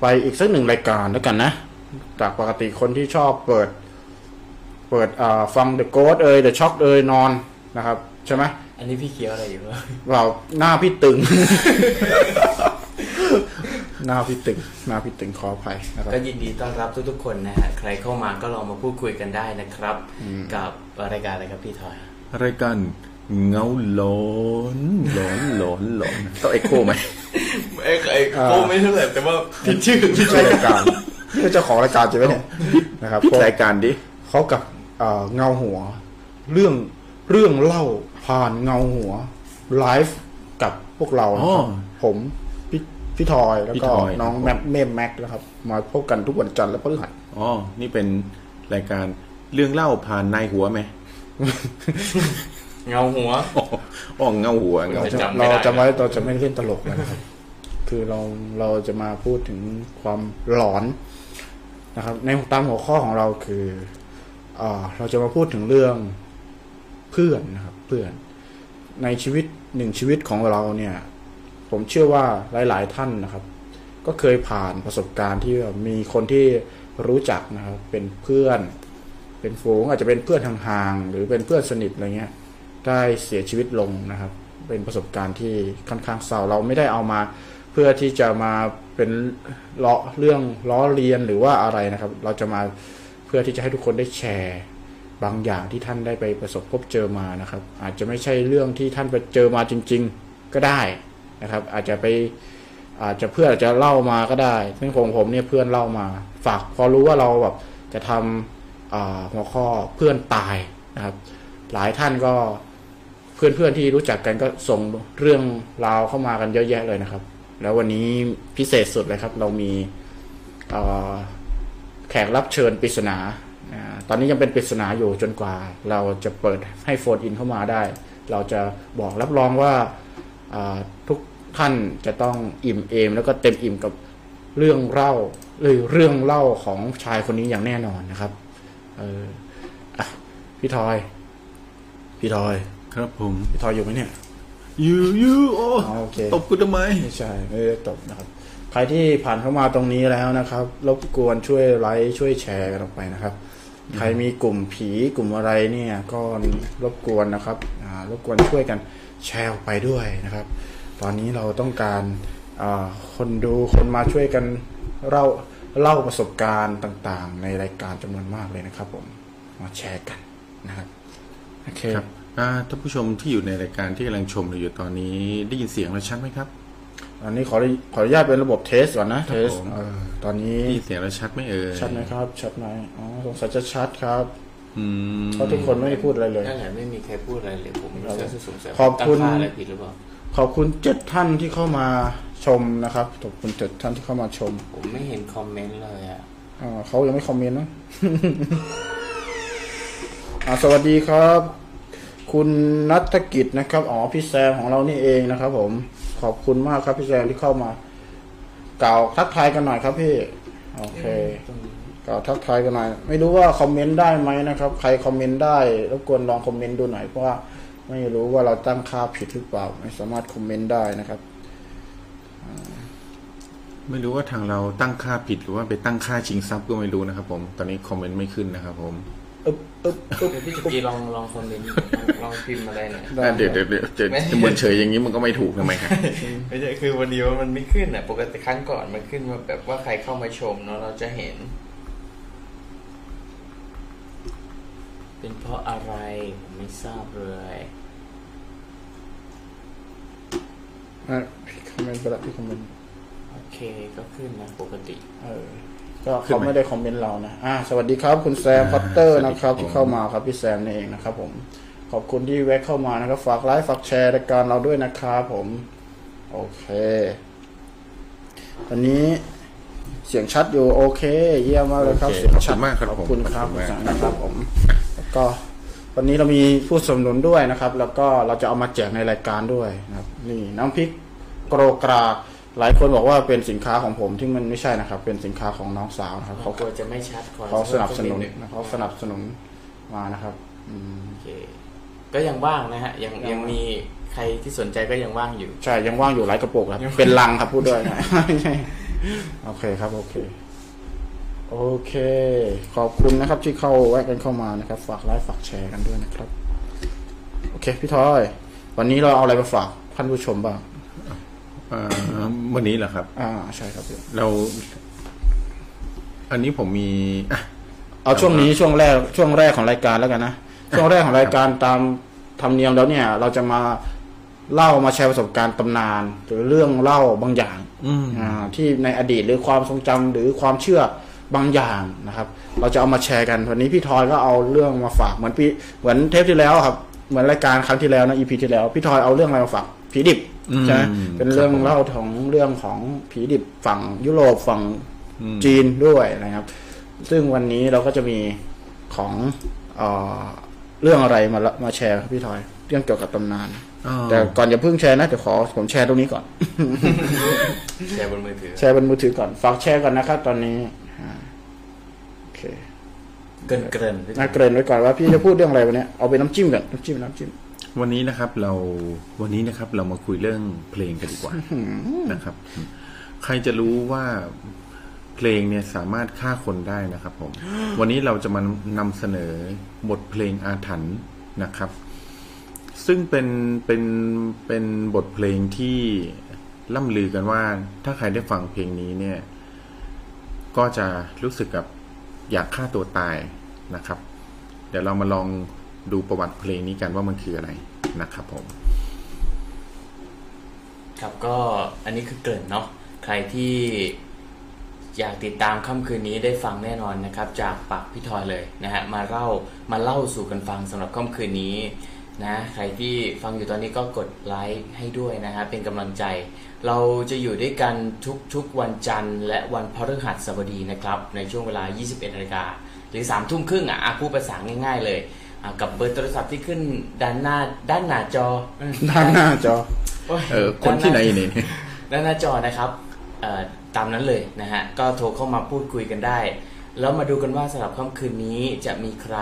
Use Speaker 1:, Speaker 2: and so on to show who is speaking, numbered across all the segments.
Speaker 1: ไปอีกสักหนึ่งรายการแล้วกันนะ จากปกติคนที่ชอบเปิด เปิดอ่าฟัง The Ghost เอ่ย The Shock เอ่ยนอนนะครับ ใช่ไหม
Speaker 2: อันนี้พี่เคี้ยวอะไรอยู่วะ
Speaker 1: เราหน้าพี่ตึง หน้าพี่ตึง หน้าพี่ตึงขออภัยนะครับ
Speaker 2: ก็ยินดีต้อนรับทุกๆคนนะฮะ ใครเข้ามาก็ลองมาพูดคุยกันได้นะครับ กับรายการอะไรครับพี่ทอย
Speaker 3: รายการเงาหลอนหลอนหลอนหลอนต้องเอ็กโคไหม
Speaker 2: ไอ้ไอ้โก้ไม่เท่าไหร่แต่ว่าผิดชื่อ
Speaker 1: พี่ชื่อรายการ พี่เจ้าของรายการจะไหมเนี่ยนะครับ
Speaker 3: พิด รายการดิ
Speaker 1: เขากับอ่าเงาหัว เรื่องเรื่องเล่าผ่านเงาหัวไลฟ์กับพวกเรานะครั
Speaker 3: อ๋
Speaker 1: บ
Speaker 3: อ
Speaker 1: ผมพี่พี่ทอยแล้ว
Speaker 3: พี่
Speaker 1: ก็
Speaker 3: ทอย
Speaker 1: น้อง
Speaker 3: ครั
Speaker 1: แมม
Speaker 3: บ
Speaker 1: เมมแม็กนะครับ มาพบกันทุกวันจันทร์และพฤหัส
Speaker 3: อ๋อ นี่เป็นรายการเรื่องเล่าผ่านนายหัวไหม
Speaker 2: เงาหัว
Speaker 3: อ๋อ อ๋อเงาหัวเงา
Speaker 1: เราจะ
Speaker 2: จำไม่
Speaker 1: เรา
Speaker 2: ได้
Speaker 1: จะไม่เราจะไม่เล่นตลกแล้วนะครับ คือเราเราจะมาพูดถึงความหลอนนะครับ ในตามหัวข้อของเราคืออ่าเราจะมาพูดถึงเรื่องเพื่อนนะครับ เพื่อน ในชีวิตหนึ่งชีวิตของเราเนี่ย ผมเชื่อว่าหลาย ๆ ท่านนะครับ ก็เคยผ่านประสบการณ์ที่แบบมีคนที่รู้จักนะครับ เป็นเพื่อน เป็นฝูงอาจจะเป็นเพื่อนห่างๆหรือเป็นเพื่อนสนิทอะไรเงี้ย ได้เสียชีวิตลงนะครับ เป็นประสบการณ์ที่ค่อนข้างเศร้าเราไม่ได้เอามา เพื่อที่จะมาเป็นเลาะเรื่องล้อเลียนหรือว่าอะไรนะครับ เราจะมาเพื่อที่จะให้ทุกคนได้แชร์ บางอย่างที่ท่านได้ไปประสบพบเจอมานะครับ อาจจะไม่ใช่เรื่องที่ท่านไปเจอมาจริง ๆก็ได้นะครับ อาจจะไป อาจจะเพื่อนอาจจะเล่ามาก็ได้ซึ่งของผมเนี่ยเพื่อนเล่ามา ฝากพอรู้ว่าเราแบบจะทำอ่าหัวข้อเพื่อนตายนะครับ หลายท่านก็เพื่อนเพื่อนๆที่รู้จักกันก็ส่งเรื่องราวเข้ามากันเยอะแยะเลยนะครับ แล้ววันนี้พิเศษสุดเลยครับ เรามีเอ่อแขกรับเชิญปริศนาอ่าตอนนี้ยังเป็นปริศนาอยู่จนกว่า เราจะเปิดให้โฟนอินเข้ามาได้ เราจะบอกรับรองว่า อ่าทุกท่านจะต้องอิ่มเอม แล้วก็เต็มอิ่มกับเรื่องเล่าหรือเรื่องเล่าของชายคนนี้อย่างแน่นอนนะครับ เอออ่ะพี่ทอย พี่ทอย
Speaker 3: ครับผม
Speaker 1: พี่ทอยอยู่ไหมเนี่ย
Speaker 3: ยูยูโอ้
Speaker 1: อ๋อโอเค
Speaker 3: ตบกูทำไม
Speaker 1: ไม่ใช่ไม่ได้ตบนะครับ ใครที่ผ่านเข้ามาตรงนี้แล้วนะครับรบกวนช่วยไลค์ช่วยแชร์กันออกไปนะครับ ใครมีกลุ่มผีกลุ่มอะไรเนี่ย ก็รบกวนนะครับอ่ารบกวนช่วยกันแชร์ออกไปด้วยนะครับ ตอนนี้เราต้องการอ่าคนดูคนมาช่วยกันเล่าเล่าประสบการณ์ต่างๆ ในรายการจำนวนมากเลยนะครับ ผมมาแชร์กันนะครับโอเค
Speaker 3: ครับอ่าท่านผู้ชมที่อยู่ในรายการที่กำลังชมเราอยู่ตอนนี้ได้ยินเสียงเราชัดไหมครับ
Speaker 1: ตอนนี้ขอขออนุญาตเป็นระบบเทสก่อนนะเทส
Speaker 3: ผม
Speaker 1: เออตอนนี้
Speaker 3: ได้ยินเสียงเราชัดไหมเอ่ย
Speaker 1: ชัดไหมครับ ชัดไหมอ๋อสงสัยจะชัดครับ
Speaker 3: อืม
Speaker 1: เพราะทุกคนไม่ได้พูดอะไรเลย
Speaker 2: นั่นแหละไม่มีใครพูดอะไรเลยผมรู้สึกสงสัย
Speaker 1: ขอบคุณ
Speaker 2: ตั้งค่าอะไรผิดหรือเปล่า
Speaker 1: ขอบคุณเจ็ดท่านที่เข้ามาชมนะครับขอบคุณเจ็ดท่านที่เข้ามาชม
Speaker 2: ผมไม่เห็นคอมเมนต์เลยอ่ะ
Speaker 1: อ่าเขายังไม่คอมเมนต์นะ อ่าสวัสดีครับ คุณนัฐกิจนะครับ อ๋อพี่แซมของเรานี่เองนะครับ ผม ขอบคุณมากครับพี่แซมที่เข้ามากล่าวทักทายกันหน่อยครับพี่โอเค ก็ทักทายกันหน่อย ไม่รู้ว่าคอมเมนต์ได้ไหมนะครับ ใครคอมเมนต์ได้รบกวนลองคอมเมนต์ดูหน่อยเพราะว่าไม่รู้ว่าเราตั้งค่าผิดหรือเปล่า ไม่สามารถคอมเมนต์ได้นะครับ
Speaker 3: ไม่รู้ว่าทางเราตั้งค่าผิดหรือว่าไปตั้งค่าชิงทรัพย์ก็ไม่รู้นะครับผม ตอนนี้คอมเมนต์ไม่ขึ้นนะครับผม
Speaker 1: อึ๊บอึ๊บอึ๊บ
Speaker 2: เดี๋ยวพี่จุกีลองลองคอมเมนต์ลองพิมพ์อะไรหน่อย
Speaker 1: ได้
Speaker 3: เดี๋ยวเดี๋ยวเดี๋ยวจะ
Speaker 2: ไม่
Speaker 3: จะเหมือนเฉยอย่างนี้มันก็ไม่ถูกทำไมครับ
Speaker 2: ไม่ใช่คือวันนี้ว่ามันไม่ขึ้นอ่ะ ปกติครั้งก่อนมันขึ้นมาแบบว่าใครเข้ามาชมเนาะเราจะเห็น เป็นเพราะอะไรผมไม่ทราบเลย
Speaker 1: อ่ะพี่คอมเมนต์ไปละพี่คอมเมนต์
Speaker 2: โอเคก็ขึ้นนะปกติ
Speaker 1: เออก็
Speaker 3: ขึ้น
Speaker 1: เขา
Speaker 3: ไหม
Speaker 1: ไม่ได้คอมเมนต์เรานะอ่ะสวัสดีครับ คุณแซมพัตเตอร์
Speaker 3: สวัสดี
Speaker 1: นะค
Speaker 3: ครั
Speaker 1: รับ
Speaker 3: บ
Speaker 1: ที่เข้ามาครับพี่แซมนี่เองนะครับผมขอบคุณที่แวะเข้ามานะครับ ฝากไลค์ฝากแชร์รายการเราด้วยนะครับผม โอเคอันนี้เสียงชัดอยู่โอเค เยี่ยมมากเลยครับ
Speaker 3: โอเค
Speaker 1: เสียง
Speaker 3: ขอบคุณ
Speaker 1: ชัด
Speaker 3: มากครับ
Speaker 1: ขอบ
Speaker 3: ผม
Speaker 1: คุณครับ
Speaker 3: ขอบ
Speaker 1: คุ
Speaker 3: คุณ ณ
Speaker 1: สัง
Speaker 3: มาก
Speaker 1: นะครับผมแล้วก็วันนี้เรามีผู้สนับสนุนด้วยนะครับ แล้วก็เราจะเอามาแจกในรายการด้วยนะครับ นี่น้ำพริกโกรกรากหลายคนบอกว่าเป็นสินค้าของผมที่มันไม่ใช่นะครับ เป็นสินค้าของน้องสาวนะครับ
Speaker 2: เขา
Speaker 1: เขา
Speaker 2: กลัวจะไม่ชัดขอ
Speaker 1: เขาสนับสนุน
Speaker 2: สักดง
Speaker 1: เขาสนับสนุนมานะครับอืม
Speaker 2: โอเค ก็ยังว่างนะฮะ ยังยังมีใครที่สนใจก็ยังว่างอยู่
Speaker 1: ใช่ยังว่างอยู่หลายกระปุกครับเป็นลังครับพูดด้วยนะ โอเคครับ โอเค โอเค ขอบคุณนะครับ ที่เข้าแวะกันเข้ามานะครับ ฝากไลค์ฝากแชร์กันด้วยนะครับ โอเค พี่ทอย วันนี้เราเอาอะไรมาฝากท่านผู้ชมบ้าง
Speaker 3: อ่าวันนี้เหรอครับ
Speaker 1: อ่า ใช่ครับพี่
Speaker 3: เรา อันนี้ผมมีอ่ะ
Speaker 1: เอาช่วงนี้ช่วงแรกช่วงแรกของรายการแล้วกันนะ ช่วงแรกของรายการตามธรรมเนียมแล้วเนี่ย เราจะมาเล่ามาแชร์ประสบการณ์ตำนาน หรือเรื่องเล่าบางอย่าง
Speaker 3: อืม
Speaker 1: อ่าที่ในอดีตหรือความทรงจำหรือความเชื่อบางอย่างนะครับ เราจะเอามาแชร์กันวันนี้พี่ทอยก็เอาเรื่องมาฝากเหมือนพี่เหมือนเทปที่แล้วครับ เหมือนรายการครั้งที่แล้วนะอีพีที่แล้วพี่ทอยเอาเรื่องอะไรมาฝากผีดิบ
Speaker 3: อืม
Speaker 1: ใช่ไหมเป็น
Speaker 3: ครับ
Speaker 1: เรื่องเล่าของเรื่องของผีดิบฝั่งยุโรปฝั่ง
Speaker 3: อืม
Speaker 1: จีนด้วยนะครับ ซึ่งวันนี้เราก็จะมีของเอ่อเรื่องอะไรมาละมาแชร์ครับพี่ทอยเรื่องเกี่ยวกับตำนาน
Speaker 3: อ่า
Speaker 1: แต่ก่อนอย่าเพิ่งแชร์นะเดี๋ยวขอผมแชร์ตรงนี้ก่อน
Speaker 2: แชร์บนมือถือ
Speaker 1: แชร์บนมือถือก่อน ฝากแชร์ก่อนนะครับตอนนี้อ่าโอเค
Speaker 2: เกินเกินๆพี่
Speaker 1: น่าเกริ่นไว้ก่อนว่าพี่จะพูดเรื่องอะไรวันเนี้ยเอาเป็นน้ำจิ้มก่อนน้ำจิ้มน้ำจิ้ม
Speaker 3: วันนี้นะครับเราวันนี้นะครับเรามาคุยเรื่องเพลงกันดีกว่านะครับ ใครจะรู้ว่าเพลงเนี่ยสามารถฆ่าคนได้นะครับผม วันนี้เราจะมานำเสนอบทเพลงอาถรรพ์นะครับ ซึ่งเป็นเป็นเป็นบทเพลงที่ล่ำลือกันว่า ถ้าใครได้ฟังเพลงนี้เนี่ย ก็จะรู้สึกกับอยากฆ่าตัวตายนะครับ เดี๋ยวเรามาลองดูประวัติเพลงนี้กันว่ามันคืออะไรนะครับผม
Speaker 2: ครับก็อันนี้คือเกรินเนาะใครที่อยากติดตามค่ำคืนนี้ได้ฟังแน่นอนนะครับ จากปากพี่ทอยเลยนะฮะมาเล่ามาเล่าสู่กันฟังสำหรับค่ำคืนนี้นะใครที่ฟังอยู่ตอนนี้ก็กดไลค์ให้ด้วยนะฮะเป็นกำลังใจ เราจะอยู่ด้วยกันทุกทุกวันจันทร์และวันพฤหัสบดีนะครับ ในช่วงเวลา 21นาฬิกาหรือ3ทุ่มครึ่งอ่ะอ่ะพูดภาษาง่าย ๆ เลยอ่ะกับเบอร์โทรศัพท์ที่ขึ้นด้านหน้าด้านหน้าจออืม
Speaker 1: ด้านหน้าจอ
Speaker 2: โย
Speaker 3: เออคนที่ไหนเนี่ย
Speaker 2: ด้านหน้าจอนะครับเอ่อตามนั้นเลยนะฮะ ก็โทรเข้ามาพูดคุยกันได้ แล้วมาดูกันว่าสำหรับค่ำคืนนี้จะมีใคร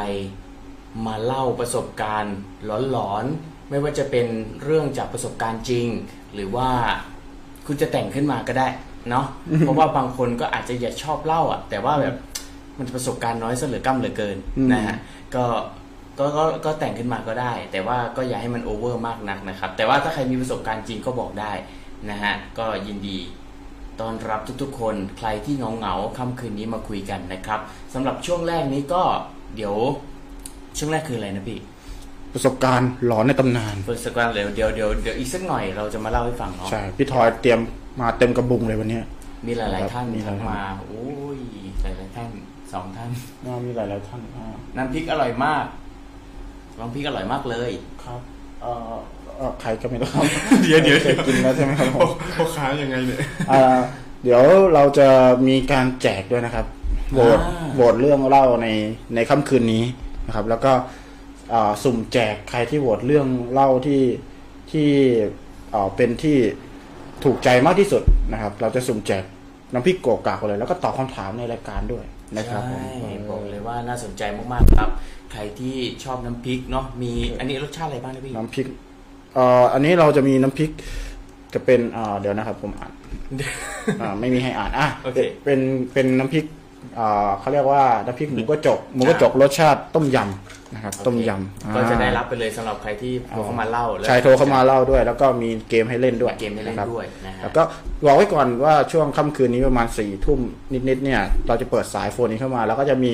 Speaker 2: มาเล่าประสบการณ์หลอนๆ ไม่ว่าจะเป็นเรื่องจากประสบการณ์จริง หรือว่าคุณจะแต่งขึ้นมาก็ได้เนาะ เพราะว่าบางคนก็อาจจะอยากชอบเล่าอ่ะ แต่ว่าแบบมันประสบการณ์น้อยซะเหลือกล้ำเหลือเกิน
Speaker 1: อืม
Speaker 2: นะฮะ ก็ก็ก็ก็แต่งขึ้นมาก็ได้ แต่ว่าก็อย่าให้มันโอเวอร์มากนักนะครับ แต่ว่าถ้าใครมีประสบการณ์จริงก็บอกได้นะฮะ ก็ยินดีต้อนรับทุกๆ คนใครที่เงาเงาๆค่ำคืนนี้มาคุยกันนะครับสำหรับช่วงแรกนี้ก็เดี๋ยวช่วงแรกคืออะไรนะพี่
Speaker 1: ประสบการณ์หลอนในตำนาน
Speaker 2: เฟิร์สกราเดี๋ยวเดี๋ยวเดี๋ยวเดี๋ยวอีกสักหน่อยเราจะมาเล่าให้ฟังเนาะ
Speaker 1: ใช่พี่ทอยเตรียมมาเต็มกระบุงเลยวันเนี้ย
Speaker 2: มีหลาย ๆ ท่าน
Speaker 1: มีหลาย
Speaker 2: ทักมาโอ้ยหลายๆท่านสองท่าน
Speaker 1: อ่ามีหลาย ๆ ท่านอ่า
Speaker 2: น้ำพริกอร่อยมากน้ำพริกอร่อยมากเลย
Speaker 1: ครับเอ่อเอ่อใครก็ไม่รู้ครับ เดี๋ยวเดี๋ยวกินแล้วใช่ไหมครับผม
Speaker 3: พ่อค้ายังไงเนี่ย
Speaker 1: อ่าเดี๋ยวเราจะมีการแจกด้วยนะครับโหวต
Speaker 2: อ่า
Speaker 1: โหวตเรื่องเล่าในในค่ำคืนนี้นะครับ แล้วก็อ่าสุ่มแจกใครที่โหวตเรื่องเล่าที่ที่อ่าเป็นที่ถูกใจมากที่สุดนะครับ เราจะสุ่มแจกน้ำพริกโกกากเลย แล้วก็ตอบคำถามในรายการด้วยนะครับผม
Speaker 2: ใช่บอกเลยว่าน่าสนใจมากๆครับ ใครที่ชอบน้ำพริกเนาะมีอันนี้รสชาติอะไรบ้างนะพี่
Speaker 1: น้ำพริกเอ่ออันนี้เราจะมีน้ำพริกจะเป็นอ่าเดี๋ยวนะครับผมอ่าน อ่าไม่มีให้อ่านอ่ะ
Speaker 2: โอเค
Speaker 1: เป็นเป็นน้ำพริกอ่าเขาเรียกว่าน้ำพริกหมูกระจกหมูกระจกรสชาติต้มยำนะครับ ต้มยำ
Speaker 2: ก็จะได้
Speaker 1: อ่า
Speaker 2: รับไปเลยสำหรับใครที่โทรเข้ามาเล่าแล้ว
Speaker 1: ใช่โทรเข้ามาเล่าด้วย แล้วก็มีเกมให้เล่นด้วย
Speaker 2: เกมได้เล่
Speaker 1: ะ
Speaker 2: น
Speaker 1: ครับ
Speaker 2: ด้วยนะฮะ
Speaker 1: แล้วก็บอกไว้ก่อนว่าช่วงค่ำคืนนี้ประมาณสี่ทุ่มนิดๆเนี่ย เราจะเปิดสายโฟนอินเข้ามา แล้วก็จะมี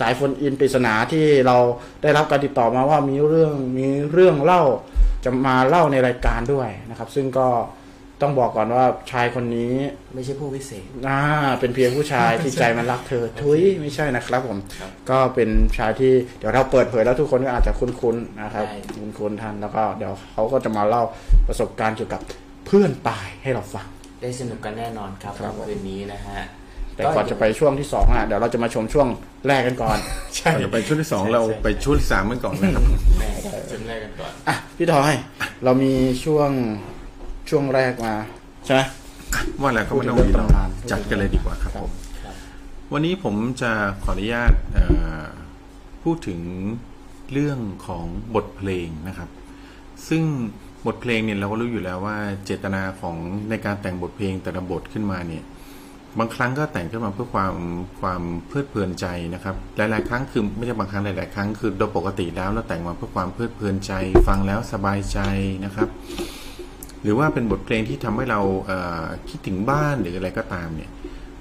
Speaker 1: สายโฟนอินปริศนาที่เราได้รับการติดต่อมาว่ามีเรื่องมีเรื่องเล่าจะมาเล่าในรายการด้วยนะครับ ซึ่งก็ต้องบอกก่อนว่าชายคนนี้
Speaker 2: ไม่ใช่ผู้วิเศษ
Speaker 1: น่าเป็นเพียงผู้ชายที่ใจมันรักเธอทุยไม่ใช่นะครับผม
Speaker 2: ครับ
Speaker 1: ก็เป็นชายที่เดี๋ยวเราเปิดเผยแล้วทุกคนก็อาจจะคุ้นๆนะครับ
Speaker 2: ใช่
Speaker 1: คุ้นๆท่านแล้วก็เดี๋ยวเขาก็จะมาเล่าประสบการณ์เกี่ยวกับเพื่อนตายให้เราฟัง
Speaker 2: ได้สนุกกันแน่นอนครับ
Speaker 1: ครับผม
Speaker 2: ค่ำคืนนี้นะฮะ
Speaker 1: แต่ก่อนจะไปช่วงที่สองอ่ะเดี๋ยวเราจะมาชมช่วงแรกกันก่อน
Speaker 2: ใช่
Speaker 3: ก่อนจะไปชุดที่สองเราไปชุดที่สามกันก่อนนะครับ
Speaker 2: แม่จำแรกกันก่อน
Speaker 1: อ่ะพี่ทอยเรามีช่วงช่วงแรกมาใช่ไหม
Speaker 3: ว่าแล้วก็ไม่ต้อง
Speaker 1: พูดถึงเรื่อ
Speaker 3: รีรอ
Speaker 1: งตำนาน
Speaker 3: จัดกันเลยดีกว่าครับผม
Speaker 2: ครับ
Speaker 3: วันนี้ผมจะขออนุญาตเอ่อพูดถึงเรื่องของบทเพลงนะครับ ซึ่งบทเพลงเนี่ยเราก็รู้อยู่แล้วว่าเจตนาของในการแต่งบทเพลงแต่ละบทขึ้นมาเนี่ย บางครั้งก็แต่งขึ้นมาเพื่อความความเพลิดเพลินใจนะครับ หลาย ๆ ครั้งคือไม่ใช่บางครั้งหลาย ๆ ครั้งคือโดยปกติแล้วเราแต่งมาเพื่อความเพลิดเพลินใจ ฟังแล้วสบายใจนะครับ หรือว่าเป็นบทเพลงที่ทำให้เราเอ่อคิดถึงบ้านหรืออะไรก็ตามเนี่ย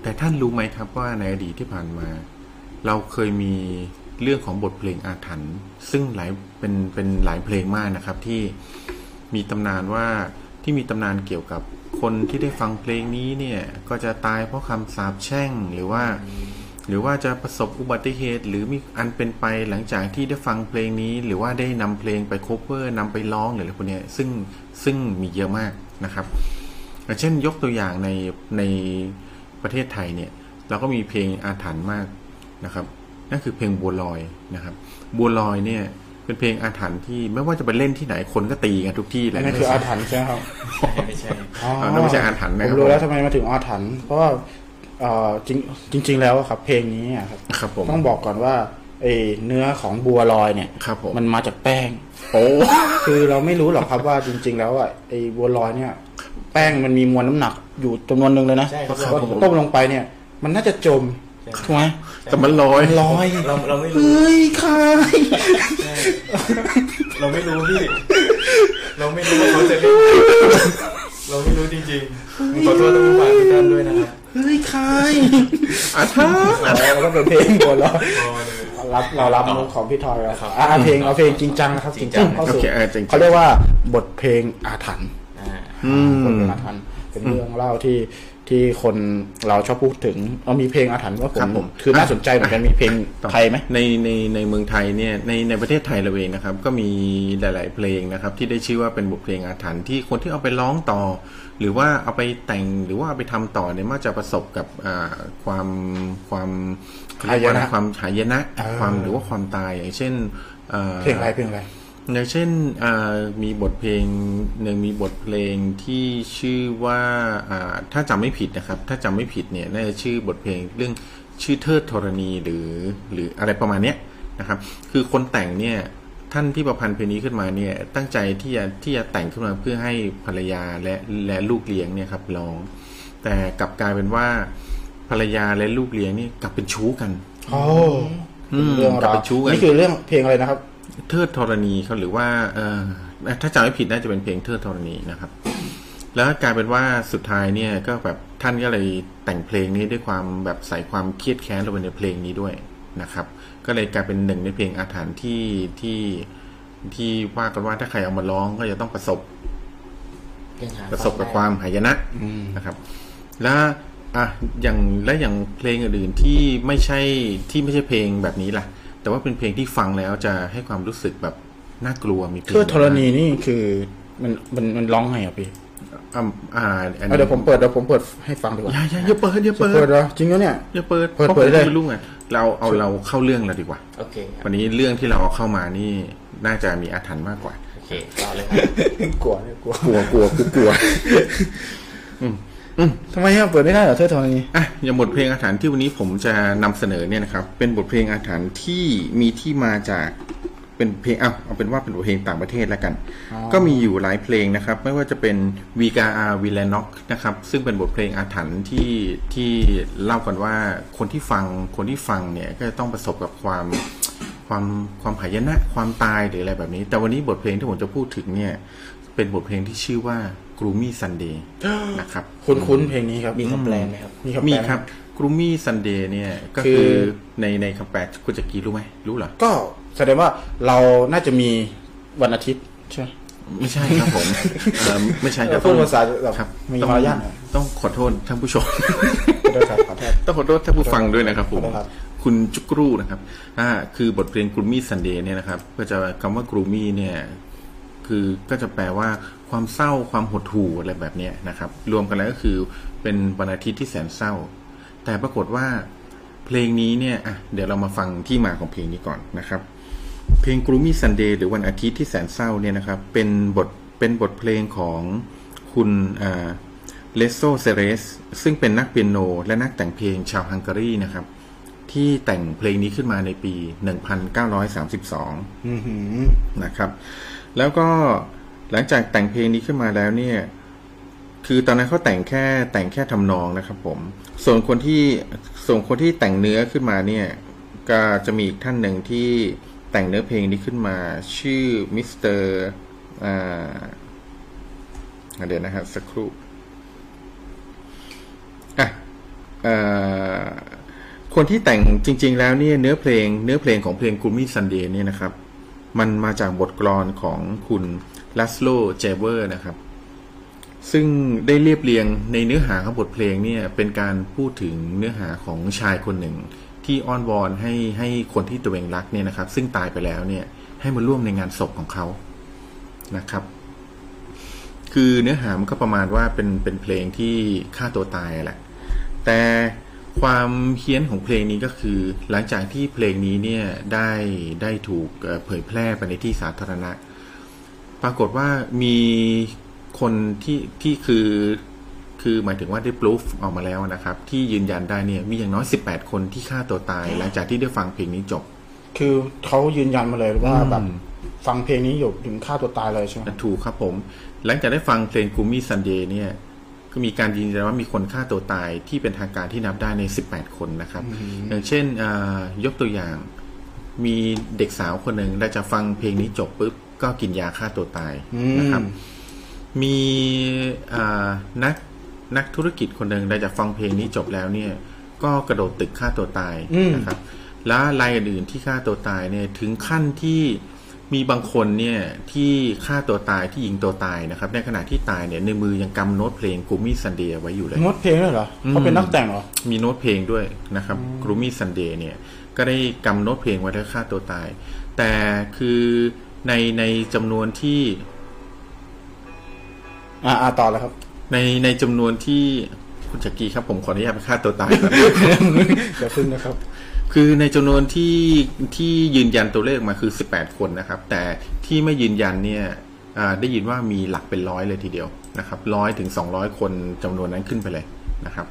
Speaker 3: แต่ท่านรู้ไหมครับว่าในอดีตที่ผ่านมา เราเคยมีเรื่องของบทเพลงอาถรรพ์ซึ่งหลายเป็นเป็นหลายเพลงมากนะครับที่มีตำนานว่าที่มีตำนานเกี่ยวกับคนที่ได้ฟังเพลงนี้เนี่ยก็จะตายเพราะคำสาปแช่งหรือว่า หรือว่าจะประสบอุบัติเหตุ หรือมีอันเป็นไปหลังจากที่ได้ฟังเพลงนี้ หรือว่าได้นำเพลงไปโคเวอร์นำไปร้องหรืออะไรพวกเนี้ยซึ่งซึ่งมีเยอะมากนะครับอย่างเช่นยกตัวอย่างในในประเทศไทยเนี่ย เราก็มีเพลงอาถรรพ์มากนะครับนั่นคือเพลงบัวลอยนะครับ บัวลอยเนี่ยเป็นเพลงอาถรรพ์ที่ไม่ว่าจะไปเล่นที่ไหนคนก็ตีกันทุกที่แห
Speaker 1: อั
Speaker 3: ละ
Speaker 1: นนี้คืออาถรรพ์ใช่ไหมครับ
Speaker 2: ไม่ใช่
Speaker 1: อ๋อ
Speaker 3: เอานั่นไม่ใช่อาถรรพ์นะค
Speaker 1: ผ
Speaker 3: รับ
Speaker 1: มรู้แล้วทำไมมาถึงอาถรรพ์เพราะว่าเอ่อจริงจริง ๆ แล้วอะครับ เพลงนี้อะครับ
Speaker 3: ครับผม
Speaker 1: ต้องบอกก่อนว่าไอ้เนื้อของบัวลอยเนี่ย
Speaker 3: ครับผม
Speaker 1: มันมาจากแป้ง
Speaker 3: โอ้
Speaker 1: คือเราไม่รู้หรอกครับว่าจริง ๆ แล้วอ่ะไอ้บัวลอยเนี่ย แป้งมันมีมวลน้ำหนักอยู่จำนวนหนึ่งเลยนะ
Speaker 2: ใช่ค
Speaker 1: พ
Speaker 2: รั
Speaker 1: อบ
Speaker 2: ผม
Speaker 1: ต้มลงไปเนี่ย มันน่าจะจมถูกไหม
Speaker 3: แต่มันลอย
Speaker 1: มันลอย
Speaker 2: เราเราไม่รู้
Speaker 1: เฮ้ยใคร
Speaker 2: เราไม่รู้พี่ เราไม่รู้ว่าเขาจะเรียกเราไม่รู้จริงๆผมขอโทษท่านผู้ฟังทุกท่านด้วยนะครับ
Speaker 1: เฮ้ยใคร
Speaker 3: อาถรรพ์
Speaker 1: แล้วก็เป็นเพลงบัวลอย
Speaker 2: พอเลย
Speaker 1: รับเรารับมุกของพี่ทอยแล้ว
Speaker 2: ครับ
Speaker 1: อ่ะเอาเพลงเอาเพลงจริงจังนะครับจ
Speaker 2: จริ
Speaker 1: ริง
Speaker 2: งจั
Speaker 1: จัง
Speaker 2: ง
Speaker 1: เข้าสู่
Speaker 3: โอเคเออจริงจัง
Speaker 1: เขาเรียกว่าบทเพลงอาถรรพ์
Speaker 2: อ่า
Speaker 3: อื
Speaker 1: คน
Speaker 3: ม
Speaker 1: เป็นอาถรรพ์เป็นเรื่องเล่าที่ที่คนเราชอบพูดถึงเอามีเพลงอาถรรพ์ว่า
Speaker 3: ครับ
Speaker 1: ผ
Speaker 3: ผม ม
Speaker 1: คือน่าสนใจเหมือนกันมีเพลงไทยไหม
Speaker 3: ในในในเมืองไทยเนี่ยในในประเทศไทยเราเองนะครับ ก็มีหลาย ๆ เพลงนะครับ ที่ได้ชื่อว่าเป็นบทเพลงอาถรรพ์ที่คนที่เอาไปร้องต่อ หรือว่าเอาไปแต่งหรือว่าเอาไปทำต่อเนี่ยมักจะประสบกับอ่าความความ
Speaker 1: หายนะ
Speaker 3: เขเรีกว่อไรความหายนะ
Speaker 1: เออ
Speaker 3: ความหรือว่าความตายอย่างเช่นอ่า
Speaker 1: เพลงอะไรเพลงอะไร
Speaker 3: อย่างเช่นอ่ามีบทเพลงหนึ่งมีบทเพลงที่ชื่อว่าอ่าถ้าจำไม่ผิดนะครับ ถ้าจำไม่ผิดเนี่ยน่าจะชื่อบทเพลงเรื่องชื่อเทิดธรณีหรือหรืออะไรประมาณเนี้ยนะครับ คือคนแต่งเนี่ยท่านที่ประพันธ์เพลงนี้ขึ้นมาเนี่ยตั้งใจที่จะที่จะแต่งขึ้นมาเพื่อให้ภรรยาและและลูกเลี้ยงเนี่ยครับร้อง แต่กลับกลายเป็นว่าภรรยาและลูกเลี้ยงเนี่ยกลับเป็นชู้กัน
Speaker 1: โอ้
Speaker 3: อืม
Speaker 1: เรื่อง
Speaker 3: กลั
Speaker 1: ราว
Speaker 3: บไปชู้กัน
Speaker 1: นี่คือเรื่องเพลงอะไรนะครับ
Speaker 3: เทิดธรณีเขาหรือว่าเอ่อถ้าจำไม่ผิดน่าจะเป็นเพลงเทิดธรณีนะครับ แล้วกลายเป็นว่าสุดท้ายเนี่ยก็แบบท่านก็เลยแต่งเพลงนี้ด้วยความแบบใส่ความเครียดแค้นลงไปในเพลงนี้ด้วยนะครับ ก็เลยกลายเป็นหนึ่งในเพลงอาถรรพ์ที่ที่ที่ว่ากันว่าถ้าใครเอามาร้องก็จะต้องประสบ
Speaker 2: ยังหา
Speaker 3: ประสบกับ
Speaker 2: ฟัง
Speaker 3: ความหายนะนะครับ แล้วอ่ะอย่างและอย่างเพลงอื่นๆที่ไม่ใช่ที่ไม่ใช่เพลงแบบนี้ล่ะ แต่ว่าเป็นเพลงที่ฟังแล้วจะให้ความรู้สึกแบบน่ากลัวมีพลง
Speaker 1: เพื่อธรณีนี่คือมันมันมันร้องไงอ่ะพี่
Speaker 3: อ่ะอ่าอัน
Speaker 1: เอา
Speaker 3: นี้
Speaker 1: เดี๋ยวผมเปิดเดี๋ยวผมเปิดให้ฟังดีกว่า
Speaker 3: อย่าอย่าอย่าเปิดอย่าเปิ
Speaker 1: เปิ
Speaker 3: ด
Speaker 1: ดเหรอจริงแล้วเนี่ย
Speaker 3: อย่าเปิด
Speaker 1: เปิด
Speaker 3: พราะ
Speaker 1: เปิดเลย
Speaker 3: ไม่รู้ไงเราเอาเราเข้าเรื่องเราดีกว่า
Speaker 2: โอเคครับ
Speaker 3: วันนี้เรื่องที่เราเอาเข้ามานี่น่าจะมีอาถรรพ์มากกว่า
Speaker 2: โอเคต่อเลยครับ
Speaker 1: กลัวเนี่ยกลัว
Speaker 3: กลัวกลัวกู กลัว
Speaker 1: ทำไมอะเปิดไม่ได้เหรอเพื่อธรณี
Speaker 3: อ่ะอย่างบทเพลงอาถรรพ์ที่วันนี้ผมจะนำเสนอเนี่ยนะครับ เป็นบทเพลงอาถรรพ์ที่มีที่มาจากเป็นเพลงอ่ะเอาเป็นว่าเป็นบทเพลงต่างประเทศแล้วกัน ก็มีอยู่หลายเพลงนะครับ ไม่ว่าจะเป็น v g r v i l a n o c นะครับ ซึ่งเป็นบทเพลงอาถรรพ์ที่ที่เล่ากันว่าคนที่ฟังคนที่ฟังเนี่ยก็จะต้องประสบกับความ ความความหายนะความตายหรืออะไรแบบนี้ แต่วันนี้บทเพลงที่ผมจะพูดถึงเนี่ย เป็นบทเพลงที่ชื่อว่า Gloomy Sunday นะครับ
Speaker 1: คุ้นคุ้นๆเพลงนี้ครับ
Speaker 2: มีคำแปลไหมครับ
Speaker 1: มีคำแปล
Speaker 3: มี
Speaker 1: ไห
Speaker 3: ครับกรูมี่ซันเดย์เนี่ยก็
Speaker 1: คื
Speaker 3: คือ อในในคำแปลคุณจักรีรู้ไหมรู้เหรอ
Speaker 1: ก็แสดงว่าเราน่าจะมีวันอาทิตย์ใช่ไหม
Speaker 3: ไม่ใช่ครับผม เอ่อไม่ใช่ครับ
Speaker 1: พูดภาษาแบบ
Speaker 3: ครับ
Speaker 1: มี
Speaker 3: ต้อง
Speaker 1: มารยาทหน่อย
Speaker 3: ต้องขอโทษท่านผู้ชม
Speaker 1: ขอโทษครับขอโทษ
Speaker 3: ต้องขอโทษท่านผู้ฟังด้วยนะครับผ
Speaker 1: ข
Speaker 3: ม
Speaker 1: อโทษครับ
Speaker 3: คุณจุกรูนะครับ อ่า คือบทเพลงกรูมี่ซันเดย์เนี่ยนะครับ ก็จะคำว่ากรูมี่เนี่ย คือก็จะแปลว่าความเศร้าความหดหู่อะไรแบบเนี้ยนะครับ รวมกันแล้วก็คือเป็นวันอาทิตย์ที่แสนเศร้า แต่ปรากฏว่าเพลงนี้เนี่ยอ่ะเดี๋ยวเรามาฟังที่มาของเพลงนี้ก่อนนะครับ เพลง Gloomy Sunday หรือวันอาทิตย์ที่แสนเศร้าเนี่ยนะครับ เป็นบทเป็นบทเพลงของคุณเลโซเซเรสซึ่งเป็นนักเปียโน และนักแต่งเพลงชาวฮังการีนะครับ ที่แต่งเพลงนี้ขึ้นมาในปี 1932
Speaker 1: อือหือ
Speaker 3: นะครับ แล้วก็หลังจากแต่งเพลงนี้ขึ้นมาแล้วเนี่ย คือตอนนั้นเขาแต่งแค่แต่งแค่ทำนองนะครับผม ส่วนคนที่ส่วนคนที่แต่งเนื้อขึ้นมาเนี่ย ก็จะมีอีกท่านหนึ่งที่แต่งเนื้อเพลงนี้ขึ้นมา ชื่อมิสเตอร์อ่าเดี๋ยวนะครับสักครู่อ่ะเอ่อคนที่แต่งจริง ๆ แล้วเนี่ยเนื้อเพลง เนื้อเพลงของเพลงกูมี่ซันเดย์เนี่ยนะครับ มันมาจากบทกลอนของคุณลัสโลเจเวอร์นะครับ ซึ่งได้เรียบเรียงในเนื้อหาของบทเพลงเนี่ยเป็นการพูดถึงเนื้อหาของชายคนหนึ่ง ที่อ้อนวอนให้ให้คนที่ตัวเองรักเนี่ยนะครับ ซึ่งตายไปแล้วเนี่ยให้มาร่วมในงานศพของเขานะครับ คือเนื้อหามันก็ประมาณว่าเป็นเป็นเพลงที่ฆ่าตัวตายแหละ แต่ความเฮี้ยนของเพลงนี้ก็คือ หลังจากที่เพลงนี้เนี่ยได้ได้ถูกเอ่อเผยแพร่ไปในที่สาธารณะ ปรากฏว่ามีคนที่ที่คือคือหมายถึงว่าได้ proof ออกมาแล้วนะครับ ที่ยืนยันได้เนี่ยมีอย่างน้อย 18 คนที่ฆ่าตัวตาย หลังจากที่ได้ฟังเพลงนี้จบ
Speaker 1: คือเขายืนยันมาเลยว่าแบบฟังเพลงนี้อยู่ถึงฆ่าตัวตายเลยใช่ไหม
Speaker 3: ถูกครับผม หลังจากได้ฟังเพลงกูมี่ซันเดย์เนี่ย ก็มีการยืนยันว่ามีคนฆ่าตัวตายที่เป็นทางการที่นับได้ใน 18 คนนะครับ อย่างเช่นอ่ายกตัวอย่าง มีเด็กสาวคนหนึ่งหลังจากฟังเพลงนี้จบปุ๊บ ก็กินยาฆ่าตัวตายนะครับ มีอ่านักนักธุรกิจคนหนึ่งหลังจากฟังเพลงนี้จบแล้วเนี่ย ก็กระโดดตึกฆ่าตัวตายนะครับ และรายอื่นๆที่ฆ่าตัวตายเนี่ยถึงขั้นที่มีบางคนเนี่ยที่ฆ่าตัวตายที่ยิงตัวตายนะครับ ในขณะที่ตายเนี่ยในมือยังกำโน้ตเพลงกูมี่ซันเดย์ไว้อยู่เลย
Speaker 1: งดเพลงด้วยเหรอเขาเป็นนักแต่งเหรอ
Speaker 3: มีโน้ตเพลงด้วยนะครับกรูมี่ซันเดย์เนี่ย ก็ได้กำโน้ตเพลงไว้แล้วฆ่าตัวตาย แต่คือในในจำนวนที่
Speaker 1: อ่าอ่าต่อ แล้วครับ
Speaker 3: ในในจำนวนที่คุณจักรีครับผมขออนุญาตไปฆ่าตัวตายก่อน
Speaker 1: เดี๋ยวพึ่งนะครับ
Speaker 3: คือในจำนวนที่ที่ยืนยันตัวเลขมาคือ 18 คนนะครับ แต่ที่ไม่ยืนยันเนี่ยอ่าได้ยินว่ามีหลักเป็นร้อยเลยทีเดียวนะครับร้อยถึง 200 คนจำนวนนั้นขึ้นไปเลยนะครับ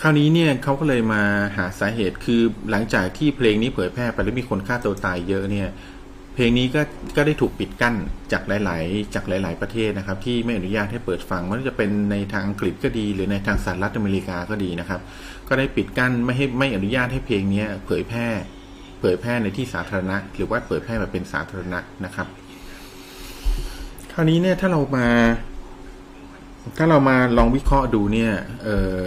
Speaker 3: คราวนี้เนี่ยเขาก็เลยมาหาสาเหตุคือหลังจากที่เพลงนี้เผยแพร่ไปแล้วมีคนฆ่าตัวตายเยอะเนี่ย เพลงนี้ก็ก็ได้ถูกปิดกั้นจากหลาย ๆ จากหลาย ๆ ประเทศนะครับ ที่ไม่อนุญาตให้เปิดฟังไม่ว่าจะเป็นในทางอังกฤษก็ดี หรือในทางสหรัฐอเมริกาก็ดีนะครับ ก็ได้ปิดกั้นไม่ให้ไม่อนุญาตให้เพลงเนี้ยเผยแพร่ เผยแพร่ในที่สาธารณะ หรือว่าเผยแพร่แบบเป็นสาธารณะนะครับ คราวนี้เนี่ยถ้าเรามา ถ้าเรามาลองวิเคราะห์ดูเนี่ยเออ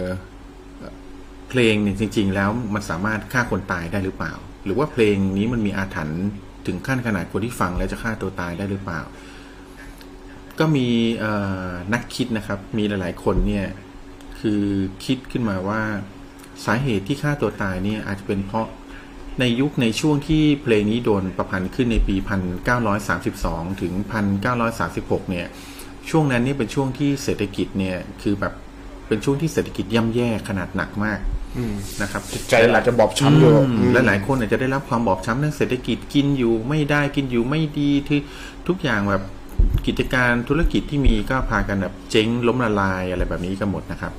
Speaker 3: เพลงเนี่ยจริง ๆ แล้วมันสามารถฆ่าคนตายได้หรือเปล่า หรือว่าเพลงนี้มันมีอาถรรพ์ถึงขั้นขนาดคนที่ฟังแล้วจะฆ่าตัวตายได้หรือเปล่า ก็มีเอ่อนักคิดนะครับ มีหลาย ๆ คนเนี่ย คือคิดขึ้นมาว่าสาเหตุที่ฆ่าตัวตายเนี่ยอาจจะเป็นเพราะในยุคในช่วงที่เพลงนี้โดนประพันธ์ขึ้นในปี 1932 ถึง 1936 เนี่ย ช่วงนั้นเนี่ยเป็นช่วงที่เศรษฐกิจเนี่ยคือแบบเป็นช่วงที่เศรษฐกิจย่ำแย่ขนาดหนักมากนะครับ
Speaker 1: ใจอาจจะบอบช้ำอยู่
Speaker 3: อืมและหลายคนอาจจะได้รับความบอบช้ำทางเศรษฐกิจกินอยู่ไม่ได้กินอยู่ไม่ดีที่ทุกอย่างแบบกิจการธุรกิจที่มีก็พากันแบบเจ๊งล้มละลายอะไรแบบนี้กันหมดนะครับ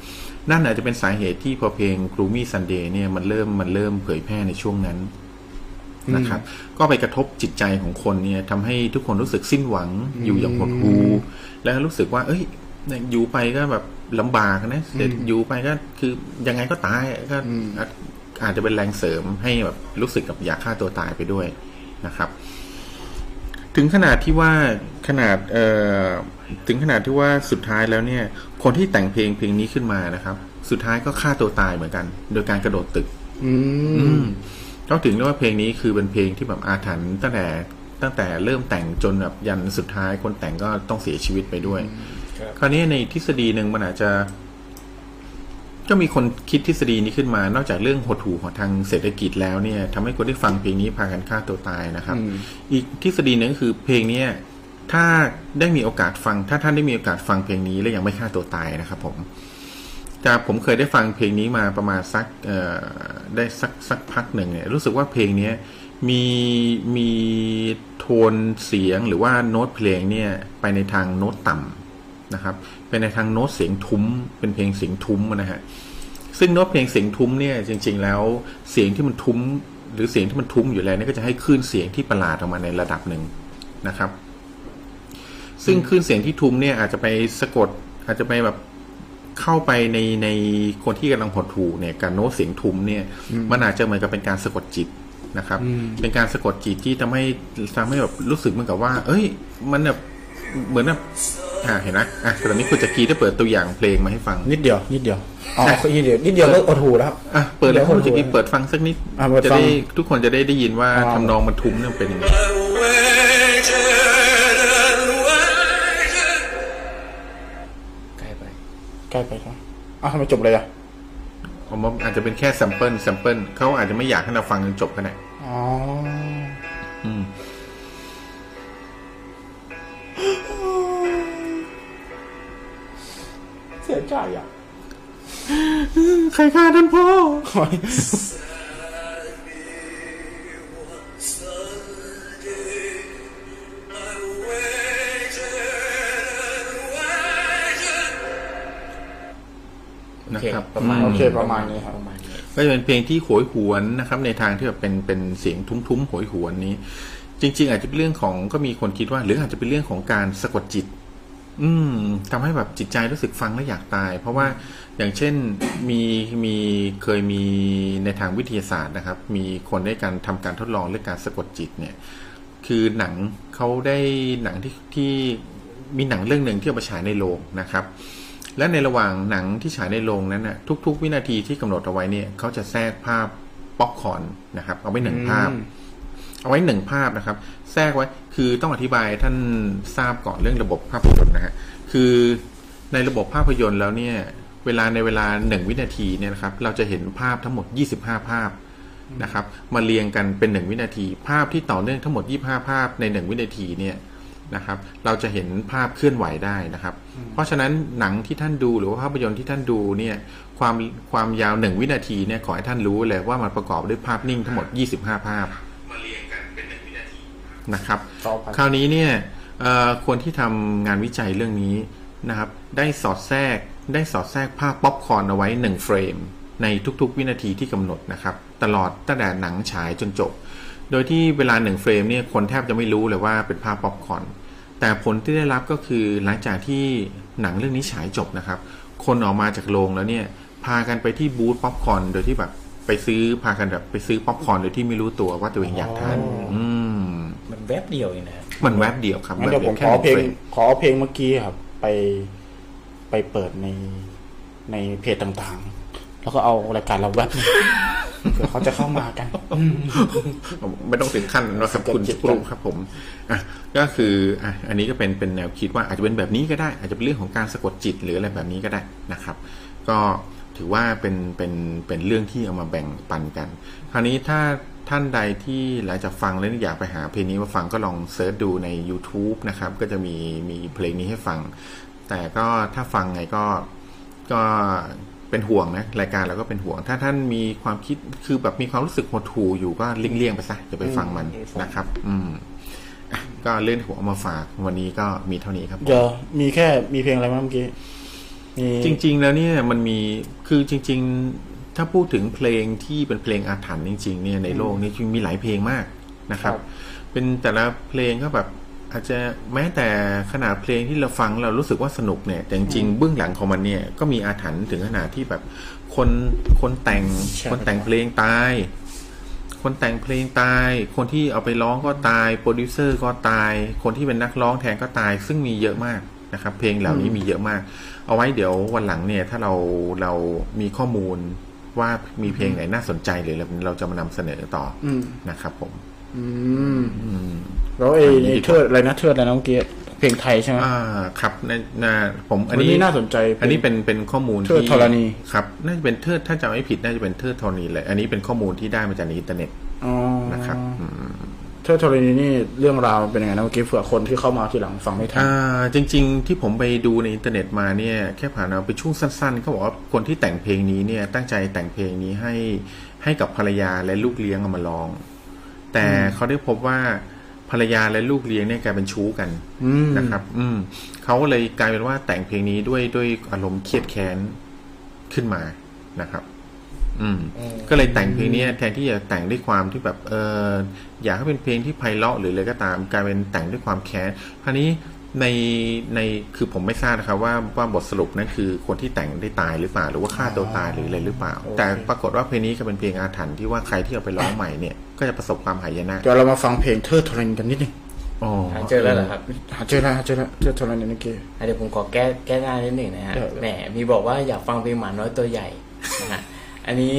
Speaker 3: นั่นอาจจะเป็นสาเหตุที่พอเพลง Gloomy Sunday เนี่ยมันเริ่มมันเริ่มเผยแพร่ในช่วงนั้นนะครับ ก็ไปกระทบจิตใจของคนเนี่ยทำให้ทุกคนรู้สึกสิ้นหวังอยู่อย่างหดหู่และรู้สึกว่า เอ้ยเนี่ยอยู่ไปก็แบบลำบากนะเสร็จอยู่ไปก็คือยังไงก็ตายก็อาจอาจจะเป็นแรงเสริมให้แบบรู้สึกกับอยากฆ่าตัวตายไปด้วยนะครับ ถึงขนาดที่ว่าขนาดเอ่อถึงขนาดที่ว่าสุดท้ายแล้วเนี่ย คนที่แต่งเพลงเพลงนี้ขึ้นมานะครับ สุดท้ายก็ฆ่าตัวตายเหมือนกัน โดยการกระโดดตึก
Speaker 1: อืม
Speaker 3: อืมก็ถึงเรียกว่าเพลงนี้คือเป็นเพลงที่แบบอาถรรพ์ตั้งแต่ตั้งแต่เริ่มแต่งจนแบบยันสุดท้ายคนแต่งก็ต้องเสียชีวิตไปด้วย
Speaker 2: ครับ
Speaker 3: คราวนี้ในทฤษฎีหนึ่งมันอาจจะ ก็มีคนคิดทฤษฎีนี้ขึ้นมา นอกจากเรื่องหดหู่ของทางเศรษฐกิจแล้วเนี่ยทำให้คนที่ฟังเพลงนี้พากันฆ่าตัวตายนะครับ อีกทฤษฎีหนึ่งก็คือเพลงเนี้ยถ้าได้มีโอกาสฟัง ถ้าท่านได้มีโอกาสฟังเพลงนี้แล้วยังไม่ฆ่าตัวตายนะครับ ผม แต่ผมเคยได้ฟังเพลงนี้มาประมาณสักเอ่อได้สักสักพักหนึ่งเนี่ยรู้สึกว่าเพลงเนี้ยมีมีโทนเสียงหรือว่าโน้ตเพลงเนี่ยไปในทางโน้ตต่ำนะครับไปในทางโน้ตเสียงทุ้ม เป็นเพลงเสียงทุ้มนะฮะซึ่งโน้ตเพลงเสียงทุ้มเนี่ยจริง ๆ แล้วเสียงที่มันทุ้ม หรือเสียงที่มันทุ้มอยู่แล้วเนี่ยก็จะให้คลื่นเสียงที่ประหลาดออกมาในระดับหนึ่งนะครับ ซึ่งคลื่นเสียงที่ทุ้มเนี่ยอาจจะไปสะกด อาจจะไปแบบเข้าไปในในคนที่กำลังหดหู่เนี่ยการโน้ตเสียงทุ้มเนี่ย มันอาจจะเหมือนกับเป็นการสะกดจิตนะครับ เป็นการสะกดจิตที่ทำให้ทำให้แบบรู้สึกเหมือนกับว่า เอ้ย มันแบบเหมือนแบบอ่าเห็นไหมอ่ะตอนนี้คุณจักรีได้เปิดตัวอย่างเพลงมาให้ฟัง
Speaker 1: นิดเดียว นิดเดียวอ๋อนิดเดียวนิดเดียวก็อดหูแล้ว
Speaker 3: อ่ะเปิดแล้ว
Speaker 1: เดี๋ยว
Speaker 3: คุณจักรี
Speaker 1: ผมดู
Speaker 3: เปิดฟังสักนิด
Speaker 1: อ่ะเปิด
Speaker 3: จะ
Speaker 1: ฟัง
Speaker 3: ได้ทุกคนจะได้ได้ยินว่า
Speaker 1: อ่า
Speaker 3: ทำนองมันทุ้มเนี่ยมันเป็นยังไง
Speaker 2: ใกล้ไป
Speaker 1: ใกล้ไปครับอ้าวทำไมจบเลยอ่ะ
Speaker 3: ผมว่าอาจจะเป็นแค่แซมเปิลแซมเปิลเขาอาจจะไม่อยากให้เราฟังจนจบก็ได้
Speaker 1: อ๋อ
Speaker 3: อืม
Speaker 1: เสียใจอ่ะ
Speaker 3: ใครฆ่าท่านพ่อ
Speaker 2: โอ
Speaker 3: นะ
Speaker 2: เค
Speaker 3: ครับ
Speaker 2: ประมาณ
Speaker 1: โอ
Speaker 3: อื
Speaker 1: เคประมาณนี้ครับ
Speaker 2: ประมาณนี้
Speaker 3: ก็จะเป็นเพลงที่โหยหวนนะครับ ในทางที่แบบเป็นเป็นเสียงทุ้มๆโหยหวนนี้ จริง ๆ อาจจะเป็นเรื่องของก็มีคนคิดว่า หรืออาจจะเป็นเรื่องของการสะกดจิต อืมทำให้แบบจิตใจรู้สึกฟังแล้วอยากตาย เพราะว่าอย่างเช่นมีมีเคยมีในทางวิทยาศาสตร์นะครับ มีคนได้การทำการทดลองเรื่องการสะกดจิตเนี่ย คือหนังเขาได้หนังที่ที่มีหนังเรื่องหนึ่งที่เอามาฉายในโรงนะครับ และในระหว่างหนังที่ฉายในโรงนั้นนะทุก ๆ วินาทีที่กำหนดเอาไว้เนี่ยเขาจะแทรกภาพป๊อปคอร์นนะครับ เอาไว้หนึ่งภาพ
Speaker 1: อืม
Speaker 3: เอาไว้หนึ่งภาพนะครับ แทรกไว้คือต้องอธิบายท่านทราบก่อนเรื่องระบบภาพยนตร์นะฮะคือในระบบภาพยนตร์แล้วเนี่ย เวลาในเวลาหนึ่งวินาทีเนี่ยนะครับ เราจะเห็นภาพทั้งหมด 25 ภาพนะครับ มาเรียงกันเป็นหนึ่งวินาที ภาพที่ต่อเนื่องทั้งหมด 25 ภาพในหนึ่งวินาทีเนี่ยนะครับ เราจะเห็นภาพเคลื่อนไหวได้นะครับ เพราะฉะนั้นหนังที่ท่านดูหรือว่าภาพยนตร์ที่ท่านดูเนี่ยความความยาวหนึ่งวินาทีเนี่ยขอให้ท่านรู้เลยว่ามันประกอบด้วยภาพนิ่งทั้งหมด 25 ภาพ มาเรียงกันเป็นหนึ่งวินาทีนะครับ
Speaker 1: ต่อไป
Speaker 3: คราวนี้เนี่ยเอ่อคนที่ทำงานวิจัยเรื่องนี้นะครับ ได้สอดแทรกได้สอดแทรกภาพป๊อปคอร์นเอาไว้หนึ่งเฟรม ในทุกๆวินาทีที่กำหนดนะครับ ตลอดตั้งแต่หนังฉายจนจบ โดยที่เวลาหนึ่งเฟรมเนี่ยคนแทบจะไม่รู้เลยว่าเป็นภาพป๊อปคอร์นแต่ผลที่ได้รับก็คือหลังจากที่หนังเรื่องนี้ฉายจบนะครับ คนออกมาจากโรงแล้วเนี่ยพากันไปที่บูธป๊อปคอร์นโดยที่แบบไปซื้อพากันแบบไปซื้อป๊อปคอร์นโดยที่ไม่รู้ตัวว่าตัวเองอยากทาน
Speaker 1: อ๋ออื
Speaker 3: ืม
Speaker 2: มันแวบเดียวเองนะฮะ
Speaker 3: มันแวบเดียวครับ
Speaker 1: งั้นเดี๋ยว
Speaker 3: แบ
Speaker 1: ผ
Speaker 3: บ
Speaker 1: ม
Speaker 3: ดี
Speaker 1: ขอ
Speaker 3: ว
Speaker 1: เพลง
Speaker 3: แค่หนึ่ง
Speaker 1: ขอเพลงเมื่อกี้ครับ ไปไปเปิดในในเพจต่างๆ แล้วก็เอารายการเราแวบหนึ่ ง เผื่อเขาจะเข้ามากันอืม
Speaker 3: ไม่ต้องถึงขั้นนั้นหรอกครับ
Speaker 1: สะกด
Speaker 3: คุณ
Speaker 1: จิต
Speaker 3: ปรุงครับผมอ่ะก็คืออ่ะอันนี้ก็เป็นเป็นแนวคิดว่าอาจจะเป็นแบบนี้ก็ได้ อาจจะเป็นเรื่องของการสะกดจิตหรืออะไรแบบนี้ก็ได้นะครับ ก็ถือว่าเป็นเป็นเป็นเรื่องที่เอามาแบ่งปันกัน คราวนี้ถ้าท่านใดที่หลังจากฟังแล้วอยากไปหาเพลงนี้มาฟังก็ลองเสิร์ชดูใน YouTube นะครับ ก็จะมีมีเพลงนี้ให้ฟัง แต่ก็ถ้าฟังไงก็ ก็เป็นห่วงนะรายการเราก็เป็นห่วง ถ้าท่านมีความคิดคือแบบมีความรู้สึกหดหู่อยู่ก็เลี่ยงๆไปซะอย่าไปฟังมัน
Speaker 1: อืม
Speaker 3: นะครับ อืมอ่ะก็เล่นหัวเอามาฝากวันนี้ก็มีเท่านี้ครับผม
Speaker 1: เดี๋ยวมีแค่มีเพลงอะไรบ้างเมื่อกี้มี
Speaker 3: จริง ๆ แล้วเนี่ยมันมีคือจริง ๆ ถ้าพูดถึงเพลงที่เป็นเพลงอาถรรพ์จริง ๆ เนี่ยในโลกนี้จริงมีหลายเพลงมากนะครับ เป็นแต่ละเพลงก็แบบอาจจะแม้แต่ขนาดเพลงที่เราฟังเรารู้สึกว่าสนุกเนี่ย แต่จริงๆเบื้องหลังของมันเนี่ยก็มีอาถรรพ์ถึงขนาดที่แบบคนคนแต่งคนแต่งเพลงตาย คนแต่งเพลงตาย คนที่เอาไปร้องก็ตาย โปรดิวเซอร์ก็ตาย คนที่เป็นนักร้องแทนก็ตาย ซึ่งมีเยอะมากนะครับ เพลงเหล่านี้มีเยอะมาก เอาไว้เดี๋ยววันหลังเนี่ย ถ้าเราเรามีข้อมูลว่ามีเพลงไหนน่าสนใจหรือเราจะมานำเสนอต่ออ
Speaker 1: อืม
Speaker 3: นะครับ ผม
Speaker 1: อืมแล้วไอ้
Speaker 3: อันนี้
Speaker 1: ไอ้
Speaker 3: ดีกว่า
Speaker 1: เทิดอะไรนะเทิดอะไรนะเมื่อกี้เพลงไทยใช่ไหม
Speaker 3: อ่าครับนานาผม
Speaker 1: วั
Speaker 3: อั
Speaker 1: น น
Speaker 3: นี้
Speaker 1: นี้น่าสนใจ
Speaker 3: อันนี้เป็นเป็นข้อมูล
Speaker 1: เทิดธรณี
Speaker 3: ครับน่าจะเป็นเทิดถ้าจำไม่ผิดน่าจะเป็นเทิดธรณีเลย อันนี้เป็นข้อมูลที่ได้มาจากในอินเทอร์เน็ต
Speaker 1: อ๋อ
Speaker 3: นะครับอืม
Speaker 1: เทิดธรณีนี่เรื่องราวเป็นยังไงนะเมื่อกี้เผื่อคนที่เข้ามาทีหลังฟังไม่ทัน
Speaker 3: อ่าจริงๆที่ผมไปดูในอินเทอร์เน็ตมาเนี่ยแค่ผ่านมาเป็นช่วงสั้นๆเขาบอกว่าคนที่แต่งเพลงนี้เนี่ยตั้งใจแต่งเพลงนี้ให้ให้กับภรรยาและลูกเลี้ยงเอามาลอง แต่เขาได้พบว่าภรรยาและลูกเลี้ยงเนี่ยกลายเป็นชู้กัน
Speaker 1: อืม
Speaker 3: นะครับ อืมเขาก็เลยกลายเป็นว่าแต่งเพลงนี้ด้วยด้วยอารมณ์เครียดแค้นขึ้นมานะครับ อืม ก็เลยแต่งเพลงเนี้ยแทนที่จะแต่งด้วยความที่แบบเอออยากให้เป็นเพลงที่ไพเราะหรืออะไรก็ตามกลายเป็นแต่งด้วยความแค้นคราวนี้ ในในคือผมไม่ทราบนะครับว่าว่าบทสรุปนั้นคือคนที่แต่งได้ตายหรือเปล่า หรือว่าฆ่าตัวตายหรืออะไรหรือเปล่า
Speaker 1: โอเค
Speaker 3: แต่ปรากฏว่าเพลงนี้ก็เป็นเพลงอาถรรพ์ที่ว่าใครที่เอาไปร้องใหม่เนี่ยก็จะประสบความหายนะ
Speaker 1: เดี๋ยวเรามาฟังเพลงเทอร์ทรนกันนิดนึง
Speaker 3: อ๋อ
Speaker 2: หาเจอแล้วเหรอครับ
Speaker 1: หาเจอแล้วหาเจอแล้วเทอร์ทรนในเกม
Speaker 2: อ่ะเดี๋ยวผมขอแก้แก้หน้านิดหนึ่งนะฮะ
Speaker 1: ได้ได้
Speaker 2: แหมมีบอกว่าอยากฟังเพลงหมาน้อยตัวใหญ่นะฮะอันนี้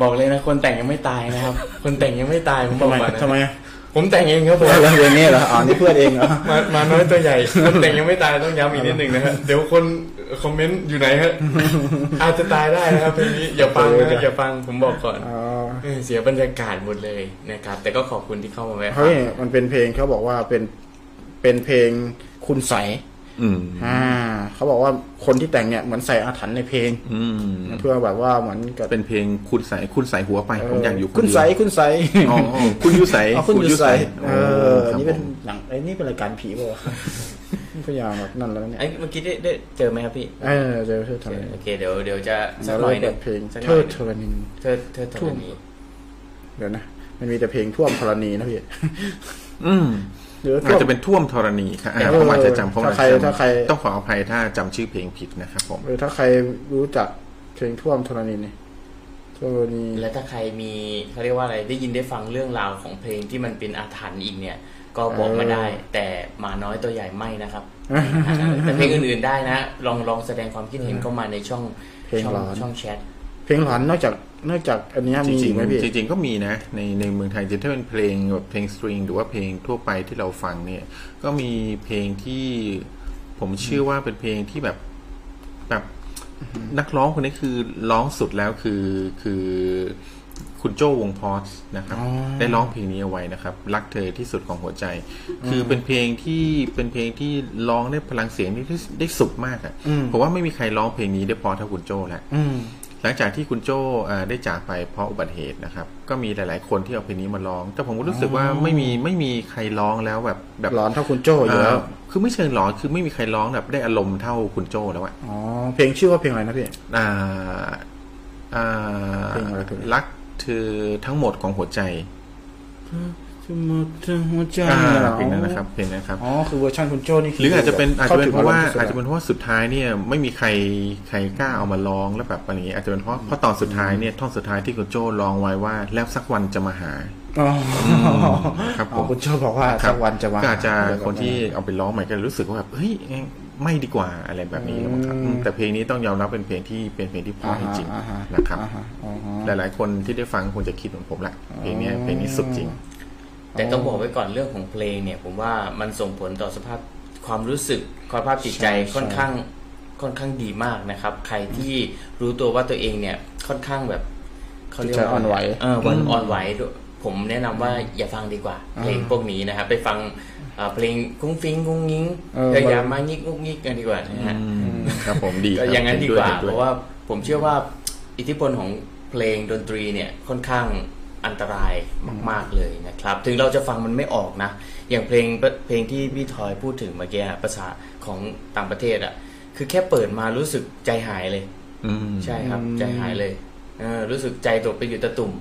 Speaker 2: บอกเลยนะคนแต่งยังไม่ตายนะครับ คนแต่งยังไม่ตายผมบอ
Speaker 1: ทำ
Speaker 2: ก
Speaker 1: ไม
Speaker 2: ก่อนนะ
Speaker 1: ทำไมอะ
Speaker 2: ผมแต่งเองครับผม
Speaker 1: เราเรียนนี่เหรออ๋อนี่เพื่อนเองเหรอ
Speaker 2: หมาหมาน้อยตัวใหญ่คนแต่งยังไม่ตายต้องย้ำอีกนิดหนึ่งนะฮะ เดี๋ยวคนคอมเมนต์อยู่ไหนฮะอาจจะตายได้นะครับเพลงนี้อย่าฟัง
Speaker 1: เอออ
Speaker 2: นะอย่าฟังผมบอกก่อน
Speaker 1: อ๋อ
Speaker 2: เออเสียบรรยากาศหมดเลยนะครับ แต่ก็ขอบคุณที่เข้ามาแวะฟั
Speaker 1: เฮ้
Speaker 2: ง
Speaker 1: ยมันเป็นเพลงเขาบอกว่าเป็นเป็นเพลงคุณใส
Speaker 3: อืม
Speaker 1: อ่าเขาบอกว่าคนที่แต่งเนี่ยเหมือนใส่อาถรรพ์ในเพลง
Speaker 3: อืม
Speaker 1: เพื่อแบบว่าเหมือนกับ
Speaker 3: เป็นเพลงคุณใสคุณใสหัวไป ผมอยากอยู่น
Speaker 1: คุณใส
Speaker 3: เดียว
Speaker 1: คุณใส
Speaker 3: อ๋ออ๋อคุณยุใส
Speaker 1: อ๋อคุณอยู่ใสเออ
Speaker 3: ครับ
Speaker 1: นี่เป็น
Speaker 3: ผม
Speaker 1: หนังไอ้ยนี่เป็นรายการผีป่าวะ พยายามแบบนั่นแล้วเนี่ย
Speaker 2: ไอ้เมื่อกี้ได้ได้เจอไหมครับพี่
Speaker 1: เออเจอเธอทำอะไร
Speaker 2: โอเคเดี๋ยวเดี๋ยวจะสั
Speaker 1: แล้วเรา
Speaker 2: กหน่อยห
Speaker 1: เปิ
Speaker 2: นึ่
Speaker 1: ดเพลง
Speaker 2: งสักห
Speaker 1: เธ
Speaker 2: น่
Speaker 1: อ
Speaker 2: อยห
Speaker 1: เทรนิ
Speaker 2: นึ่ง
Speaker 1: น
Speaker 2: เธอเธอเธอนี้
Speaker 1: เดี๋ยวนะมันมีแต่เพลงท่วมธรณีนะพี่
Speaker 3: อืม
Speaker 1: หรือท่
Speaker 3: อา
Speaker 1: วม
Speaker 3: จจะเป็นท่วมธรณีค่ะอ่า
Speaker 1: เออ
Speaker 3: ผมอาจจะจำผมอาจ
Speaker 1: ถ้าใคร
Speaker 3: จะ
Speaker 1: ถ้าใคร
Speaker 3: จำต้องขออภัยถ้าจำชื่อเพลงผิดนะครับผม
Speaker 1: หรือถ้าใครรู้จักเพลงท่วมธรณีเนี่ยธรณี
Speaker 2: และถ้าใครมีเขาเรียกว่าอะไรได้ยินได้ฟังเรื่องราวของเพลงที่มันเป็นอาถรรพ์อีกเนี่ย ก็บอกมาได้ แต่หมาน้อยตัวใหญ่ไม่ นะครับ แต่เพลงอื่น ๆได้นะ ลองลองแสดงความคิดเห็นเข้ามาในช่อง
Speaker 1: เพลง
Speaker 2: ช่อ
Speaker 1: ร้อน
Speaker 2: ช่องแชท
Speaker 1: เพลงหลอนนอกจากนอกจากอันเนี้ย
Speaker 3: จ
Speaker 1: มี
Speaker 3: ริ
Speaker 1: อี
Speaker 3: ง
Speaker 1: กไหมพี่
Speaker 3: ๆจริง ๆ ก็มีนะ ในในเมืองไทยจะถ้าเป็นเพลงแบบเพลงสตริงหรือว่าเพลงทั่วไปที่เราฟังเนี่ย ก็มีเพลงที่ผมเชื่อว่าเป็นเพลงที่แบบแบบนักร้องคนนี้คือร้องสุดแล้วคือคือคุณโจ้วงพอสนะครับ
Speaker 1: อ๋อ
Speaker 3: ได้ร้องเพลงนี้เอาไว้นะครับ รักเธอที่สุดของหัวใจ คือเป็นเพลงที่เป็นเพลงที่ร้องได้พลังเสียงที่ได้สุดมากอะผมว่าไม่มีใครร้องเพลงนี้ได้เพอเท่าคุณโจ้แล้ว
Speaker 1: อืม
Speaker 3: หลังจากที่คุณโจ้เอ่อได้จากไปเพราะอุบัติเหตุนะครับ ก็มีหลาย ๆ คนที่เอาเพลงนี้มาร้อง แต่ผมก็รู้สึกว่าไม่มีไม่มีใครร้องแล้วแบบแบบ
Speaker 1: หลอนเท่าคุณโจ้อยู่แล้ว
Speaker 3: เอ่อคือไม่เชิงร้องคือไม่มีใครร้องแบบได้อารมณ์เท่าคุณโจ้แล้วอะ
Speaker 1: อ๋อเพลงชื่อว่าเพลงอะไรนะพี่
Speaker 3: อ่าอ่า
Speaker 1: เพลงอะไรเพลงอะไร
Speaker 3: รักเธอทั้งหมดของหัวใจ
Speaker 1: สมดหัวใจ
Speaker 3: อ่า
Speaker 1: หรอ
Speaker 3: เพลงนั้นนะครับเพลงนั้นครับ
Speaker 1: อ๋อคือเวอร์ชันคุณโจ้นี่คื
Speaker 3: หรืออาจจะเป็นอาจจะเป็นเพราะว่า
Speaker 1: ข้
Speaker 3: อาจ
Speaker 1: ถึ
Speaker 3: จะ
Speaker 1: ง
Speaker 3: เป็นเพราะว่าสุดท้ายเนี่ยไม่มีใครใครกล้าเอามาร้องแล้วแบบอะไรอย่างเงี้ยอาจจะเป็นเพราะเพราะตอนสุดท้ายเนี่ยท่อนสุดท้ายที่คุณโจ้ร้องไว้ว่า แล้วสักวันจะมาหา
Speaker 1: อ๋ออ
Speaker 3: ครับผม
Speaker 1: อ๋อคุณโจ้บอกว่าสักวันจะมา
Speaker 3: ก็อาจจะคนที่เอาไปร้องใหม่ก็รู้สึกว่าแบบเฮ้ยไม่ดีกว่าอะไรแบบนี้แล้วมั้งครับอืมแต่เพลงนี้ต้องยอมรับเป็นเพลงที่เป็นเพลงที่เพ
Speaker 1: อ่า
Speaker 3: ราะจ
Speaker 1: ฮะ
Speaker 3: ริง
Speaker 1: อ่าฮะ
Speaker 3: ๆนะครับ
Speaker 1: อ่าฮะอ๋อฮะ
Speaker 3: หลายๆคนที่ได้ฟังคงจะคิดเหมือนผมแหละเพลงเนี้ย
Speaker 1: อ๋อ
Speaker 3: เพลงนี้สุดจริง
Speaker 2: แต่ต้องบอกไว้ก่อนเรื่องของเพลงเนี่ย ผมว่ามันส่งผลต่อสภาพความรู้สึกความภาพจิตใจ
Speaker 1: ใช่ใช่
Speaker 2: ค่อนข้างค่อนข้างดีมากนะครับ ใครที่รู้ตัวว่าตัวเองเนี่ยค่อนข้างแบบเขาเรียกว่า
Speaker 1: จิตใจอ่อนไหว
Speaker 2: เออวันอ่อนไหวด้วยผมแนะนำว่าอย่าฟังดีกว่า เพลงพวกนี้นะครับ ไปฟังเอ่อเพลงกุ้งฟิงกุ้งยิง
Speaker 1: เออ
Speaker 2: อย่าอย่ามางิกงุกงิกกันดีกว่านะฮะ
Speaker 3: อืมครับผมดีค
Speaker 2: ก็
Speaker 3: รับ
Speaker 2: อย่างนั้นดีกว่า
Speaker 3: ห็
Speaker 2: เพ
Speaker 3: ย
Speaker 2: ราะว่าผมเชื่อว่าอิทธิพลของเพลงดนตรีเนี่ยค่อนข้างอันตรายมาก ๆ เลยนะครับ ถึงเราจะฟังมันไม่ออกนะ อย่างเพลงเพลงที่พี่ทอยพูดถึงเมื่อกี้อะภาษาของต่างประเทศอ่ะ คือแค่เปิดมารู้สึกใจหายเลย
Speaker 3: อืม
Speaker 2: ใช่ครับ ใจหายเลยเออรู้สึกใจตกไปอยู่ตะตุ่ม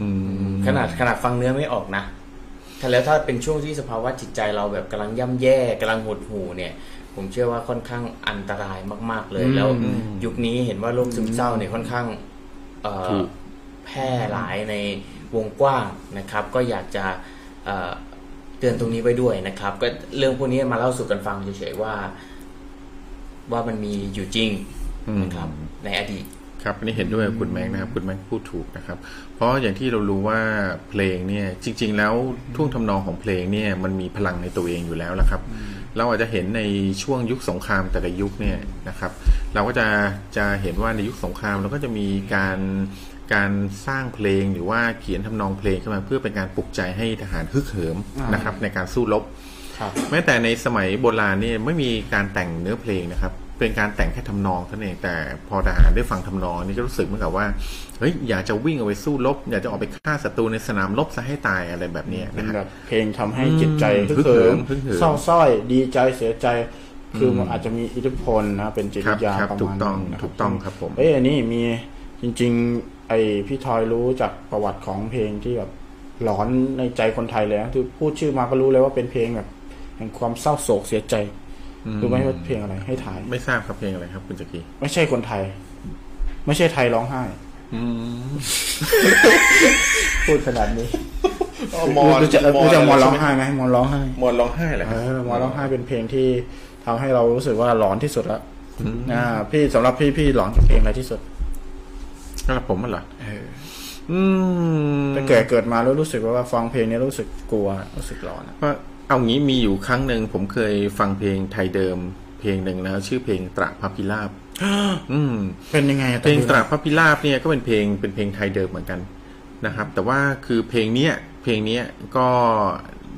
Speaker 3: อืม
Speaker 2: ขนาดขนาดฟังเนื้อไม่ออกนะ ถ้าแล้วถ้าเป็นช่วงที่สภาวะจิตใจเราแบบกำลังย่ำแย่กำลังหดหู่เนี่ย ผมเชื่อว่าค่อนข้างอันตรายมาก ๆ เลย แล้วยุคนี้เห็นว่าโรคซึมเศร้าเนี่ยค่อนข้าง เอ่อ
Speaker 3: ถูก
Speaker 2: แพร่หลายในวงกว้างนะครับ ก็อยากจะเอ่อเตือนตรงนี้ไว้ด้วยนะครับ ก็เรื่องพวกนี้มาเล่าสู่กันฟังเฉยๆว่า ว่ามันมีอยู่จริงนะครับ ในอดีต
Speaker 3: ครับอันนี้เห็นด้วยกับคุณแม็กซ์นะครับคุณแม็กซ์พูดถูกนะครับ เพราะอย่างที่เรารู้ว่าเพลงเนี่ยจริง ๆ แล้วท่วงทำนองของเพลงเนี่ยมันมีพลังในตัวเองอยู่แล้วละครับ เราอาจจะเห็นในช่วงยุคสงครามแต่ละยุคเนี่ยนะครับ เราก็จะจะเห็นว่าในยุคสงครามเราก็จะมีการการสร้างเพลงหรือว่าเขียนทำนองเพลงขึ้นมาเพื่อเป็นการปลุกใจให้ทหารฮึกเหิมนะครับในการสู้รบ แม้แต่ในสมัยโบราณเนี่ยไม่มีการแต่งเนื้อเพลงนะครับ เป็นการแต่งแค่ทำนองเท่านั้นเองแต่พอทหารได้ฟังทำนองนี่ก็รู้สึกเหมือนกับว่าเฮ้ยอยากจะวิ่งเอาไปสู้รบอยากจะออกไปฆ่าศัตรูในสนามรบซะให้ตายอะไรแบบเนี้ย
Speaker 1: เป็
Speaker 3: นะ
Speaker 1: น
Speaker 3: ฮะ
Speaker 1: แบบเพลงทำให้จิตใจ
Speaker 3: อืม
Speaker 1: ฮึกเหิม
Speaker 3: ฮึกเหิม
Speaker 1: เศร้าสร้อยดีใจเสียใจ คือมันอาจจะมีอิทธิพลนะเป็นจิต
Speaker 3: ครั
Speaker 1: วิทยา
Speaker 3: ครับ
Speaker 1: ประ
Speaker 3: ถูก
Speaker 1: มาณ
Speaker 3: ต้อง
Speaker 1: นั้นนะค
Speaker 3: ถู
Speaker 1: รับ
Speaker 3: กต้องครับผม
Speaker 1: เอ้ยอันนี้มีจริง ๆ ไอพี่ทอยรู้จากประวัติของเพลงที่แบบหลอนในใจคนไทยเลยนะคือพูดชื่อมาก็รู้เลยว่าเป็นเพลงแบบ แห่งความเศร้าโศกเสียใจรู้ไหมว่าเพลงอะไร ให้ถ่าย
Speaker 3: ไม่ทราบครับเพลงอะไรครับ คุณจักรี
Speaker 1: ไม่ใช่คนไทย ไม่ใช่ไทยร้องไห้ พูดขนาดนี้รู้จักรู้จักมอนร้องไห้ไหมมอนร้องไห้
Speaker 3: มอนร้องไห้เหรอค
Speaker 1: เอ
Speaker 3: รับ
Speaker 1: อหมอร้องไห้เป็นเพลงที่ทำให้เรารู้สึกว่าหลอนที่สุดละอ่า พี่สำหรับพี่พี่หลอนกับเพลงอะไรที่สุด
Speaker 3: สำหรับผมมันเหรอ
Speaker 1: เออ
Speaker 3: อืม
Speaker 1: แต่เกิดเกิดมาแล้วรู้สึกว่าฟังเพลงนี้รู้สึกกลัวรู้สึกหลอนอะ
Speaker 3: ว่าเอางี้มีอยู่ครั้งหนึ่งผมเคยฟังเพลงไทยเดิม เพลงหนึ่งนะครับชื่อเพลงตระพับพิราบอืม
Speaker 1: เป็นยังไงอะ
Speaker 3: เพลงตราพระพิราบเนี่ยก็เป็นเพลงเป็นเพลงไทยเดิมเหมือนกันนะครับ แต่ว่าคือเพลงเนี้ยเพลงเนี้ยก็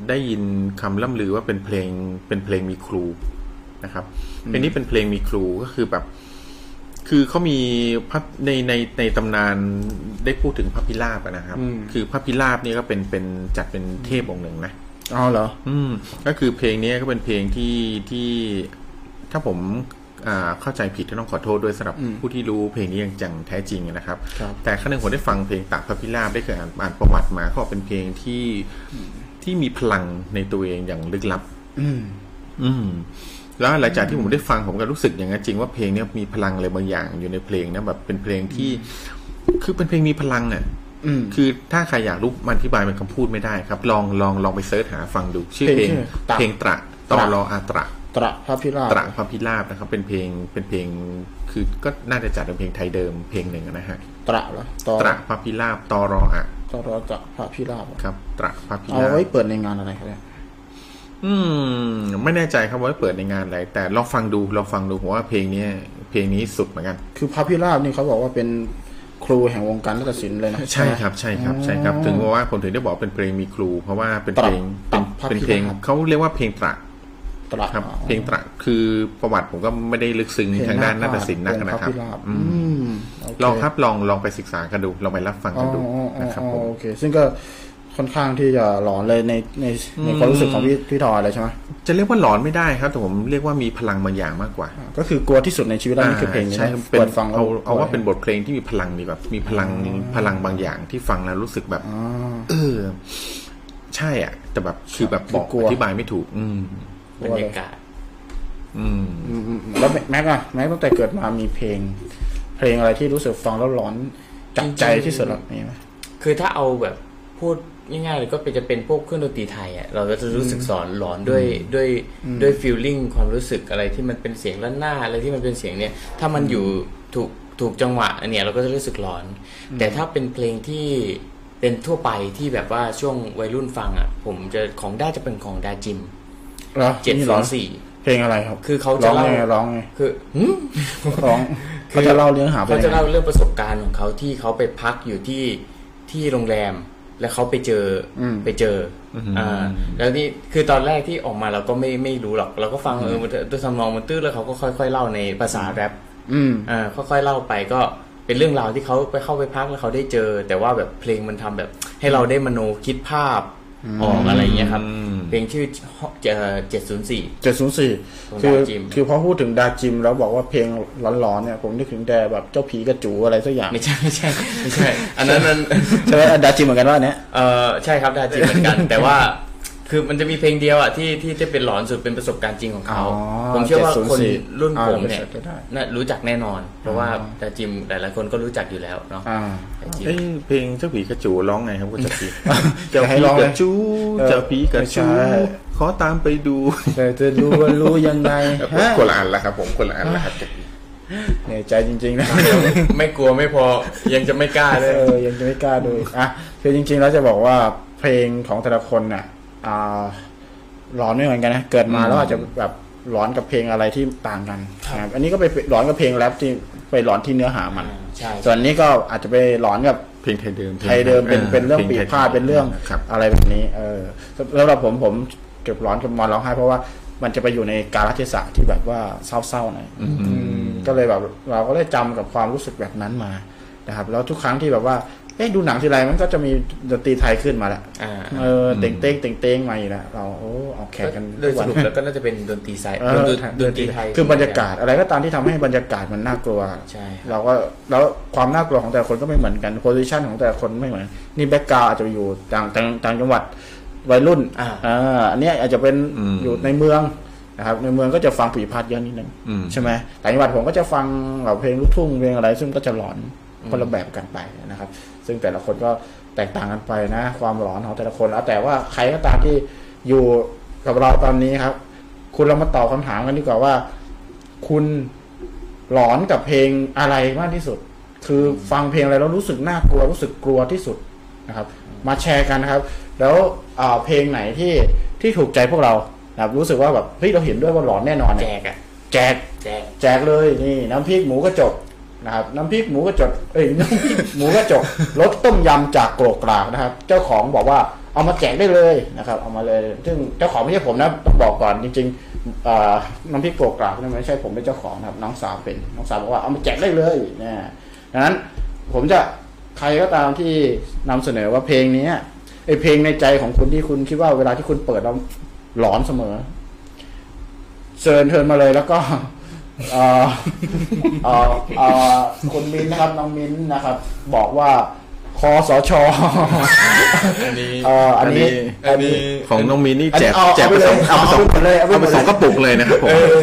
Speaker 3: ได้ยินคำล่ำลือว่าเป็นเพลงเป็นเพลงมีครูนะครับเพลงนี้เป็นเพลงมีครูก็คือแบบ คือเขามีพระในในในตำนานได้พูดถึงพระพิราบอะนะครับ คือพระพิราบเนี่ยก็เป็นเป็นจัดเป็นเทพองค์หนึ่งนะ
Speaker 1: อ๋อเหรอ
Speaker 3: อืมก็คือเพลงนี้ก็เป็นเพลงที่ที่ถ้าผมอ่าเข้าใจผิดก็ต้องขอโทษด้วยสำหรับผู้ที่รู้เพลงนี้อย่างจังแท้จริงนะครับ
Speaker 1: ครับ
Speaker 3: แต่ครั้งหนึ่งผมได้ฟังเพลงตากพระพิราบได้เคยอ่านอ่านประวัติมาเขาบอกเป็นเพลงที่ที่มีพลังในตัวเองอย่างลึกลับ
Speaker 1: อืม
Speaker 3: อืม แล้วหลังจากที่ผมได้ฟังผมก็รู้สึกอย่างนั้นจริงว่าเพลงเนี้ยมีพลังอะไรบางอย่างอยู่ในเพลงนะแบบเป็นเพลงที่ คือเป็นเพลงมีพลังอ่ะ
Speaker 1: อืม
Speaker 3: คือถ้าใครอยากรู้มันอธิบายเป็นคำพูดไม่ได้ครับ ลองลองลองไปเสิร์ชหาฟังดู ชื่อเพลง
Speaker 1: เพลงชื่อตระ
Speaker 3: เพลงตระตอรออาตระ
Speaker 1: ตระพระพิราบ
Speaker 3: ตระพระพิราบนะครับ เป็นเพลงเป็นเพลง คือก็น่าจะจัดเป็นเพลงไทยเดิมเพลงหนึ่งนะฮะ
Speaker 1: ตระเหรอตอ
Speaker 3: ตระพระพิราบตอรออะ
Speaker 1: ตอรอตระพระพิราบเหรอ
Speaker 3: ครับ ตระพระพิ
Speaker 1: เอา
Speaker 3: ราบ
Speaker 1: ไว้เปิดในงานอะไรครับเนี่ย
Speaker 3: อืม ไม่แน่ใจครับว่าเปิดในงานอะไรแต่ลองฟังดูลองฟังดูผมว่าเพลงเนี้ยเพลงนี้สุดเหมือนกัน
Speaker 1: คือพระพิราบนี่เขาบอกว่าเป็นครูแห่งวงการนักศิลป์เลยนะ
Speaker 3: ใช่ครับใช่ครับใช่ครับ ถึงว่าผมถึงได้บอกเป็นเพลงมีครู เพราะว่าเป็นเพลง
Speaker 1: ต
Speaker 3: เป็
Speaker 1: ระ
Speaker 3: น
Speaker 1: พระ
Speaker 3: เป็น
Speaker 1: พิ
Speaker 3: เพลง
Speaker 1: ราบ
Speaker 3: เขาเรียกว่าเพลงตระ
Speaker 1: ตระ
Speaker 3: ครับ เพลงตระคือประวัติผมก็ไม่ได้ลึกซึ้งทางด้านนาฏศิลป์นักนะค
Speaker 1: พ
Speaker 3: รั
Speaker 1: ระ
Speaker 3: บ
Speaker 1: พิราบ
Speaker 3: อื
Speaker 1: อื
Speaker 3: ม
Speaker 1: มโเค
Speaker 3: ลองครับลองลองไปศึกษากันดูลองไปรับฟัง
Speaker 1: อ๋อ
Speaker 3: กันดู
Speaker 1: อ๋ออ๋อ
Speaker 3: นะครับผ
Speaker 1: อ๋อ
Speaker 3: ม
Speaker 1: โอเค ซึ่งก็ค่อนข้างที่จะหลอนเลยในในในความรู้สึกของพี่พี่ทอยเลยใช่ไหม
Speaker 3: จะเรียกว่าหลอนไม่ได้ครับ แต่ผมเรียกว่ามีพลังบางอย่างมากกว่า
Speaker 1: ก็คือกลัวที่สุดในชีวิตเรานี่คือเพลงนี้
Speaker 3: ใช่
Speaker 1: นะครับ
Speaker 3: เป็น
Speaker 1: เปิดฟังแล้ว
Speaker 3: เอาเอาว่าเป็นบทเพลงที่มีพลังดีกว่ามีพลังพลังบางอย่างที่ฟังแล้วรู้สึกแบบ
Speaker 1: อ๋อ
Speaker 3: เออ ใช่อ่ะ แต่แบบคือแบบบอก
Speaker 1: กลัว
Speaker 3: อธิบายไม่ถูก อืม
Speaker 2: บรรยากาศ
Speaker 3: อืม
Speaker 1: อืมอืมอืมแล้วแม็กอะแม็กตั้งแต่เกิดมามีเพลง เพลงอะไรที่รู้สึกฟังแล้วหลอนจับใจที่สุดหรอมีไหม
Speaker 2: คือถ้าเอาแบบพูดง่ายๆเลยก็เป็นจะเป็นพวกเครื่องดนตรีไทยอ่ะเราก็จะรู้สึกสอนหลอนด้วยด้วยด้วยฟีลลิ่งความรู้สึกอะไรที่มันเป็นเสียงล้านหน้าอะไรที่มันเป็นเสียงเนี่ย ถ้ามันอยู่ถูกถูกจังหวะอันเนี่ยเราก็จะรู้สึกหลอน แต่ถ้าเป็นเพลงที่เป็นทั่วไปที่แบบว่าช่วงวัยรุ่นฟังอ่ะผมจะของได้จะเป็นของดาจิม
Speaker 1: หรอ
Speaker 2: เจ็ด
Speaker 1: นี่ห
Speaker 2: ส
Speaker 1: ล
Speaker 2: อ
Speaker 1: อง น
Speaker 2: สี่
Speaker 1: เพลงอะไรครับ
Speaker 2: คือเขา
Speaker 1: ร้
Speaker 2: จะ
Speaker 1: อ
Speaker 2: เล่าง
Speaker 1: ไงร้องไง
Speaker 2: คือหึ
Speaker 1: ร้องเขาจะเล่าเรื่องหาเพล
Speaker 2: เขา
Speaker 1: ง
Speaker 2: จะเล่าเรื่องประสบการณ์ของเขาที่เขาไปพักอยู่ที่ที่โรงแรม แล้วเขาไปเจออไปเจออ่าแล้วนี่คือตอนแรกที่ออกมาเราก็ไม่ไม่รู้หรอก เราก็ฟังเออมันตัวทำนองมันตื้อแล้วเขาก็ค่อย ๆ เล่าในภาษาแรป
Speaker 1: อืม
Speaker 2: อ่าค่อยๆเล่าไปก็เป็นเรื่องราวที่เขาไปเข้าไปพักแล้วเขาได้เจอ แต่ว่าแบบเพลงมันทำแบบ ให้เราได้มโนคิดภาพออกอะไรอย่างเงี้ยครับ
Speaker 3: อืม
Speaker 2: เพลงชื่อเจ็ดศูนย์สี่
Speaker 1: จ็ดศูนย์สี่
Speaker 2: ของ
Speaker 1: คือ
Speaker 2: ดาจิม
Speaker 1: คือพอพูดถึงดาจิมแล้วบอกว่าเพลงร้อนๆเนี่ยผมนึกถึงแต่แบบเจ้าผีกระจูอะไรสักอย่าง
Speaker 2: ไม่ใช่ไม่ใช่ไม่ใช่ อันนั้นมัน
Speaker 1: ใช่ไหมดาจิมเหมือนกันว่าเนี้ย
Speaker 2: เออใช่ครับดาจิเหมือนกัน แต่ว่าคือมันจะมีเพลงเดียวอ่ะที่ที่จะเป็นหลอนสุดเป็นประสบการณ์จริงของเขา
Speaker 1: อ๋อ
Speaker 2: ผมเชื่อว่าคน
Speaker 1: 704
Speaker 2: รุ่นผมเนี่ย
Speaker 1: อ่าเดี๋ยวเสิร์ชได้
Speaker 2: น่ารู้จักแน่นอน เพราะว่าดาจิมหลายๆคนก็รู้จักอยู่แล้วเนาะ
Speaker 1: อ่า
Speaker 2: ดาจิม
Speaker 3: เอ้ยเพลงเจ้าผีกระจูร้องไงครับคุณจักรี
Speaker 1: เดี๋ยวให้ร้ อง
Speaker 3: ก
Speaker 1: เลย
Speaker 3: ระจู
Speaker 1: เออ
Speaker 3: เจ้าผีกระจู
Speaker 1: ไม่ใช่
Speaker 3: ขอตามไปดู
Speaker 1: แต่จะรู้ว่ารู้ยังไงฮะ
Speaker 3: คนละอันละครับ ผมคนละอันละครับ
Speaker 1: เหนื่อยใจจริงๆนะ
Speaker 2: ไม่กลัวไม่พอยังจะไม่กล้าเลย
Speaker 1: เออยังจะไม่กล้าดูอ่ะคือจริงๆแล้วจะบอกว่าเพลงของแต่ละคนน่ะอ่าร้อนไม่เหมือนกันนะเกิดมาแล้วอาจจะแบบร้อนกับเพลงอะไรที่ต่างกันนะครับอันนี้ก็ไปร้อนกับเพลงแรปที่ไปร้อนที่เนื้อหามัน
Speaker 2: ใช่
Speaker 1: ส่วนนี้ก็อาจจะไปร้อนกับ
Speaker 3: เพลงไทยเดิม
Speaker 1: ไทยเดิมเป็นเป็นเรื่องปี
Speaker 3: พลไทย
Speaker 1: ผ้าเป็นเรื่อง
Speaker 3: ครับ
Speaker 1: อะไรแบบนี้ เออสำหรับผมผมเก็บร้อนกับมอนร้องไห้เพราะว่ามันจะไปอยู่ในกาลเทศะที่แบบว่าเศร้าๆหน่อยก็เลยแบบเราก็ได้จำกับความรู้สึกแบบนั้นมานะครับ แล้วทุกครั้งที่แบบว่าเอ๊ะดูหนังทีไรมันก็จะมีดนตรีไทยขึ้นมาละ
Speaker 2: อ่า
Speaker 1: เออเต่งเต้งเต่งเต้งมาอีกแล้วเราโอ้เอาแขกกัน
Speaker 2: โดยสรุปแล้วก็น่าจะเป็นดนตรีไทย
Speaker 1: เออ
Speaker 2: ดนตรีดนตรีไทย
Speaker 1: คือบรรยากาศอะไรก็ตามที่ทำให้บรรยากาศมันน่ากลัว
Speaker 2: ใช่ครับ
Speaker 1: เราก็แล้วความน่ากลัวของแต่ละคนก็ไม่เหมือนกันโพซิชันของแต่ละคนไม่เหมือน นี่แบ็กกราวอาจจะอยู่ต่างต่างต่างจังหวัด วัยรุ่น
Speaker 2: อ่า
Speaker 1: อ่าอันเนี้ยอาจจะเป็น
Speaker 3: อืม
Speaker 1: อยู่ในเมืองนะครับ ในเมืองก็จะฟังผีพาดเยอะนิดนึง
Speaker 3: อืม
Speaker 1: ใช่ไหมแต่จังหวัดผมก็จะฟังแบบเพลงลูกทุ่งเพลงอะไร ซึ่งก็จะหลอนคนละแบบกันไปนะครับ ซึ่งแต่ละคนก็แตกต่างกันไปนะ ความหลอนของแต่ละคนแล้วแต่ว่าใครก็ตามที่อยู่กับเราตอนนี้ครับ คุณเรามาตอบคำถามกันดีกว่าว่า คุณหลอนกับเพลงอะไรมากที่สุด คือฟังเพลงอะไรแล้วรู้สึกน่ากลัวรู้สึกกลัวที่สุดนะครับ มาแชร์กันนะครับ แล้วอ่าเพลงไหนที่ที่ถูกใจพวกเรานะครับรู้สึกว่าแบบเฮ้ยเราเห็นด้วยว่าหลอนแน่นอน
Speaker 2: แจ
Speaker 1: เนี่ย
Speaker 2: กอะ
Speaker 1: แจก
Speaker 2: แจก
Speaker 1: แจกเลยนี่น้ำพริกหมูกระจกนะครับน้ำพริกหมูกระจกเอ้ยน้ำพริกหมูกระจก รสต้มยำจากโกรกกรากนะครับ เจ้าของบอกว่าเอามาแจกได้เลยนะครับ เอามาเลย ซึ่งเจ้าของไม่ใช่ผมนะต้องบอกก่อนจริงๆอ่าน้ำพริกโกรกกรากนี่ไม่ใช่ผมเป็นเจ้าของนะครับ น้องสาวเป็นน้องสาวบอกว่าเอามาแจกได้เลยนะดังนั้นผมจะใครก็ตามที่นำเสนอว่าเพลงเนี้ย ไอเพลงในใจของคุณที่คุณคิดว่าเวลาที่คุณเปิดแล้วหลอนเสมอเชิญเชิญมาเลยแล้วก็ เออเออเออคุณมิ้นนะครับน้องมิ้นนะครับ บอกว่าคอสช
Speaker 4: อันนี้
Speaker 1: เอ่ออันนี้
Speaker 4: อันนี้
Speaker 3: ของน้องมินนี่
Speaker 1: อัน
Speaker 3: แจ
Speaker 1: นี้
Speaker 3: ก
Speaker 1: เอา
Speaker 3: แจก
Speaker 1: เอาไป
Speaker 3: ไป
Speaker 1: เล
Speaker 3: สอย งเอาไปสอง
Speaker 1: เอาไปเลยเอาไป
Speaker 3: เอาไปสอง
Speaker 1: เลย
Speaker 3: กระปุกเลยนะครับผม
Speaker 4: เออ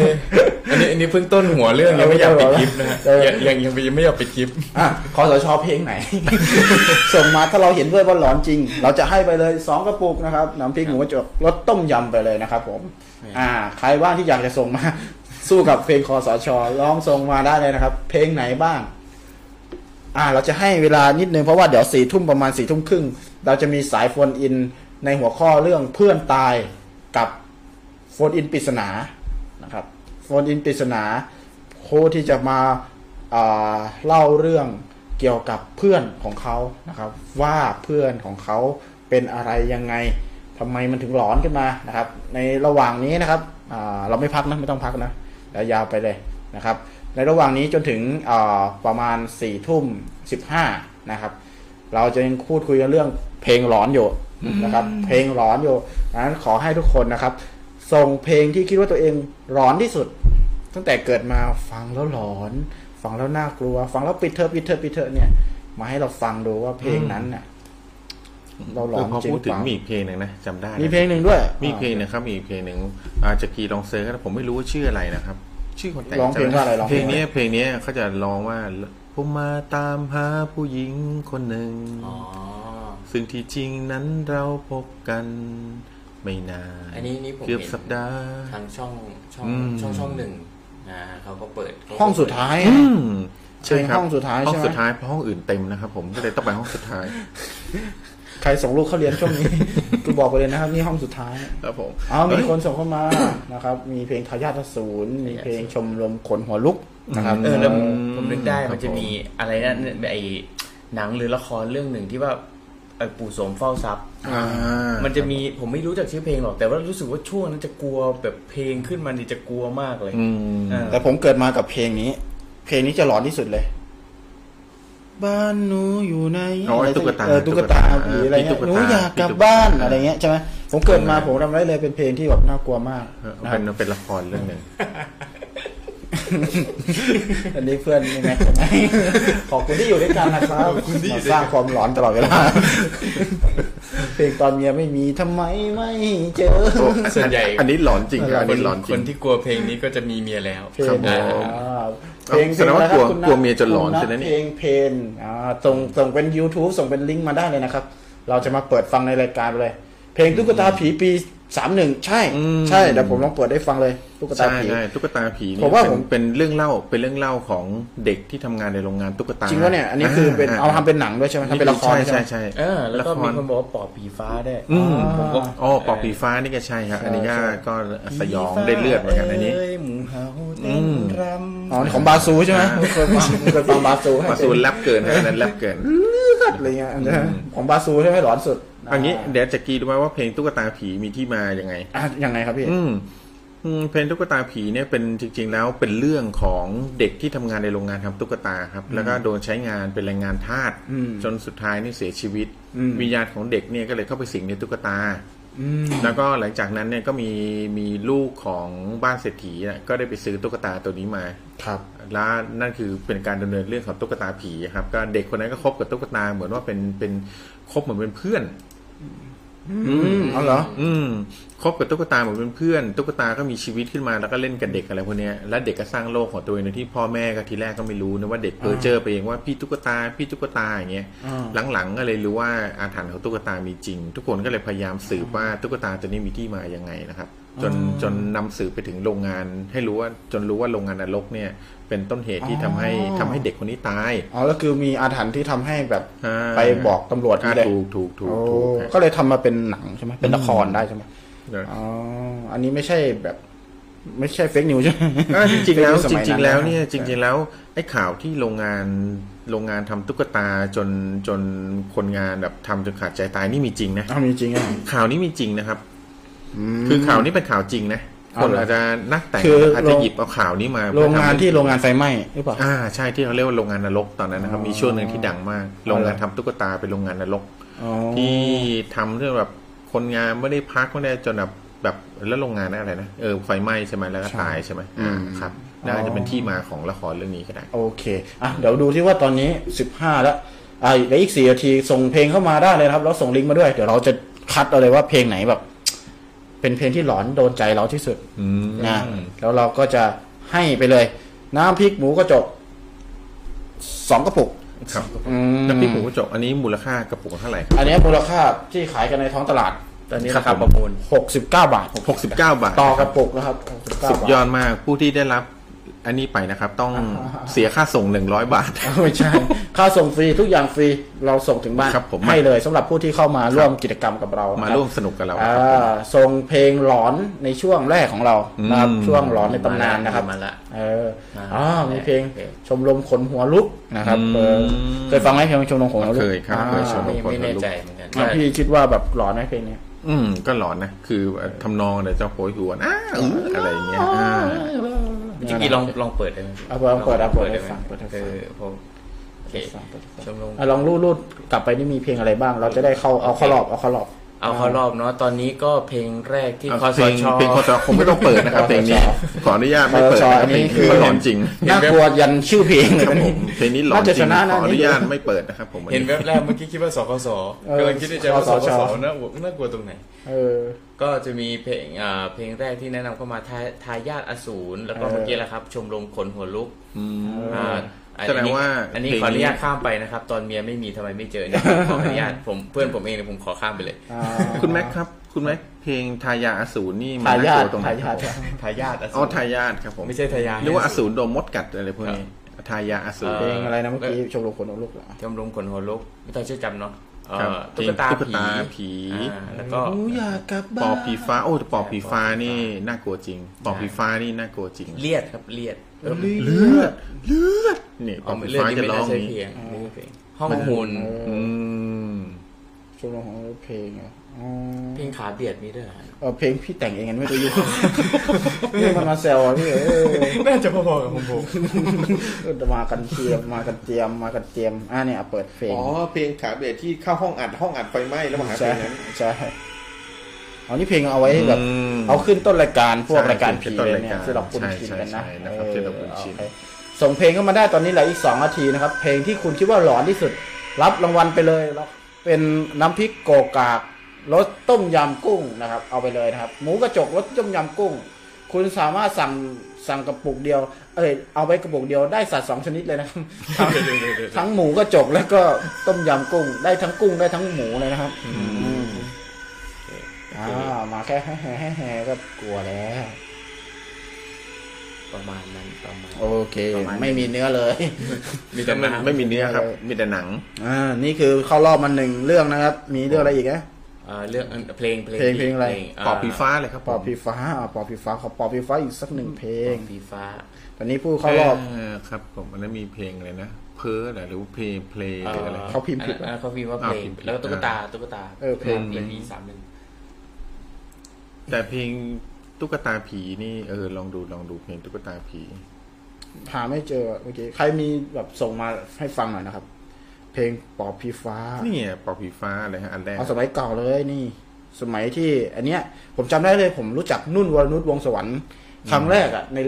Speaker 4: อันนี้อันนี้เพิ่งต้นหัวเรื่องยังไม่อยากปิดคลิปนะฮะ
Speaker 1: เออ
Speaker 4: ยังยังยังยังไม่อยากปิดคลิป
Speaker 1: อ่ะคอสชเพลงไหน ส่งมาถ้าเราเห็นด้วยว่าหลอนจริง เราจะให้ไปเลยสองกระปุกนะครับน้ำพริกหมูกระจกรสต้มยำไปเลยนะครับ ผม อ่า ใครว่างที่อยากจะส่งมา สู้กับเพลงคอสชลองส่งมาได้เลยนะครับ เพลงไหนบ้าง อ่า เราจะให้เวลานิดนึงเพราะว่าเดี๋ยวสี่ทุ่มประมาณสี่ทุ่มครึ่งเราจะมีสายโฟนอินในหัวข้อเรื่องเพื่อนตายกับ โฟนอินปริศนานะครับโฟนอินปริศนาโค้ที่จะมาอ่าเล่าเรื่องเกี่ยวกับเพื่อนของเขานะครับ ว่าเพื่อนของเขาเป็นอะไรยังไงทำไมมันถึงหลอนขึ้นมานะครับ ในระหว่างนี้นะครับอ่าเราไม่พักนะไม่ต้องพักนะเดี๋ยวยาวไปเลยนะครับ ในระหว่างนี้จนถึงอ่าประมาณ4ี่ทุ่มสิบห้านะครับ เราจะยังพูดคุยกันเรื่องเพลงหลอนอยู่นะครับ เพลงหลอนอยู่ดังนั้นขอให้ทุกคนนะครับ ส่งเพลงที่คิดว่าตัวเองหลอนที่สุด ตั้งแต่เกิดมาฟังแล้วหลอน ฟังแล้วน่ากลัว ฟังแล้วปิดเทอมปิดเทอมปิดเทอมเนี่ย มาให้เราฟังดูว่าเพลงนั้นน่ะ เราหล
Speaker 3: เอ
Speaker 1: อ
Speaker 3: อน พอ
Speaker 1: จริง
Speaker 3: พูด
Speaker 1: หรื
Speaker 3: ถึ
Speaker 1: อง เปล่า
Speaker 3: มีอีกเพลงหนึ่งนะจำได้นะ
Speaker 1: มีเพลงหนึ่งด้วย
Speaker 3: มีอีกเพลงนะครับมีอีกเพลงหนึ่งอาจจะกีลองเซิร์ชก็ได้ผมไม่รู้ว่าชื่ออะไรนะครับ ชื่อคนแต่
Speaker 1: ร้องเพลงว่าอะไรร้อง
Speaker 3: เพลง
Speaker 1: ว่า
Speaker 3: เนี้ยเพลงเนี้ยเขาจะร้องว่าผมมาตามหาผู้หญิงคนหนึ่ง
Speaker 2: อ๋อ
Speaker 3: ซึ่งที่จริงนั้นเราพบกันไม่นาน
Speaker 2: อันนี้นี่ผม
Speaker 3: เกือบ
Speaker 2: เห็น
Speaker 3: สัปดาห์
Speaker 2: ทางช่องช่อง
Speaker 3: อืม
Speaker 2: ช่องช่องหนึ่งนะเขาก็เปิดเขาก็
Speaker 1: ห้องสุดท้าย
Speaker 3: อืมใช่ครั
Speaker 1: เพล
Speaker 3: บ
Speaker 1: งห้องสุดท้ายใช่ไหม
Speaker 3: ห้องสุดท้ายเพราะห้องอื่นเต็มนะครับผมก็เลยต้องไปห้องสุดท้าย
Speaker 1: ใครส่งลูกเข้าเรียนช่วงนี้ กูบอกไปเลยนะครับ นี่ห้องสุดท้าย
Speaker 3: ครับผม
Speaker 1: เอามี
Speaker 3: เอ้ย
Speaker 1: คนส่งเข้ามา นะครับ มีเพลงทายาทอสูรมีเพลงชมรมขนหัวลุกนะครับ
Speaker 2: เออแล้วผมผมนึกได้
Speaker 3: ครับ
Speaker 2: มันจะ
Speaker 3: ผม
Speaker 2: มีอะไรนะไอหนังหรือละครเรื่องหนึ่งที่ว่าไอ้ปู่โสมเฝ้าทรัพย์
Speaker 3: อ่า
Speaker 2: มันจะมีผมไม่รู้จักชื่อเพลงหรอกแต่ว่ารู้สึกว่าช่วงนั้นจะกลัวแบบเพลงขึ้นมานี่จะกลัวมากเลย
Speaker 3: อืม
Speaker 2: อ่า
Speaker 1: แต่ผมเกิดมากับเพลงนี้ เพลงนี้จะหลอนที่สุดเลย บ้านหนูอยู่ใน
Speaker 3: อ๋อไอ้ตุ๊กตา
Speaker 1: เออตุ๊กตาผีอะไร
Speaker 3: ตุ๊
Speaker 1: เงี้ยหนู
Speaker 3: กตา
Speaker 1: อยากกลับ
Speaker 3: ตุ๊กตา
Speaker 1: บ้านอะไรเงี้ยใช่ไหมผมเกิดมาผมทำได้เลยเป็นเพลงที่แบบน่ากลัวมาก
Speaker 3: เออ
Speaker 1: นะค
Speaker 3: เป็
Speaker 1: รับ
Speaker 3: นเป็นละครเรื่องหนึ่ง
Speaker 1: อันนี้เพื่อนใช่ไหมขอบคุณที่อยู่ด้วยกันนะครับมาสร้างความหลอนตลอดเวลา เพลงตอนเมียไม่มีทำไมไม่เจอ
Speaker 4: ส่วนใหญ่
Speaker 3: อันนี้หลอนจริงครับอันนี้หลอนจ
Speaker 4: ค
Speaker 3: ริ
Speaker 4: น
Speaker 3: ง
Speaker 4: ที่กลัวเพลงนี้ก็จะมีเมียแล้ว
Speaker 1: เพลง
Speaker 3: ครับผม
Speaker 1: อ่า
Speaker 3: เอาแสดงว่ากลัว
Speaker 1: พงอะไรครับคุณท
Speaker 3: กลัวเมียจนหลอน
Speaker 1: คุณ
Speaker 3: ใช่ไหมเนี่ย
Speaker 1: เพลงเพลงอ่าส่งส่งเป็น YouTube ส่งเป็นลิงก์มาได้เลยนะครับ เราจะมาเปิดฟังในรายการไปเลย เพลงตุ๊กตาผีปีสามหนึ่งใช่ ใช่เดี๋ยวผมลองเปิดได้ฟังเลยตุ๊กตา
Speaker 3: ใช่
Speaker 1: ผี
Speaker 3: ใช่ตุ๊กตาผีนี่
Speaker 1: ผมว่าผม
Speaker 3: เป็นเป็นเรื่องเล่าเป็นเรื่องเล่าของเด็กที่ทำงานในโรงงานตุ๊กตา
Speaker 1: จริงว่าเนี่ย อันนี้คือเป็นเอาทำเป็นหนังด้วยใช่ไหมทำเป็นละคร
Speaker 3: ใช่
Speaker 1: ไหม
Speaker 3: ใช่ใช่
Speaker 2: เออแล้วก็
Speaker 3: ะร
Speaker 2: มีคนบอกว่าปอบผีฟ้าได้
Speaker 3: อืม
Speaker 1: อ่า
Speaker 3: ผมก็อ๋อปอบผีฟ้านี่ก็ใช่ครับอันนี้ก็ก็สยองได้เลือดเหมือนกันอันนี้
Speaker 2: ยหมูเห่าเต้นร
Speaker 1: อ๋อนี่ของบาซูใช่ไหมเคยฟังเคยฟังบาซูให้
Speaker 3: มาซูนแลบเกินฮะอันนั้นแลบเกิน
Speaker 1: เลือดอะไรเงี้ยของบาซูใช่ไหมหลอนสุด
Speaker 3: อันนี้เดี๋ยวจะกรีรู้ไหมว่าเพลงตุ๊กตาผีมีที่มายังไง
Speaker 1: อ่ะยังไงครับพี่
Speaker 3: อืมอืมเพลงตุ๊กตาผีเนี่ยเป็นจริง ๆ แล้วเป็นเรื่องของเด็กที่ทำงานในโรงงานทำตุ๊กตาครับ แล้วก็โดนใช้งานเป็นแรงงานทาส
Speaker 1: อืม
Speaker 3: จนสุดท้ายนี่เสียชีวิต
Speaker 1: อืม
Speaker 3: วิญญาณของเด็กเนี่ยก็เลยเข้าไปสิงในตุ๊กตา
Speaker 1: อืม
Speaker 3: แล้วก็หลังจากนั้นเนี่ยก็มีมีลูกของบ้านเศรษฐีน่ะก็ได้ไปซื้อตุ๊กตาตัวนี้มา
Speaker 1: ครับ
Speaker 3: และนั่นคือเป็นการดำเนินเรื่องของตุ๊กตาผีครับ ก็เด็กคนนั้นก็คบกับตุ๊กตาเหมือนว่าเป็นเป็นคบเหมือนเป็นเพื่อน อืม
Speaker 1: เอาเหรอ
Speaker 3: อืมคบกับตุ๊กตาเหมือนเป็นเพื่อนตุ๊กตาก็มีชีวิตขึ้นมาแล้วก็เล่นกับเด็กอะไรพวกเนี้ยแล้วเด็กก็สร้างโลกของตัวเองโดยที่พ่อแม่ก็ทีแรกก็ไม่รู้นะว่าเด็กเพอเจอไปเองว่าพี่ตุ๊กตาพี่ตุ๊กตาอย่างเงี้ย
Speaker 1: อ่า
Speaker 3: หลังๆก็เลยรู้ว่าอาถรรพ์ของตุ๊กตามีจริง ทุกคนก็เลยพยายามสืบว่าตุ๊กตาตัวนี้มีที่มายังไงนะครับ จนจนนำสืบไปถึงโรงงาน ให้รู้ว่าจนรู้ว่าโรงงานนรกเนี่ย เป็นต้นเหตุที่ทำให้ทำให้เด็กคนนี้ตาย
Speaker 1: อ๋อแล้วคือมีอาถรรพ์ที่ทำให้แบบ
Speaker 3: อ่า
Speaker 1: ไปบอกตำรวจนี่
Speaker 3: อ่า
Speaker 1: แหละ
Speaker 3: ถูกถูกถูก
Speaker 1: โอ้
Speaker 3: ถูกฮะ
Speaker 1: ก็เลยทำมาเป็นหนังใช่ไหมเป็นละครได้ใช่ไหม
Speaker 3: เนอะ
Speaker 1: อ๋ออันนี้ไม่ใช่แบบ ไม่ใช่เฟกนิวใช่ไหม
Speaker 3: อ่าจริง ๆแล้ว
Speaker 1: เฟ
Speaker 3: จ
Speaker 1: คสมั
Speaker 3: ริง ๆ แล้ว
Speaker 1: ะ
Speaker 3: เนี่ยจริง ๆแล้วไอ้ข่าวที่โรงงานโรงงานทำตุ๊กตาจนจนคนงานแบบทำจนขาดใจตายนี่มีจริงนะ
Speaker 1: เอามีจริงอ่ะ
Speaker 3: ข่าวนี้มีจริงนะครับ
Speaker 1: อืม
Speaker 3: คือข่าวนี้เป็นข่าวจริงนะ
Speaker 1: เอา
Speaker 3: คน
Speaker 1: เหรอ
Speaker 3: อาจจะนักแต่ง
Speaker 1: คือ
Speaker 3: อาจ
Speaker 1: โร
Speaker 3: จะ
Speaker 1: ง
Speaker 3: หยิบเอาข่าวนี้มา
Speaker 1: โรงงานที่
Speaker 3: เพื่อำ
Speaker 1: โรงงานไฟไหม้หรือเปล่า
Speaker 3: อ่าใช่ที่เขาเรียกว่าโรงงานนรกตอนนั้นนะครับ
Speaker 1: อ๋อ
Speaker 3: มีช่วงหนึ่งที่ดังมาก
Speaker 1: เอาเหรอ
Speaker 3: โรงงานทำตุ๊กตาเป็นโรงงานนรก
Speaker 1: อ๋อ
Speaker 3: ที่ทำเรื่องแบบคนงานไม่ได้พักไม่ได้จนแบบแบบแล้วโรงงานนะอะไรนะเออไฟไหม้ใช่ไหมแล้วก็ตายใช่ไหมอ่าครับน่าจะเป็นที่มาของละครเรื่องนี้ก็ได้
Speaker 1: โอเคอ่ะเดี๋ยวดูที่ว่าตอนนี้สิบห้าแล้วอ่ะเหลืออีกสี่นาทีส่งเพลงเข้ามาได้เลยนะครับแล้วส่งลิงก์มาด้วย เดี๋ยวเราจะคัดเอาเลยว่าเพลงไหนแบบ เป็นเพลงที่หลอนโดนใจเราที่สุด
Speaker 3: อืม
Speaker 1: นะแล้วเราก็จะให้ไปเลย น้ำพริกหมูกระจกสองกระปุก
Speaker 3: ครับ
Speaker 1: อืม
Speaker 3: น้ำพริกผงกระจกอันนี้มูลค่ากระปุกเท่าไหร่ครับ
Speaker 1: อันนี้มูลค่าที่ขายกันในท้องตลาด
Speaker 2: ตอนนี้
Speaker 3: ครั
Speaker 2: รา
Speaker 3: บ
Speaker 2: คา
Speaker 3: ผม
Speaker 2: ประมูล
Speaker 1: หกสิบเก้าบาท
Speaker 3: หกสิบเก้าบาท
Speaker 1: ต่อกระปุกนะครับ69
Speaker 3: สุด
Speaker 1: บาท
Speaker 3: ยอดมากผู้ที่ได้รับอันนี้ไปนะครับ ต้องเสียค่าส่งหนึ่งร้อยบาท
Speaker 1: ไม่ใช่ ค่าส่งฟรีทุกอย่างฟรีเราส่งถึงบ้าน
Speaker 3: ครับผม
Speaker 1: ให้เลยสำหรับผู้ที่เข้ามาร่วมกิจกรรมกับเรา
Speaker 3: มา
Speaker 1: มา
Speaker 3: ร่วมสนุกกับเรา
Speaker 1: อ่
Speaker 3: ครับ
Speaker 1: าส่งเพลงหลอนในช่วงแรกของเรานะครับ
Speaker 3: อืม
Speaker 1: ช่วงหลอนในตำนานนะครับ
Speaker 2: มาละ
Speaker 1: เออ
Speaker 2: มา
Speaker 1: อ๋อมีเพลง
Speaker 2: โอเค
Speaker 1: ชมรมขนหัวลุกนะครับเออเคยฟังไหมเพลงชมรมขนหัวลุก
Speaker 3: เคยครับเคยชมร
Speaker 2: ไม่
Speaker 3: มคน
Speaker 2: ไม่แน่
Speaker 3: ละลูก
Speaker 2: ใจเหมือนกัน
Speaker 1: อ่าพี่คิดว่าแบบหลอนไหมเพลงเนี้ย
Speaker 3: อืมก็หลอนนะ คือทำนองเดี๋ยวจะโผล่หัวนอ้าอื้ออะไรอย่างเงี้ยอ่า
Speaker 2: เมื่อกี้ลองลองเปิดได้ไหม
Speaker 1: เอาเปิดเอาเปิดเอาเปิดให้ฟังเปิดให้
Speaker 2: เอ
Speaker 1: ฟัง
Speaker 2: อผมโอเคชมรม
Speaker 1: อ่ะลองรูดรูดกลับไปนี่มีเพลงอะไรบ้าง เราจะได้เข้าเอาเข้ารอบเอาเข้ารอบ
Speaker 2: เอาเขารอบเนาะตอนนี้ก็เพลงแรกที่
Speaker 3: เอา
Speaker 2: คอส
Speaker 3: เพลง
Speaker 2: ช
Speaker 3: เพลงคอสชคงไม่ต้องเปิดนะครับเพลงนี้ ขออนุญาตไม่เปิดนะครับเพลง
Speaker 1: คอสชอันนี้คือ
Speaker 3: นี้มันหลอนจริง
Speaker 1: น่ากลัวยันชื่อเพลงเลย
Speaker 3: ครับ
Speaker 1: นะ
Speaker 3: ผ
Speaker 1: นี่
Speaker 3: มเพลงนี้หลอน
Speaker 1: น่า
Speaker 3: จ
Speaker 1: จะ
Speaker 3: ริ
Speaker 1: ช
Speaker 3: ง
Speaker 1: นะนะ
Speaker 3: ขออนุญาตไม่เปิดนะครับผมอั
Speaker 4: เห็นแวบแรกเมื่อกี้คิดว่าสคส
Speaker 1: เออก
Speaker 4: ำลังคิดในใจว่าส
Speaker 1: ส
Speaker 4: ค
Speaker 1: คส
Speaker 4: สน่ากลัวน่ากลัวตรงไหน
Speaker 1: เออ
Speaker 2: ก็จะมีเพลงอ่าเพลงแรกที่แนะนำเข้ามาทาทายาทอสูรแล้วก็
Speaker 1: เออ
Speaker 2: เมื่อกี้แหละครับ ชมรมขนหัวลุก
Speaker 3: อืม
Speaker 2: อ่าอัน
Speaker 3: แสดง
Speaker 2: นี้
Speaker 3: ว่า
Speaker 2: อันนี้
Speaker 3: เพลง
Speaker 2: ขออนุญาต
Speaker 3: นี้
Speaker 2: ข้ามไปนะครับ ตอนเมียไม่มีทำไมไม่เจอเนี่ยขออนุญาต ผมเพื่อนผมเองเนี่ยผมขอข้ามไปเลย
Speaker 1: อ่า
Speaker 3: คุณแม็กครับ คุณแม็กเพลงทายาอสูรนี่มั
Speaker 1: ทา
Speaker 3: น่าย
Speaker 1: นาก ท
Speaker 3: ลัวตรงไหน
Speaker 1: ทายา
Speaker 3: ครับ
Speaker 4: ทายาทอสู
Speaker 1: ท
Speaker 3: ผม
Speaker 4: ร
Speaker 3: อ๋อทายาทครับผม
Speaker 4: ไม่ใช่ทายาท
Speaker 3: หรือว่าอสูรโดนมดกัดอะไรพวกนี้ทายาอสูร
Speaker 1: เพลงอะไรนะเมื่อกี้ชมรมคนเอาลูกเหรอ
Speaker 2: ชมรมขนหัวลุกพี่ตาเชื่อจำเนาะเอ่อ
Speaker 3: ครับ
Speaker 2: ตุ๊กตา
Speaker 3: ตุ๊กตาผี
Speaker 2: อ่าแล้วก็
Speaker 1: หนูอยากกลับ
Speaker 3: ป
Speaker 1: บ้า
Speaker 3: อน ผีฟ้าโอ้แต่ปอผีฟ้านี่น่ากลัวจริง ปอผีฟ้านี่น่ากลัวจริง
Speaker 2: เลียดครับเลียดเออ
Speaker 1: เลือด
Speaker 3: เนี่ยป
Speaker 2: อ๋
Speaker 3: อ
Speaker 2: อ
Speaker 3: ผี
Speaker 2: เรื่อง
Speaker 3: ฟ้า
Speaker 2: นี้
Speaker 3: จะ
Speaker 2: ไม่
Speaker 3: ร้อ
Speaker 2: น่าง ใช่
Speaker 3: นี้
Speaker 2: เพียงไม่ใช่เพลงห้องหุ่น
Speaker 1: เออ
Speaker 3: อืม
Speaker 1: ชมรมของเพลงเหรออ๋อ
Speaker 2: เพลงขาเบียดมีด้วยเหรอ
Speaker 1: เออเพลงพี่แต่งเองกันไม่ได้ยุ่ง นี่มันมาแซวอะพี่เอ อ
Speaker 4: น่าจะพอๆกับของผม
Speaker 1: เออมากันเตรียมมากันเตรียมมากันเตรียมอ่ะเนี่ยเอาเปิดเพลง
Speaker 3: อ๋อเพลงขาเบียดที่เข้าห้องอัดห้องอัดไฟไหม้แล้วมาหาเพ
Speaker 1: ใช่
Speaker 3: ลงนั้น
Speaker 1: ใช่เอานี่เพลงเอาไว้แบบ
Speaker 3: อืม
Speaker 1: เอาขึ้นต้นรายการพวกรายการผี
Speaker 3: ใช่ขึ้นต้น
Speaker 1: เลย
Speaker 3: ราย
Speaker 1: เนี่
Speaker 3: กาย ร
Speaker 1: ที่เราคุ้นชินกันนะ
Speaker 3: ใช่ใช่ใช่นะครับที่เราคุ้นชิน
Speaker 1: ออโอเคส่งเพลงเข้ามาได้ตอนนี้เหลืออีกสองนาทีนะครับ เพลงที่คุณคิดว่าหลอนที่สุด รับรางวัลไปเลยแล้วเป็นน้ำพริกโกกากรสต้มยำกุ้งนะครับ เอาไปเลยนะครับ หมูกระจกรสต้มยำกุ้ง คุณสามารถสั่งสั่งกระปุกเดียว เอ้ยเอาไปกระปุกเดียวได้สัตว์สองชนิดเลย นะครับ ทั้งหมูกระจกแล้วก็ต้มยำกุ้ง ได้ทั้งกุ้งได้ทั้งหมูเลยนะครับอืมอ่ามาแค่ แห่แห่แห่ก็กลัวแล้ว
Speaker 2: ประมาณนั้นประมาณ
Speaker 1: โอเค ไม่มีเนื้อเลย
Speaker 4: มีแต่
Speaker 3: มัน
Speaker 4: น้ำ
Speaker 3: ไม่มีเนื้อครับ มีแต่หนัง
Speaker 1: อ่า นี่คือเข้ารอบมาหนึ่งเรื่องนะครับ มีเรื่องอะไรอีกนะ
Speaker 2: เอ่อเรื่องเอ่อเพลงเพลง
Speaker 1: เพลงเพลงอะไร
Speaker 3: ปอบผีฟ้าเลยครับ
Speaker 1: ปอบผีฟ้าอ่าปอบผีฟ้าขอปอบผีฟ้าอีกสักหนึ่งเพล
Speaker 2: เพล
Speaker 1: ง
Speaker 2: งผีฟ้า
Speaker 1: ตอนนี้ผู้เข้ารอบ
Speaker 3: าครับผมอันนั้นมีเพลงอะไรนะ เพ้อเหรอหรือว่าเพลงเพลงหรืออะไร
Speaker 1: เขาพิมพ์ผิด
Speaker 2: อ่ะเขาพิมพ์ว่า
Speaker 3: อ่า
Speaker 2: เพลง
Speaker 3: พิมพ์ผิด
Speaker 2: แล้วก็ตุ๊กตาตุ๊กตา
Speaker 1: เออเพลง
Speaker 2: เพลงมีสามหนึ่ง
Speaker 3: แต่เพลงตุ๊กตาผีนี่เออลองดูลองดูเพลงตุ๊กตาผี
Speaker 1: หาไม่เจอโอเคใครมีแบบส่งมาให้ฟังหน่อยนะครับ เพลงปอบผีฟ้า
Speaker 3: นี่ไงปอบผีฟ้าอะไรฮะอันแรก
Speaker 1: เอาสมัยเก่าเลยนี่ สมัยที่ อันเนี้ย ผมจำได้เลย ผมรู้จักนุ่นวรนุชวงศ์สวรรค์ครั้งแรกอะ่ะ ใน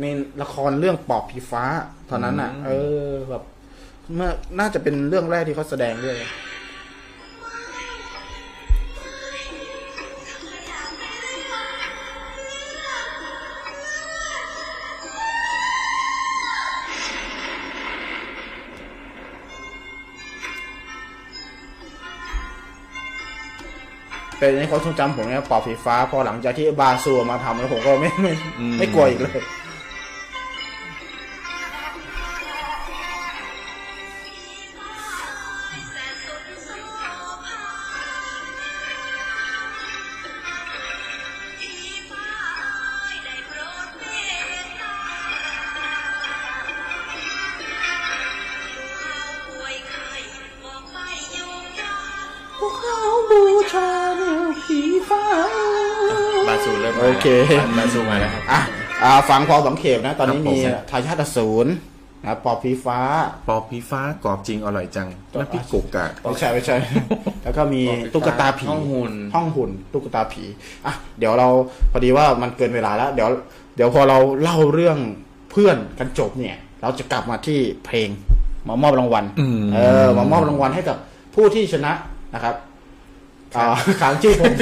Speaker 1: ในละครเรื่องปอบผีฟ้าตอนนั้นอะ่ะ เออแบบเมื่อน่าจะเป็นเรื่องแรกที่เขาแสดงด้วย เป็นในความทรงจำผมเนี่ยเป่าไฟฟ้า พอหลังจากที่บาซัวมาทำแล้วผมก็ไม่ไม่
Speaker 3: อืม
Speaker 1: ไม่กลัวอีกเลยพวกเขาบูชาแนวผีฟ้า
Speaker 4: บาซูเริ่มมา
Speaker 1: โอเค
Speaker 4: บาซูมาแล้วครับ
Speaker 1: อ่ะอ่าฟังพอสมเข็มนะ ตอนนี้
Speaker 3: ครับผ
Speaker 1: มี
Speaker 3: ม
Speaker 1: ทายาทอสูรนะปอบผีฟ้า
Speaker 3: ปอผีฟ้ากรอบจริงอร่อยจังน้ำพริกกกกะ
Speaker 1: ไม่ใช่ ไม่ใช่ แล้วก็มีตุ๊กตาผี
Speaker 2: ห้องหุ่น
Speaker 1: ห้องหุ่นตุ๊กตาผีอ่ะเดี๋ยวเราพอดีว่ามันเกินเวลาแล้ว เดี๋ยว เดี๋ยวพอเราเล่าเรื่องเพื่อนกันจบเนี่ย เราจะกลับมาที่เพลงมามอบรางวัล
Speaker 3: อืม
Speaker 1: เออมามอบรางวัลให้กับผู้ที่ชนะนะครับอ่าขางชื่อผม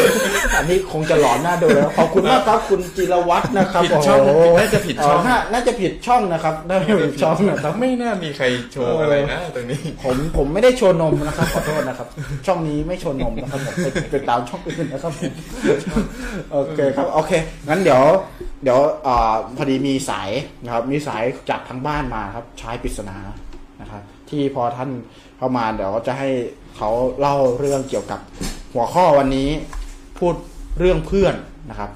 Speaker 1: อันนี้คงจะหลอนหน้าดูแล้วขอบคุณมาก ครับคุณจิรวัตรนะครับ
Speaker 4: ผิดช่อง
Speaker 1: โโห
Speaker 4: น่าจะผิดช่อง
Speaker 1: เน่าน่าจะผิดช่องนะครับน่าจะผิดช่องนะครับ
Speaker 4: ไม่น่ามีใครโชว์อะไรนะตรงนี้
Speaker 1: ผมผมไม่ได้โชว์นมนะครับ ขอโทษนะครับ ช่องนี้ไม่โชว์นมนะครับผมเป็นเป็นตามช่องอื่นนะครับผมโอเคครับโอเคงั้นเดี๋ยว เดี๋ยวอ่าพอดีมีสายนะครับ มีสายจากทางบ้านมาครับชายปริศนานะครับ ที่พอท่านเข้ามาเดี๋ยวจะให้เขาเล่าเรื่องเกี่ยวกับ หัวข้อวันนี้พูดเรื่องเพื่อนนะครับ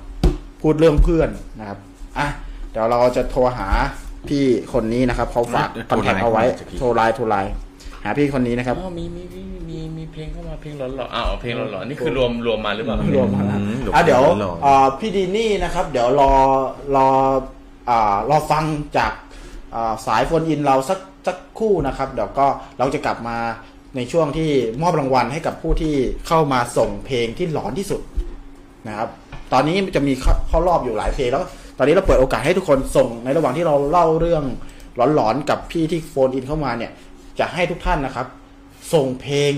Speaker 1: พูดเรื่องเพื่อนนะครับอ่ะเดี๋ยวเราจะโทรหาพี่คนนี้นะครับเขาฝากคอนแทคเอาไว้โทรไลน์โทรไลน์หาพี่คนนี้นะครับ
Speaker 2: อ๋อมีมีมีมีมีเพลงเข้ามาเพลงหลอนหลอนๆอ้าวเอาเพลงหลอนหลอนๆนี่คือรวมรวมมาหรือเปล่าครับ
Speaker 1: รวมมาแล้ว
Speaker 3: อืม
Speaker 1: อ่ะเดี๋ยว
Speaker 3: หลอก
Speaker 1: เอ่อพี่ดีนี่นะครับ เดี๋ยวรอรออ่ารอฟังจากอ่าสายโฟนอินเราสักสักครู่นะครับ เดี๋ยวก็เราจะกลับมาในช่วงที่มอบรางวัลให้กับผู้ที่เข้ามาส่งเพลงที่หลอนที่สุดนะครับ ตอนนี้จะมีเข้าเข้ารอบอยู่หลายเพลงแล้ว ตอนนี้เราเปิดโอกาสให้ทุกคนส่งในระหว่างที่เราเล่าเรื่องหลอนๆกับพี่ที่โฟนอินเข้ามาเนี่ย จะให้ทุกท่านนะครับ ส่งเพลง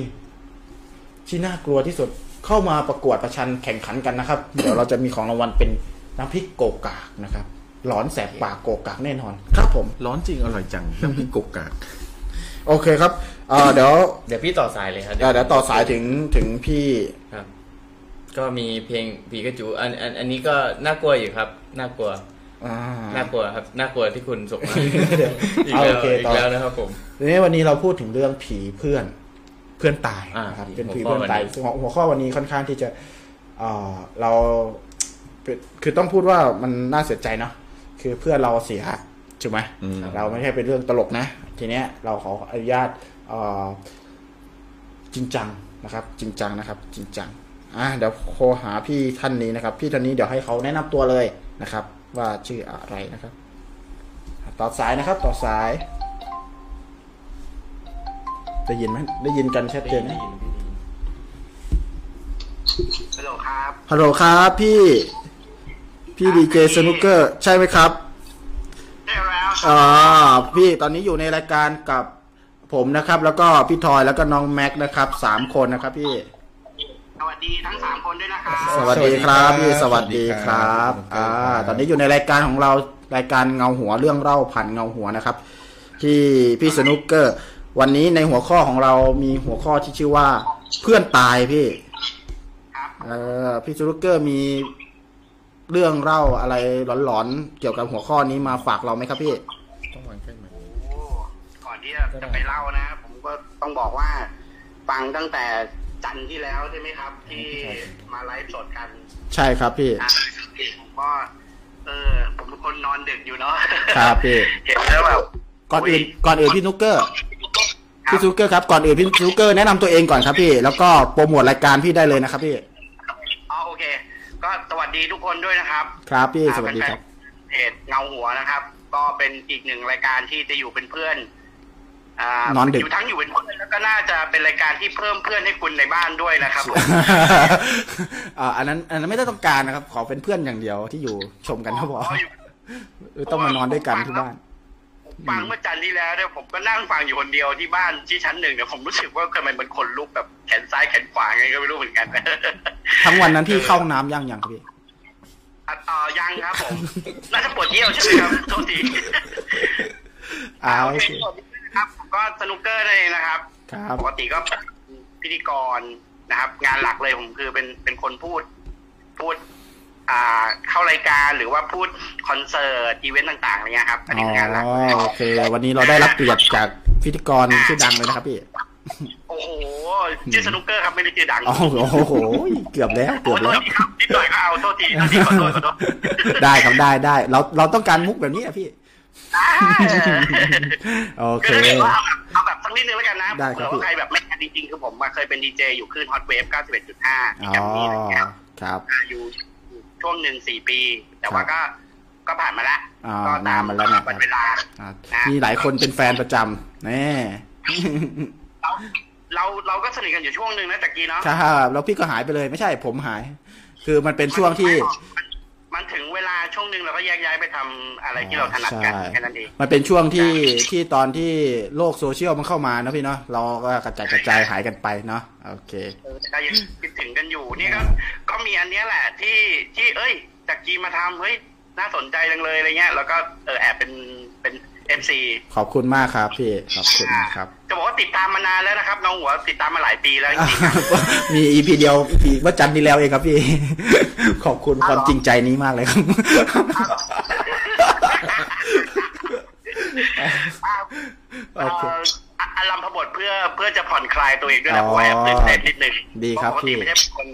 Speaker 1: ที่น่ากลัวที่สุดเข้ามาประกวดประชันแข่งขันกัน นะครับ เดี๋ยวเราจะมีของรางวัลเป็นน้ำพริกโกกากนะครับ หลอนแสบปากโกกากแน่นอน ครับผม
Speaker 3: ร้อนจริงอร่อยจังน้ำพริกกกกะ
Speaker 1: โอเคครับเอ่อเดี๋ยว
Speaker 2: เดี๋ยวพี่ต่อสายเลยครับ
Speaker 1: เอ่อเดี๋ยวต่อสายถึงถึงพี่
Speaker 2: ครับ ก็มีเพลงผีกระจูอันอันอันนี้ก็น่ากลัวอยู่ครับน่ากลัว
Speaker 1: อ่า
Speaker 2: น่ากลัวครับน่ากลัวที่คุณส่งมา
Speaker 1: เดี๋ยว
Speaker 2: อีก
Speaker 1: เอา
Speaker 2: แล้ว
Speaker 1: โอเค
Speaker 2: อี
Speaker 1: ต่อ
Speaker 2: กแล้วนะครับผม
Speaker 1: ทีนี้วันนี้เราพูดถึงเรื่องผีเพื่อนเพื่อนตาย
Speaker 2: อ่า
Speaker 1: นะครับ
Speaker 2: ผี
Speaker 1: เป็น
Speaker 2: หัว
Speaker 1: ผี
Speaker 2: ข้อ
Speaker 1: เพื่อนตาย
Speaker 2: วันนี้
Speaker 1: หัวหัวข้อวันนี้ค่อนข้างที่จะเอ่อเราเป็นคือต้องพูดว่ามันน่าเสียใจเนาะคือเพื่อนเราเสียถูกไหม
Speaker 3: อืม
Speaker 1: เราไม่ใช่เป็นเรื่องตลกนะ ทีเนี้ยเราขออนุญาตเอ่อจริงจังนะครับ จริงจังนะครับ จริงจังอ่ะเดี๋ยวโทรหาพี่ท่านนี้นะครับ พี่ท่านนี้เดี๋ยวให้เขาแนะนำตัวเลยนะครับ ว่าชื่ออะไรนะครับต่อสายนะครับ ต่อสาย ได้ยินไหมได้ยินกันชัดเจนไหม
Speaker 5: ฮัลโหลครับ
Speaker 1: ฮัลโหลครับพี่ พี่ดีเจสนุกเกอร์ ใช่ไหมครับ
Speaker 5: ได้แล้ว
Speaker 1: อ่าพี่ตอนนี้อยู่ในรายการกับผมนะครับ แล้วก็พี่ทอยแล้วก็น้องแม็กซ์นะครับสามคนนะครับ พี่
Speaker 5: สวัสดีทั้งสามคนด้วยนะครับ
Speaker 1: สวัสดีครับ พี่ส
Speaker 4: สวั
Speaker 1: วั
Speaker 4: ส
Speaker 1: ส
Speaker 4: ดี
Speaker 1: ดีค
Speaker 4: ครั
Speaker 1: รับ
Speaker 4: บ
Speaker 1: อ่า
Speaker 4: สวัสดีครับ
Speaker 1: ตอนนี้อยู่ในรายการของเรารายการเงาหัวเรื่องเล่าผ่านเงาหัวนะครับ ที่พี่สนุกเกอร์ วันนี้ในหัวข้อของเรามีหัวข้อที่ชื่อว่า เพื่อนตายพี่เอ่อพี่สนุกเกอร์มีเรื่องเล่าอะไรหลอนๆเกี่ยวกับหัวข้อนี้มาฝากเราไหมครับพี่
Speaker 4: ต้องวางใกล้ไหม
Speaker 5: โอ้ก่อนที่จะไปเล่านะ ผมก็ต้องบอกว่า ฟังตั้งแต่จันทร์ที่แล้วใช่ไหมครับ ที่มาไลฟ์สดกัน
Speaker 1: ใช่ครับพี่
Speaker 5: อ่ะผมก็ เออ ผมเป็นคนนอนดึกอยู่เนาะ
Speaker 1: ครับพี่
Speaker 5: เห็นแล้วแบบ
Speaker 1: ก่อนอื่นก่อนอื่นพี่สนุกเกอร์
Speaker 5: ครั
Speaker 1: พี่
Speaker 5: บ
Speaker 1: สนุกเกอร์ครับก่อนอื่นพี่สนุกเกอร์แนะนำตัวเองก่อนครับพี่ แล้วก็โปรโมทรายการพี่ได้เลยนะครับพี่
Speaker 5: อ๋อโอเค ก็สวัสดีทุกคนด้วยนะครับ
Speaker 1: ครับพี่สวัสดีครับ
Speaker 5: เพจเงาหัวนะครับ ก็เป็นอีกหนึ่งรายการที่จะอยู่เป็นเพื่อนอ่าน
Speaker 1: อนดึก
Speaker 5: อยู่ทั้งอยู่เป็นเพื่อนแล้วก็น่าจะเป็นรายการที่เพิ่มเพื่อนให้คุณในบ้านด้วยนะครับผม
Speaker 1: อ่าอันนั้นอันนั้นไม่ได้ต้องการนะครับ ขอเป็นเพื่อนอย่างเดียวที่อยู่ชมกันครับผม
Speaker 5: เพราะอยู่
Speaker 1: หรือต้องมานอนด้วยกันที่บ้าน
Speaker 5: ฟังเมื่อจันทร์ที่แล้วเนี่ยผมก็นั่งฟังอยู่คนเดียวที่บ้านที่ชั้นหนึ่งเนี่ยผมรู้สึกว่าทำไมมันขนลุกแบบแขนซ้ายแขนขวาไงก็ไม่รู้เหมือนกัน
Speaker 1: ทั้งวันนั้นพี่เข้าห้องน้ำยังยังครับพี่
Speaker 5: อ่ะต่อยังครับผมน่าจะปวดเยี่ยวใช่ไหมครับโทษที
Speaker 1: อ้าว
Speaker 5: โอ
Speaker 1: โอ
Speaker 5: เค
Speaker 1: เค
Speaker 5: ครับผมก็สนุกเกอร์เลยนะครับ
Speaker 1: ครับ
Speaker 5: ปกติก็เป็นพิธีกร นะครับ งานหลักเลยผมคือเป็นเป็นคนพูด พูด อ่า เข้ารายการหรือว่าพูดคอนเสิร์ตอีเวนต์ต่างๆอะไรเงี้ยครับอัน
Speaker 1: อ๋
Speaker 5: นี้
Speaker 1: อ
Speaker 5: คืองานหลัก
Speaker 1: โอเค วันนี้เราได้รับเกียรติจากพิธีกรชื่อดังเลยนะครับพี่
Speaker 5: โอ้โหชื่อสนุกเกอร์ครับไม่ได้ชื่อดัง
Speaker 1: อ๋อโอ้โหเกือบแล้ว
Speaker 5: ข
Speaker 1: เกื
Speaker 5: อ
Speaker 1: อบ
Speaker 5: โท
Speaker 1: แล้
Speaker 5: ษ
Speaker 1: ว
Speaker 5: ทีครับนิดหน่อยก็เอาโทษทีโทษทีขอโทษขอโทษ
Speaker 1: ได้ครับได้ได้เราเราต้องการมุกแบบนี้อะพี่ โอเค
Speaker 5: ก็เลยว่าเอาแบบสักนิดนึงแล้วกันนะ
Speaker 1: ได้ครับ
Speaker 5: เผื่อ
Speaker 1: พี่
Speaker 5: ว่าใครแบบไม่ทันจริงๆคือผมอะเคยเป็นดีเจอยู่คลื่นฮอตเวฟ91.5ที่
Speaker 1: อ๋อ
Speaker 5: แกรมมี่อะไรเงี้ย
Speaker 1: ครับ
Speaker 5: อยู่ช่วงหนึ่งสี่ปี แต่ว่าก็ก็ผ่านมาละ
Speaker 1: อ่า
Speaker 5: ก็ตา
Speaker 1: นาน
Speaker 5: ม
Speaker 1: มาแล้วนะครับ
Speaker 5: วันเวลา
Speaker 1: อ่ะมีหลายคนเป็นแฟนประจำแน่
Speaker 5: เราเราเราก็สนิทกันอยู่ช่วงหนึ่งนะตะกี้เนาะ
Speaker 1: ครับแล้วพี่ก็หายไปเลยไม่ใช่ผมหาย คือมันเป็นช่วงที่
Speaker 5: มันมันถึงเวลาช่วงหนึ่งเราก็แยกย้ายไปทำอะไรที่เราถนัดกัน
Speaker 1: ใช่
Speaker 5: แค่นั้นเอง
Speaker 1: มันเป็นช่วงที่ที่ตอนที่โลกโซเชียลมันเข้ามานะพี่เนาะเราก็กระจายกระจายหายกันไปเนาะโอเค
Speaker 5: เออแต่ยังคิดถึงกันอยู่เนี่ยก็ก็มีอันเนี้ยแหละที่ที่เอ้ยจากจีนมาทำเฮ้ยน่าสนใจจังเลยอะไรเงี้ยแล้วก็เออแอบเป็นเป็นเอฟซี
Speaker 1: ขอบคุณมากครับพี่ขอบคุณครับ
Speaker 5: จะบอกว่าติดตามมานานแล้วนะครับน้องหัวติดตามมาหลายปีแล้วจริง
Speaker 1: มีอีพีเดียว EP เมื่อจันทร์ที่แล้วเองครับพี่ ขอบคุณความจริงใจนี้มากเลยครับ
Speaker 5: ๆอ้าวเอ่
Speaker 1: โอเค
Speaker 5: ออ่ะอารมพบทเพื่อเพื่อจะผ่อนคลายตัวเองด้วยนะเพราะว่าแอบตื่นเต้นนิดนึง
Speaker 1: ดีครับ
Speaker 5: เพาะปก
Speaker 1: พี่
Speaker 5: ติไม่ได้เป็นคน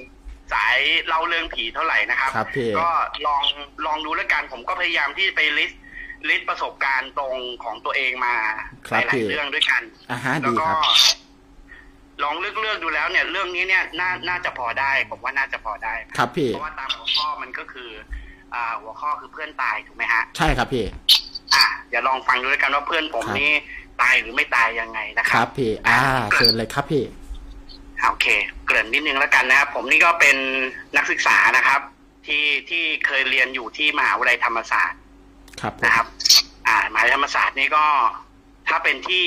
Speaker 5: สายเล่าเรื่องผีเท่าไหร่นะครับ
Speaker 1: ครับพี่
Speaker 5: ก็ลองลองดูแล้วกันผมก็พยายามที่ไปลิสต์ลิสต์ประสบการณ์ตรงของตัวเองมาหลายๆเรื่องด้วยกัน
Speaker 1: อ่าฮะ
Speaker 5: แล้
Speaker 1: ดี
Speaker 5: วก็
Speaker 1: ครับ
Speaker 5: ลองเลือกเลือกๆดูแล้วเนี่ย เรื่องนี้เนี่ยน่าน่าจะพอได้ ผมว่าน่าจะพอได้
Speaker 1: ครับพี่
Speaker 5: เพราะว่าตามหัวข้อมันก็คือ อ่า หัวข้อคือเพื่อนตายถูกไหมฮะ
Speaker 1: ใช่ครับพี่
Speaker 5: อ่ะอย่าลองฟังดูแล้วกันว่าเพื่อนผม
Speaker 1: ครับ
Speaker 5: นี่ตายหรือไม่ตายยังไงนะค
Speaker 1: ค
Speaker 5: รั
Speaker 1: รั
Speaker 5: บบ
Speaker 1: พี่ อ่าเชิญเลยครับพี่
Speaker 5: อ่ะโอเค เกริ่นนิดนึงแล้วกันนะครับ ผมนี่ก็เป็นนักศึกษานะครับ ที่ที่เคยเรียนอยู่ที่มหาวิทยาลัยธรรมศาสตร์
Speaker 1: ครับผม
Speaker 5: นะครับ อ่ามหาวิทยาลัยธรรมศาสตร์นี่ก็ถ้าเป็นที่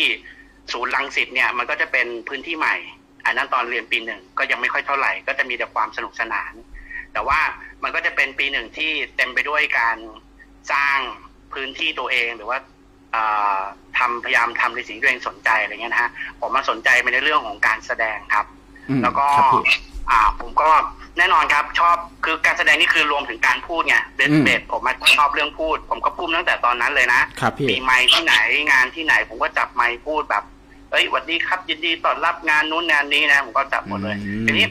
Speaker 5: ศูนย์รังสิตเนี่ย มันก็จะเป็นพื้นที่ใหม่ อันนั้นตอนเรียนปีหนึ่งก็ยังไม่ค่อยเท่าไหร่ ก็จะมีแต่ความสนุกสนาน แต่ว่ามันก็จะเป็นปีหนึ่งที่เต็มไปด้วยการสร้างพื้นที่ตัวเองหรือว่าอ่าทำพยายามทำในสิ่งที่ตัวเองสนใจอะไรเงี้ยนะฮะ ผมมาสนใจไปในเรื่องของการแสดงครับ
Speaker 1: อืม
Speaker 5: แล้วก็
Speaker 1: ครับพี่
Speaker 5: อ่าผมก็แน่นอนครับชอบคือการแสดงนี่คือรวมถึงการพูดไงเบส
Speaker 1: อืม
Speaker 5: เบสผมอะชอบเรื่องพูด ผมก็พูดตั้งแต่ตอนนั้นเลยนะ
Speaker 1: ครับพี่
Speaker 5: มีไมค์ที่ไหนงานที่ไหน ผมก็จับไมค์พูดแบบ เอ้ยหวัสดีครับยินดีต้อนรับงานนู้นงานนี้นะ ผมก็จับหมดเลย
Speaker 1: อืม
Speaker 5: ทีนี้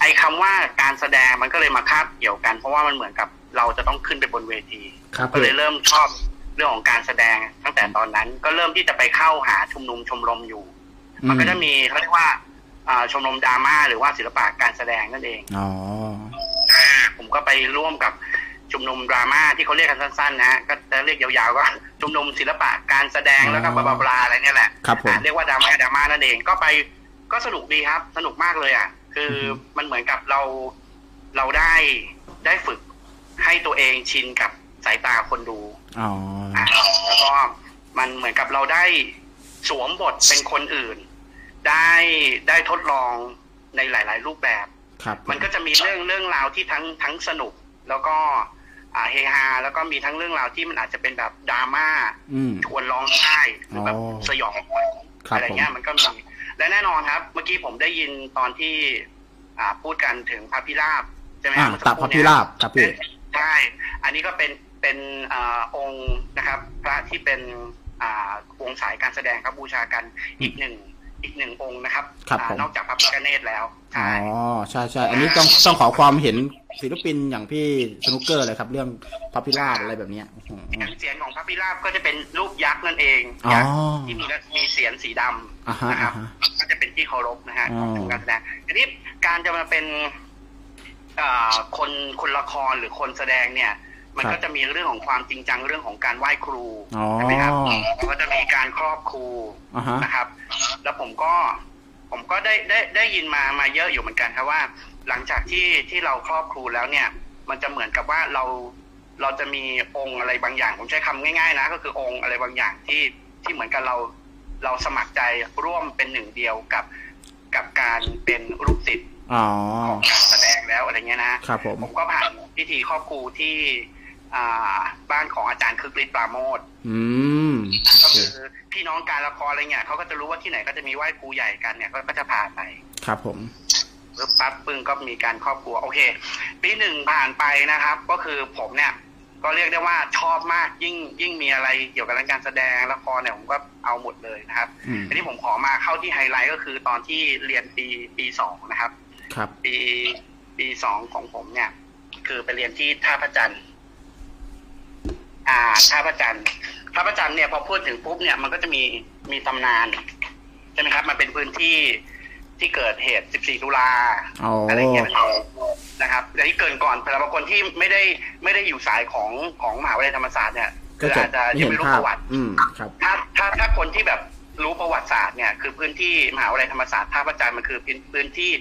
Speaker 5: ไอ้คำว่าการแสดงมันก็เลยมาคาบเกี่ยวกัน เพราะว่ามันเหมือนกับเราจะต้องขึ้นไปบนเวที
Speaker 1: ครับ
Speaker 5: ก็
Speaker 1: พี่
Speaker 5: เลยเริ่มชอบเรื่องของการแสดงตั้งแต่ตอนนั้น ก็เริ่มที่จะไปเข้าหาชุมนุมชมรมอยู่
Speaker 1: อืม
Speaker 5: มันก็จะมีเขาเรียกว่าอ่าชมรมดราม่าหรือว่าศิลปะการแสดงนั่นเอง
Speaker 1: อ๋อ
Speaker 5: ผมก็ไปร่วมกับชุมนุมดราม่าที่เขาเรียกกันสั้นๆนะฮะก็จะเรียกยาวๆก็ ชุมนุมศิลปะการแสดง
Speaker 1: อ๋อ
Speaker 5: แล้วก็บลาบลาๆอะไรเนี่ยแหละ
Speaker 1: ครับผม
Speaker 5: อ่ะเรียกว่าดราม่าดราม่านั่นเองก็ไปก็สนุกดีครับ สนุกมากเลยอ่ะ คืออ
Speaker 1: อฮึ
Speaker 5: มันเหมือนกับเราเราได้ได้ฝึกให้ตัวเองชินกับสายตาคนดู
Speaker 1: อ๋อ
Speaker 5: อ่ะแล้วก็มันเหมือนกับเราได้สวมบทเป็นคนอื่น ได้ได้ทดลองในหลาย ๆ รูปแบบ
Speaker 1: ครับ
Speaker 5: มันก็จะมีเรื่องเรื่องราวที่ทั้งทั้งสนุก แล้วก็อ่าเฮฮาแล้วก็มีทั้งเรื่องราวที่มันอาจจะเป็นแบบดราม่า
Speaker 1: อืม
Speaker 5: ชวนร้องไห้หรือแบบ
Speaker 1: อ๋อ
Speaker 5: สยอง
Speaker 1: ครับ
Speaker 5: อะไรเงี้
Speaker 1: ผ
Speaker 5: ย
Speaker 1: ม
Speaker 5: มันก็มีและแน่นอนครับ เมื่อกี้ผมได้ยินตอนที่ อ่าพูดกันถึงพระพิราบใช่ไหม
Speaker 1: อ่า
Speaker 5: ฮะเมื่อสั
Speaker 1: ตั
Speaker 5: ก
Speaker 1: บ
Speaker 5: ค
Speaker 1: พระ
Speaker 5: รู่
Speaker 1: พิ
Speaker 5: เนี่ย
Speaker 1: ราบครับพี่
Speaker 5: ใช่ อันนี้ก็เป็นเป็นเออองค์นะครับ พระที่เป็นอ่าวงสายการแสดงครับบูชากันอีกหนึ่งอีกหนึ่งองค์นะครับ
Speaker 1: ครับ
Speaker 5: อ่า
Speaker 1: ผม
Speaker 5: นอกจากพระพิฆเนศแล้ว
Speaker 1: อ๋
Speaker 5: ใช่
Speaker 1: อ ใช่ใช่ อันนี้ต้องต้องขอความเห็นศิลปินอย่างพี่สนุกเกอร์เลยครับ เรื่องพับพิราบอะไรแบบเนี้ยอืม
Speaker 5: อย่างเสียงของพระพิราบก็จะเป็นรูปยักษ์นั่นเอง
Speaker 1: อ๋อ
Speaker 5: ยักษ์ที่มีมีเสียงสีดำ
Speaker 1: อ่าฮะ
Speaker 5: นะครั
Speaker 1: อ่า
Speaker 5: บ
Speaker 1: ฮะ
Speaker 5: ก็จะเป็นที่เคารพนะฮะ
Speaker 1: อ๋
Speaker 5: ข
Speaker 1: อ
Speaker 5: องวงการแสดงทีนี้การจะมาเป็นอ่าคนคนละครหรือคนแสดงเนี่ย มันก็จะมีเรื่องของความจริงจังเรื่องของการไหว้ครู
Speaker 1: อ๋อ
Speaker 5: ใช่ไหมครับแล้วก็จะมีการครอบครู
Speaker 1: อ่าฮะ
Speaker 5: นะครับ แล้วผมก็ผมก็ได้ได้ได้ยินมามาเยอะอยู่เหมือนกันครับว่า หลังจากที่ที่เราครอบครูแล้วเนี่ย มันจะเหมือนกับว่าเราเราจะมีองค์อะไรบางอย่าง ผมใช้คำง่ายๆนะ ก็คือองค์อะไรบางอย่างที่ที่เหมือนกับเราเราสมัครใจร่วมเป็นหนึ่งเดียวกับกับการเป็นลูกศิษย์
Speaker 1: อ๋อ
Speaker 5: ของการแสดงแล้วอะไรเงี้ยนะฮะ
Speaker 1: ครับผม
Speaker 5: ผมก็ผ่านพิธีครอบครูที่อ่าบ้านของอาจารย์คึกฤทธิ์ปราโมท
Speaker 1: อืม
Speaker 5: ก็คือพี่น้องการละครอะไรเงี้ยเขาก็จะรู้ว่าที่ไหนก็จะมีไหว้ครูใหญ่กันเนี่ยก็ก็จะพาไป
Speaker 1: ครับผม
Speaker 5: ปึ๊บปั๊บปึ้งก็มีการครอบครัวโอเค ปีหนึ่งผ่านไปนะครับ ก็คือผมเนี่ย ก็เรียกได้ว่าชอบมากยิ่งยิ่งมีอะไรเกี่ยวกับเรื่องการแสดงละครเนี่ยผมก็เอาหมดเลยนะครับ
Speaker 1: อืม
Speaker 5: ทีนี้ผมขอมาเข้าที่ไฮไลท์ก็คือตอนที่เรียนปีปีสองนะครับ
Speaker 1: ครับ
Speaker 5: ปีปีสองของผมเนี่ย คือไปเรียนที่ท่าพระจันทร์อ่าท่าพระจันทร์ท่าพระจันทร์เนี่ยพอพูดถึงปุ๊บเนี่ยมันก็จะมีมีตำนานใช่ไหมครับ มันเป็นพื้นที่ที่เกิดเหตุ 14 ตุลา
Speaker 1: อ๋ออ
Speaker 5: อะไรเงี้ยนะครับนะครับแต่ที่เกินก่อนสำหรับบางคนที่ไม่ได้ไม่ได้อยู่สายของของมหาวิทยาลัยธรรมศาสตร์เนี่ย
Speaker 1: ก็
Speaker 5: คือ
Speaker 1: จะ
Speaker 5: อาจ
Speaker 1: ไม่
Speaker 5: จะยัง
Speaker 1: เห็น
Speaker 5: ไม่รู้
Speaker 1: ภา
Speaker 5: ป
Speaker 1: พ
Speaker 5: ระวัติ
Speaker 1: อืมครับ
Speaker 5: ถ้าถ้าถ้าคนที่แบบรู้ประวัติศาสตร์เนี่ยคือพื้นที่มหาวิทยาลัยธรรมศาสตร์ท่าพระจันทร์มันคือพื้นพื้นที่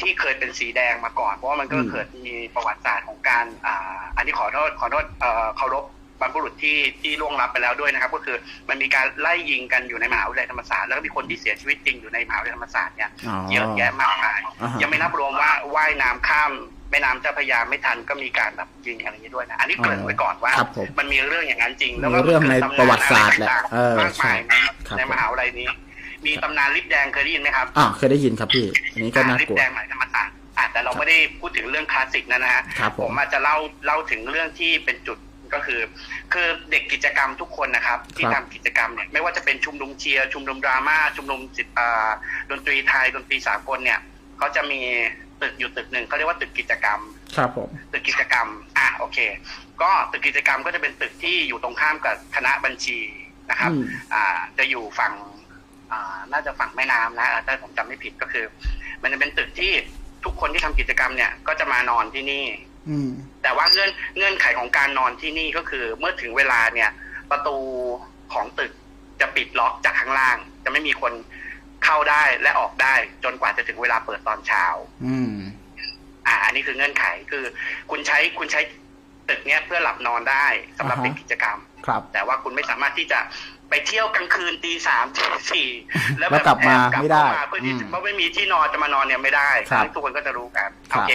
Speaker 5: ที่เคยเป็นสีแดงมาก่อน เพราะว่ามันก็
Speaker 1: อืม
Speaker 5: เกิดมีประวัติศาสตร์ของการอ่าอันนี้ขอโทษขอโทษเอ่อเคารพบรรพบุรุษที่ที่ล่วงลับไปแล้วด้วยนะครับ ก็คือมันมีการไล่ยิงกันอยู่ในมหาวิทยาลัยธรรมศาสตร์แล้วก็มีคนที่เสียชีวิตจริงอยู่ในมหาวิทยาลัยธรรมศาสตร์เนี่ย
Speaker 1: อ๋อ
Speaker 5: เยอะแยะมากมาย
Speaker 1: อ่าฮะ
Speaker 5: ยังไม่นับรวมว่าว่ายน้ำข้ามแม่น้ำเจ้าพระยาไม่ทันก็มีการแบบยิงอะไรอย่างนี้ด้วยนะ อันนี้เกริ่นไว้ก่อนว่า
Speaker 1: ครับผม
Speaker 5: มันมีเรื่องอย่างนั้นจริง แล้ว
Speaker 1: มี
Speaker 5: ก็
Speaker 1: เรื่องในประวัติศาสตร์แหละเออ
Speaker 5: มากมาย
Speaker 1: ใช่ครับ
Speaker 5: ในมหาวิทยาลัยนี้ มีตำนานลิบแดงเคยได้ยินไหมครับ
Speaker 1: อ่าเคยได้ยินครับพี่ อันนี้ก็น่า
Speaker 5: ลิบ
Speaker 1: กลัว
Speaker 5: แดงหมายธรรมศาสตร์อ่ะแต่เราไม่ได้พูดถึงเรื่องคลาสสิกนะนะฮะ
Speaker 1: ครับผม
Speaker 5: ผมอาจจะเล่าเล่าถึงเรื่องที่เป็นจุดก็คือ คือเด็กกิจกรรมทุกคนนะครับ ที่
Speaker 1: ครับ
Speaker 5: ทำกิจกรรมเนี่ยไม่ว่าจะเป็นชุมนุมเชียร์ชุมนุมดราม่าชุมนุมศิลปอ่าดนตรีไทยดนตรีสากลเนี่ยเขาจะมีตึกอยู่ตึกหนึ่งเขาเรียกว่าตึกกิจกรรม
Speaker 1: ครับผม
Speaker 5: ตึกกิจกรรม อ่ะโอเค ก็ตึกกิจกรรมก็จะเป็นตึกที่อยู่ตรงข้ามกับคณะบัญชีนะครับ
Speaker 1: อืม
Speaker 5: อ่าจะอยู่ฝั่งอ่าน่าจะฝั่งแม่น้ำนะถ้าผมจำไม่ผิดก็คือ มันจะเป็นตึกที่ทุกคนที่ทำกิจกรรมเนี่ยก็จะมานอนที่นี่
Speaker 1: อืม
Speaker 5: แต่ว่าเงื่อนเงื่อนไขของการนอนที่นี่ก็คือ เมื่อถึงเวลาเนี่ย ประตูของตึกจะปิดล็อกจากข้างล่าง จะไม่มีคนเข้าได้และออกได้ จนกว่าจะถึงเวลาเปิดตอนเช้า
Speaker 1: อืม
Speaker 5: อ่าอันนี้คือเงื่อนไขคือ คุณใช้คุณใช้ตึกเนี้ยเพื่อหลับนอนได้สำหรับ
Speaker 1: อ่าฮะ
Speaker 5: เป็นกิจกรรม
Speaker 1: ครับ
Speaker 5: แต่ว่าคุณไม่สามารถที่จะไปเที่ยวกลางคืนตีสามตี สี่
Speaker 1: แล้
Speaker 5: แบ
Speaker 1: ว
Speaker 5: บ
Speaker 1: กลับมา
Speaker 5: แอบ
Speaker 1: ไม่ได้
Speaker 5: เข้เพื่อที่
Speaker 1: อืม
Speaker 5: เพราะไม่มีที่นอนจะมานอนเนี่ยไม่ได้
Speaker 1: ครับ
Speaker 5: ทุกคนก็จะรู้กัน
Speaker 1: ครับ
Speaker 5: โอเค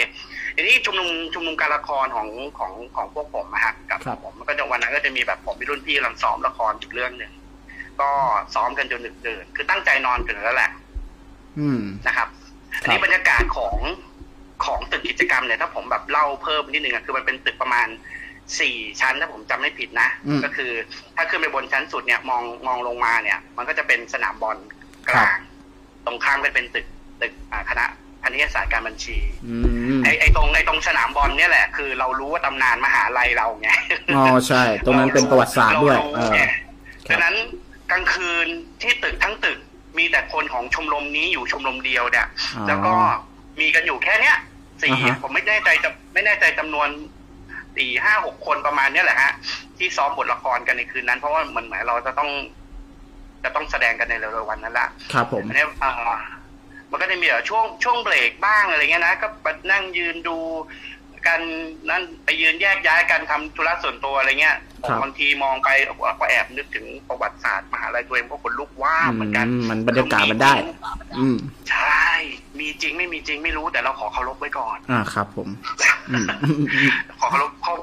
Speaker 5: ทีนี้ชุมนุมชุมนุมการละครของของของพวกผมนะฮะกับ
Speaker 1: ครับ
Speaker 5: ผมมันก็จะวันนั้นก็จะมีแบบผมมีรุ่นพี่กำลังซ้อมละครอีกเรื่องหนึ่งก็ซ้อมกันจนดึกดื่นคือตั้งใจนอนกันแล้วแหละ
Speaker 1: อืม
Speaker 5: นะครับอันนี้
Speaker 1: ครับ
Speaker 5: บรรยากาศของของตึกกิจกรรมเนี่ยถ้าผมแบบเล่าเพิ่มนิดนึงอะคือมันเป็นตึกประมาณสี่ชั้นถ้าผมจำไม่ผิดนะ
Speaker 1: อืม
Speaker 5: ก็คือ ถ้าขึ้นไปบนชั้นสุดเนี่ยมองมองลงมาเนี่ย มันก็จะเป็นสนามบอลกลา
Speaker 1: ครั
Speaker 5: ง
Speaker 1: บ
Speaker 5: ตรงข้ามก็เป็นตึกตึกอ่าคณะคณิตศาสตร์การบัญชี
Speaker 1: อืม
Speaker 5: ไอไอตรงไอตรงสนามบอลเนี่ยแหละ คือเรารู้ว่าตำนานมหาลัยเราไง
Speaker 1: อ๋อใช่ ตรงนั้นเป็นประวัติศาสตร์ด้วย เอ
Speaker 5: เรา
Speaker 1: อค
Speaker 5: ไง
Speaker 1: รับ
Speaker 5: ดังนั้นกลางคืนที่ตึกทั้งตึกมีแต่คนของชมรมนี้อยู่ชมรมเดียวเนี่ย
Speaker 1: อ๋อ
Speaker 5: แล้วก็มีกันอยู่แค่เนี้ยสี่
Speaker 1: อ่าฮะ
Speaker 5: ผมไม่แน่ใจจะไม่แน่ใจจำนวนสี่ห้าหกคนประมาณเนี้ยแหละฮะ ที่ซ้อมบทละครกันในคืนนั้น เพราะว่าเหมือนเหมือนเราจะต้อง จะต้องแสดงกันในเร็วๆวันนั้นละ
Speaker 1: ครับผม
Speaker 5: อันเนี้ยเอ่อมันก็จะมีแบบช่วงช่วงเบรกบ้างอะไรเงี้ยนะ ก็มานั่งยืนดูกันนั่นไปยืนแยกย้ายกันทำธุระส่วนตัวอะไรเงี้ย
Speaker 1: ครับ
Speaker 5: บางทีมองไปก็แอบนึกถึงประวัติศาสตร์มหาลัยตัวเองก็ขนลุกว่าบเหมือนกัน
Speaker 1: อืมมันบรรยากาศมันได้ อืม
Speaker 5: ใช่มีจริงไม่มีจริงไม่รู้แต่เราขอเคารพไว้ก่อน
Speaker 1: อ่าครับผม อืม
Speaker 5: ขอเคารพขอ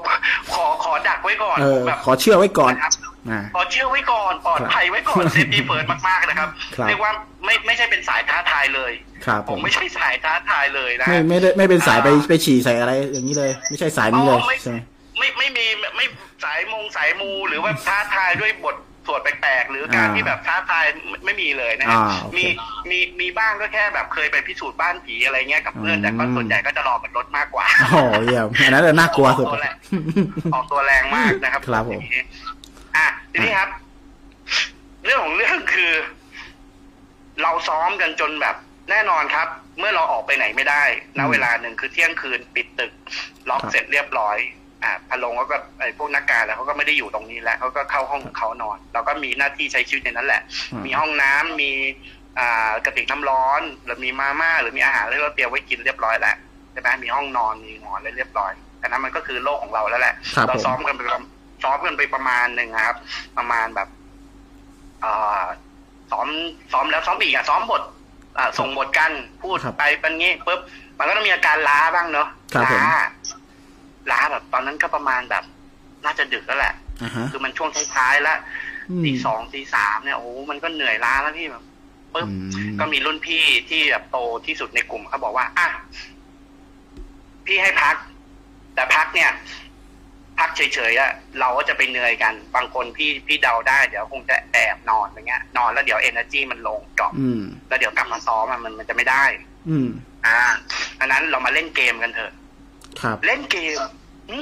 Speaker 5: ขอขอดักไว้ก่อน
Speaker 1: เออ
Speaker 5: แบบ
Speaker 1: ขอเชื่อไว้ก่อน
Speaker 5: นะครับ
Speaker 1: อ่า
Speaker 5: ขอเชื่อไว้ก่อนปลอดภัยไว้ก่อนเซฟตี้เฟิร์สมากๆนะครับ
Speaker 1: ครับ
Speaker 5: เรียกว่าไม่ไม่ใช่เป็นสายท้าทายเลย
Speaker 1: ครับ
Speaker 5: ผ
Speaker 1: ผม ม
Speaker 5: ไม่ใช่สายท้าทายเลยนะ
Speaker 1: ไม่ไม่ได้ไม่เป็นสายไป
Speaker 5: อ่า
Speaker 1: ไปฉี่ใส่อะไรอย่างนี้เลย ไม่ใช่สายนี้เลย
Speaker 5: อ๋อไม่
Speaker 1: ใช่ไหม
Speaker 5: ไม่ไม่มีไม่สายมงสายมูหรือว่าท้าทายด้วยบทสวดแปลกๆ หรือการ
Speaker 1: อ่า
Speaker 5: ที่แบบท้าทายไม่ไม่มีเลยนะฮะ
Speaker 1: อ่าโอเค
Speaker 5: มีมีมีบ้างก็แค่แบบเคยไปพิสูจน์บ้านผีอะไรเงี้ยกับเพื่อน
Speaker 1: อืม
Speaker 5: แต่ก็ส่วนใหญ่ก็จะรอกันรถมากกว่า
Speaker 1: โอ้โหเยี่ยมอันนั้นน่ากลัวสุด
Speaker 5: ออกตัวแรงออกตัวแรงมากนะครับ
Speaker 1: ครับผม
Speaker 5: อย่างนี้อ่ะทีนี้ครับ เรื่องของเรื่องคือ เราซ้อมกันจนแบบ แน่นอนครับ เมื่อเราออกไปไหนไม่ได้ณเวลาหนึ่งคือเที่ยงคืนปิดตึก ล็อกเสร็จเรียบร้อย อ่ะพะโลงเขาก็ไอ้พวกนักการแล้วเขาก็ไม่ได้อยู่ตรงนี้แล้วเขาก็เข้าห้องของเขานอน เราก็มีหน้าที่ใช้ชีวิตในนั้นแหละ
Speaker 1: อืม
Speaker 5: มีห้องน้ำมี อ่ากระติกน้ำร้อน หรือมีมาม่าหรือมีอาหารที่เราเตรียมไว้กินเรียบร้อยแล้วใช่ไหมมีห้องนอนมีหมอนอะไรเรียบร้อยแต่นั้นมันก็คือโลกของเราแล้วแหละ
Speaker 1: ครับ
Speaker 5: เรา
Speaker 1: ผม
Speaker 5: ซ้อมกันไปประมาณซ้อมกันไปประมาณหนึ่งนะครับ ประมาณแบบเอ่อซ้อมซ้อมแล้วซ้อมอีกอะซ้อมบทอ่ะส่งบทกันพูด
Speaker 1: ครับ
Speaker 5: ไปเป็นงี้ปุ๊บมันก็ต้องมีอาการล้าบ้างเนาะ
Speaker 1: ครับผม
Speaker 5: ล้าล้าแบบ ตอนนั้นก็ประมาณแบบ น่าจะดึกแล้วแหละ
Speaker 1: อ่าฮะ
Speaker 5: คือมันช่วงท้ายๆแล้ว
Speaker 1: ม
Speaker 5: ตีสองตีสามเนี่ยโอ้โหมันก็เหนื่อยล้าแล้วพี่แบบ ปุ๊บ
Speaker 1: อืม
Speaker 5: ก็มีรุ่นพี่ที่แบบโตที่สุดในกลุ่มเขาบอกว่าอ่ะพี่ให้พัก แต่พักเนี่ย พักเฉยๆอะเราก็จะไปเหนื่อยกัน บางคนพี่พี่เดาได้เดี๋ยวคงจะแอบนอนอย่างเงี้ย นอนแล้วเดี๋ยวเอเนอร์จีมันลงดรอป
Speaker 1: อืม
Speaker 5: แล้วเดี๋ยวกลับมาซ้อมอะมันมันจะไม่ได้
Speaker 1: อืม
Speaker 5: อ่าอันนั้นเรามาเล่นเกมกันเถอะ
Speaker 1: ครับ
Speaker 5: เล่นเกมหึ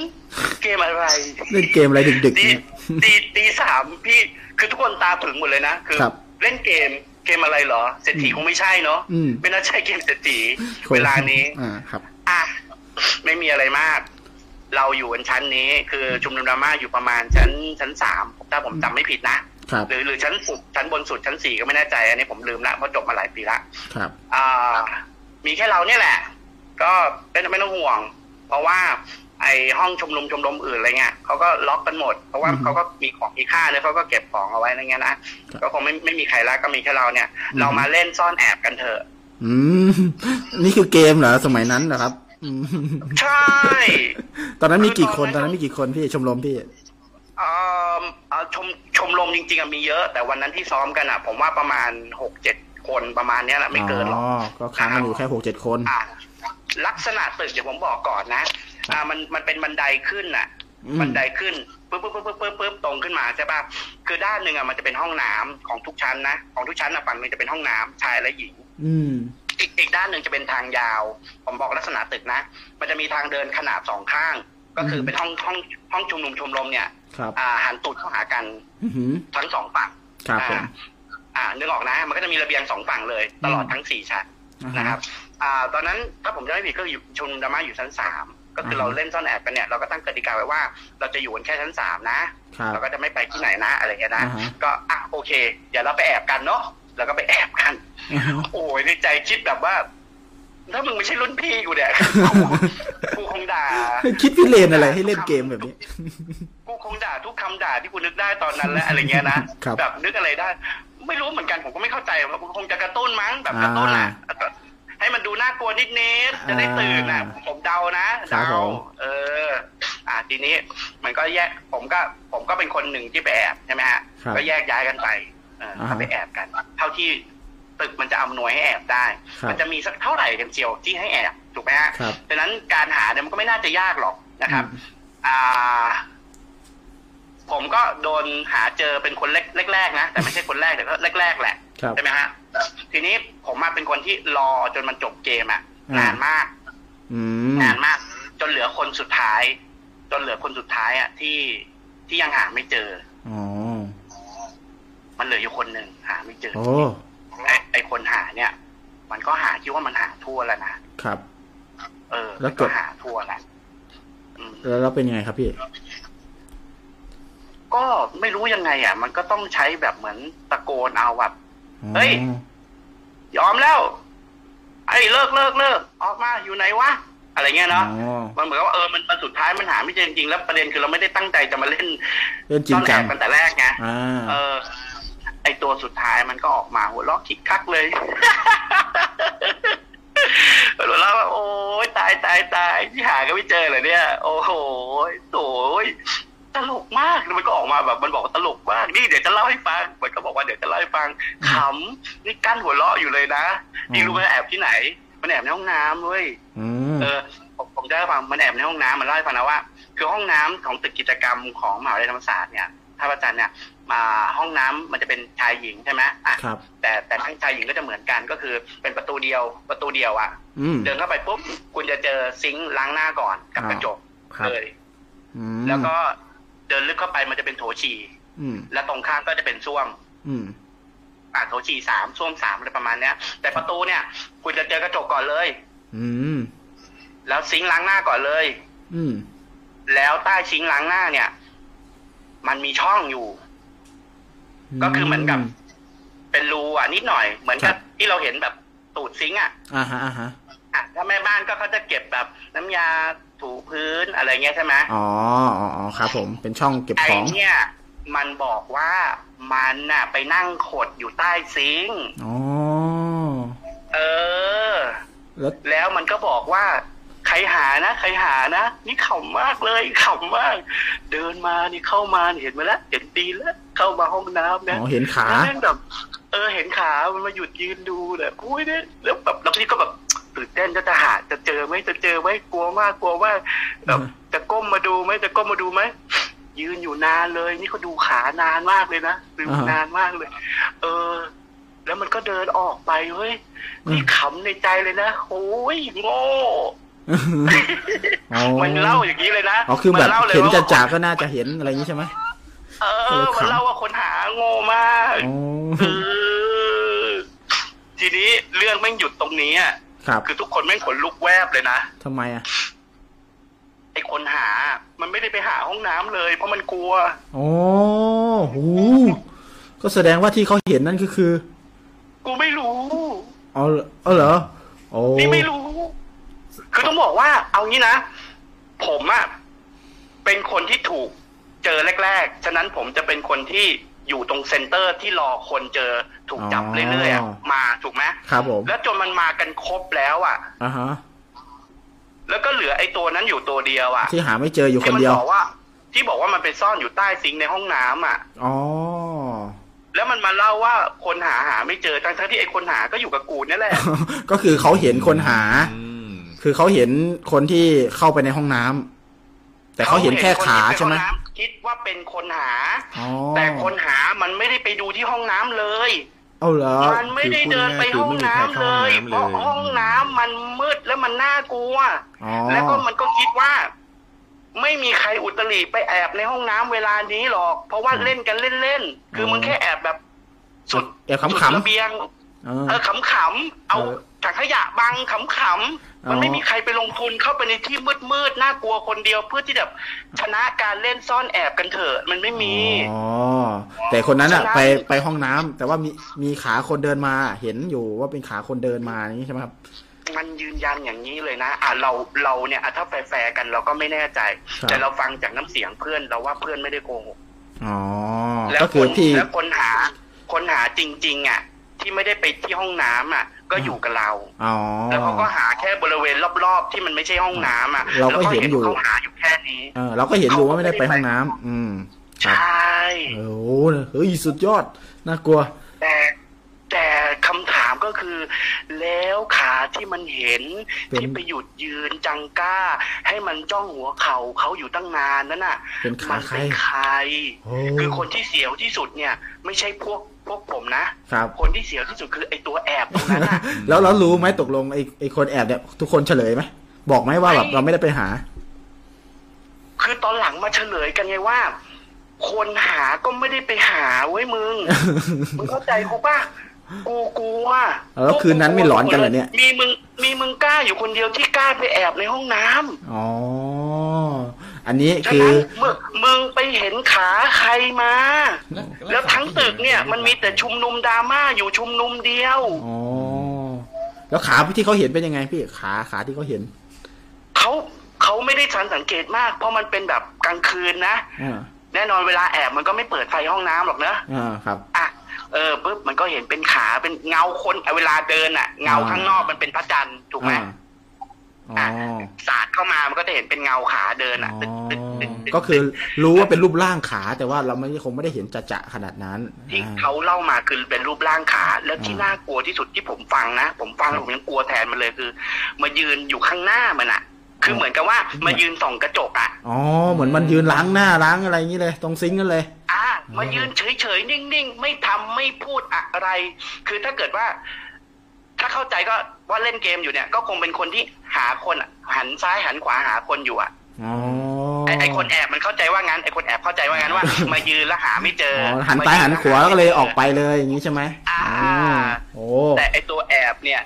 Speaker 5: เกมอะไร
Speaker 1: เล่นเกมอะไรดึกๆ
Speaker 5: ตี
Speaker 1: เนี่ย
Speaker 5: ตีตีสามพี่คือทุกคนตาผึ่งหมดเลยนะคือ
Speaker 1: ครับ
Speaker 5: เล่นเกมเกมอะไรเหรอเศรษฐีคงไม่ใช่เนาะ
Speaker 1: อืม
Speaker 5: ไม่น่าใช่เกมเศรษฐีเวลานี้
Speaker 1: อ่า ครับ
Speaker 5: อ่ะไม่มีอะไรมาก เราอยู่บนชั้นนี้ คือชุมนุมดราม่าอยู่ประมาณชั้นชั้นสามถ้าผมจำไม่ผิดนะครับ หรือหรือชั้นสุดชั้นบนสุดชั้นสี่ก็ไม่แน่ใจ อันนี้ผมลืมละเพราะจบมาหลายปีละ
Speaker 1: ครับ
Speaker 5: อ่ามีแค่เราเนี่ยแหละ ก็ไม่ไม่ต้องห่วง เพราะว่า ไอห้องชมรมชมรมอื่นอะไรเงี้ยเขาก็ล็อกกันหมด เพราะว่า
Speaker 1: อือฮึ
Speaker 5: เขาก็มีของมีค่าเนี่ยเขาก็เก็บของเอาไว้อะไรเงี้ยนะก็คงไม่ไม่มีใครละก็มีแค่เราเนี่ย
Speaker 1: อือฮึ
Speaker 5: เรามาเล่นซ่อนแอบกันเถอะ
Speaker 1: อืม นี่คือเกมเหรอ สมัยนั้นเหรอครับอืม
Speaker 5: ใช่
Speaker 1: ตอนนั้นมีกี่คน ตอนนั้นมีกี่คนพี่ ชมรมพี่
Speaker 5: เอ่อเอาชมชมรมจริงๆอะมีเยอะ แต่วันนั้นที่ซ้อมกันอะผมว่าประมาณหกเจ็ดคนประมาณเนี้ยแหละไม่เกินหรอก
Speaker 1: อ๋อ ก็ค้างกันอยู่แค่หกเจ็ดคน
Speaker 5: อ่ะลักษณะตึกเดี๋ยวผมบอกก่อนนะอ่ามันมันเป็นบันไดขึ้นน่ะ
Speaker 1: อืม
Speaker 5: บันไดขึ้นปึ๊บปึ๊บปึ๊บปึ๊บปึ๊บปึ๊บตรงขึ้นมาใช่ป่ะคือด้านหนึ่งอ่ะมันจะเป็นห้องน้ำของทุกชั้นนะของทุกชั้นอ่ะฝั่งหนึงจะเป็นห้องน้ำชายและหญิง
Speaker 1: อืม
Speaker 5: อีกอีกด้านหนึ่งจะเป็นทางยาว ผมบอกลักษณะตึกนะ มันจะมีทางเดินขนาบสองข้าง ก็คือ
Speaker 1: ม
Speaker 5: เป็นห้องห้องห้องชุมนุมชมรมเนี่ย
Speaker 1: ครับ
Speaker 5: อ่าหันตูดเข้าหากัน
Speaker 1: อือหือ
Speaker 5: ทั้งสองฝั่ง
Speaker 1: ครับผม
Speaker 5: อ่าอ่านึกออกนะ มันก็จะมีระเบียงสองฝั่งเลย ตลอดทั้งสี่ชั้น
Speaker 1: นะ
Speaker 5: นะ
Speaker 1: ค
Speaker 5: ค
Speaker 1: รั
Speaker 5: รับ บ อ่า ตอนนั้นถ้าผมจำไม่ผิดก็อยู่ชมรมดราม่าอยู่ชั้นสาม ก็คือ
Speaker 1: อ่า
Speaker 5: เราเล่นซ่อนแอบกันเนี่ยเราก็ตั้งกติกาไว้ว่าเราจะอยู่กันแค่ชั้นสามนะ
Speaker 1: ครับ
Speaker 5: เราก็จะไม่ไปที่ไหนนะอะไรเงี้ยนะ
Speaker 1: อ่าฮะ
Speaker 5: ก็อ่ะโอเค เดี๋ยวเราไปแอบกันเนาะ แล้วก็ไปแอบกัน โอ้ยในใจคิดแบบว่า ถ้ามึงไม่ใช่รุ่นพี่กู เนี่ย กูกูคงด่า
Speaker 1: คิดพิเรนอะไรให้เล่นเกมแบบนี้
Speaker 5: กูคงด่าทุกคำด่าที่กูนึกได้ตอนนั้นและอะไรเงี้ยนะครับแบบนึกอะไรได้ ไม่รู้เหมือนกันผมก็ไม่เข้าใจว่ากูคงจะกระตุ้นมั้งแบบกระตุ้นอ่ะให้มันดูน่ากลัวนิดนิดๆจะได้ตื่นนะ
Speaker 1: อ่า
Speaker 5: ผมเดานะครับ เดา
Speaker 1: ผม
Speaker 5: เออ อ่ะทีนี้ มันก็แยก ผมก็ ผมก็เป็นคนหนึ่งที่ไปแอบใช่ไหมฮะ
Speaker 1: ครับ
Speaker 5: ก็แยกย้ายกันไปเออ
Speaker 1: อ่าฮะ
Speaker 5: ก็ไปแอบกัน เท่าที่ตึกมันจะอำนวยให้แอบได้
Speaker 1: ครับ
Speaker 5: มัจะมีสักเท่าไหร่กันเจียวที่ให้แอบถูกไหมฮะ
Speaker 1: ครับ
Speaker 5: ดังนั้นการหาเนี่ยมันก็ไม่น่าจะยากหรอกนะครับ
Speaker 1: อืม
Speaker 5: อ่า ผมก็โดนหาเจอเป็นคนแรกแรกๆนะ แต่ไม่ใช่คนแรกแต่ก็แรก ๆ แหละ
Speaker 1: ครับ
Speaker 5: ใช่ไหมฮะ ทีนี้ผมมาเป็นคนที่รอจนมันจบเกมอะ
Speaker 1: อ่าน
Speaker 5: นานมาก
Speaker 1: อืม
Speaker 5: นานมาก จนเหลือคนสุดท้าย จนเหลือคนสุดท้ายอะที่ที่ยังหาไม่เจอ
Speaker 1: อ๋อ
Speaker 5: มันเหลืออยู่คนหนึ่งหาไม่เจอ
Speaker 1: โอ้
Speaker 5: ไอ้ไอคนหาเนี่ย มันก็หาคิดว่ามันหาทั่วแล้วนะครับ เออ
Speaker 1: แล้วก
Speaker 5: ก็
Speaker 1: ด
Speaker 5: หาทั่วแล้วอืม
Speaker 1: แล้วแล้วเป็นยังไงครับพี่
Speaker 5: ก็ไม่รู้ยังไงอ่ะ มันก็ต้องใช้แบบเหมือนตะโกนเอาแบบ เฮ้ย
Speaker 1: อ๋อย
Speaker 5: อมแล้ว ไอ้เลิกเลิกเลิกออกมาอยู่ไหนวะอะไรเงี้ยเนาะ
Speaker 1: อ๋อ
Speaker 5: มันเหมือนกับว่าเออมันมันสุดท้ายมันหาไม่เจอจริงๆแล้วประเด็นคือเราไม่ได้ตั้งใจจะมาเล่น
Speaker 1: เล่นจริ
Speaker 5: ซ่
Speaker 1: ง
Speaker 5: อนแอ
Speaker 1: จัง
Speaker 5: บกันแต่แรกไง
Speaker 1: อ่า
Speaker 5: เออ ไอตัวสุดท้ายมันก็ออกมาหัวเราะคิกคักเลย หัวเราะว่าโอ้ยตายตายตายที่หาก็ไม่เจอเลยเนี่ย โอ้โหโอยตลกมากมันก็ออกมาแบบมันบอกว่าตลกมากนี่เดี๋ยวจะเล่าให้ฟังมันก็บอกว่าเดี๋ยวจะเล่าให้ฟังขำนี่กั้นหัวเราะอยู่เลยนะ
Speaker 1: อืม
Speaker 5: นี่รู้ไหมแอบที่ไหน มันแอบในห้องน้ำเว้ย
Speaker 1: อืม
Speaker 5: เออผมผมได้ฟังมันแอบในห้องน้ำมันเล่าให้ฟังนะว่า คือห้องน้ำของตึกกิจกรรมของมหาวิทยาลัยธรรมศาสตร์เนี่ยท่าประจันทร์เนี่ยมาห้องน้ำมันจะเป็นชายหญิงใช่ไหมอ่ะ
Speaker 1: ครับ
Speaker 5: แต่แต่ทั้งชายหญิงก็จะเหมือนกันก็คือเป็นประตูเดียวประตูเดียวอ่ะ
Speaker 1: อืม
Speaker 5: เดินเข้าไปปุ๊บคุณจะเจอซิงค์ล้างหน้าก่อนกับ
Speaker 1: อ่าก
Speaker 5: กระจก
Speaker 1: ครับ
Speaker 5: เลย
Speaker 1: อืม
Speaker 5: แล้วก็เดินลึกเข้าไปมันจะเป็นโถฉี่
Speaker 1: อืม
Speaker 5: และตรงข้างก็จะเป็นส้วม
Speaker 1: อืม
Speaker 5: อ่าโถฉี่สามส้วมสามอะไรประมาณเนี้ย แต่ประตูเนี่ย คุณจะเจอกระจกก่อนเลย
Speaker 1: อืม
Speaker 5: แล้วซิงค์ล้างหน้าก่อนเลย
Speaker 1: อืม
Speaker 5: แล้วใต้ซิงค์ล้างหน้าเนี่ย มันมีช่องอยู่ ก็คือเหมือนกับ เป็นรูอ่ะนิดหน่อย เหมือนกับ
Speaker 1: ครับ
Speaker 5: ที่เราเห็นแบบตูดซิงค์อ่ะ
Speaker 1: อ่าฮะอ่าฮะ
Speaker 5: อ่ะถ้าแม่บ้านก็เขาจะเก็บแบบน้ำยาถูพื้นอะไรเงี้ยใช่ไหม
Speaker 1: อ๋ออ๋ออ๋อครับผม เป็นช่องเก็บ
Speaker 5: ไอ
Speaker 1: ของ
Speaker 5: เนี่ยมันบอกว่ามันน่ะไปนั่งขดอยู่ใต้ซิงค์
Speaker 1: อ๋อ
Speaker 5: เออ
Speaker 1: แล้ว
Speaker 5: แล้วมันก็บอกว่า ใครหานะใครหานะนี่ขำมากเลยขำมาก เดินมานี่เข้ามาเห็นไหมาแล้วเห็นตีนแล้วเข้ามาห้องน้ำ
Speaker 1: อ๋
Speaker 5: นะ
Speaker 1: อเห็นขา
Speaker 5: แล้วแม่งแบบ เออเห็นขามันมาหยุดยืนดูเลยอุ้ยเนี่ยแล้วแบบแล้วพี่ก็แบบตื่นเต้นจะจะหาจะเจอไหมจะเจอไหมกลัวมากกลัวมากแบบจะก้มมาดูไหมจะก้มมาดูไหมยืนอยู่นานเลย นี่เขาดูขานานมากเลยนะดู
Speaker 1: อ่าฮะ
Speaker 5: นานมากเลย เออ แล้วมันก็เดินออกไปเฮ้ยนี่ขำในใจเลยนะโอ้ยโง่
Speaker 1: อ๋อ
Speaker 5: มันเล่าอย่างนี้เลยนะ
Speaker 1: อ๋อคือแบบ
Speaker 5: มัล่ลย
Speaker 1: เห็น
Speaker 5: ว่า
Speaker 1: จะจ่าก็น่าจะเห็นอะไรอย่างนี้ใช่ไหม
Speaker 5: เอ
Speaker 1: เอ
Speaker 5: อ
Speaker 1: อ
Speaker 5: มัน
Speaker 1: ขำ
Speaker 5: เล่าว่าคนหาโง่มาก
Speaker 1: อ๋อ
Speaker 5: เออทีนี้เรื่องแม่งหยุดตรงนี้อะ
Speaker 1: ครับ
Speaker 5: คือทุกคนแม่งขนลุกแวบเลยนะ
Speaker 1: ทำไมอ่ะ
Speaker 5: ไอ้คนหา มันไม่ได้ไปหาห้องน้ำเลย เพราะมันกลัว
Speaker 1: อ๋อโหก็แสดงว่าที่เขาเห็นนั่นก็คือ
Speaker 5: กูไม่รู้
Speaker 1: อ๋อเออเหรอโอ้
Speaker 5: นี่ไม่รู้ คือต้องบอกว่า เอางี้นะผมอะเป็นคนที่ถูกเจอแรกๆฉะนั้นผมจะเป็นคนที่อยู่ตรงเซ็นเตอร์ที่รอคนเจอถูกจับเรื่อยๆอะมาถูกไหม
Speaker 1: ครับผม
Speaker 5: แล้วจนมันมากันครบแล้วอ่ะ
Speaker 1: อ่าฮะ
Speaker 5: แล้วก็เหลือไอ้ตัวนั้นอยู่ตัวเดียวอ่ะ
Speaker 1: ที่หาไม่เจออยู่คน
Speaker 5: มั
Speaker 1: เดียว
Speaker 5: บอกว่า ที่บอกว่ามันไปซ่อนอยู่ใต้ซิงค์ในห้องน้ำอ่ะ
Speaker 1: อ๋อ
Speaker 5: แล้วมันมาเล่าว่าคนหาหาไม่เจอทั้งทั้งๆที่ไอ้คนหาก็อยู่กับกูนั่นแหละ
Speaker 1: ก็คือเขาเห็นคนหา
Speaker 4: อืม
Speaker 1: คือเขาเห็นคนที่เข้าไปในห้องน้ำ แต่เขาเห็นแค่ขาใช่ไหม
Speaker 5: เขาเนคนที่ปห้องน้ำคิดว่าเป็นคนหา
Speaker 1: อ๋อ
Speaker 5: แต่คนหามันไม่ได้ไปดูที่ห้องน้ำเลย
Speaker 1: เอาเหรอ
Speaker 5: มันไม่ได้เดินไปห้องน้ำเลย
Speaker 3: คือ
Speaker 5: เพ
Speaker 3: พูดง่ายๆคือไม่มีใคร
Speaker 5: ราะ
Speaker 3: เข้าห้องน้ำเลย
Speaker 5: ห้องน้ำมันมืดแล้วมันน่ากลัว
Speaker 1: อ๋อ
Speaker 5: แล้วก็มันก็คิดว่า ไม่มีใครอุตริไปแอบในห้องน้ำเวลานี้หรอก เพราะว่าเล่นกันเล่นๆ คือมึงแค่แอบแบบ สุด
Speaker 1: แอบ
Speaker 5: สุด
Speaker 1: ขำ
Speaker 5: ระเบียง
Speaker 1: ๆเออ
Speaker 5: เออขำๆเอา
Speaker 1: เออ
Speaker 5: ถังขยะบังขำๆมัน
Speaker 1: อ๋อ
Speaker 5: ไม่มีใครไปลงทุนเข้าไปในที่มืดๆน่ากลัวคนเดียวเพื่อที่แบบชนะการเล่นซ่อนแอบกันเถอะมันไม่มี
Speaker 1: อ๋อแต่คนนั้นอะ
Speaker 5: ฉะนั้น
Speaker 1: ไปไปห้องน้ำแต่ว่ามีมีขาคนเดินมา เห็นอยู่ว่าเป็นขาคนเดินมาอย่างนี้ใช่ไหมครับ
Speaker 5: มันยืนยันอย่างนี้เลยนะ อ่ะเราเราเนี่ยอ่ะถ้าแฟร์ๆกันเราก็ไม่แน่ใจ
Speaker 1: ครับ
Speaker 5: แต่เราฟังจากน้ำเสียงเพื่อนเราว่าเพื่อนไม่ได้โกหก
Speaker 1: อ๋อ
Speaker 5: แล้ว
Speaker 1: ก็คือ
Speaker 5: คน
Speaker 1: ที่
Speaker 5: แล้วคนหา คนหาจริง ๆ อ่ะ ที่ไม่ได้ไปที่ห้องน้ำอ่ะ ก็อยู่กับเรา
Speaker 1: อ๋อ
Speaker 5: แล้วเขาก็หาแค่บริเวณรอบๆ ที่มันไม่ใช่ห้องน้ำอ่ะ
Speaker 1: เราก็เห็นอยู่
Speaker 5: แล้วเขาหาอยู่แค่นี้
Speaker 1: เออเราก็เห็นอยู่ว่าไม่ได้ไปห้องน้ำอืมค
Speaker 5: ใช
Speaker 1: รับ่ โอ้โหเฮ้ยสุดยอดน่ากลัว
Speaker 5: แต่แต่คำถามก็คือ แล้วขาที่มันเห็น
Speaker 1: เป็น
Speaker 5: ที่ไปหยุดยืนจังก้า ให้มันจ้องหัวเข่าเขาอยู่ตั้งนานนั่นน่ะ
Speaker 1: เป็นขา
Speaker 5: มั
Speaker 1: ใคร
Speaker 5: เป็นใคร
Speaker 1: โอ้
Speaker 5: คือคนที่เสียวที่สุดเนี่ย ไม่ใช่พวกพวกผมนะ
Speaker 1: ครับ
Speaker 5: คนที่เสียวที่สุดคือไอตัวแอบตรงนั้นน่ะ
Speaker 1: แล้วเรารู้ไหมตกลงไอ้ไอ้คนแอบเนี่ยทุกคนเฉลยไหมบอกไหมว่าแบบเราไม่ได้ไปหา
Speaker 5: คือตอนหลังมาเฉลยกันไงว่า คนหาก็ไม่ได้ไปหาเว้ย มึง มึงเข้าใจกูป่ะกูกลัว
Speaker 1: แล้วคืนนั้นไม่หลอนกันเหรอเนี่ย
Speaker 5: มีมึงมีมึงกล้าอยู่คนเดียวที่กล้าไปแอบในห้องน้ำ
Speaker 1: อ๋อ อันนี้
Speaker 5: ฉะ
Speaker 1: คือ
Speaker 5: นั้นมึงมึงไปเห็นขาใครมา แล้วทั้งตึกเนี่ย มันมีแต่ชุมนุมดราม่าอยู่ชุมนุมเดียว
Speaker 1: อ๋อแล้วขาที่เขาเห็นเป็นยังไงพี่ขาขาที่เขาเห็น
Speaker 5: เขาเขาไม่ได้ทันสังเกตมาก เพราะมันเป็นแบบกลางคืนนะ
Speaker 1: อ่า
Speaker 5: แน่นอนเวลาแอบมันก็ไม่เปิดไฟห้องน้ำหรอกเนอะ
Speaker 1: อ่าครับ
Speaker 5: อ่ะเออปุ๊บมันก็เห็นเป็นขาเป็นเงาคนเวลาเดินอ่ะ เงาข้างนอกมันเป็นพระจันทร์ถูกไหม
Speaker 1: อ่า
Speaker 5: อ่ะ
Speaker 1: อ๋อ
Speaker 5: สาดเข้ามามันก็จะเห็นเป็นเงาขาเดินอ่ะ
Speaker 1: อ๋อ
Speaker 5: ตึกตึกตึกตึ
Speaker 1: ก็คือรู้ว่าเป็นรูปร่างขา แต่ว่าเราไม่คงไม่ได้เห็นจะจะขนาดนั้น
Speaker 5: ที่
Speaker 1: อ่า
Speaker 5: เขาเล่ามาคือเป็นรูปร่างขา แล้วที่
Speaker 1: อ่า
Speaker 5: น่ากลัวที่สุดที่ผมฟังนะ ผมฟังแล้วผมยังกลัวแทนมันเลยคือ มายืนอยู่ข้างหน้ามันอ่ะ คือเหมือนกับว่ามายืนส่องกระจกอ่ะ
Speaker 1: อ๋อเหมือนมันยืนล้างหน้าล้างอะไรอย่างนี้เลย ตรงซิงค์นั่นเลย
Speaker 5: อ่ามายืนเฉยๆ นิ่งๆ ไม่ทำไม่พูดอะไร คือถ้าเกิดว่า ถ้าเข้าใจก็ว่าเล่นเกมอยู่เนี่ย ก็คงเป็นคนที่หาคนอะหันซ้ายหันขวาหาคนอยู่อ่ะ
Speaker 1: อ๋อ
Speaker 5: ไอ้ไอคนแอบมันเข้าใจว่างั้นไอคนแอบเข้าใจว่างั้นว่า มายืนแล้วหาไม่เจอ
Speaker 1: อ๋
Speaker 5: อ
Speaker 1: อหันซ้ายหันขวาแล้วก็เลยออกไปเลยอย่างนี้ใช่ไหม
Speaker 5: อ่า
Speaker 1: โอ้
Speaker 5: แต่ไอตัวแอบเนี่ย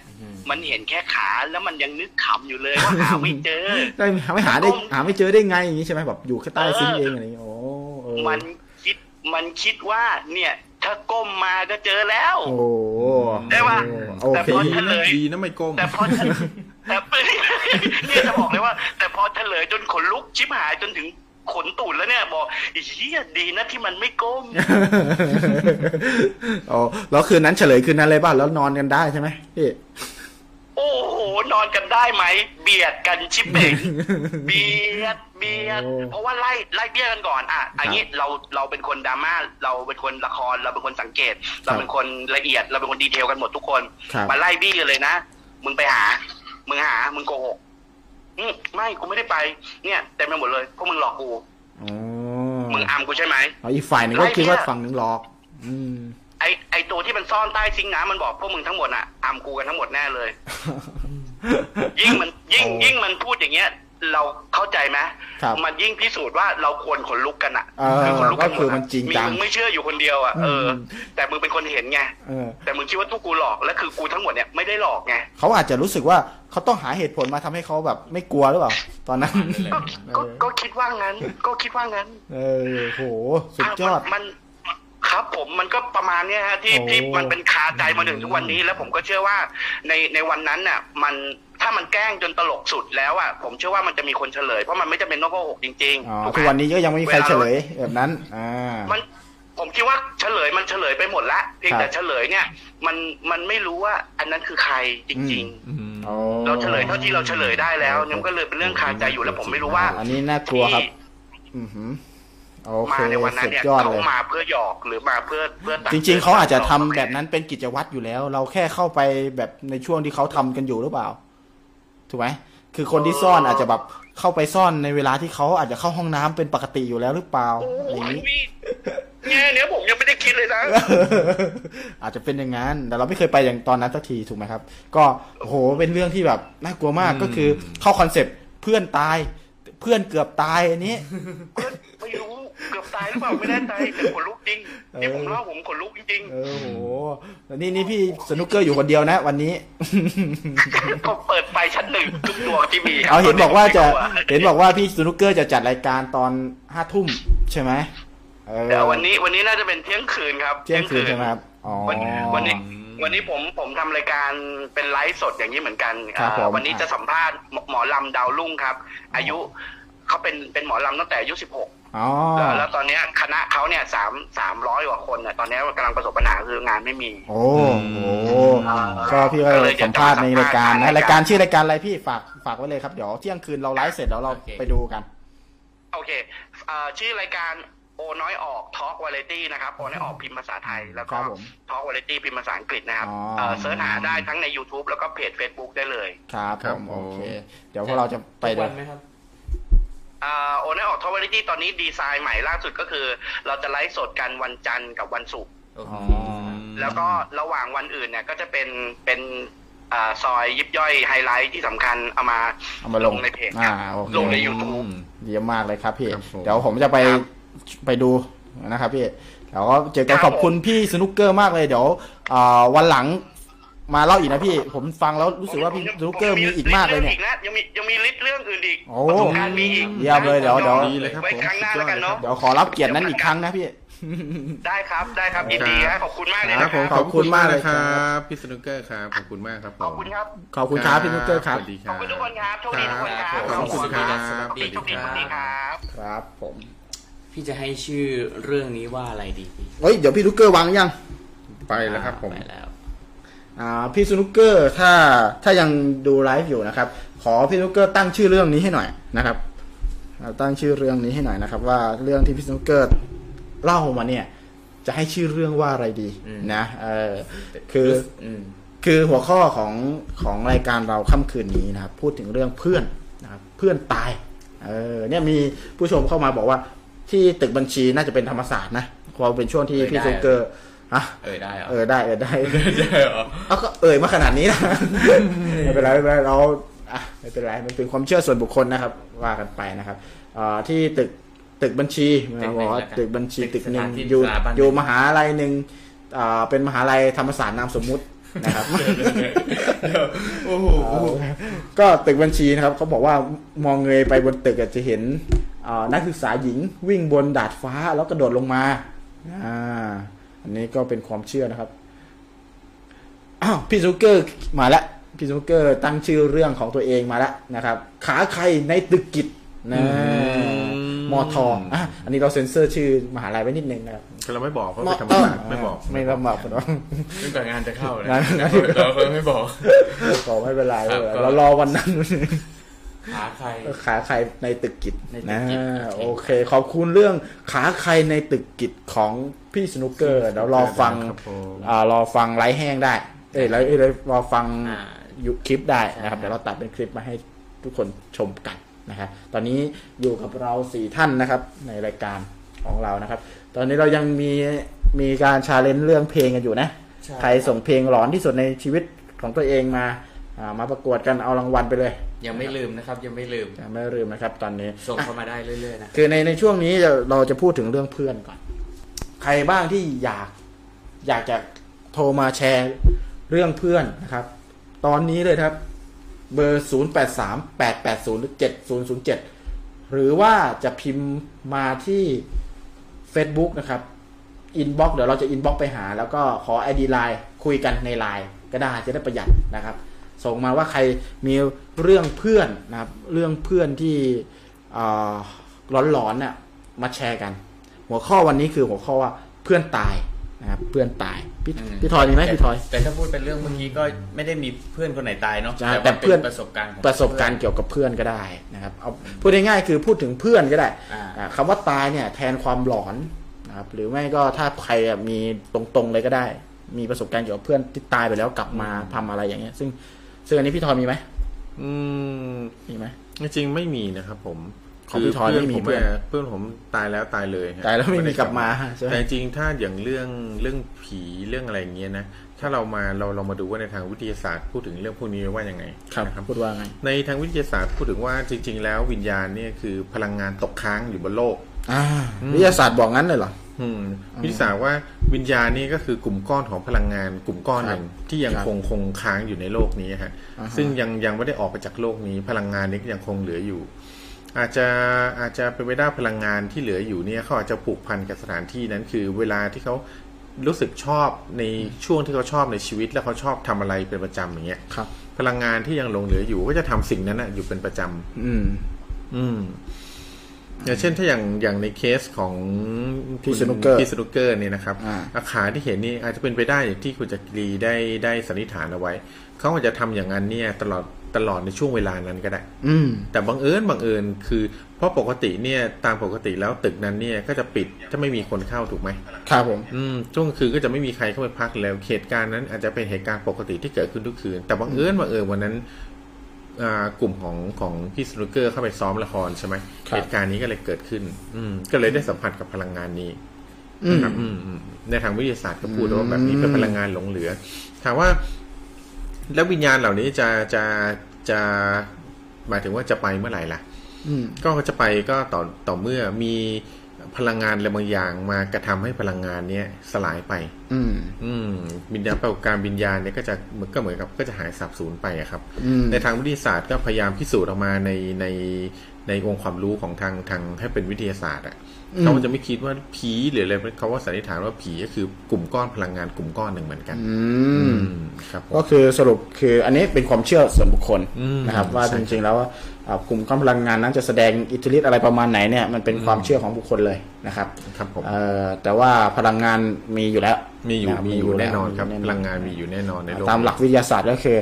Speaker 5: มันเห็นแค่ขาแล้วมันยังนึกขำอยู่เลยว่าหาไม่เจ อ
Speaker 1: ได้หาไม่หาได้หาไม่เจอได้ไงอย่างนี้ใช่ไหมแบบอยู่แค่ใต้ซิงค์เองอะไรอย่างนี้โอ้เออ
Speaker 5: มันคิดมันคิดว่า เนี่ย ถ้าก้มมาก็เจอแล้ว
Speaker 1: โอ้
Speaker 5: ได้ปะ
Speaker 1: โอ
Speaker 5: แต่
Speaker 1: เค
Speaker 5: พอ
Speaker 3: ดีนะดีนะไม่ก้ม
Speaker 5: แต่พอเฉลยแต่เนี่ยจะบอกเลยว่า แต่พอเฉลยจนขนลุกชิบหายจนถึงขนตูดแล้วเนี่ยบอกไอ้เฮียดีนะที่มันไม่ก้ม
Speaker 1: อ๋อแล้วคืนนั้นเฉลยคืนนั้นเลยป่ะแล้วนอนกันได้ใช่ไหมพี่
Speaker 5: โอ้โห นอนกันได้ไหม เบียดกันชิบเป่งเบียดเบ มี
Speaker 1: โอ้
Speaker 5: เพราะว่าไล่ไล่เบี้ยกันก่อนอ่ะอันนี้เราเราเป็นคนดราม่าเราเป็นคนละครเราเป็นคนสังเกต เราเป็นคนละเอียดเราเป็นคนดีเทลกันหมดทุกคน
Speaker 1: ครับ
Speaker 5: มาไล่บี้กันเลยนะ มึงไปหา มึงหา มึงโกหกอืมไม่กูไม่ได้ไป เนี่ยเต็มไปหมดเลยพวกมึงหลอกกู
Speaker 1: อ๋อ
Speaker 5: มึงอามกูใช่ไหม
Speaker 1: เอาอีกฝ่ายหนึ่งก็คิดว่า
Speaker 5: ไล่เบี้ย
Speaker 1: ฝั่งหนึ่งหลอก อืม
Speaker 5: ไอไอตัวที่มันซ่อนใต้ซิงค์น้ำมันบอกพวกมึงทั้งหมดอะอามกูกันทั้งหมดแน่เลย ยิ่งมันยิ่ง
Speaker 1: โอ้
Speaker 5: ยิ่งมันพูดอย่างเงี้ย เราเข้าใจไหม
Speaker 1: ครับ
Speaker 5: มันยิ่งพิสูจน์ว่าเราควรขนลุกกันอะ
Speaker 1: เออ
Speaker 5: ขนลุ
Speaker 1: ก็คือมันจริง
Speaker 5: มี
Speaker 1: จัง
Speaker 5: มึงไม่เชื่ออยู่คนเดียวอะเอออ
Speaker 1: ม
Speaker 5: แต่มึงเป็นคนเห็นไง
Speaker 1: เออ
Speaker 5: แต่มึงคิดว่าทุกกูหลอกและคือกูทั้งหมดเนี่ยไม่ได้หลอกไง
Speaker 1: เขาอาจจะรู้สึกว่าเขาต้องหาเหตุผลมาทำให้เขาแบบไม่กลัวหรือเปล่า ตอนนั้น
Speaker 5: ก็ก็ก็คิดว่างั้น ก็คิดว่างั้น
Speaker 1: เออโห สุดยอด
Speaker 5: ะมันมันครับผมมันก็ประมาณเนี้ยฮะที่
Speaker 1: โอ้
Speaker 5: ที่มันเป็นคาใจมาถึงทุกวันนี้ แล้วผมก็เชื่อว่าในในวันนั้นน่ะ มันถ้ามันแกล้งจนตลกสุดแล้วอ่ะผมเชื่อว่ามันจะมีคนเฉลยเพราะมันไม่จำเป็นต้องโกหกจริง
Speaker 1: อ๋อ
Speaker 5: ๆถูกไหม
Speaker 1: ทุกวันนี้ก็ยังไม่มีใครเฉลยแบบนั้น อ่า
Speaker 5: มันผมคิดว่าเฉลยมันเฉลยไปหมดละเพียง
Speaker 1: ครับ
Speaker 5: แต่เฉลยเนี่ย มันมันไม่รู้ว่าอันนั้นคือใครจริง
Speaker 4: อืม
Speaker 1: โอ้
Speaker 5: ๆ เราเฉลยเท่าที่เราเฉลยได้แล้วเนี่ยมันก็เลยเป็นเรื่องคาใจอยู่แล้วผมไม่รู้ว่า
Speaker 1: อันนี้น่ากลัวครับ อือหือโอเค
Speaker 5: มาในวันนั้
Speaker 1: สุ
Speaker 5: น
Speaker 1: ด
Speaker 5: เนี่ย
Speaker 1: ยอด
Speaker 5: เขา
Speaker 1: เลย
Speaker 5: มาเพื่อหยอกหรือมาเพื่อเพื่อตัก
Speaker 1: จริง ๆ
Speaker 5: ตืน
Speaker 1: เขาอาจจะทำ
Speaker 5: เร
Speaker 1: แบบนั้นเป็นกิจวัตรอยู่แล้ว เราแค่เข้าไปแบบในช่วงที่เขาทำกันอยู่หรือเปล่า ถูกไหมคือคนที่ซ่อนอาจจะแบบเข้าไปซ่อนในเวลาที่เขาอาจจะเข้าห้องน้ำเป็นปกติอยู่แล้วหรือเปล่า
Speaker 5: โอ้
Speaker 1: อะไรอย่างนี้
Speaker 5: โหเนี่ยเนี่ยผมยังไม่ได้คิดเลยนะ
Speaker 1: อาจจะเป็นอย่างนั้น แต่เราไม่เคยไปอย่างตอนนั้นสักทีถูกไหมครับ ก็โอ้โหเป็นเรื่องที่แบบน่ากลัวมากก็คือเข้าคอนเซปต์เพื่อนตาย เพื่อนเกือบตายอันนี้
Speaker 5: ไม่รู้เกือบตายหรือเปล่าไม่แน่ใจแต่ขนลุกจริงนี่ผมเล่าผมขนลุกจริง
Speaker 1: เออโอ้โหแต่นี่นี่พี่สนุกเกอร์อยู่คนเดียวนะวันนี้
Speaker 5: ๆผมเปิดไฟชั้นหนึ่งทุกดวงที่มี
Speaker 1: เอาเห็นบอกว่าจะ
Speaker 5: ผมไม่กลัว
Speaker 1: เห็นบอกว่าพี่สนุกเกอร์จะจัดรายการตอนห้าทุ่มใช่ไหมเออ
Speaker 5: เดี๋ยววันนี้วันนี้น่าจะเป็นเที่ยงคืนครับ
Speaker 1: เที่ยงคืนใช่ไหมครับอ๋อ
Speaker 5: วันวันนี้ วันนี้ผมผมทำรายการเป็นไลฟ์สดอย่างนี้เหมือนกัน
Speaker 1: ครับผม
Speaker 5: อ่าวันนี้จะสัมภาษณ์หมอหมอลำดาวรุ่งครับ อายุเขาเป็นเป็นหมอลำตั้งแต่อายุสิบหก
Speaker 1: อ๋อ
Speaker 5: แล้วแล้วตอนเนี้ยคณะเขาเนี่ยสามสามร้อยกว่าคนน่ะตอนเนี้ยกำลังประสบปัญหาคืองานไม่มี
Speaker 1: โอ้โหก็พี่ก็
Speaker 5: ก็เลย
Speaker 1: สัมภาษณ์ในรายการนะ
Speaker 5: จะมาสัมภาษณ์
Speaker 1: รายการชื่อรายการอะไรพี่ฝากฝากไว้เลยครับเดี๋ยวเที่ยงคืนเราไลฟ์เสร็จแล้วเรา
Speaker 2: โอเค
Speaker 1: ไปดูกัน
Speaker 5: โอเคเอ่อชื่อรายการโอน้อยออกทอล์กวาไรตี้นะครับโอน้อยออกพิมพ์ภาษาไทย แล้ว
Speaker 1: ค
Speaker 5: ก็
Speaker 1: รับผม
Speaker 5: ทอล์กวาไรตี้พิมพ์ภาษาอังกฤษนะครับ
Speaker 1: อ๋อ
Speaker 5: เอ่อเสิร์ชหาได้ทั้งใน YouTube แล้วก็เพจ Facebook ได้เลย
Speaker 1: ครับ
Speaker 3: ค
Speaker 1: ผ
Speaker 3: รับ
Speaker 1: มโอเค
Speaker 3: ผม
Speaker 1: เดี๋ยวพวกเราจะไป
Speaker 2: ทุก
Speaker 1: ดู
Speaker 2: วันไหมครับ
Speaker 5: เอ่อโอน้อยออกทอล์กวาไรตี้ตอนนี้ดีไซน์ใหม่ล่าสุดก็คือ เราจะไลฟ์สดกันวันจันทร์กับวันศุกร์
Speaker 2: โอ
Speaker 1: อ๋อ
Speaker 2: เค
Speaker 5: แล้วก็ระหว่างวันอื่นเนี่ยก็จะเป็นเป็นอ่าซอยยิบย่อยไฮไลท์ที่สำคัญเอามา
Speaker 1: เอามาลง
Speaker 5: ในเพจ
Speaker 1: อ่า
Speaker 5: ครับ
Speaker 1: โอเค
Speaker 5: ลงใน YouTube
Speaker 1: เยี่ยมมากเลยครับพี่
Speaker 3: ครับผม
Speaker 1: เดี๋ยวผมจะไป
Speaker 5: ครับ
Speaker 1: ไปดูนะครับพี่แล้วก็เจอกัน
Speaker 5: ครับ
Speaker 1: ขอบคุณพี่สนุกเกอร์มากเลยเดี๋ยวอ่าวันหลังมาเล่าอีกนะพี่ ผมฟังแล้วรู้สึกว่าพี่สนุกเกอร์มีอีกมากเลยเนี่ย
Speaker 5: งะยังมียังมีลิสต์เรื่องอื่นอีก
Speaker 1: โอ้
Speaker 5: ประสบการณ์มีอีก
Speaker 1: เยี่ยมเลยเดี๋ยวเดี๋ยว
Speaker 3: ดีเลยครับ
Speaker 5: ไว้
Speaker 3: ผม
Speaker 5: ครั้งหน้าแล้วกันเนาะ
Speaker 1: เดี๋ยวขอรับเกียรตินั้นอีกครั้งนะพี่
Speaker 5: ได้ครับได้ครับยินดีครับขอบคุณมากเลย
Speaker 3: ครั
Speaker 5: นะ
Speaker 3: บ
Speaker 5: ค
Speaker 3: ผมข
Speaker 5: รับ
Speaker 3: อบคุณมากเล
Speaker 1: ขอบ
Speaker 3: ย
Speaker 1: คุณมากเลยค
Speaker 3: ค
Speaker 1: รั
Speaker 3: รับ บพี่สนุกเกอร์ครับขอบคุณมากครับผม
Speaker 5: ขอบคุณครับ
Speaker 1: ขอบคุณครับพี่สนุกเกอร์ครับ
Speaker 3: สวัสดีค
Speaker 5: ข
Speaker 3: รั
Speaker 5: อบบ คุณทุกคนครับโชคดีทุกคนครับ
Speaker 3: ขอบคุณครับ
Speaker 5: สวัสดีโชคดีสวัสดีครับ
Speaker 1: ครับผม
Speaker 2: พี่จะให้ชื่อเรื่องนี้ว่าอะไรดีพี่
Speaker 1: เฮ้ยเดี๋ยวพี่สนุกเกอร์วางยัง
Speaker 3: ไปแล้วครับผม
Speaker 2: ไปแล้ว
Speaker 1: อ่าพี่สนุกเกอร์ถ้าถ้ายังดูไลฟ์อยู่นะครับ ขอพี่สนุกเกอร์ตั้งชื่อเรื่องนี้ให้หน่อยนะครับอ่าตั้งชื่อเรื่องนี้ให้หน่อยนะครับ ว่าเรื่องที่พี่สนุกเกอร์เล่ามาเนี่ย จะให้ชื่อเรื่องว่าอะไรดี
Speaker 2: อืม
Speaker 1: นะเออคือ
Speaker 2: อืม
Speaker 1: คือหัวข้อของของรายการเราค่ำคืนนี้นะครับ พูดถึงเรื่องเพื่อนนะครับเพื่อนตายเออเนี่ยมีผู้ชมเข้ามาบอกว่าที่ตึกบัญชีน่าจะเป็นธรรมศาสตร์นะเพอเป็นช่วงที่
Speaker 2: เออ
Speaker 1: พี่
Speaker 2: ได้
Speaker 1: สนุกเกอร์ฮะ
Speaker 2: เออได้เหรอ
Speaker 1: เออได้เออได้
Speaker 2: ได้เหรอ
Speaker 1: เอาก็เอ่ยมาขนาดนี้นะ ไม่เป็นไรไม่เป็นไรเราอ่ะไม่เป็นไรมันเป็นความเชื่อส่วนบุคคลนะครับ ว่ากันไปนะครับเอ่อที่ตึกตึกบัญชี
Speaker 2: ตึ
Speaker 1: นะ
Speaker 2: กไหน
Speaker 1: บอกว่า
Speaker 2: แล้วกัน
Speaker 1: ตึกบัญชี
Speaker 2: ตึ
Speaker 1: ตึ
Speaker 2: ก
Speaker 1: กหนึ่ง
Speaker 2: สถานที่
Speaker 1: อยู่
Speaker 2: สถาบัน
Speaker 1: อยู่มหาลัยหนึ่งอ่าเป็นมหาลัยธรรมศาสตร์นามสมมุตินะครับ
Speaker 2: โอ้โห
Speaker 1: ก็ตึกบัญชีนะครับเขาบอกว่ามองเงยไปบนตึกอะจะเห็นเอ่อนักศึกษาหญิงวิ่งบนดาดฟ้าแล้วกระโดดลงมาอ่าอันนี้ก็เป็นความเชื่อนะครับอ้าวพี่ซูเกอร์มาแล้วพี่ซูเกอร์ตั้งชื่อเรื่องของตัวเองมาแล้วนะครับ ขาใครในตึกกิจนะมอทออ่ะอันนี้เราเซ็นเซอร์ชื่อมหาลัยไว้นิดนึงนะครับ
Speaker 3: คือเราไม่บอกเพราะ
Speaker 1: ม
Speaker 3: เป็นธรรม
Speaker 1: อ
Speaker 3: ศาสตร์ไม่บอก
Speaker 1: ไม่ต้องบอกเนอะ
Speaker 4: เรื่องแต่งงานจะเข้าเลย
Speaker 1: งาน
Speaker 4: เราเราไม่บอก
Speaker 1: บอกไม่เป็นไร
Speaker 4: ครับก็
Speaker 1: เรารอวันนั้น
Speaker 2: ขาใคร
Speaker 1: ขาใครในตึกกิจ
Speaker 2: ในตึ
Speaker 1: นะ
Speaker 2: กกิจ
Speaker 1: โอ
Speaker 2: โอเค
Speaker 1: เค ขอบคุณเรื่องขาใครในตึกกิจของพี่สนุกเกอร์เดี๋ยวรอฟัง
Speaker 3: ครับผม
Speaker 1: อ่ารอฟังไลฟ์แห้งได้ เอ้ยไลฟ์เอ้ยไลฟ์รอฟัง
Speaker 2: อ่า
Speaker 1: ยุคคลิปได้นะครับ
Speaker 2: ใช่
Speaker 1: เดี๋ยวเราตัดเป็นคลิปมาให้ทุกคนชมกันนะครับตอนนี้อยู่กับเราสี่ท่านนะครับ ในรายการของเรานะครับ ตอนนี้เรายังมีมีการชาเลนจ์เรื่องเพลงกันอยู่นะ
Speaker 2: ใช่
Speaker 1: ใครส่งเพลงหลอนที่สุดในชีวิตของตัวเองมาอ่ามาประกวดกันเอารางวัลไปเลย
Speaker 2: ยังไม่ลืมนะครับ ยังไม่ลืม
Speaker 1: ยังไม่ลืมนะครับ ตอนนี้
Speaker 2: ส่ง
Speaker 1: อ่ะ
Speaker 2: เข้ามาได้เรื่อยๆนะ
Speaker 1: คือในในช่วงนี้จะเราจะพูดถึงเรื่องเพื่อนก่อน ใครบ้างที่อยาก อยากจะโทรมาแชร์เรื่องเพื่อนนะครับ ตอนนี้เลยครับ เบอร์ 0 8 3 8 8 0หรือ7007 หรือว่าจะพิมพ์มาที่ Facebook นะครับ อินบ็อกเดี๋ยวเราจะอินบ็อกไปหา แล้วก็ขอ ID Line คุยกันใน Line ก็ได้จะได้ประหยัดนะครับ ส่งมาว่าใครมีเรื่องเพื่อนนะครับ เรื่องเพื่อนที่ร้อนร้อนๆน่ะมาแชร์กัน หัวข้อวันนี้คือหัวข้อว่าเพื่อนตายนะครับเพื่อนตาย พี่
Speaker 2: อืม
Speaker 1: พี่ทอยมีไหมพี่ทอย
Speaker 2: แต่ถ้าพูดเป็นเรื่องเมื่อกี้ก็ไม่ได้มีเพื่อนคนไหนตายเนาะ
Speaker 1: ใช่
Speaker 2: แต่
Speaker 1: แต่
Speaker 2: ว่า
Speaker 1: เพื่
Speaker 2: เป็
Speaker 1: อน
Speaker 2: นประสบการณ์ของ
Speaker 1: ประสบการณ์เกี่ยวกับเพื่อนก็ได้นะครับเอาพูดง่ายๆคือพูดถึงเพื่อนก็ได้
Speaker 2: อ่า
Speaker 1: อ่าคำาว่าตายเนี่ยแทนความหลอนนะครับหรือไม่ก็ถ้าใครอ่ะมีตรงๆเลยก็ได้ มีประสบการณ์เกี่ยวกับเพื่อนที่ตายไปแล้วกลับมาทำอะไรอย่างเงี้ย ซึ่งซึ่งอันนี้พี่ทอยมีไหม
Speaker 3: อืม
Speaker 1: มีไหม
Speaker 3: จริงๆไม่มีนะครับผม
Speaker 1: ของพี่ทอย
Speaker 3: คื
Speaker 1: ไม่มี
Speaker 3: เพื่อนผมอะเพื่อนผมตายแล้วตายเลยฮะ
Speaker 1: ตายแล้วไม่มี
Speaker 3: ด้
Speaker 1: กลับมาใช่ไหม
Speaker 3: แต่จริงๆถ้าอย่างเรื่องเรื่องผีเรื่องอะไรอย่างเงี้ยนะถ้าเรามาเราเรามาดูว่าในทางวิทยาศาสตร์พูดถึงเรื่องพวกนี้ว่ายังไงนะ
Speaker 1: พูดว่าไง
Speaker 3: ในทางวิทยาศาสตร์พูดถึงว่าจริง ๆ แล้ววิญญาณเนี่ยคือพลังงานตกค้างอยู่บนโลก
Speaker 1: อ่าวิทยาศาสตร์บอกงั้นเลยเหรอ
Speaker 3: อืมวิทยาศาสตร์ว่าวิญญาณนี่ก็คือกลุ่มก้อนของพลังงานกลุ่มก้อนหนึ่งที่ยัง
Speaker 1: ครับ
Speaker 3: คงคงค้างอยู่ในโลกนี้ฮะ
Speaker 1: อ่าฮะ
Speaker 3: ซึ่งยังยังไม่ได้ออกไปจากโลกนี้ พลังงานนี้ก็ยังคงเหลืออยู่ อาจจะอาจจะเป็นไปได้พลังงานที่เหลืออยู่เนี่ยเขาอาจจะผูกพันกับสถานที่นั้น คือเวลาที่เขารู้สึกชอบในช่วงที่เขาชอบในชีวิต แล้วเขาชอบทำอะไรเป็นประจำอย่างเงี้ย
Speaker 1: ครับ
Speaker 3: พลังงานที่ยังหลงเหลืออยู่ก็จะทำสิ่งนั้นนะอยู่เป็นประจำ
Speaker 1: อืม
Speaker 3: อืมอย่างเช่นถ้าอย่างอย่างในเคสของ
Speaker 1: พี่
Speaker 3: คุณ
Speaker 1: สนุกเกอร์
Speaker 3: พี่สนุกเกอร์เนี่ยนะครับ
Speaker 1: อ่า
Speaker 3: อาคารที่เห็นนี่อาจจะเป็นไปได้อย่างที่คุณจักรีได้ได้สันนิษฐานเอาไว้ เขาอาจจะทำอย่างนั้นเนี่ย ตลอดตลอดในช่วงเวลานั้นก็ได้
Speaker 1: อืม
Speaker 3: แต่บังเอิญบังเอิญคือ เพราะปกติเนี่ยตามปกติแล้วตึกนั้นเนี่ยก็จะปิดถ้าไม่มีคนเข้าถูกไหม
Speaker 1: ครับผม
Speaker 3: อืมช่วงคืนก็จะไม่มีใครเข้าไปพักแล้วเหตุการณ์นั้นอาจจะเป็นเหตุการณ์ปกติที่เกิดขึ้นทุกคืน แต่บังเอิญบังเอิญวันนั้นอ่ากลุ่มของของพี่สนุกเกอร์เข้าไปซ้อมละครใช่ไหม
Speaker 1: ครับ
Speaker 3: เหตุการณ์นี้ก็เลยเกิดขึ้น อืมก็เลยได้สัมผัสกับพลังงานนี้
Speaker 1: อืม
Speaker 3: นะครับอืมอืมในทางวิทยาศาสตร์ก็พูดว่าแบบนี้
Speaker 1: อืม
Speaker 3: เป็นพลังงานหลงเหลือ ถามว่า แล้ววิญญาณเหล่านี้จะจะจะหมายถึงว่าจะไปเมื่อไหร่ล่ะ
Speaker 1: อืม
Speaker 3: ก็จะไปก็ต่อต่อเมื่อมีพลังงานอะไรบางอย่างมากระทำให้พลังงานเนี้ยสลายไป
Speaker 1: อืม
Speaker 3: อืมวิญญาณปรากฏการณ์วิญญาณเนี่ยก็จะเหมือนก็เหมือนกับก็จะหายสับสูญไปอะครับ
Speaker 1: อืม
Speaker 3: ในทางวิทยาศาสตร์ก็พยายามพิสูจน์ออกมาในในในองค์ความรู้ของทางทางให้เป็นวิทยาศาสตร์อ่ะ
Speaker 1: อืม
Speaker 3: เขาจะไม่คิดว่าผีหรืออะไรเขาว่าสันนิษฐานว่าผีก็คือกลุ่มก้อนพลังงานกลุ่มก้อนหนึ่งเหมือนกัน
Speaker 1: อื
Speaker 3: อื
Speaker 1: ม
Speaker 3: มครับผม
Speaker 1: ก็คือสรุปคืออันนี้เป็นความเชื่อส่วนบุคคล
Speaker 3: อืม
Speaker 1: นะครับว่าจ
Speaker 3: ใช่ครับ
Speaker 1: ริงๆแล้วว่าอ่ากลุ่มก้อนพลังงานนั้นจะแสดงอิทธิฤทธิ์อะไรประมาณไหนเนี่ยมันเป็นความเชื่อของบุคคลเลยนะครับ
Speaker 3: ครับผม
Speaker 1: เอ่อแต่ว่าพลังงานมีอยู่แล้ว
Speaker 3: มีอยู่
Speaker 1: ะครับ
Speaker 3: มีอยู่แน่นอนครับ
Speaker 1: มี
Speaker 3: พ
Speaker 1: ยู่
Speaker 3: ลังงานมีอยู่แน่นอนในโลก
Speaker 1: ตามหลักวิทยาศาสตร์ก็คือ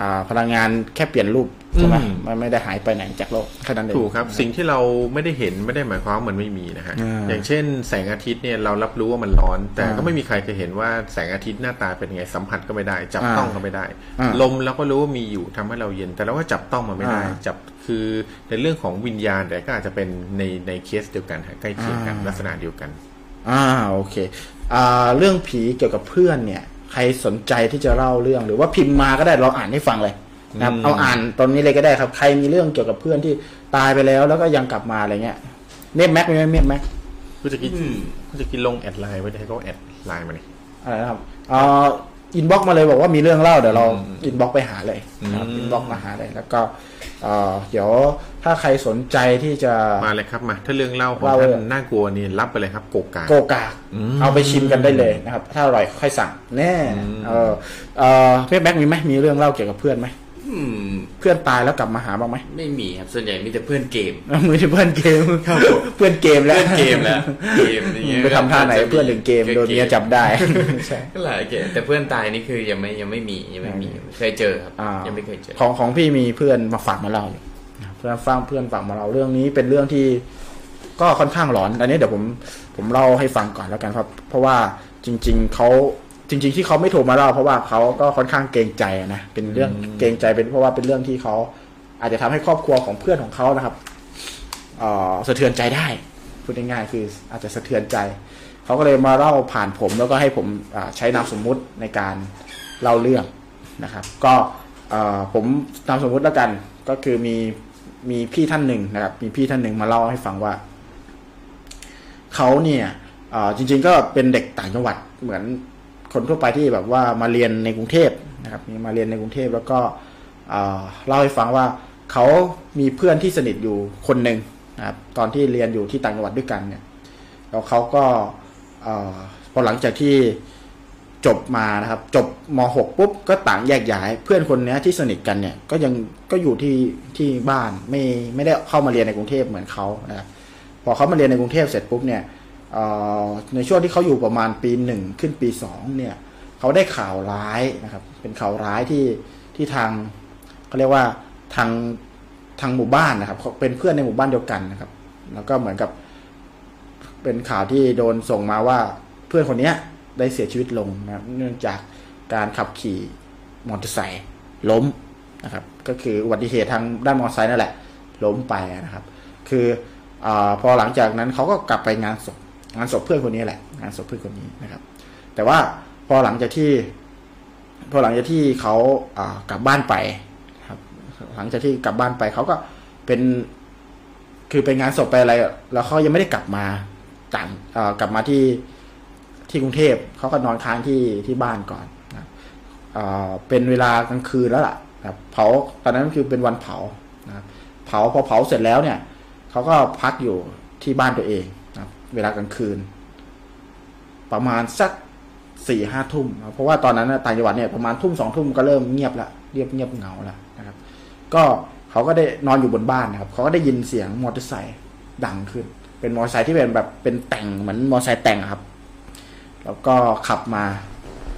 Speaker 1: อ่าพลังงานแค่เปลี่ยนรูปใช่ไหม
Speaker 3: อืม
Speaker 1: มันไม่ได้หายไปไหนจากโลกแค่นั้นเอง
Speaker 3: ถูกครับสิ่งที่เราไม่ได้เห็นไม่ได้หมายความว่ามันไม่มีนะฮะ
Speaker 1: อ่า
Speaker 3: อย่างเช่น แสงอาทิตย์เนี่ยเรารับรู้ว่ามันร้อน แต่
Speaker 1: อ่า
Speaker 3: ก็ไม่มีใครเคยเห็นว่าแสงอาทิตย์หน้าตาเป็นไงสัมผัสก็ไม่ได้ จับ
Speaker 1: อ่า
Speaker 3: ต้องก็ไม่ได้
Speaker 1: อ่า
Speaker 3: ลมเราก็รู้ว่ามีอยู่ทำให้เราเย็น แต่เราก็จับต้องมันไม่ได้
Speaker 1: อ่า
Speaker 3: จับคือในเรื่องของวิญญาณแต่ก็อาจจะเป็นในในเคสเดียวกันฮะใกล้เคียงกัน
Speaker 1: อ่า
Speaker 3: ลักษณะเดียวกัน
Speaker 1: อ่าโอเคอ่าเรื่องผีเกี่ยวกับเพื่อนเนี่ย ใครสนใจที่จะเล่าเรื่องหรือว่าพิมพ์มาก็ได้เราอ่านให้ฟังเลยนะครับ
Speaker 3: อืม
Speaker 1: เอาอ่านตอนนี้เลยก็ได้ครับ ใครมีเรื่องเกี่ยวกับเพื่อนที่ตายไปแล้วแล้วก็ยังกลับมาอะไรเงี้ยเนมแม็กมีไหมเนมแม็ก
Speaker 3: คุณจะกินคุณจะกินลงแอดไลน์ไว้ให้เขาแอดไลน์มาเลย
Speaker 1: อะไรนะครับเอ่ออินบ็อกมาเลยบอกว่ามีเรื่องเล่าเดี๋ยวเราอินบ็อกไปหาเลยนะครับ
Speaker 3: อืม
Speaker 1: อินบ็อกมาหาเลยแล้วก็เอ่อเดี๋ยวถ้าใครสนใจที่จะ
Speaker 3: มาเลยครับมาถ้าเรื่องเล่าของ
Speaker 1: เล่า
Speaker 3: ท่า
Speaker 1: เลย
Speaker 3: นน่ากลัวนี่รับไปเลยครับโกกา
Speaker 1: โกกาก
Speaker 3: อืม
Speaker 1: เอาไปชิมกันได้เลยนะครับ ถ้าอร่อยค่อยสั่งแน่
Speaker 3: อืม
Speaker 1: เออเอ่อเพื่อนแม็กมีไหมมีเรื่องเล่าเกี่ยวกับเพื่อนไหม
Speaker 2: อืม
Speaker 1: เพื่อนตายแล้วกลับมาหาบ้างไหม
Speaker 2: ไม่มีครับส่วนใหญ่มีแต่เพื่อนเกม
Speaker 1: มือที่เพื่อนเกม เพื่อนเกมแล้ว
Speaker 2: เพื่อนเกมแล้วเกมอย่างเงี้ย
Speaker 1: ไปทำท่าไหนเพื่อนถึงเกมโดนเมียจับได้ ใช่
Speaker 2: ก็หลายเกมแต่เพื่อนตายนี่คือยังไม่ยังไม่มียังไม่มีเคยเจอครับ
Speaker 1: อ่า
Speaker 2: ยังไม่เคยเจอ
Speaker 1: ของของพี่มีเพื่อนมาฝากมาเล่าอยู่ เพื่อนฟังเพื่อนฝากมาเราเรื่องนี้เป็นเรื่องที่ก็ค่อนข้างหลอน อันนี้เดี๋ยวผมผมเล่าให้ฟังก่อนแล้วกันครับ เพราะว่าจริง ๆเขาจริง ๆ ที่เขาไม่โทรมาเล่าเพราะว่าเขาก็ค่อนข้างเกรงใจอะนะเป็นเรื่องเกรงใจเป็นเพราะว่าเป็นเรื่องที่เขาอาจจะทำให้ครอบครัวของเพื่อนของเขานะครับเอ่อสะเทือนใจได้พูดง่ายๆคืออาจจะสะเทือนใจเขาก็เลยมาเล่าผ่านผมแล้วก็ให้ผมอ่าใช้นามสมมุติในการเล่าเรื่องนะครับ ก็เอ่อผมนามสมมุติแล้วกันก็คือมีมีพี่ท่านหนึ่งนะครับ มีพี่ท่านหนึ่งมาเล่าให้ฟังว่า เขาเนี่ยเอ่อจริง ๆ ก็เป็นเด็กต่างจังหวัดเหมือนคนทั่วไปที่แบบว่ามาเรียนในกรุงเทพนะครับมีมาเรียนในกรุงเทพแล้วก็เอ่อเล่าให้ฟังว่าเขามีเพื่อนที่สนิทอยู่คนหนึ่งนะครับตอนที่เรียนอยู่ที่ต่างจังหวัดด้วยกันเนี่ยแล้วเขาก็เอ่อพอหลังจากที่จบมานะครับ จบม .6 ปุ๊บก็ต่างแยกย้าย เพื่อนคนเนี้ยที่สนิทกันเนี่ยก็ยังก็อยู่ที่ที่บ้านไม่ไม่ได้เข้ามาเรียนในกรุงเทพเหมือนเขานะครับ พอเขามาเรียนในกรุงเทพเสร็จปุ๊บเนี่ยเอ่อในช่วงที่เขาอยู่ประมาณปีหนึ่งขึ้นปีสองเนี่ยเขาได้ข่าวร้ายนะครับ เป็นข่าวร้ายที่ที่ทางเขาเรียกว่าทางทางหมู่บ้านนะครับเขาเป็นเพื่อนในหมู่บ้านเดียวกันนะครับ แล้วก็เหมือนกับ เป็นข่าวที่โดนส่งมาว่าเพื่อนคนเนี้ยได้เสียชีวิตลงนะครับเนื่องจากการขับขี่มอเตอร์ไซค์ล้มนะครับ ก็คืออุบัติเหตุทางด้านมอเตอร์ไซค์นั่นแหละ ล้มไปนะครับ คืออาพอหลังจากนั้นเขาก็กลับไปงานศพงานศพเพื่อนคนนี้แหละ งานศพเพื่อนคนนี้นะครับ แต่ว่าพอหลังจากที่ พอหลังจากที่เขาอ่ากลับบ้านไปนะครับ หลังจากที่กลับบ้านไปเขาก็เป็น คือไปงานศพไปอะไร แล้วเขายังไม่ได้กลับมาต่างเอ่อกลับมาที่ที่กรุงเทพเขาก็นอนค้างที่ที่บ้านก่อนนะครับเอ่อเป็นเวลากลางคืนแล้วล่ะนะครับเผาตอนนั้นคือเป็นวันเผานะครับเผาพอเผาเสร็จแล้วเนี่ยเขาก็พักอยู่ที่บ้านตัวเองนะครับเวลากลางคืน ประมาณสักสี่ห้าทุ่มนะครับเพราะว่าตอนนั้นน่ะต่างจังหวัดเนี่ยประมาณทุ่มสองทุ่มก็เริ่มเงียบละเรียบเงียบเหงาละนะครับ ก็เขาก็ได้นอนอยู่บนบ้านนะครับเขาก็ได้ยินเสียงมอเตอร์ไซค์ดังขึ้น เป็นมอเตอร์ไซค์ที่เป็นแบบเป็นแต่งเหมือนมอเตอร์ไซค์แต่งอะครับ แล้วก็ขับมา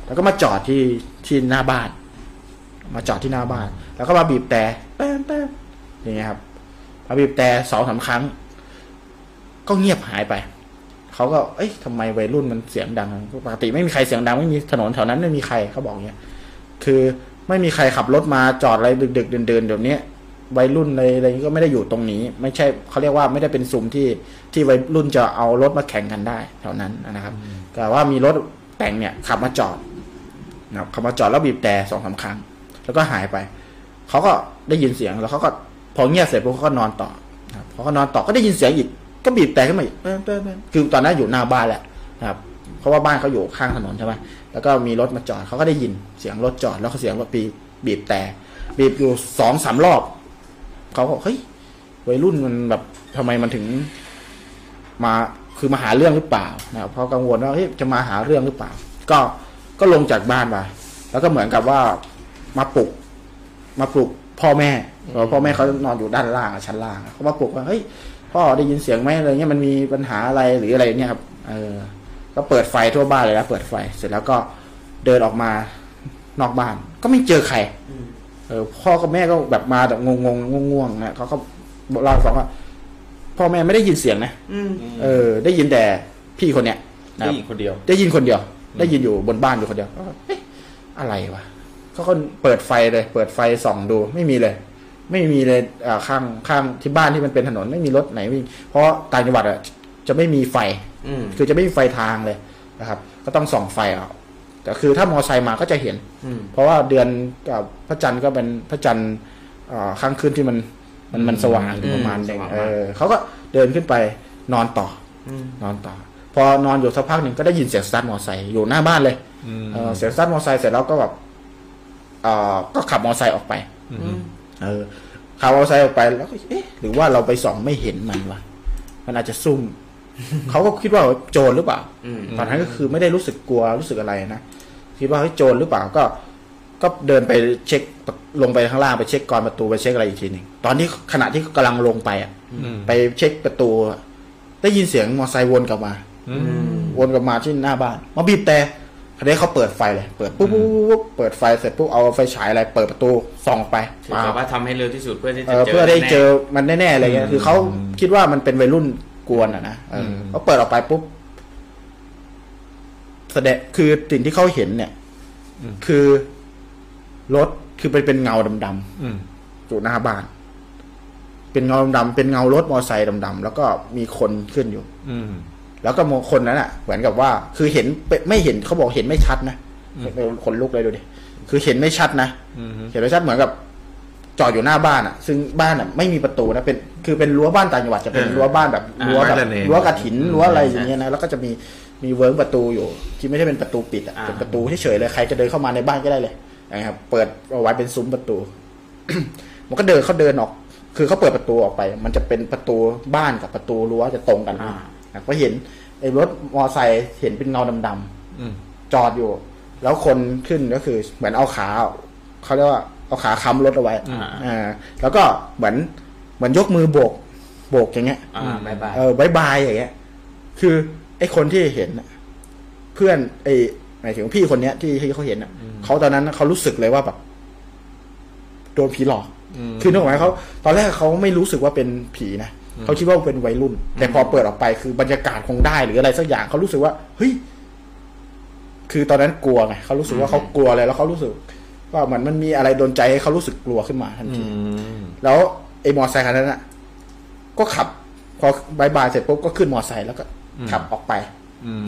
Speaker 1: แล้วก็มาจอดที่ที่หน้าบ้าน มาจอดที่หน้าบ้าน แล้วก็มาบีบแต่แป๊บแป๊บอย่างเงี้ยครับมาบีบแต่สองสามครั้ง ก็เงียบหายไป เขาก็ เอ้ยทำไมวัยรุ่นมันเสียงดังปกติไม่มีใครเสียงดังไม่มีถนนแถวนั้นไม่มีใครเขาบอกอย่างเงี้ย คือไม่มีใครขับรถมาจอดอะไรดึก ๆ เดินๆเดี๋ยวนี้วัยรุ่นอะไรอะไรก็ไม่ได้อยู่ตรงนี้ ไม่ใช่เขาเรียกว่าไม่ได้เป็นซุมที่ที่วัยรุ่นจะเอารถมาแข่งกันได้แถวนั้นนะครับ แต่ว่ามีรถแต่งเนี่ยขับมาจอดนะครับขับมาจอดแล้วบีบแต่สองสามครั้ง แล้วก็หายไปเขาก็ได้ยินเสียงแล้วเขาก็พอเงียบเสร็จปุ๊บเขาก็นอนต่อนะครับพอเขานอนต่อก็ได้ยินเสียงอีก ก็บีบแต่ขึ้นมาอีกเปิ้ลเปิ้ลเปิ้ลคือตอนนั้นอยู่หน้าบ้านแหละนะครับเพราะว่าบ้านเขาอยู่ข้างถนนใช่ไหมแล้วก็มีรถมาจอดเขาก็ได้ยินเสียงรถจอดแล้วก็เสียงรถบีบบีบแต่บีบอยู่สองสามรอบเขาก็เฮ้ยวัยรุ่นมันแบบทำไมมันถึง มาคือมาหาเรื่องหรือเปล่านะครับเพราะกังวลว่าเฮ้ยจะมาหาเรื่องหรือเปล่า ก็ก็ลงจากบ้านมาแล้วก็เหมือนกับว่ามาปลุก มาปลุกพ่อแม่เพราะพ่อแม่เขานอนอยู่ด้านล่างอะชั้นล่างอะเขามาปลุกว่าเฮ้ยพ่อได้ยินเสียงไหมอะไรเงี้ยมันมีปัญหาอะไรหรืออะไรเนี่ยครับเออ ก็เปิดไฟทั่วบ้านเลยนะเปิดไฟเสร็จแล้วก็เดินออกมานอกบ้าน ก็ไม่เจอใคร เออพ่อกับแม่ก็แบบมาแบบงงงงๆง่วงๆนะเขาก็บอกเล่าให้ฟังว่าพ่อแม่ไม่ได้ยินเสียงนะ เออได้ยินแต่พี่คนเนี้ยนะครับ
Speaker 4: ผู้หญิงคนเดียว
Speaker 1: ได้ยินคนเดียว ได้ยินอยู่บนบ้านอยู่คนเดียวเอ๊ะอะไรวะเขาก็เปิดไฟเลย เปิดไฟส่องดูไม่มีเลย ไม่มีเลยอ่าข้างข้างที่บ้านที่มันเป็นถนนไม่มีรถไหนวิ่งเพราะต่างจังหวัดอะจะไม่มีไฟ
Speaker 2: อืม
Speaker 1: คือจะไม่มีไฟทางเลยนะครับ ก็ต้องส่องไฟเอาแต่คือถ้ามอไซค์มาก็จะเห็น
Speaker 2: อืม
Speaker 1: เพราะว่าเดือนกับพระจันทร์ก็เป็นพระจันทร์อ่าข้างขึ้นที่มันมันมันสว่างอยู่ประมาณหนึง
Speaker 2: สว่างมาก
Speaker 1: เออเขาก็เดินขึ้นไปนอนต่ออนอนต่อ พอนอนอยู่สักพักหนึ่งก็ได้ยินเสียงสตาร์ทมอไซค์อยู่หน้าบ้านเลยเออเสียงสตาร์ทมอไซค์เสร็จแล้วก็แบบอ่าก็ขับมอไซค์ออกไป เออขับมอไซค์ออกไปแล้วก็เอ๊ะหรือว่าเราไปส่องไม่เห็นมันวะมันอาจจะซุ่ม เขาก็คิดว่าโจรหรือเปล่า
Speaker 2: อืม
Speaker 1: ตอนนั้นก็คือไม่ได้รู้สึกกลัวรู้สึกอะไรนะคิดว่าเฮ้ยโจรหรือเปล่าก็ ก็เดินไปเช็คลงไปข้างล่างไปเช็คกรอนประตูไปเช็คอะไรอีกทีหนึ่งตอนที่ขณะที่กำลังลงไปอ่ะไปเช็คประตูอะได้ยินเสียงมอไซค์วนกลับมา วนกลับมาที่หน้าบ้านมาบีบแต่ คราวนี้เขาเปิดไฟเลยเปิดปุ๊บปุ๊บปุ๊บปุ๊บเปิดไฟเสร็จปุ๊บเอาไฟฉายอะไรเปิดประตูส่องไป
Speaker 2: คือแบบว่าทำให้เร็วที่สุดเพื่อที่
Speaker 1: เอ
Speaker 2: จะ
Speaker 1: อ
Speaker 2: เจอ
Speaker 1: เพื่อได้เจอ
Speaker 2: แน่
Speaker 1: มันแน่ๆอะไรเงี้ยคือเขาคิดว่ามันเป็นวัยรุ่นกวนอ่ะนะเอออเขาเปิดออกไปปุ๊บแสดงคือสิ่งที่เขาเห็นเนี่ยคือรถคือเป็นเป็นเงาดำๆ
Speaker 4: อืม
Speaker 1: อยู่หน้าบ้าน เป็นเงาดำๆเป็นเงารถมอเตอร์ไซค์ดำๆแล้วก็มีคนขึ้นอยู่
Speaker 4: อืม
Speaker 1: แล้วก็มองคนนั้นอ่ะ เหมือนกับว่า คือเห็นไม่ไม่เห็นเขาบอกเห็นไม่ชัดนะคนลุกเลยดูดิคือเห็นไม่ชัดนะ
Speaker 4: อือฮึ
Speaker 1: เห็นไม่ชัดเหมือนกับ จอดอยู่หน้าบ้านอ่ะ ซึ่งบ้านอ่ะไม่มีประตูนะเป็นคือเป็นรั้วบ้านต่างจังหวัดจะเป็นรั้วบ้านแบบรั้วแบบ
Speaker 4: บ้านระเนง
Speaker 1: รั้วกระถินรั้วอะไรอย่างเงี้ยนะแล้วก็จะมีมีเวิร์กประตูอยู่ ที่ไม่ใช่เป็นประตูปิดอ่ะเป็นประตูเฉยๆเลยใครจะเดินเข้ามาในบ้านก็ได้เลยนะครับ เปิดเอาไว้เป็นซุ้มประตู มันก็เดินเขาเดินออก คือเขาเปิดประตูออกไป มันจะเป็นประตูบ้านกับประตูรั้วจะตรงกันนะก็เห็นไอ้รถมอไซค์เห็นเป็นเงาดำๆจอดอยู่ แล้วคนขึ้นก็คือ เหมือนเอาขาเขาเรียกว่าเอาขาค้ำรถเอาไว้อ่าแล้วก็เหมือนเหมือนยกมือโบกโบกอย่างเงี้ย
Speaker 2: ๆอ่าบายบาย
Speaker 1: เออบายบายอย่างเงี้ย คือไอ้คนที่เห็นน่ะเพื่อนไอ้หมายถึงพี่คนเนี้ยที่ที่เขาเห็นน่ะเขาตอนนั้นน่ะเขารู้สึกเลยว่าแบบโดนผีหลอก คือนึกออกไหมเขาตอนแรกเขาไม่รู้สึกว่าเป็นผีนะเขาคิดว่าเป็นวัยรุ่น แต่พอเปิดออกไปคือบรรยากาศคงได้หรืออะไรสักอย่างเขารู้สึกว่าเฮ้ย คือตอนนั้นกลัวไงเขารู้สึกว่าเขากลัวเลยแล้วเขารู้สึกว่ามันมันมีอะไรโดนใจให้เขารู้สึกกลัวขึ้นมาทันที แล้วไอ้มอไซค์คันนั้นอ่ะ ก็ขับ พอบายบายเสร็จปุ๊บก็ขึ้นมอไซค์แล้วก็ขับออกไป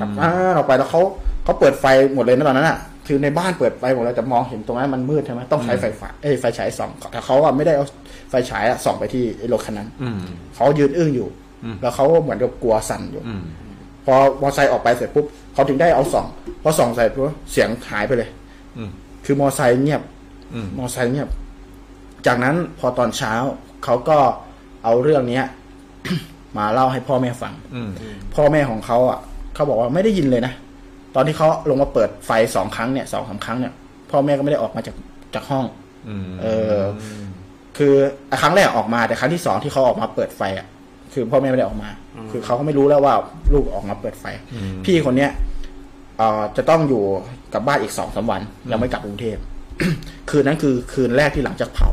Speaker 1: ขับอ่าออกไปแล้วเขาเขาเปิดไฟหมดเลยนะตอนนั้นอ่ะคือในบ้านเปิดไฟหมดเลยแต่มองเห็นตรงนั้นมันมืดใช่ไหมต้องใช้ไฟฟ้าเอ้ยไฟฉายส่องแต่เขาอ่ะไม่ได้เอาไฟฉายอ่ะส่องไปที่ไอ้รถคันนั้นเขายืนอึ้งอยู่ แล้วเขาเหมือนกับกลัวสั่นอยู่พอมอไซค์ออกไปเสร็จปุ๊บเขาถึงได้เอาส่องพอส่องเสร็จปุ๊บเสียงหายไปเลยคือมอไซค์เงียบมอไซค์เงียบ จากนั้นพอตอนเช้าเขาก็เอาเรื่องเนี้ย มาเล่าให้พ่อแม่ฟังพ่อแม่ของเขาอ่ะเขาบอกว่าไม่ได้ยินเลยนะตอนที่เขาลงมาเปิดไฟสองครั้งเนี่ยสองสามครั้งเนี่ยพ่อแม่ก็ไม่ได้ออกมาจากจากห้องเออ คืออ่ะครั้งแรกออกมาแต่ครั้งที่สองที่เขาออกมาเปิดไฟอ่ะ คือพ่อแม่ไม่ได้ออกมา คือเขาก็ไม่รู้แล้วว่าลูกออกมาเปิดไฟ พี่คนเนี้ยเอ่อจะต้องอยู่กับบ้านอีกสองสามวันยังไม่กลับกรุงเทพ คืนนั้นคือคืนแรกที่หลังจากเผา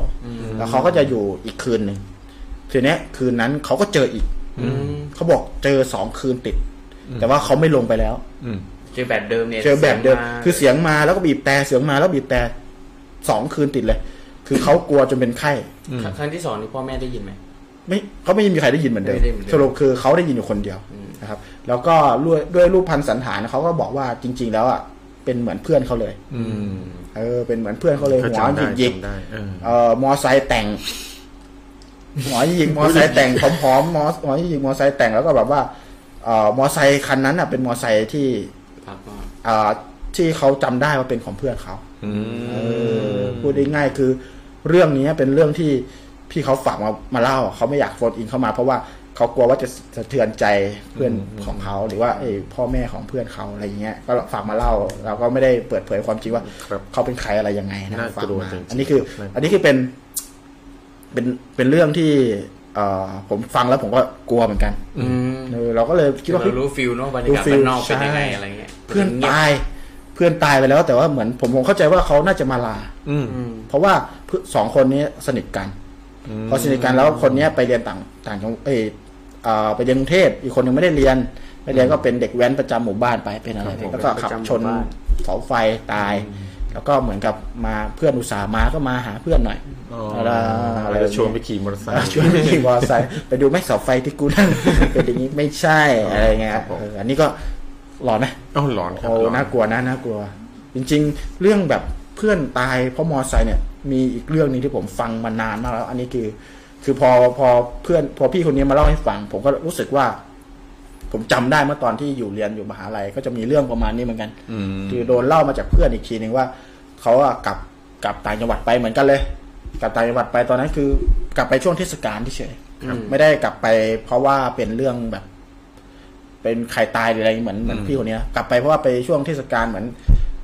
Speaker 1: แล้วเขาก็จะอยู่อีกคืนหนึ่งทีเนี้ย คืนนั้นเขาก็เจออีกเขาบอกเจอสองคืนติด แต่ว่าเขาไม่ลงไปแล้ว
Speaker 2: เจอแบบเดิมเนี่ย
Speaker 1: เจอแบบเดิม
Speaker 2: สียงา
Speaker 1: คือเสียงมาแล้วก็บีบแต่เสียงมาแล้วบีบแต่สองคืนติดเลย คือเขากลัวจนเป็นไข้
Speaker 2: ครั้งที่สองนี่พ่อแม่ได้ยินไหม
Speaker 1: ไม่เขาไม่มีใครได้ยินเหมือนเดิม
Speaker 2: ไม่ได้ยินเหมือนเดิม
Speaker 1: สรุปคือเขาได้ยินอยู่คนเดียวนะครับ แล้วก็ด้วยด้วยรูปพันธ์สันฐานเขาก็บอกว่าจริง ๆ แล้วอ่ะเป็นเหมือนเพื่อนเขาเลยเออ เป็นเหมือนเพื่อนเขาเลย
Speaker 3: เขา
Speaker 1: หัว
Speaker 3: จำ
Speaker 1: ห
Speaker 3: ได้
Speaker 1: ยิกหยิก
Speaker 3: จำได้เออ
Speaker 1: เอ่อมอไซค์แต่งหัวหยิกหยิกมอไซค์แต่งผอมๆมอหัวหยิกหยิกมอไซค์แต่งแล้วก็แบบว่าเอ่อมอไซค์คันนั้นอ่ะเป็นมอไซค์ที่
Speaker 2: พักว่า
Speaker 1: อ่าที่เขาจำได้ว่าเป็นของเพื่อนเขา
Speaker 4: อืม
Speaker 1: เออพูดได้ง่ายคือ เรื่องนี้เป็นเรื่องที่พี่เขาฝากมามาเล่าเขาไม่อยากโฟนอินเข้ามา เพราะว่าเขากลัวว่าจะสะเทือนใจเพื่อนของเขาหรือว่าไอ้พ่อแม่ของเพื่อนเขาอะไรอย่างเงี้ยก็ฝากมาเล่าเราก็ไม่ได้เปิดเผยความจริงว่า
Speaker 3: ครับ
Speaker 1: เขาเป็นใครอะไรยังไงนะ
Speaker 3: น่าก
Speaker 1: ฝาก
Speaker 3: ลัว
Speaker 1: มา
Speaker 3: จริงๆ
Speaker 1: อันนี้คือ
Speaker 3: ครับ
Speaker 1: อันนี้คือเป็น เป็นเป็นเรื่องที่ เอ่อผมฟังแล้วผมก็กลัวเหมือนกัน
Speaker 2: อืม
Speaker 1: เออเราก็เลยคิดว่า
Speaker 2: เรารู้ฟิลเนาะบรรยากาศ
Speaker 1: รู้ฟิล
Speaker 2: บ้านนอกเป็น
Speaker 1: ใช่
Speaker 2: ยังไงอะไรเงี้ย
Speaker 1: เพื่อน
Speaker 2: เงียบ
Speaker 1: ตายเพื่อนตายไปแล้ว แต่ว่าเหมือนผมผมเข้าใจว่าเขาน่าจะมาลา
Speaker 4: อืม
Speaker 2: อืม
Speaker 1: เพราะว่าเพื่อนสองคนนี้สนิทกันพอสนิทกันแล้วคนเนี้ยไปเรียนต่างต่างจังเอยเออไปเรียนกรุงเทพอีกคนยังไม่ได้เรียนไปเรียนก็เป็นเด็กแว้นประจำหมู่บ้านไปเป็นอะไร
Speaker 3: ครับผม
Speaker 1: แล้วก็ขับชน
Speaker 2: ประจำหมู่บ้าน
Speaker 1: เสาไฟตาย แล้วก็เหมือนกับมาเพื่อนอุตส่าห์มาก็มาหาเพื่อนหน่อยอะไรอะไร
Speaker 3: แล้วชวนไปขี่มอเตอร์ไซค์
Speaker 1: ชวนไปขี่มอเตอร์ไซค์ไปดูไหม่เสาไฟที่กู นั่ง เป็นอย่างนี้ไม่ใช่อะไรเงี้ย
Speaker 3: ครับผม
Speaker 1: เอออันนี้ก็หลอนนะ
Speaker 3: อ้าวหลอนครับ
Speaker 1: โอ้
Speaker 3: หลอน
Speaker 1: น่ากลัวนะน่ากลัว จริง ๆ เรื่องแบบเพื่อนตายเพราะมอไซค์เนี่ย มีอีกเรื่องหนึงที่ผมฟังมานานมากแล้ว อันนี้คือ คือพอพอเพื่อน พอพี่คนนี้มาเล่าให้ฟัง ผมก็รู้สึกว่า ผมจำได้เมื่อตอนที่อยู่เรียนอยู่มหาลัยก็จะมีเรื่องประมาณนี้เหมือนกันคือโดนเล่ามาจากเพื่อนอีกทีหนึ่งว่าเขาอะกลับกลับต่างจังหวัดไปเหมือนกันเลย กลับต่างจังหวัดไปตอนนั้นคือ กลับไปช่วงเทศกาลที่เฉยๆ
Speaker 2: ครับ
Speaker 1: ไม่ได้กลับไป เพราะว่าเป็นเรื่องแบบ เป็นใครตายหรืออะไรเหมือนเหมือนพี่คนเนี้ยกลับไปเพราะว่าไปช่วงเทศกาลเหมือน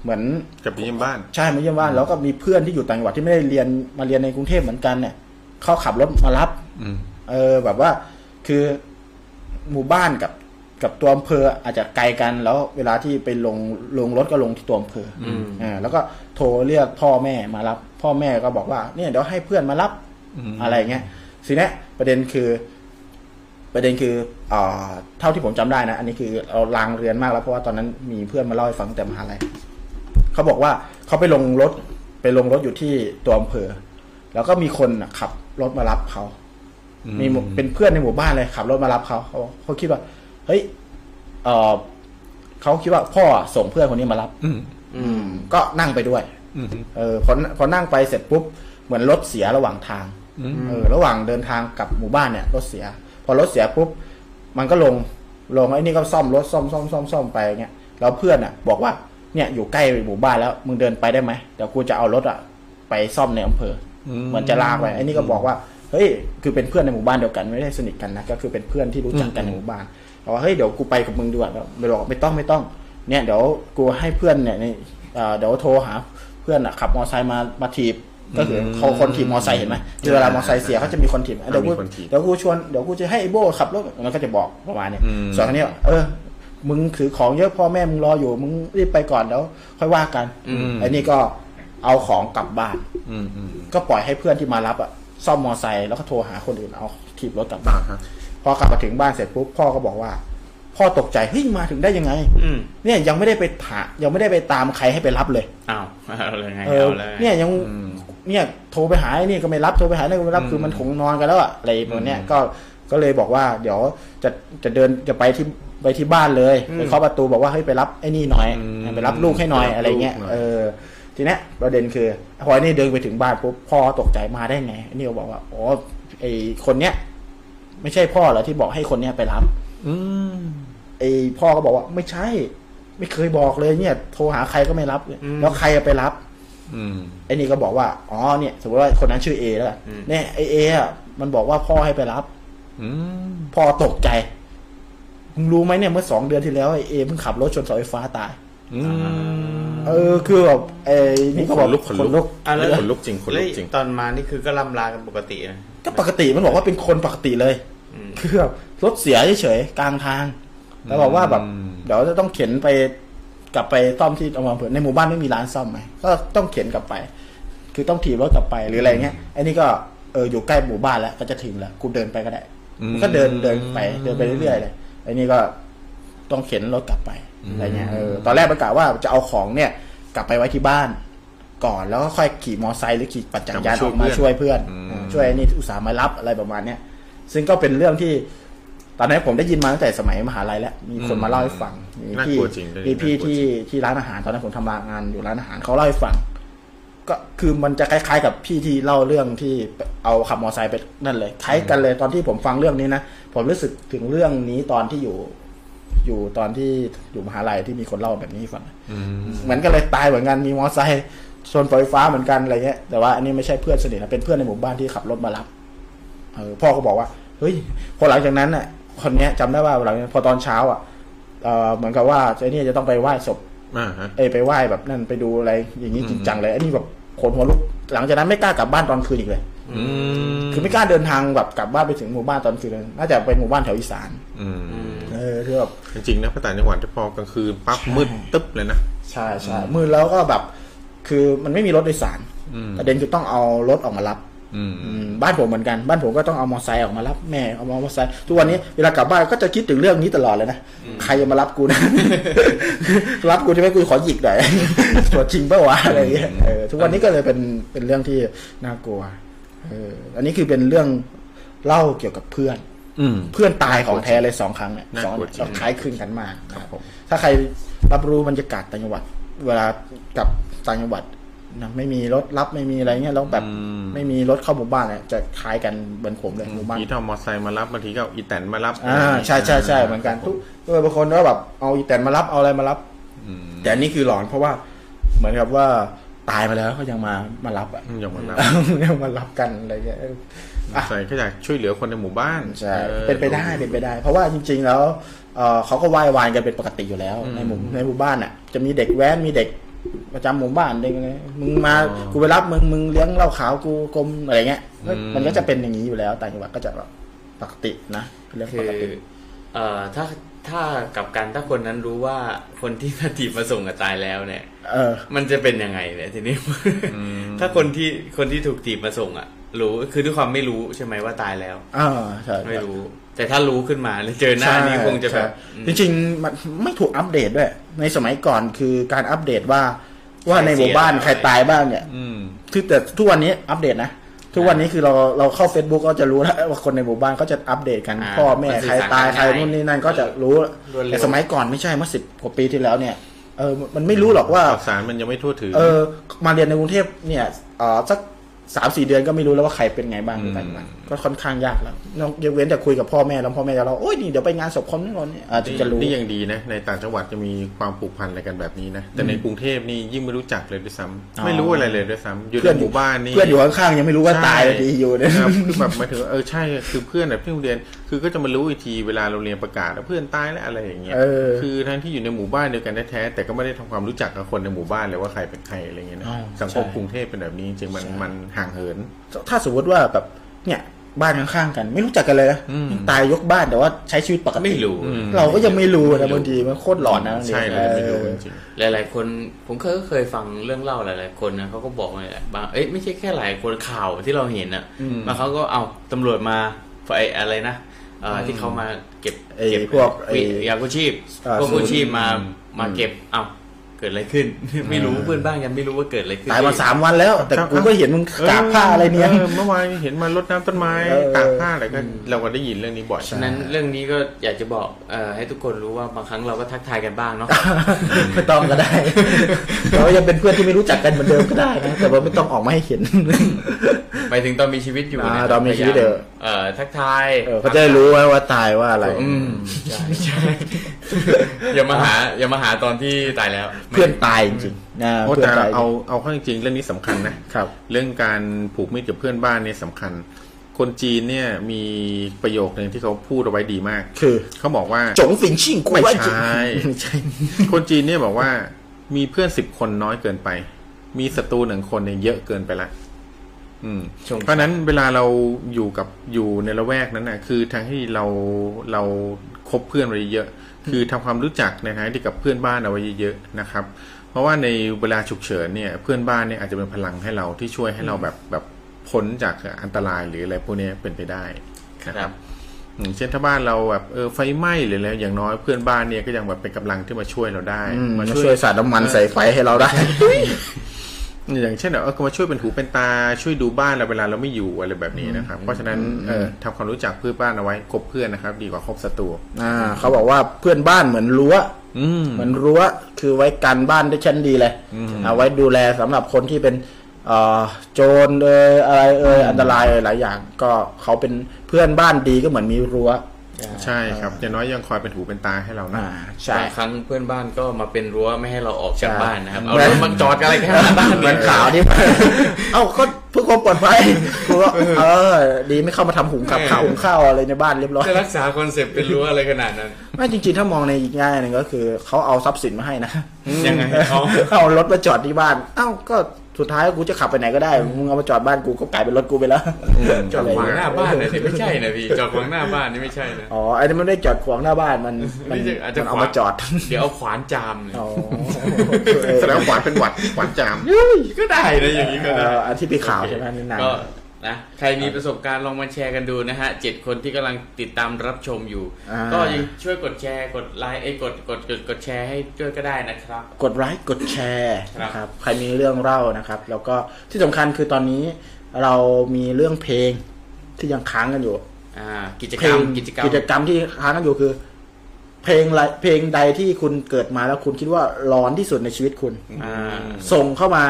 Speaker 1: เหมือน
Speaker 3: กลับไปเยี่ยมบ้าน
Speaker 1: ใช่มาเยี่ยมบ้านแล้วก็มีเพื่อนที่อยู่ต่างจังหวัดที่ไม่ได้เรียนมาเรียนในกรุงเทพเหมือนกันเนี่ยเขาขับรถมารับเออแบบว่า คือหมู่บ้านกับ กับตัวอำเภออาจจะไกลกันแล้วเวลาที่ไปลงลงรถก็ลงที่ตัวอำเภอออ่าแล้วก็โทรเรียกพ่อแม่มารับ พ่อแม่ก็บอกว่าเนี่ยเดี๋ยวให้เพื่อนมารับอะไรเงี้ยทีเนี้ยประเด็นคือ ประเด็นคืออ่าเท่าที่ผมจำได้นะ อันนี้คือเราลางเรียนมากแล้วเพราะว่าตอนนั้นมีเพื่อนมาเล่าให้ฟังแต่มหาลัย เขาบอกว่าเขาไปลงรถไปลงรถอยู่ที่ตัวอำเภอ แล้วก็มีคนน่ะขับรถมารับเขา มีหมู่เป็นเพื่อนในหมู่บ้านเลยขับรถมารับเขาเขาเขาคิดว่า เฮ้ยเออเขาคิดว่าพ่อส่งเพื่อนคนนี้มารับ อืม ก็นั่งไปด้วย เออพอพอนั่งไปเสร็จปุ๊บ เหมือนรถเสียระหว่างทางเออ ระหว่างเดินทางกลับหมู่บ้านเนี่ยรถเสีย พอรถเสียปุ๊บ มันก็ลง ลงไอ้นี่ก็ซ่อมรถซ่อมซ่อมซ่อมซ่อมไปเงี้ย แล้วเพื่อนอ่ะ บอกว่า เนี่ยอยู่ใกล้หมู่บ้านแล้ว มึงเดินไปได้ไหมเดี๋ยวกูจะเอารถอ่ะ ไปซ่อมในอำเภออ
Speaker 3: ม
Speaker 1: เหมือนจะลากไป ไอ้นี่ก็บอกว่า เฮ้ย คือเป็นเพื่อนในหมู่บ้านเดียวกันไม่ได้สนิทกันนะ ก็คือเป็นเพื่อนที่รู้จักกันในหมู่บ้านบอกว่าเฮ้ยเดี๋ยวกูไปกับมึงดีกว่าแล้วไม่บอกไม่ต้องไม่ต้อง เนี่ยเดี๋ยวกูให้เพื่อนเนี่ยในเอ่อเดี๋ยวโทรหาเพื่อนอ่ะขับมอไซค์มามาถีบ ก็คือเขาคนถีบมอไซค์เห็นไหมคือเวลามอไซค์เสียเขาจะมีคนถีบ เดี๋ยวกู
Speaker 3: มีคนถีบ
Speaker 1: เดี๋ยวกูชวนเดี๋ยวกูจะให้ไอ้โบ้ขับรถมันก็จะบอกประมาณเนี้ยส่วนคนนี้เออ มึงถือของเยอะพ่อแม่มึงรออยู่ มึงรีบไปก่อนเดี๋ยวค่อยว่ากันไอ้นี่ก็เอาของกลับบ้าน
Speaker 3: อืมอืม
Speaker 1: ก็ปล่อยให้เพื่อนที่มารับอะซ่อมมอไซค์แล้วก็โทรหาคนอื่นเอาถีบรถกลับบ้า
Speaker 3: อ่าน ฮะ
Speaker 1: พอกลับมาถึงบ้านเสร็จปุ๊บพ่อก็บอกว่า พ่อตกใจเฮ้ยมาถึงได้ยังไงเนี่ยยังไม่ได้ไปถายังไม่ได้ไปตามใครให้ไปรับเลย
Speaker 2: อ้าว เอาเลยไง
Speaker 1: เออ
Speaker 2: เอาเลย
Speaker 1: เนี่ยยังเนี่ยโทรไปหาไอ้นี่ก็ไม่รับโทรไปหาไอ้นี่ก็ไม่รับคือมันคงนอนกันแล้วอะอะไรแบบเนี้ยก็ก็เลยบอกว่าเดี๋ยวจะจะเดินจะไปที่ไปที่บ้านเลยไปเคาะประตูบอกว่าเฮ้ยไปรับไอ้นี่หน่อยไปรับลูกให้หน่อย
Speaker 3: ไปรับ
Speaker 1: อะไรเงี้ย
Speaker 3: ลูกหน่อย
Speaker 1: เออทีเนี้ยประเด็นคือพอไอ้นี่เดินไปถึงบ้านปุ๊บพ่อตกใจมาได้ไงไอ้นี่ก็บอกว่าอ๋อไอ้คนเนี้ยไม่ใช่พ่อเหรอที่บอกให้คนเนี้ยไปรับ
Speaker 3: อืม
Speaker 1: ไอ้พ่อก็บอกว่าไม่ใช่ ไม่เคยบอกเลยเนี่ย โทรหาใครก็ไม่รับเลยแล้วใครอะไปรับ
Speaker 3: อืม
Speaker 1: ไอ้นี่ก็บอกว่า อ๋อ เนี่ย สมมติว่าคนนั้นชื่อเอแล้วกันเนี่ยไอเออ่ะ มันบอกว่าพ่อให้ไปรับ
Speaker 3: อืม
Speaker 1: พ่อตกใจ มึงรู้ไหมเนี่ย เมื่อสองเดือนที่แล้วไอเอเพิ่งขับรถชนเสาไฟฟ้าตาย
Speaker 3: อืม
Speaker 1: เออ คือแบบไอ้นี่ก็บอก
Speaker 3: ขนลุกขนลุก
Speaker 1: ลุก
Speaker 4: อ่ะแล้ว
Speaker 3: ขนลุกจริงขนลุกจริง
Speaker 4: แล้วตอนมานี่คือก็ล่ำลากันปกตินะ
Speaker 1: ก็ปกติมันบอกว่าเป็นคนปกติเลยคือแบบรถเสียเฉยๆกลางทาง แล้วบอกว่าแบบ
Speaker 3: อืม
Speaker 1: เดี๋ยวจะต้องเข็นไปกลับไปซ่อมที่อำเภอในหมู่บ้านไม่มีร้านซ่อมไหมก็ต้องเข็นกลับไป คือต้องถีบรถกลับไปหรืออะไรเงี้ยไอ้นี่ก็เอออยู่ใกล้หมู่บ้านแล้วก็จะถึงแล้วกูเดินไปก็ได้มันก็เดินเดินไปเดินไปเรื่อยๆเลยไอ้นี่ก็ต้องเข็นรถกลับไปอะไรเงี้ยเออตอนแรกประกาศว่าจะเอาของเนี่ย กลับไปไว้ที่บ้าน ก่อนแล้วก็ค่อยขี่มอไซค์หรือขี่ปั่นจักรยานออกมาช่วยเพื่อนเออช่วยไอ้นี่อุตส่าห์มารับอะไรประมาณเนี้ยซึ่งก็เป็นเรื่องที่ ตอนนั้นผมได้ยินมาตั้งแต่สมัยมหาลัยแล้ว มีคนมาเล่าให้ฟัง มี
Speaker 3: น่า
Speaker 1: พี่
Speaker 3: กลัวจริงเลย
Speaker 1: มีพี่
Speaker 3: น่ากลัวจริง
Speaker 1: ที่ที่ร้านอาหารตอนนั้นผมทำงานอยู่ร้านอาหารเขาเล่าให้ฟัง ก็คือมันจะคล้ายๆกับพี่ที่เล่าเรื่องที่เอาขับมอเตอร์ไซค์ไปนั่นเลยคล้ายกันเลยตอนที่ผมฟังเรื่องนี้นะผมรู้สึกถึงเรื่องนี้ตอนที่อยู่ อยู่ตอนที่อยู่มหาลัยที่มีคนเล่าแบบนี้ให้ฟังเหมือนกันเลยตายเหมือนกันมีมอเตอร์ไซค์ชนไฟฟ้าเหมือนกันอะไรเงี้ยแต่ว่าอันนี้ไม่ใช่เพื่อนสนิทนะเป็นเพื่อนในหมู่บ้านที่ขับรถมารับ เออพ่อก็บอกว่า เฮ้ย พอหลังจากนั้นน่ะ คนเนี้ยจำได้ว่าหลังจากนั้นพอตอนเช้าอ่ะเออเหมือนกับว่าไอ้เนี่ยจะต้องไปไหว้ศพ
Speaker 3: อ่าฮะ
Speaker 1: เอยไปไหว้แบบนั่นไปดูอะไรอย่างนี้จริงจังเลยไอ้นี่แบบขนหัวลุก หลังจากนั้นไม่กล้ากลับบ้านตอนคืนอีกเลย
Speaker 3: อืม
Speaker 1: คือไม่กล้าเดินทางแบบกลับบ้านไปถึงหมู่บ้านตอนคืนเลยน่าจะไปหมู่บ้านแถวอีสาน
Speaker 3: อืม
Speaker 1: เออคือแบบ
Speaker 3: จริงๆนะพระต่างจังหวัดที่พอกลางคืนปั๊บมืดตึ๊บเลยนะ
Speaker 1: ใช่ใช่มืดแล้วก็แบบ คือมันไม่มีรถโดยสาร
Speaker 3: อืม
Speaker 1: ประเด็นคือต้องเอารถออกมารับ
Speaker 3: อืม
Speaker 1: อืมบ้านผมเหมือนกันบ้านผมก็ต้องเอามอไซค์ออกมารับแม่เอามอไซค์ทุกวันนี้เวลากลับบ้านก็จะคิดถึงเรื่องนี้ตลอดเลยนะใครจะมารับกูนะ รับกูใช่ไหมกูขอหยิกหน่อย ตัวจริงเปล่าวะอะไรอย่างเงี้ยเออทุกวันนี้ก็เลยเป็นเป็นเรื่องที่น่ากลัวเอออันนี้คือเป็นเรื่องเล่าเกี่ยวกับเพื่อน
Speaker 3: อืม
Speaker 1: เพื่อนตายของแท้เลยสองครั้งเนี่ย
Speaker 3: น่า
Speaker 1: สอง
Speaker 3: กลัวจริง
Speaker 1: เราคล้ายคลึงกันมากนะครับถ้าใครรับรู้บรรยากาศต่างจังหวัด เวลากลับต่างจังหวัดนะไม่มีรถรับไม่มีอะไรเงี้ยแล้วแบบไม่มีรถเข้าหมู่บ้านเนี่ยจะคล้ายกันเหมือนผมเลยหมู่บ้าน
Speaker 3: อีทอมมอไซค์มารับบางทีก็เอาอีแตนมารับ
Speaker 1: อ่าใช่ใช่ใช่เหมือนกันทุกเออบางคนก็แบบเอาอีแตนมารับเอาอะไรมารับ
Speaker 3: อืม
Speaker 1: แต่อันนี่คือหลอนเพราะว่า เหมือนกับว่าตายมาแล้วก็ยังมามารับอ่ะ
Speaker 3: อย่ามารับ
Speaker 1: ยังมารับกันอะไรเงี้ยเอออ่ะ
Speaker 3: ใส่ก็อยากช่วยเหลือคนในหมู่บ้าน
Speaker 1: ใช่
Speaker 3: ออ
Speaker 1: เป็นไปได้เป็นไปได้ เพราะว่าจริง ๆ แล้วเอ่อเขาก็ไหว้วานกันเป็นปกติอยู่แล้ว ในหมู่ในหมู่บ้านอ่ะ จะมีเด็กแว้นมีเด็กประจำหมู่บ้านเด็กอะไรมึงมา
Speaker 3: อ๋อ
Speaker 1: กูไปรับมึงมึงเลี้ยงเหล้าขาวกูกลมอะไรเงี้ย
Speaker 3: อืม
Speaker 1: มันก็จะเป็นอย่างนี้อยู่แล้วต่างจังหวัดก็จะแบบปกตินะเป็นเรื่อง
Speaker 2: คื
Speaker 1: ป
Speaker 2: อก
Speaker 1: ติ
Speaker 2: เอ่อถ้าถ้ากลับกันถ้าคนนั้นรู้ว่าคนที่ถ้าถีบมาส่งอะตายแล้วเนี่ย
Speaker 1: เออ
Speaker 2: มันจะเป็นยังไงเนี่ยทีนี้ ถ้าคนที่คนที่ถูกถีบมาส่งอะรู้คือด้วยความไม่รู้ใช่ไหมว่าตายแล้ว
Speaker 1: อ่าใช่
Speaker 2: ไม่รู้ แต่ถ้ารู้ขึ้นมาแล้วเจอหน้านี้คงจะแบบ
Speaker 1: จริงๆ มันไม่ถูกอัปเดตด้วย ในสมัยก่อนคือการอัปเดตว่า ว่าในหมู่บ้านใครตายบ้างเนี่ย
Speaker 3: อืม
Speaker 1: คือแต่ทุกวันนี้อัปเดตนะ ทุกวันนี้คือเราเราเข้า Facebook ก็จะรู้แล้วว่าคนในหมู่บ้านก็จะอัปเดตกัน
Speaker 2: า
Speaker 1: พ่อแม่
Speaker 2: มันสื่
Speaker 1: ใคร
Speaker 2: อสาร
Speaker 1: ตาย
Speaker 2: กัน
Speaker 1: ใคร
Speaker 2: ได้
Speaker 1: นู่นนี่นั่นก็จะรู้
Speaker 2: รวดเร็ว
Speaker 1: แต่สมัยก่อนไม่ใช่เมื่อสิบกว่าปีที่แล้วเนี่ยเออมันไม่รู้หรอกว่า
Speaker 3: ข่าวสารมันยังไม่ทั่วถึง
Speaker 1: เออมาเรียนในกรุงเทพเนี่ยเอ่อสักสามสี่เดือนก็ไม่รู้แล้วว่าใครเป็นไงบ้าง
Speaker 3: อืม
Speaker 1: ต่างกันก็ค่อนข้างยากแล้วนอกยกเว้นแต่คุยกับพ่อแม่แล้วพ่อแม่จะเราโอ้ยนี่เดี๋ยวไปงานศพคนนั้นคนนี้อาจจะ
Speaker 3: นี่
Speaker 1: จะรู้
Speaker 3: นี่ยังดีนะ ในต่างจังหวัดจะมีความผูกพันอะไรกันแบบนี้นะ แต่ในกรุงเทพนี่ยิ่งไม่รู้จักเลยด้วยซ้ำ
Speaker 1: อ๋อ
Speaker 3: ไม่รู้อะไรเลยด้วยซ้ำอยู่ในหมู่บ้านนี่
Speaker 1: เพื่อนอยู่ข้างๆยังไม่รู้ว่า
Speaker 3: ใช่
Speaker 1: ตายเลยดีอยู่เนี่ย
Speaker 3: ครับคือแบบหมายถึงว่าเออใช่คือเพื่อนแบบที่โรงเรียนคือก็จะมารู้อีกทีเวลาเราเรียนประกาศแล้วเพื่อนตายแล้วอะไรอย่างเงี้ย
Speaker 1: เออ
Speaker 3: คือทั้งที่อยู่ในหมู่บ้านเดียวกันแท้ๆแต่ก็ไม่ได้ทำความรู้จักกับคนในหมู่บ้านเลยว่าใครเป็นใครอะไรเงี้ยนะ
Speaker 1: อ๋อ
Speaker 3: สังคม
Speaker 1: ใช่
Speaker 3: กรุงเทพเป็นแบบนี้จริงๆมันมันห่างเหิน
Speaker 1: ถ้าสมมติว่าแบบเนี่ยบ้านข้างๆกัน ไม่รู้จักกันเลยนะ
Speaker 3: อืม
Speaker 1: ตายยกบ้านแต่ว่าใช้ชีวิตปกติ
Speaker 2: ไม่รู้
Speaker 3: อืม
Speaker 1: เราก็ยังไม่รู้นะบางทีมันโคตรหลอนนะ
Speaker 3: ใช่เลยไม่รู้
Speaker 1: อ
Speaker 3: จ
Speaker 1: อ
Speaker 3: ริง
Speaker 2: หลาย ๆ คนผมเคยเคยฟังเรื่องเล่าหลาย ๆ คนนะเขาก็บอกว่าบางเอ้ยไม่ใช่แค่หลายคนข่าวที่เราเห็นอ่ะ
Speaker 3: อืม
Speaker 2: มางเขาก็เอาตำรวจมาไอ้อะไรนะเอ่ออที่เขามาเก็บ
Speaker 1: ไอ้
Speaker 2: เก็บ
Speaker 1: พวกไอ้
Speaker 2: วิยากู้ชีพ
Speaker 1: อ่า
Speaker 2: พวกกู้ชีพ
Speaker 1: ศูนย์
Speaker 2: มามาเก็บเอ้าเกิดอะไรขึ้น ไม่รู้เพื่อนบ้านยังไม่รู้ว่าเกิดอะไรขึ้น
Speaker 1: ตายมาสามวันแล้ว แต่
Speaker 3: ครับ
Speaker 1: กูก็เห็นมึงกากผ้าอะไรเนี่ย
Speaker 3: เออเมื่อวานเห็นมันรดน้ำต้นไม้
Speaker 1: เออ
Speaker 3: ตากผ้าอะไรก็เราก็ได้ยินเรื่องนี้บ่อย
Speaker 2: ฉะนั้นเรื่องนี้ก็อยากจะบอกเอ่อให้ทุกคนรู้ว่าบางครั้งเราก็ทักทายกันบ้างเนาะ
Speaker 1: ไม่ต้องก็ได้ เรายังเป็นเพื่อนที่ไม่รู้จักกันเหมือนเดิมก็ได้นะแต่ว่าไม่ต้องออกมาให้ เห็น
Speaker 2: หมายถึงตอนมีชีวิตอยู่
Speaker 1: อ่า
Speaker 2: เนี่ย
Speaker 1: ตอนมีชีวิตเด้อ
Speaker 2: เอ่อทักทาย
Speaker 1: เออเขาจะได้รู้ว่าว่าตายว่าอะไร
Speaker 2: อืมใช่ใช่ อย่ามาหาอย่ามาหาตอนที่ตายแล้ว
Speaker 1: เพื่อนตายจริงๆนะ
Speaker 3: โอ้
Speaker 1: เพื่อน
Speaker 3: แต่
Speaker 1: ตาย
Speaker 3: เอาเอาเข้าจริงๆเรื่องนี้สำคัญนะ
Speaker 1: ครับ
Speaker 3: เรื่องการผูกมิตรกับเพื่อนบ้านเนี่ยสำคัญ คนจีนเนี่ยมีประโยคหนึ่งที่เขาพูดเอาไว้ดีมาก
Speaker 1: คือ
Speaker 3: เขาบอกว่า
Speaker 1: จงฝิงชิ่งกู
Speaker 3: ไม่
Speaker 1: ว่า
Speaker 3: ใช่
Speaker 1: ใช่
Speaker 3: คนจีนเนี่ยบอกว่ามีเพื่อนสิบคนน้อยเกินไป มีศัตรูหนึ่งคนเนี่ยเยอะเกินไปละอืม
Speaker 1: ชม
Speaker 3: เพราะฉะนั้นเวลาเราอยู่กับอยู่ในละแวกนั้นน่ะ คือทางที่เราเราคบเพื่อนไว้เยอะ คือทำความรู้จักในทางที่กับเพื่อนบ้านเอาไว้เยอะๆนะครับ เพราะว่าในเวลาฉุกเฉินเนี่ย เพื่อนบ้านเนี่ยอาจจะเป็นพลังให้เราที่ช่วยให้เราแบบแบบพ้นจากอันตรายหรืออะไรพวกเนี้ยเป็นไปได้นะ
Speaker 2: ค
Speaker 3: ค
Speaker 2: รั
Speaker 3: รับ บ อย่างเช่นถ้าบ้านเราแบบเออไฟไหม้หรืออะไรอย่างน้อยเพื่อนบ้านเนี่ยก็ยังแบบเป็นกำลังที่มาช่วยเราได้
Speaker 1: อืมมาช่วยสาดน้ำมันใส่ไฟให้เราได้
Speaker 3: อย่างเช่นแบบเออก็มาช่วยเป็นหูเป็นตาช่วยดูบ้านเราเวลาเราไม่อยู่อะไรแบบนี้นะครับ เพราะฉะนั้นเออทำความรู้จักเพื่อนบ้านเอาไว้คบเพื่อนนะครับ ดีกว่าคบศัตรู
Speaker 1: อ่าเขาบอกว่าเพื่อนบ้านเหมือนรั้ว
Speaker 3: อืม
Speaker 1: เหมือนรั้วคือไว้กันบ้านได้ชั้นดีเลยเอาไว้ดูแลสำหรับคนที่เป็นเอ่อโจรเอ่ยอะไรเอ่ยอันตรายเอ่ยหลายอย่าง ก็เขาเป็นเพื่อนบ้านดีก็เหมือนมีรั้ว
Speaker 3: ใช่ครับอย่างน้อยยังคอยเป็นหูเป็นตาให้เรานะ
Speaker 1: อ่าใช่
Speaker 2: บางครั้งเพื่อนบ้านก็มาเป็นรั้วไม่ให้เราออกจาก
Speaker 1: ใช่
Speaker 2: บ้านนะครับ เอารถมาจอดอะไรข้างหน้าบ้าน
Speaker 1: เหมือนข่าว ที่ เอ้าก็เพื่อความปลอดภัยกูก็เออ ดีไม่เข้ามาทำหุงขับข้าวหุงข้าวอะไรในบ้านเรียบร้อย
Speaker 2: จะรักษาคอนเซ็ปต์เป็นรั้วอะไรขนาดนั้น
Speaker 1: ไม่จริงๆ ถ้ามองในอีกแง่หนึ่งก็คือเขาเอาทรัพย์สินมาให้นะ
Speaker 2: ยังไง
Speaker 1: เขา
Speaker 2: เอา
Speaker 1: เอารถมาจอดที่บ้าน เอ้าก็สุดท้ายกูจะขับไปไหนก็ได้ มึงเอามาจอดบ้านกูก็กลายเป็นรถกูไปแล้ว
Speaker 2: จอดขวางหน้าบ้าน
Speaker 1: เล
Speaker 2: นะ
Speaker 1: ย
Speaker 2: นี่ไม่ใช่นะพี่จอดขวางหน้าบ้านนี่ไม่ใช่นะ
Speaker 1: อ๋อไอ้นี่มันไม่ได้จอดขวางหน้าบ้านมันมัน
Speaker 2: นี่จะอาจจะ
Speaker 1: มันเอามาจอด
Speaker 2: เดี๋ยวเอาขวานจามเลย
Speaker 1: อ๋อ
Speaker 3: แสดงว่าขวานเป็นหวัดขวานจาม
Speaker 2: ก็ได้นะอย่างนี้ก็
Speaker 1: เอ่
Speaker 2: ได้
Speaker 1: ออันที่ปีขาวใช่ไหมนี่นาน
Speaker 2: ก็นะใครมีประสบการณ์ลองมาแชร์กันดูนะฮะเจ็ดคนที่กำลังติดตามรับชมอยู่
Speaker 1: อ่า
Speaker 2: ก็ยังช่วยกดแชร์กดไลค์เอ้ยกดกดกดกดแชร์ให้ด้วยก็ได้นะครับ
Speaker 1: กดไลค์กดแชร์
Speaker 2: ครับ
Speaker 1: นะครับใครมีเรื่องเล่านะครับ แล้วก็ที่สำคัญคือตอนนี้เรามีเรื่องเพลงที่ยังค้างกันอยู่
Speaker 2: อ่ากิจ
Speaker 1: เพ
Speaker 2: กร
Speaker 1: ล
Speaker 2: รม
Speaker 1: ง
Speaker 2: กิจกรรม
Speaker 1: กิจกรรมที่ค้างกันอยู่คือ เพลงไรเพลงใดที่คุณเกิดมาแล้วคุณคิดว่าร้อนที่สุดในชีวิตคุณ
Speaker 2: อ่า
Speaker 1: ส่งเข้ามา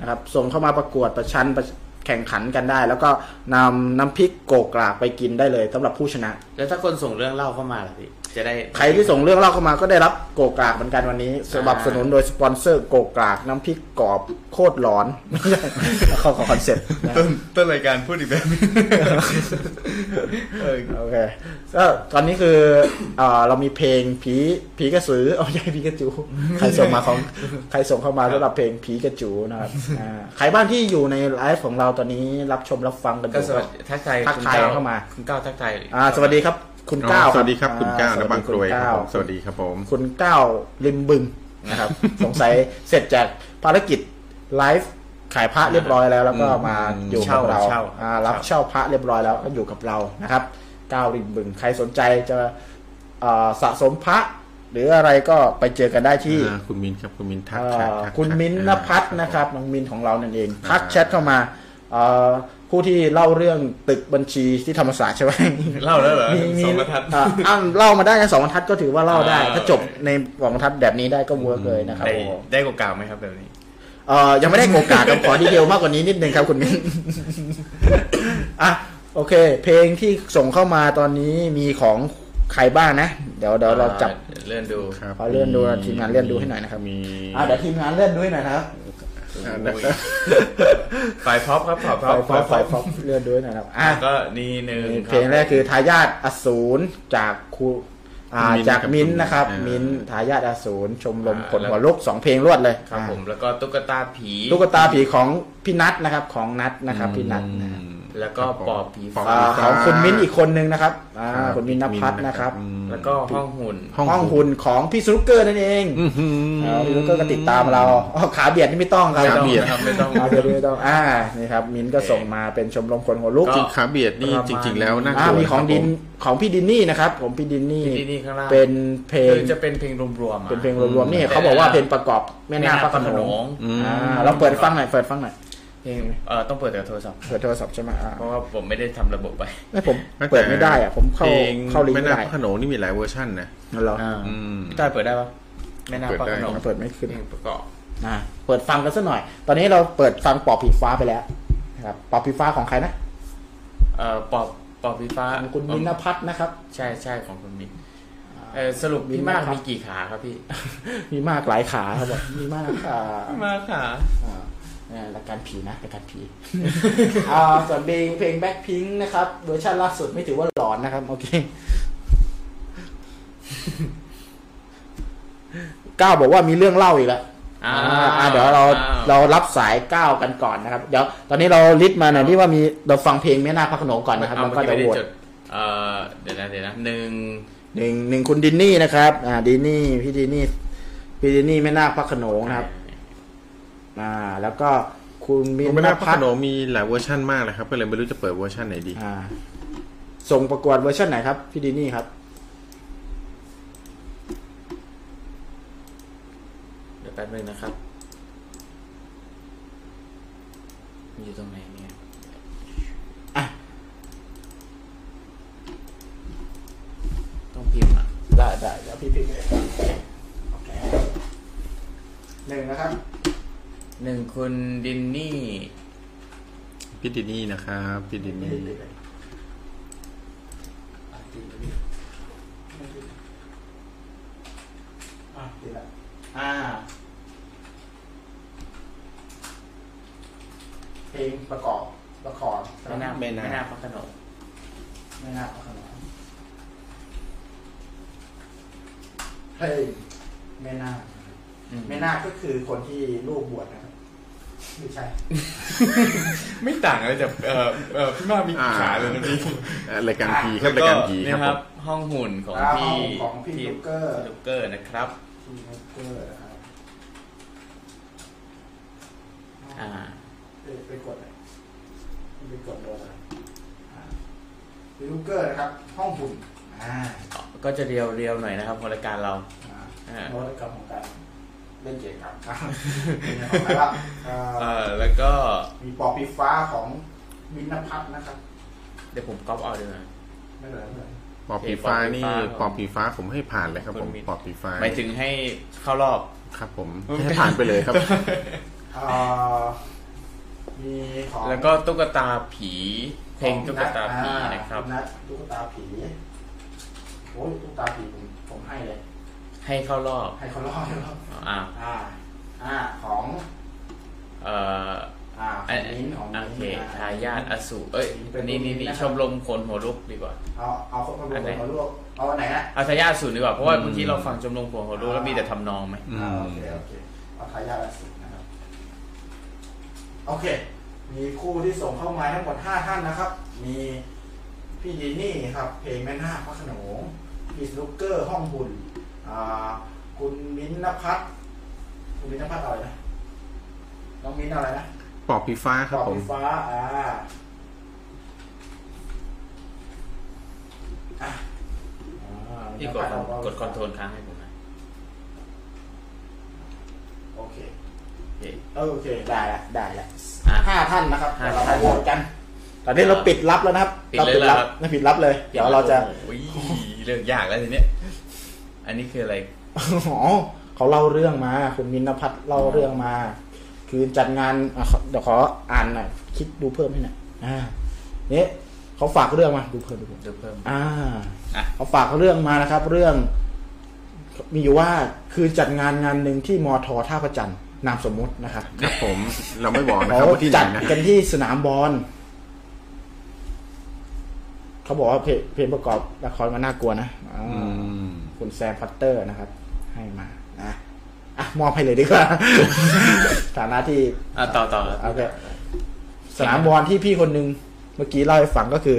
Speaker 1: นะครับ ส่งเข้ามาประกวดประชันประแข่งขันกันได้ แล้วก็นำน้ำพริกโกกรากไปกินได้เลยสำหรับผู้ชนะ
Speaker 2: แล้วถ้าคนส่งเรื่องเล่าเข้ามาล่ะพี่จะได้
Speaker 1: ใครที่ส่งเรื่องเล่าเข้ามาก็ได้รับโกกรากเหมือนกันวันนี้สนับสนุนโดยสปอนเซอร์โกกรากน้ำพริกกรอบโคตรร้อน ไม่ใช่เขาของคอนเซ็ปต์นะ
Speaker 4: ต้นต้นรายการพูดอีกแบบ
Speaker 1: โอเคก็ตอนนี้คือเอ่อเรามีเพลงผีผีกระสือ เอาใช่ผีกระจู ใครส่งมาของใครส่งเข้ามาสำหรับเพลงผีกระจูนะครับอ่าใครบ้างที่อยู่ในไลฟ์ของเราตอนนี้รับชมรับฟังกันอ
Speaker 2: ก็
Speaker 1: ยู่
Speaker 2: สวัสดีทักทาย
Speaker 1: ทักทาย
Speaker 2: คุณก้ว
Speaker 1: เข้ามา
Speaker 2: คุณก้าวทักทาย
Speaker 1: อ่าสวัสดีครับ คุณ
Speaker 3: อ๋อ
Speaker 1: ก้าว
Speaker 3: สวัสดีครับคุณก้าว
Speaker 1: อ่
Speaker 3: และบางกรวยครับ
Speaker 1: ก้า
Speaker 3: ผมสวัสดีครับผม
Speaker 1: คุณก้าวริมบึง นะครับ สงสัยเสร็จจากภารกิจไลฟ์ขายพระเรียบร้อยแล้ว แล้วก็มา
Speaker 3: อืม
Speaker 1: อยู่กับเรา
Speaker 2: เช่า
Speaker 1: อ่ารับเช่าพระเรียบร้อยแล้วก็อยู่กับเรานะครับก้าวริมบึง ใครสนใจจะเอ่อสะสมพระ หรืออะไรก็ไปเจอกันได้ที่
Speaker 3: อ่าคุณมิ้นครับคุณมิ้นทัก
Speaker 1: เอ่
Speaker 3: ทัก
Speaker 1: อ
Speaker 3: ทัก
Speaker 1: คุณ
Speaker 3: ทัก
Speaker 1: มิ้นท์นภัส
Speaker 3: อ่า
Speaker 1: นะครับน้องมิ้นท์ของเรานั่นเองทัก
Speaker 3: อ่า
Speaker 1: แชทเข้ามาเอ่อผู้ที่เล่าเรื่องตึกบัญชีที่ธรรมศาสตร์ใช่ไหม
Speaker 2: เล่าแล้วเหรอ
Speaker 1: มีมี
Speaker 2: สองบรรทัด
Speaker 1: อ่ะอ้ำเล่ามาได้นะสองบรรทัดก็ถือว่าเล่าได้
Speaker 2: อ่า
Speaker 1: ถ้าจบในสองบรรทัดแบบนี้ได้ก็เวิร์กเลยนะครับ
Speaker 2: ได้
Speaker 1: โอ้โห
Speaker 2: ได้กว่ากล่าวไหมครับแบบนี้
Speaker 1: เอ่อยังไม่ได้โอกาสครับขอดีเทลมากกว่านี้นิดนึงครับคุณมิ้นท์ อ่ะโอเค เพลงที่ส่งเข้ามาตอนนี้มีของใครบ้างนะ เดี๋ยวเดี๋ยวเราจับ
Speaker 6: อ่เลื่อนดู
Speaker 3: ครับ
Speaker 1: ขอเลื่อนดูทีมงานเลื่อนดูให้หน่อยนะครับ
Speaker 3: มี
Speaker 1: อ่ะเดี๋ยวทีมงานเล่อนด้วยหนะครับ
Speaker 3: อ่านะครับ
Speaker 2: ฝ่ายพ็อปครับฝ่ายพ็
Speaker 1: ไฟ
Speaker 2: อป
Speaker 1: ฟ้าไฟฟ้าเลื่อนด้วยหนะครับ อ่ะ
Speaker 2: ก็นี่หนึ่ง
Speaker 1: เพลงแรกคือทายาทอสูรจากครูอ่า
Speaker 3: มิ้นท์
Speaker 1: จาก
Speaker 3: ครับ
Speaker 1: มินท์นะครับ
Speaker 3: อ่า
Speaker 1: มิ
Speaker 3: มิ้
Speaker 1: นท์ทายาทอสูรชมรมคนหัวลุกสองเพลงรวดเลย
Speaker 2: ครับผมแล้วก็ตุ๊กตาผี
Speaker 1: อ่าตุ๊กตาผีของพี่นัทนะครับของนัทนะครับพี่นัทนะ
Speaker 3: อืม
Speaker 2: แล้วก็ปอบผี
Speaker 3: ป
Speaker 2: ฟ้า
Speaker 1: อ่า
Speaker 3: บ
Speaker 1: ของคุณมิ้นท์อีกคนนึงนะครับอ่า
Speaker 3: รับ
Speaker 1: คุณมิ้นท์นภัสนะครับ
Speaker 3: อืม
Speaker 2: แล้วก็ห้องหุ่น
Speaker 1: ห้องหุ่นของพี่สนุกเกอร์นั่นเอง
Speaker 3: อื้อหือ
Speaker 1: อ่าพี่สนุกเกอร์ก็ติดตามเราอ๋อขาเบียดนี่ไม่ต้องครับ
Speaker 3: ขาเบียด
Speaker 1: ขา
Speaker 2: ไม่ต้อง
Speaker 1: เบียดไม่ต้องอ่านี่ครับมิ้นท์ก็ส่งมาเป็นชมรมคนหัวลุก
Speaker 3: จริงขาเบียดนี่
Speaker 2: ประมาณ
Speaker 3: จริง ๆ แล้วน่าก
Speaker 1: อ่า
Speaker 3: ลัว
Speaker 1: มีของดิน
Speaker 3: ครับผ
Speaker 1: ของพี่ดินนี่นะครับ ผมพี่ดินนี่
Speaker 2: พี่ดินนี่ข้างล่าง
Speaker 1: เป็นเพลง
Speaker 2: คือจะเป็นเพลงรวมๆอะ
Speaker 1: เป็นเพลงรวมๆนี่เขาบอกว่าเพลงประกอบแม่นาคพระโขนง
Speaker 3: อืม
Speaker 1: อ่าเราเปิดฟังหน่อยเปิดฟังหน่อยเพลง
Speaker 2: เออต้องเปิดแต่โทรศัพท์
Speaker 1: เปิดโทรศัพท์ใช่ไหมอ่า
Speaker 2: เพราะว่าผมไม่ได้ทำระบบไป
Speaker 1: ไม่ผม
Speaker 3: ตั้งแต่
Speaker 1: เปิดไม่ได้อ่ะผมเข้า
Speaker 3: พลง
Speaker 1: เข้าลิงก์
Speaker 3: แม่
Speaker 1: ไม่
Speaker 3: นา
Speaker 1: ได้
Speaker 3: คขนงนี่มีหลายเวอร์ชันนะ
Speaker 1: นั่นเหรอ
Speaker 3: อืม
Speaker 2: พี่ต้อยเปิดได้ปะไม่น่าปักขนม
Speaker 1: เราเปิดไม่ขึ้น
Speaker 2: เพลงประกอบ
Speaker 1: อ่าเปิดฟังกันสักหน่อย ตอนนี้เราเปิดฟังปอบผีฟ้าไปแล้วนะครับปอบผีฟ้าของใครนะ
Speaker 2: เอ่อปอบปอบพีฟ้า
Speaker 1: ของคุณมินท์พัฒน์นะครับ
Speaker 2: ใช่ใช่ของคุณมินเออสรุปพี่
Speaker 1: มิน
Speaker 2: มาก
Speaker 1: นะครับ
Speaker 2: มีกี่ขาครับพี่
Speaker 1: มีมากหลายขาครับผมมีมากอ่า
Speaker 2: มากขา
Speaker 1: อ่าเอ่อรายการผีนะรายการผี อ่าส่วนเพลงเพลงแบ็คพิงนะครับเวอร์ชันล่าสุดไม่ถือว่าหลอนนะครับ โอเค ก้าวบอกว่ามีเรื่องเล่าอีกแล้ว
Speaker 2: อ่า
Speaker 1: อ่าเดี๋ยวเรา
Speaker 2: อ้ว
Speaker 1: เรารับสายก้าวกันก่อนนะครับ เดี๋ยวตอนนี้เราลิสต์มาหน่อยที่ว่ามีเราฟังเพลงแม่นาคพระโขนงก่อนนะครับ
Speaker 2: เอา
Speaker 1: แล้ว
Speaker 2: เมื่อ
Speaker 1: ก็
Speaker 2: กี้
Speaker 1: จะ
Speaker 2: ไม่
Speaker 1: โหวต
Speaker 2: ได้จดเอ่อเดี๋ยวนะเดี๋ยวนะหนึ่ง
Speaker 1: หนึ่งหนึ่งคุณดินนี่นะครับ อ่าดินนี่พี่ดินนี่พี่ดินนี่แม่นาคพระโขนงนะครับ อ่า แล้วก็คุณมิน
Speaker 3: แม่นาค
Speaker 1: ท์
Speaker 3: พระ
Speaker 1: พั
Speaker 3: โข
Speaker 1: ฒน์
Speaker 3: นงมีหลายเวอร์ชันมากเลยครับ ก็เลยไม่รู้จะเปิดเวอร์ชันไหนดี
Speaker 1: อ่าส่งประกวดเวอร์ชันไหนครับ พี่ดีนี่ครับ
Speaker 2: เดี๋ยวแป๊บนึงนะครับมันอยู่ตรงไหนเนี่ยต้องพิมพ์อ่ะ
Speaker 1: ได้ได้เดี๋ยวพี่พิมพ์เองครับโอเคหนึ่งนะครับ
Speaker 2: หนึ่งคุณดินนี่
Speaker 3: พี่ดินนี่นะครับพี่ดินนี่
Speaker 1: อ่ะดีละอ่าเพลงประกอบละคร
Speaker 2: ไม่น่า
Speaker 3: ไม่น่า
Speaker 2: ไม่น่าพักขนม
Speaker 1: ไม่น่าเอาขนาดนั้นเพลงไม่น่า ไม่น่าก็คือคนที่ลูกบวชนะครับไม่ใช่
Speaker 2: ไม่ต่างอะไรจากเอ่อเอ่อพี่มากมีกี่ขาเลยนะพี่
Speaker 3: อ่ารายการผีครับ
Speaker 2: แล้ว
Speaker 3: ราย
Speaker 2: ก็
Speaker 3: การผี
Speaker 2: เน
Speaker 3: ครั
Speaker 2: ย
Speaker 3: บ
Speaker 2: ค
Speaker 3: ผ
Speaker 2: รับ
Speaker 3: ม
Speaker 2: ห้องหุ่นของ
Speaker 1: อ่าห้
Speaker 2: พี่
Speaker 1: องของพี่ลูกเกอร์
Speaker 2: ลูกเกอร์นะครับ
Speaker 1: ทีมเกอร์นะครับ
Speaker 2: อ่า
Speaker 1: ไปไปกดหน่อยไปกดลงหน่อยอ่าพี่ลูกเกอร์นะครับ ห้องบุญอ่า
Speaker 2: ก็จะเรียวเรียวๆหน่อยนะครับของรายการเรา
Speaker 1: อ่า
Speaker 2: อ่า
Speaker 1: โน้ตกับของการเล่นเกมครับ อ่าแล้วก็
Speaker 2: เออแล้วก็
Speaker 1: มีปอบปีฟ้าของมินพัฒน์นะครับ
Speaker 2: เดี๋ยวผมก๊อปเอาดีกว่า
Speaker 1: ไม่เหลือไม่เหลือ
Speaker 3: ปอบผีฟ้านี่
Speaker 2: ปอบผีฟ้า
Speaker 3: ปอบผีฟ้าผมให้ผ่านเลยครับผม
Speaker 2: คุณมิ้น
Speaker 3: ปอบผีฟ้า
Speaker 2: หมายถึงให้เข้ารอบ
Speaker 3: ครับ ผมให้ผ่านไปเลยครับ
Speaker 1: อ่ามีของ
Speaker 2: แล้วก็ตุ๊กตาผี เพลง
Speaker 1: ของ
Speaker 2: ตุ๊กตาผี
Speaker 1: อ่
Speaker 2: นะครับ
Speaker 1: นัดตุ๊กตาผีโอ้ยตุ๊กตาผีผมผมให้เลย
Speaker 2: ให้เข้ารอบ
Speaker 1: ให้เขารอ ดรอบ
Speaker 2: อ่า
Speaker 1: อ่า อ่า ของ
Speaker 2: เอ่อ
Speaker 1: อ่าข
Speaker 2: อั
Speaker 1: อน ง
Speaker 2: นี้
Speaker 1: นิ้นของ
Speaker 2: โอเค
Speaker 1: นิ้น
Speaker 2: ทายาทอสูรเอ้ยนี่นี่นี่ชมรมคนหัวลุกดีกว่า
Speaker 1: เอาเอาคนมาดู
Speaker 2: อันไหน
Speaker 1: มาลวกเอาอันไหนนะ
Speaker 2: เอาทายาทสูตรดีกว่าเพราะว่าเมื่อกี้เราฟังจำลองผัวหัวรู้แล้วมีแต่ทำนองไหม
Speaker 3: อืม
Speaker 1: อ่าโอเคโอเคเอาทายาทละสิบนะครับ โอเค มีคู่ที่ส่งเข้ามาทั้งหมดห้าท่านนะครับ มี พี่ดินนี่ครับ เพลงแม่นาคพระโขนงพี่สนุกเกอร์ห้องบุญอ่าคุณมิ้นท์นภัทรคุณมิ้นท์นภัทรอะไรนะน้องมิ้นท์อะไรนะ
Speaker 3: ปอบผีฟ้าครับ
Speaker 1: ปอบ
Speaker 3: ผ
Speaker 1: ไฟ
Speaker 3: ม
Speaker 1: ฟ้า อ่าอ่ะอ่า
Speaker 2: พี่กดกดคอนโทรลค้างให้ผมหนะ
Speaker 1: โอเค
Speaker 2: โอเค
Speaker 1: โอเค ได้ละ ได้ละ
Speaker 2: อ่ะ
Speaker 1: ห้าท่านนะครับ
Speaker 2: ห้า
Speaker 1: เดี๋ยว
Speaker 2: ท่าม
Speaker 1: เราานโหวตกัน ตอนนี้เราปิดรับแล้วนะครับ
Speaker 2: ปิดเลยเหรอ
Speaker 1: รา
Speaker 2: ครั
Speaker 1: ปิดรับ
Speaker 2: บ
Speaker 1: นะปิดรับเลย เดี๋ยวเราจะ
Speaker 2: โอ้ยเรื่องยากแล้วทีเนี้ยอันนี้คืออะไร
Speaker 1: อ๋อเขาเล่าเรื่องมา คุณมินพัฒน์เล่าเรื่องมา คือจัดงานอ่ะขอเดี๋ยวขออ่านหน่อยคิดดูเพิ่มให้หน่อยอ่าเนี่ยเขาฝากเรื่องมาดูเพิ่มดูเพิ่ม
Speaker 2: ดูเพิ่ม
Speaker 1: อ่า
Speaker 2: อ่ะ
Speaker 1: เขาฝากเรื่องมานะครับ เรื่อง มีอยู่ว่าคือจัดงานงานหนึ่งที่มอทอท่าประจันทร์นามสมมุตินะครับ
Speaker 3: ครับผม เราไม่บอกนะค
Speaker 1: เขา
Speaker 3: รับว่าที่ไหน
Speaker 1: จัด
Speaker 3: นะ
Speaker 1: กันที่สนามบอลเขาบอกว่าเพลงเพลงประกอบละครมันน่ากลัวนะอ่า
Speaker 3: อืม
Speaker 1: คุณแซมพัตเตอร์นะครับ ให้มานะอ่ะมอบให้เลยดี กว่า ฐานะที่
Speaker 2: อ่ะต่อต่อครับ
Speaker 1: โอเคสนามบอลที่พี่คนหนึ่งเมื่อกี้เล่าให้ฟังก็คือ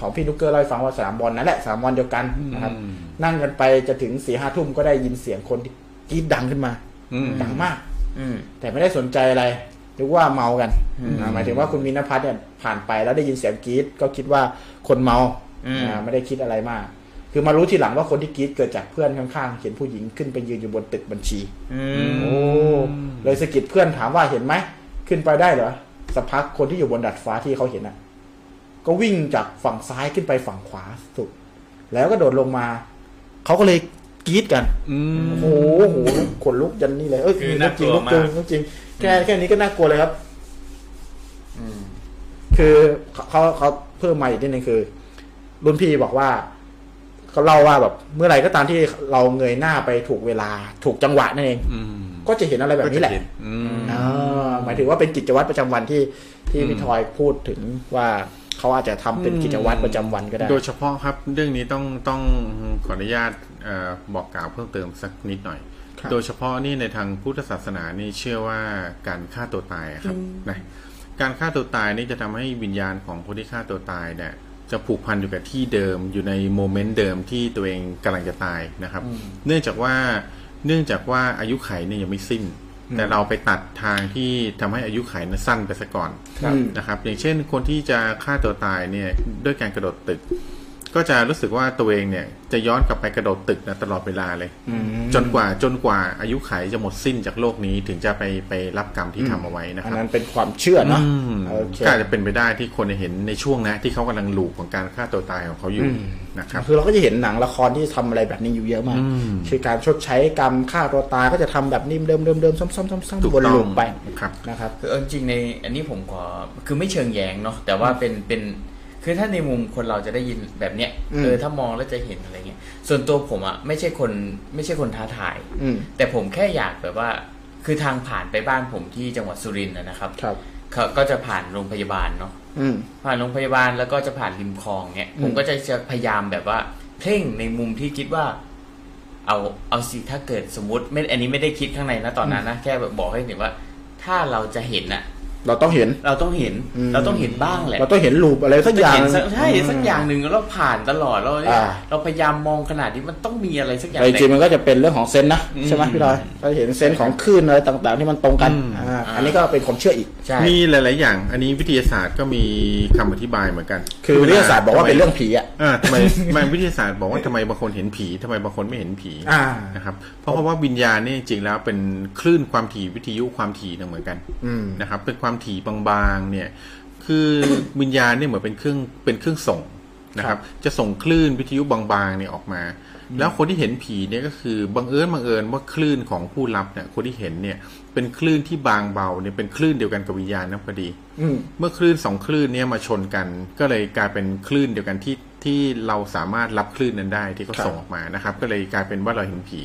Speaker 1: ของพี่นุกเกอร์เล่าให้ฟังว่าสนามบอลนั่นแหละสนามบอลเดียวกันนะครับ
Speaker 3: อืม
Speaker 1: นั่งกันไปจะถึงสี่ห้าทุ่มก็ได้ยินเสียงคนที่กรีดดังขึ้นมา
Speaker 3: อืม
Speaker 1: ดังมาก
Speaker 2: อืม
Speaker 1: แต่ไม่ได้สนใจอะไรนึกว่าเมากันอ่าหมายถึงว่าคุณมินพัฒน์เนี่ยผ่านไปแล้วได้ยินเสียงกรีดก็คิดว่าคนเมา
Speaker 2: อืม
Speaker 1: อ่าไม่ได้คิดอะไรมาก คือมารู้ทีหลังว่าคนที่กรีดเกิดจากเพื่อนข้างๆเห็นผู้หญิงขึ้นไปยืนอยู่บนตึกบัญชี
Speaker 2: อืม
Speaker 1: โอ้เลยสะกิดเพื่อนถามว่าเห็นไหม ขึ้นไปได้เหรอสักพักคนที่อยู่บนดัดฟ้าที่เขาเห็นอ่ะ ก็วิ่งจากฝั่งซ้ายขึ้นไปฝั่งขวาสุด แล้วก็โดดลงมา เขาก็เลยกรี๊ดกัน
Speaker 3: อืม
Speaker 1: โอ้โหโหขนลุกยันนี่เลยเอ้ย
Speaker 4: คือ
Speaker 1: ลุจริง
Speaker 4: น่ากลัว
Speaker 1: ลุกจริง
Speaker 4: มาก
Speaker 1: ลุกจริงแค่แค่นี้ก็น่ากลัวเลยครับ
Speaker 2: อืม
Speaker 1: คือเขาเขาเขาเพิ่มมาอีกนิดนึงคือ รุ่นพี่บอกว่าเขาเล่าว่าแบบเมื่อไหร่ก็ตามที่เราเงยหน้าไปถูกเวลา ถูกจังหวะนั่นเอง
Speaker 3: อืม
Speaker 1: ก็จะเห็นอะไรแบบนี้แหละ
Speaker 3: อืม
Speaker 1: อ่าหมายถึงว่าเป็นกิจวัตรประจำวันที่ที่พี่ทอยพูดถึงว่าเขาอาจจะทำเป็นกิจวัตรประจำวันก็ได้
Speaker 3: โดยเฉพาะครับเรื่องนี้ต้องต้องขออนุญาตเอ่อบอกกล่าวเพิ่มเติมสักนิดหน่อย
Speaker 1: ครับ
Speaker 3: โดยเฉพาะนี่ในทางพุทธศาสนานี่เชื่อว่าการฆ่าตัวตายอะครับนะการฆ่าตัวตายนี่จะทำให้วิญญาณของคนที่ฆ่าตัวตายเนี่ยจะผูกพันอยู่กับที่เดิมอยู่ในโมเมนต์เดิมที่ตัวเองกำลังจะตายนะครับ เนื่องจากว่าเนื่องจากว่าอายุไขเนี่ยยังไม่สิ้น แต่เราไปตัดทางที่ทำให้อายุไขนั้นสั้นไปซะก่อน
Speaker 1: อืม
Speaker 3: นะครับอย่างเช่นคนที่จะฆ่าตัวตายเนี่ยด้วยการกระโดดตึก ก็จะรู้สึกว่าตัวเองเนี่ยจะย้อนกลับไปกระโดดตึกนะตลอดเวลาเลย จนกว่าจนกว่าอายุไขจะหมดสิ้นจากโลกนี้ถึงจะไปไปรับกรรมที่
Speaker 1: อืม
Speaker 3: ทำเอาไว้นะ
Speaker 1: อั
Speaker 3: คน รับ
Speaker 1: นั้นเป็นความเชื่อเนาะ
Speaker 3: อืม
Speaker 1: โอเค
Speaker 3: ก็อาจจะเป็นไปได้ที่คนเห็นในช่วงนะที่เขากำลังหลูกของการฆ่าตัวตายของเขาอยู่นะครับ
Speaker 1: คือเราก็จะเห็นหนังละครที่ทำอะไรแบบนี้อยู่เยอะมาก
Speaker 3: อืม
Speaker 1: คือการชดใช้กรรมฆ่าตัวตายก็จะทำแบบนี้เดิมเดิมเดิมซ้ำซ้ำซ้ำซ้ำ
Speaker 3: ถูก
Speaker 1: วน
Speaker 3: ต้อง
Speaker 1: ลูปไป
Speaker 3: ครับ
Speaker 1: นะครับ
Speaker 2: คือเอาจริงๆในอันนี้ผมขอคือไม่เชิงแย้งเนาะแต่ว่าเป็นเป็นคือถ้าในมุมคนเราจะได้ยินแบบเนี้ย
Speaker 1: อืม
Speaker 2: เออถ้ามองแล้วจะเห็นอะไรเงี้ยส่วนตัวผมอะไม่ใช่คนไม่ใช่คนท้าทาย
Speaker 1: อืม
Speaker 2: แต่ผมแค่อยากแบบว่า คือทางผ่านไปบ้านผมที่จังหวัดสุรินทร์นะนะครับ
Speaker 1: ครับ
Speaker 2: เขาก็จะผ่านโรงพยาบาลเนาะ
Speaker 1: อืม
Speaker 2: ผ่านโรงพยาบาลแล้วก็จะผ่านริมคลองเนี่ย
Speaker 1: อืม
Speaker 2: ผมก็จะจะพยายามแบบว่าเพ่งในมุมที่คิดว่า เอาเอาสิถ้าเกิดสมมติไม่อันนี้ไม่ได้คิดข้างในนะตอนนั้นนะแค่แบบบอกให้เห็นว่า ถ้าเราจะเห็นอะ
Speaker 1: เราต้องเห็น
Speaker 2: เราต้องเห็น
Speaker 1: อืม
Speaker 2: เราต้องเห็นบ้างแหละ
Speaker 1: เราต้องเห็นลูปอะไรสักอย่าง
Speaker 2: เห็นสักใช่สักอย่างหนึ่งเราผ่านตลอดเรา
Speaker 1: อ่า
Speaker 2: เราพยายามมองขนาดนี้มันต้องมีอะไรสักอย่าง
Speaker 1: แต่จริงๆ
Speaker 2: แหละ
Speaker 1: มันก็จะเป็นเรื่องของเซนส์นะใช่ไหมพี่ลอยเราเห็นเซนส์ของคลื่นอะไรต่างๆ ที่มันตรงกัน
Speaker 3: อืม
Speaker 1: อ่า
Speaker 2: อ่า
Speaker 1: อันนี้ก็เป็นความเชื่ออีก
Speaker 2: ใช่
Speaker 3: มีหลาย ๆ อย่าง อันนี้วิทยาศาสตร์ก็มีคำอธิบายเหมือนกัน
Speaker 1: คือวิทยาศาสตร์บอกว่าเป็นเรื่องผีอ่ะ
Speaker 3: อ่าทำไมทำไมวิทยาศาสตร์บอกว่าทำไมบางคนเห็นผีทำไมบางคนไม่เห็นผี
Speaker 1: อ่า
Speaker 3: นะครับเพราะเพราะว่าวิญญาณเนี่ยจริงๆแล้วเป็นคลื่นความถี่วิทยุความถี่เนี่ยเหมือนกัน
Speaker 1: อืม
Speaker 3: นะครับ เป็นความถี่บางๆเนี่ย คือวิญญาณเนี่ยเหมือนเป็นเครื่องเป็นเครื่องส่งนะครับ จะส่งคลื่นวิทยุบางๆเนี่ยออกมา แล้วคนที่เห็นผีเนี่ยก็คือบังเอิญบังเอิญว่าคลื่นของผู้รับเนี่ยคนที่เห็นเนี่ยเป็นคลื่นที่บางเบาเนี่ยเป็นคลื่นเดียวกันกับวิญญาณนั่นพอดี
Speaker 1: อืม
Speaker 3: เมื่อคลื่นสองคลื่นเนี้มาชนกัน ก็เลยกลายเป็นคลื่นเดียวกันที่ที่เราสามารถรับคลื่นนั้นได้ที่เขา
Speaker 1: ครับ
Speaker 3: ส่งออกมานะครับ ก็เลยกลายเป็นว่าเราเห็นผี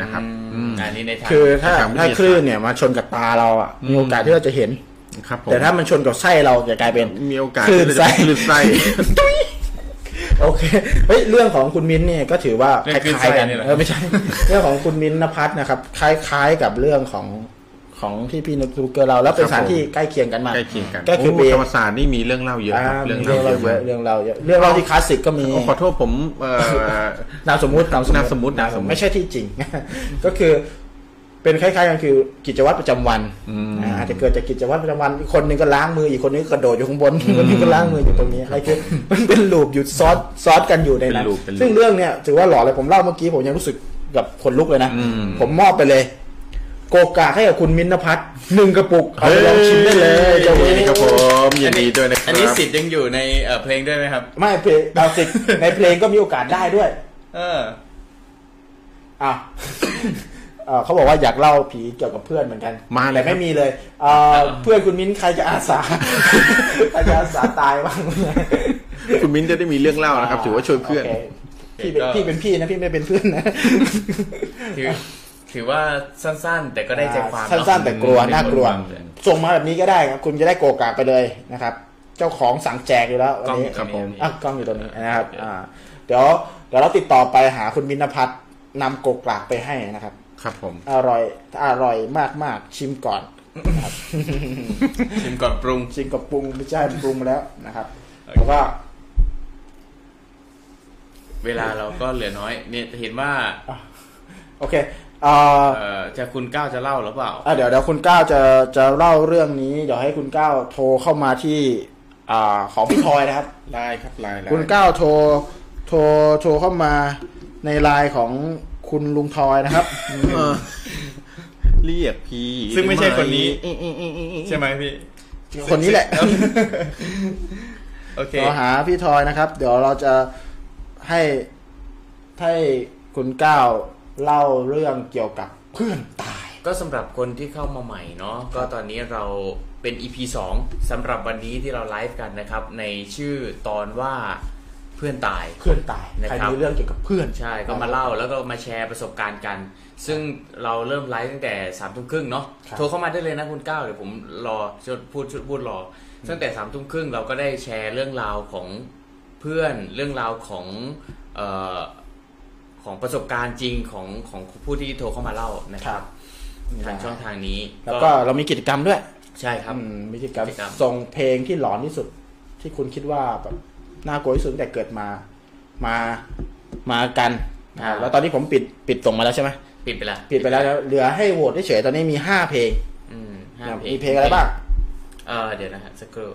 Speaker 3: นะครับ
Speaker 2: อืม
Speaker 3: อืม
Speaker 2: อันนี้ในทาง
Speaker 1: คือถ้า
Speaker 3: ทางวิทยาศา
Speaker 1: ถ้า
Speaker 3: สตร์
Speaker 1: คลื่นเนี่ยมาชนกับตาเราอ่ะมีโอกาสที่เราจะเห็น
Speaker 3: ครับผม
Speaker 1: แต่ถ้ามันชนกับไส้เราจะกลายเป็น
Speaker 3: มีโอกาส
Speaker 1: คลื่นไส้
Speaker 3: ที่เราจะคลื่นไส้
Speaker 1: โอเคเฮ้ยเรื่องของคุณมิ้นท์เนี่ยก็ถือว่า
Speaker 2: เรื่
Speaker 1: ค
Speaker 2: องคลื่น
Speaker 1: ล้ายๆกัน
Speaker 2: ไส้นี่เหรอ
Speaker 1: เออไม่ใช่ เรื่องของคุณมิ้นท์นภัสนะครับ คล้ายๆกับเรื่องของ
Speaker 3: ของ
Speaker 1: ที่พี่นุชรู้เกอร์เราแล้วเป็น
Speaker 3: ค
Speaker 1: ส
Speaker 3: รับ
Speaker 1: ถานที่
Speaker 3: ผม
Speaker 1: ใกล้เคียงกันมาก
Speaker 3: ใกล้เคียงกัน
Speaker 1: ก็คือ
Speaker 3: โอ้
Speaker 1: เป็น
Speaker 3: ธรรมศาสตร์นี่มีเรื่องเล่าเยอะ
Speaker 1: อ่า
Speaker 3: ครับ
Speaker 1: มี
Speaker 3: เรื่อง
Speaker 1: เรื่อง
Speaker 3: เล่า
Speaker 1: เรา
Speaker 3: เยอะ
Speaker 1: เยอะเรื่องเราเยอะ
Speaker 3: มาก
Speaker 1: เรื่องเราที่คลาสสิกก็มี
Speaker 3: โอ้ขอโทษผมเอ่อ
Speaker 1: นามสมมุตินามสมมุติ
Speaker 3: นามสมมุตินามสมมุติ
Speaker 1: ไม่ใช่ที่จริง ก็คือ เป็นคล้ายๆกันคือกิจวัตรประจำวัน
Speaker 3: อืม
Speaker 1: อ่าอาจจะเกิดจากกิจวัตรประจำวันอีกคนนึงก็ล้างมืออีกคนนึงก็กระโดดอยู่ข้างบนอีกคนนึงก็ล้างมืออยู่ตรงนี้ไอ้คือมันเป็นลูปอยู่ซ้อนซ้อนกันอยู่ในนั้น
Speaker 3: เป็น loop เป็น loop
Speaker 1: ซึ่งเรื่องเนี้ยถือว่าหลอนเลยผมเล่าเมื่อกี้ผมยังรู้สึกแบบขนลุกเลยนะ
Speaker 3: อืม
Speaker 1: ผมมอบไปเลย โกกาให้กับคุณมินท์นพัฒน์หนึ่งกระปุกเอาไปลองชิมได้เลยเจ้าเว
Speaker 3: ยินดี
Speaker 1: ย
Speaker 3: ครับผมยินดีด้วยนะครับ
Speaker 2: อันนี้สิทธิ์ยังอยู่ในเอ่อเพลงด้วยไหมครับ
Speaker 1: ไม่เพลงดาวสิกในเพลงก็มีโอกาสได้ด้วย
Speaker 2: เออ
Speaker 1: อ่ะ เอ่อเขาบอกว่าอยากเล่าผีเกี่ยวกับเพื่อนเหมือนกัน
Speaker 3: มาเลย
Speaker 1: แต่
Speaker 3: ครั
Speaker 1: ไม่
Speaker 3: บ
Speaker 1: มีเลยเอ่ อเพื่อนคุณมิ้นใครจะอาสา ใครจะอาสาตายบ้าง
Speaker 3: คุณมิ้นจะได้มีเรื่องเล่า นะครับ ถือว่าช่วยเพื่อน
Speaker 1: โคพี่เป็น
Speaker 2: ก็
Speaker 1: พี่เป็นพี่นะพี่ไม่เป็นเพื่อนนะ
Speaker 2: ถือถือว่าสั้นๆ แต่ ก็ได้ใจความเอะ
Speaker 1: สั้นๆแต่กลัว
Speaker 2: ได้
Speaker 1: น่ากลัว
Speaker 2: ใจควม
Speaker 1: ส่งมาแบบนี้ก็ได้ครับ คุณจะได้โกกากไปเลยนะครับ เจ้าของสั่งแจกอยู่แล้ววันนี้
Speaker 2: กล้องอยู่ครับผม
Speaker 1: อ่ะกล้องอยู่ตรงนี้นะครับ อ่า เดี๋ยวเดี๋ยวเราติดต่อไปหาคุณมินพัฒน์นำโกกากไปให้นะครับ
Speaker 3: ครับผม
Speaker 1: อร่อย อร่อยมากมากๆชิมก่อน
Speaker 2: ชิมก่อนปรุง
Speaker 1: ชิมกับปรุงไม่ใช่ปรุงแล้วนะครับแล้วก็
Speaker 2: เวลาเราก็เหลือน้อย เนี่ยเห็นว่า
Speaker 1: โอเคเอ่อ
Speaker 2: เอ่อจะคุณก้าวจะเล่าหรือเปล่า
Speaker 1: อ่ะเดี๋ยวเดี๋ยวคุณก้าวจะจะเล่าเรื่องนี้ เดี๋ยวให้คุณก้าวโทรเข้ามาที่อ่าของพี่ทอยนะครับ
Speaker 3: ไลน์ครับไลน์ไล
Speaker 1: คุณ
Speaker 3: น์
Speaker 1: ก้าวโทรโทรโทรเข้ามาในไลน์ของคุณลุงทอยนะครับ
Speaker 3: เออเรียกพี
Speaker 4: ซึ่งไม่ใช่คนนี้ ใช่ไหมพี่
Speaker 1: คนนี้แหละ
Speaker 4: โอเค
Speaker 1: เราหาพี่ทอยนะครับ เดี๋ยวเราจะให้ให้คุณก้าวเล่าเรื่องเกี่ยวกับเพื่อนตาย
Speaker 2: ก็สำหรับคนที่เข้ามาใหม่เนาะก็ตอนนี้เราเป็น EP 2สำหรับวันนี้ที่เราไลฟ์กันนะครับ ในชื่อตอนว่าเพื่อนตาย
Speaker 1: เพื่อนตาย
Speaker 2: นะ
Speaker 1: ใคร
Speaker 2: ครับ
Speaker 1: มีเรื่องเกี่ยวกับเพื่อน
Speaker 2: ใช่ก็มาเล่าแล้วก็มาแชร์ประสบการณ์กัน ซึ่งเราเริ่มไลฟ์ตั้งแต่สามทุ่มครึ่งเนาะโทรเข้ามาได้เลยนะคุณก้าวเดี๋ยวผมรอชดพูดชุดพูดรอตั้งแต่สามทุ่มครึ่งเราก็ได้แชร์เรื่องราวของเพื่อนเรื่องราวของเอ่อของประสบการณ์จริงของของผู้ที่โทรเข้ามาเล่านะค
Speaker 1: ค
Speaker 2: รั
Speaker 1: รั
Speaker 2: บบ ทางช่องทางนี้
Speaker 1: แล้วก็เรามีกิจกรรมด้วย
Speaker 2: ใช่ครับ
Speaker 1: อืมมีกิจกรรม
Speaker 2: กิจกรรม
Speaker 1: ส่งเพลงที่หลอนที่สุด ที่คุณคิดว่าแบบน่ากลัวที่สุดตั้งแต่เกิดมามามากันอ่าแล้วตอนนี้ผมปิดปิดส่งมาแล้วใช่ไหม
Speaker 2: ปิดไปละ
Speaker 1: ปิดไปแล้วแล้วเหลือให้โหวตเฉยๆตอนนี้มีห้าเพลง
Speaker 2: อืมห้า
Speaker 1: มีเพลงอะไรบ้าง
Speaker 2: เออเดี๋ยวนะฮะสักครู่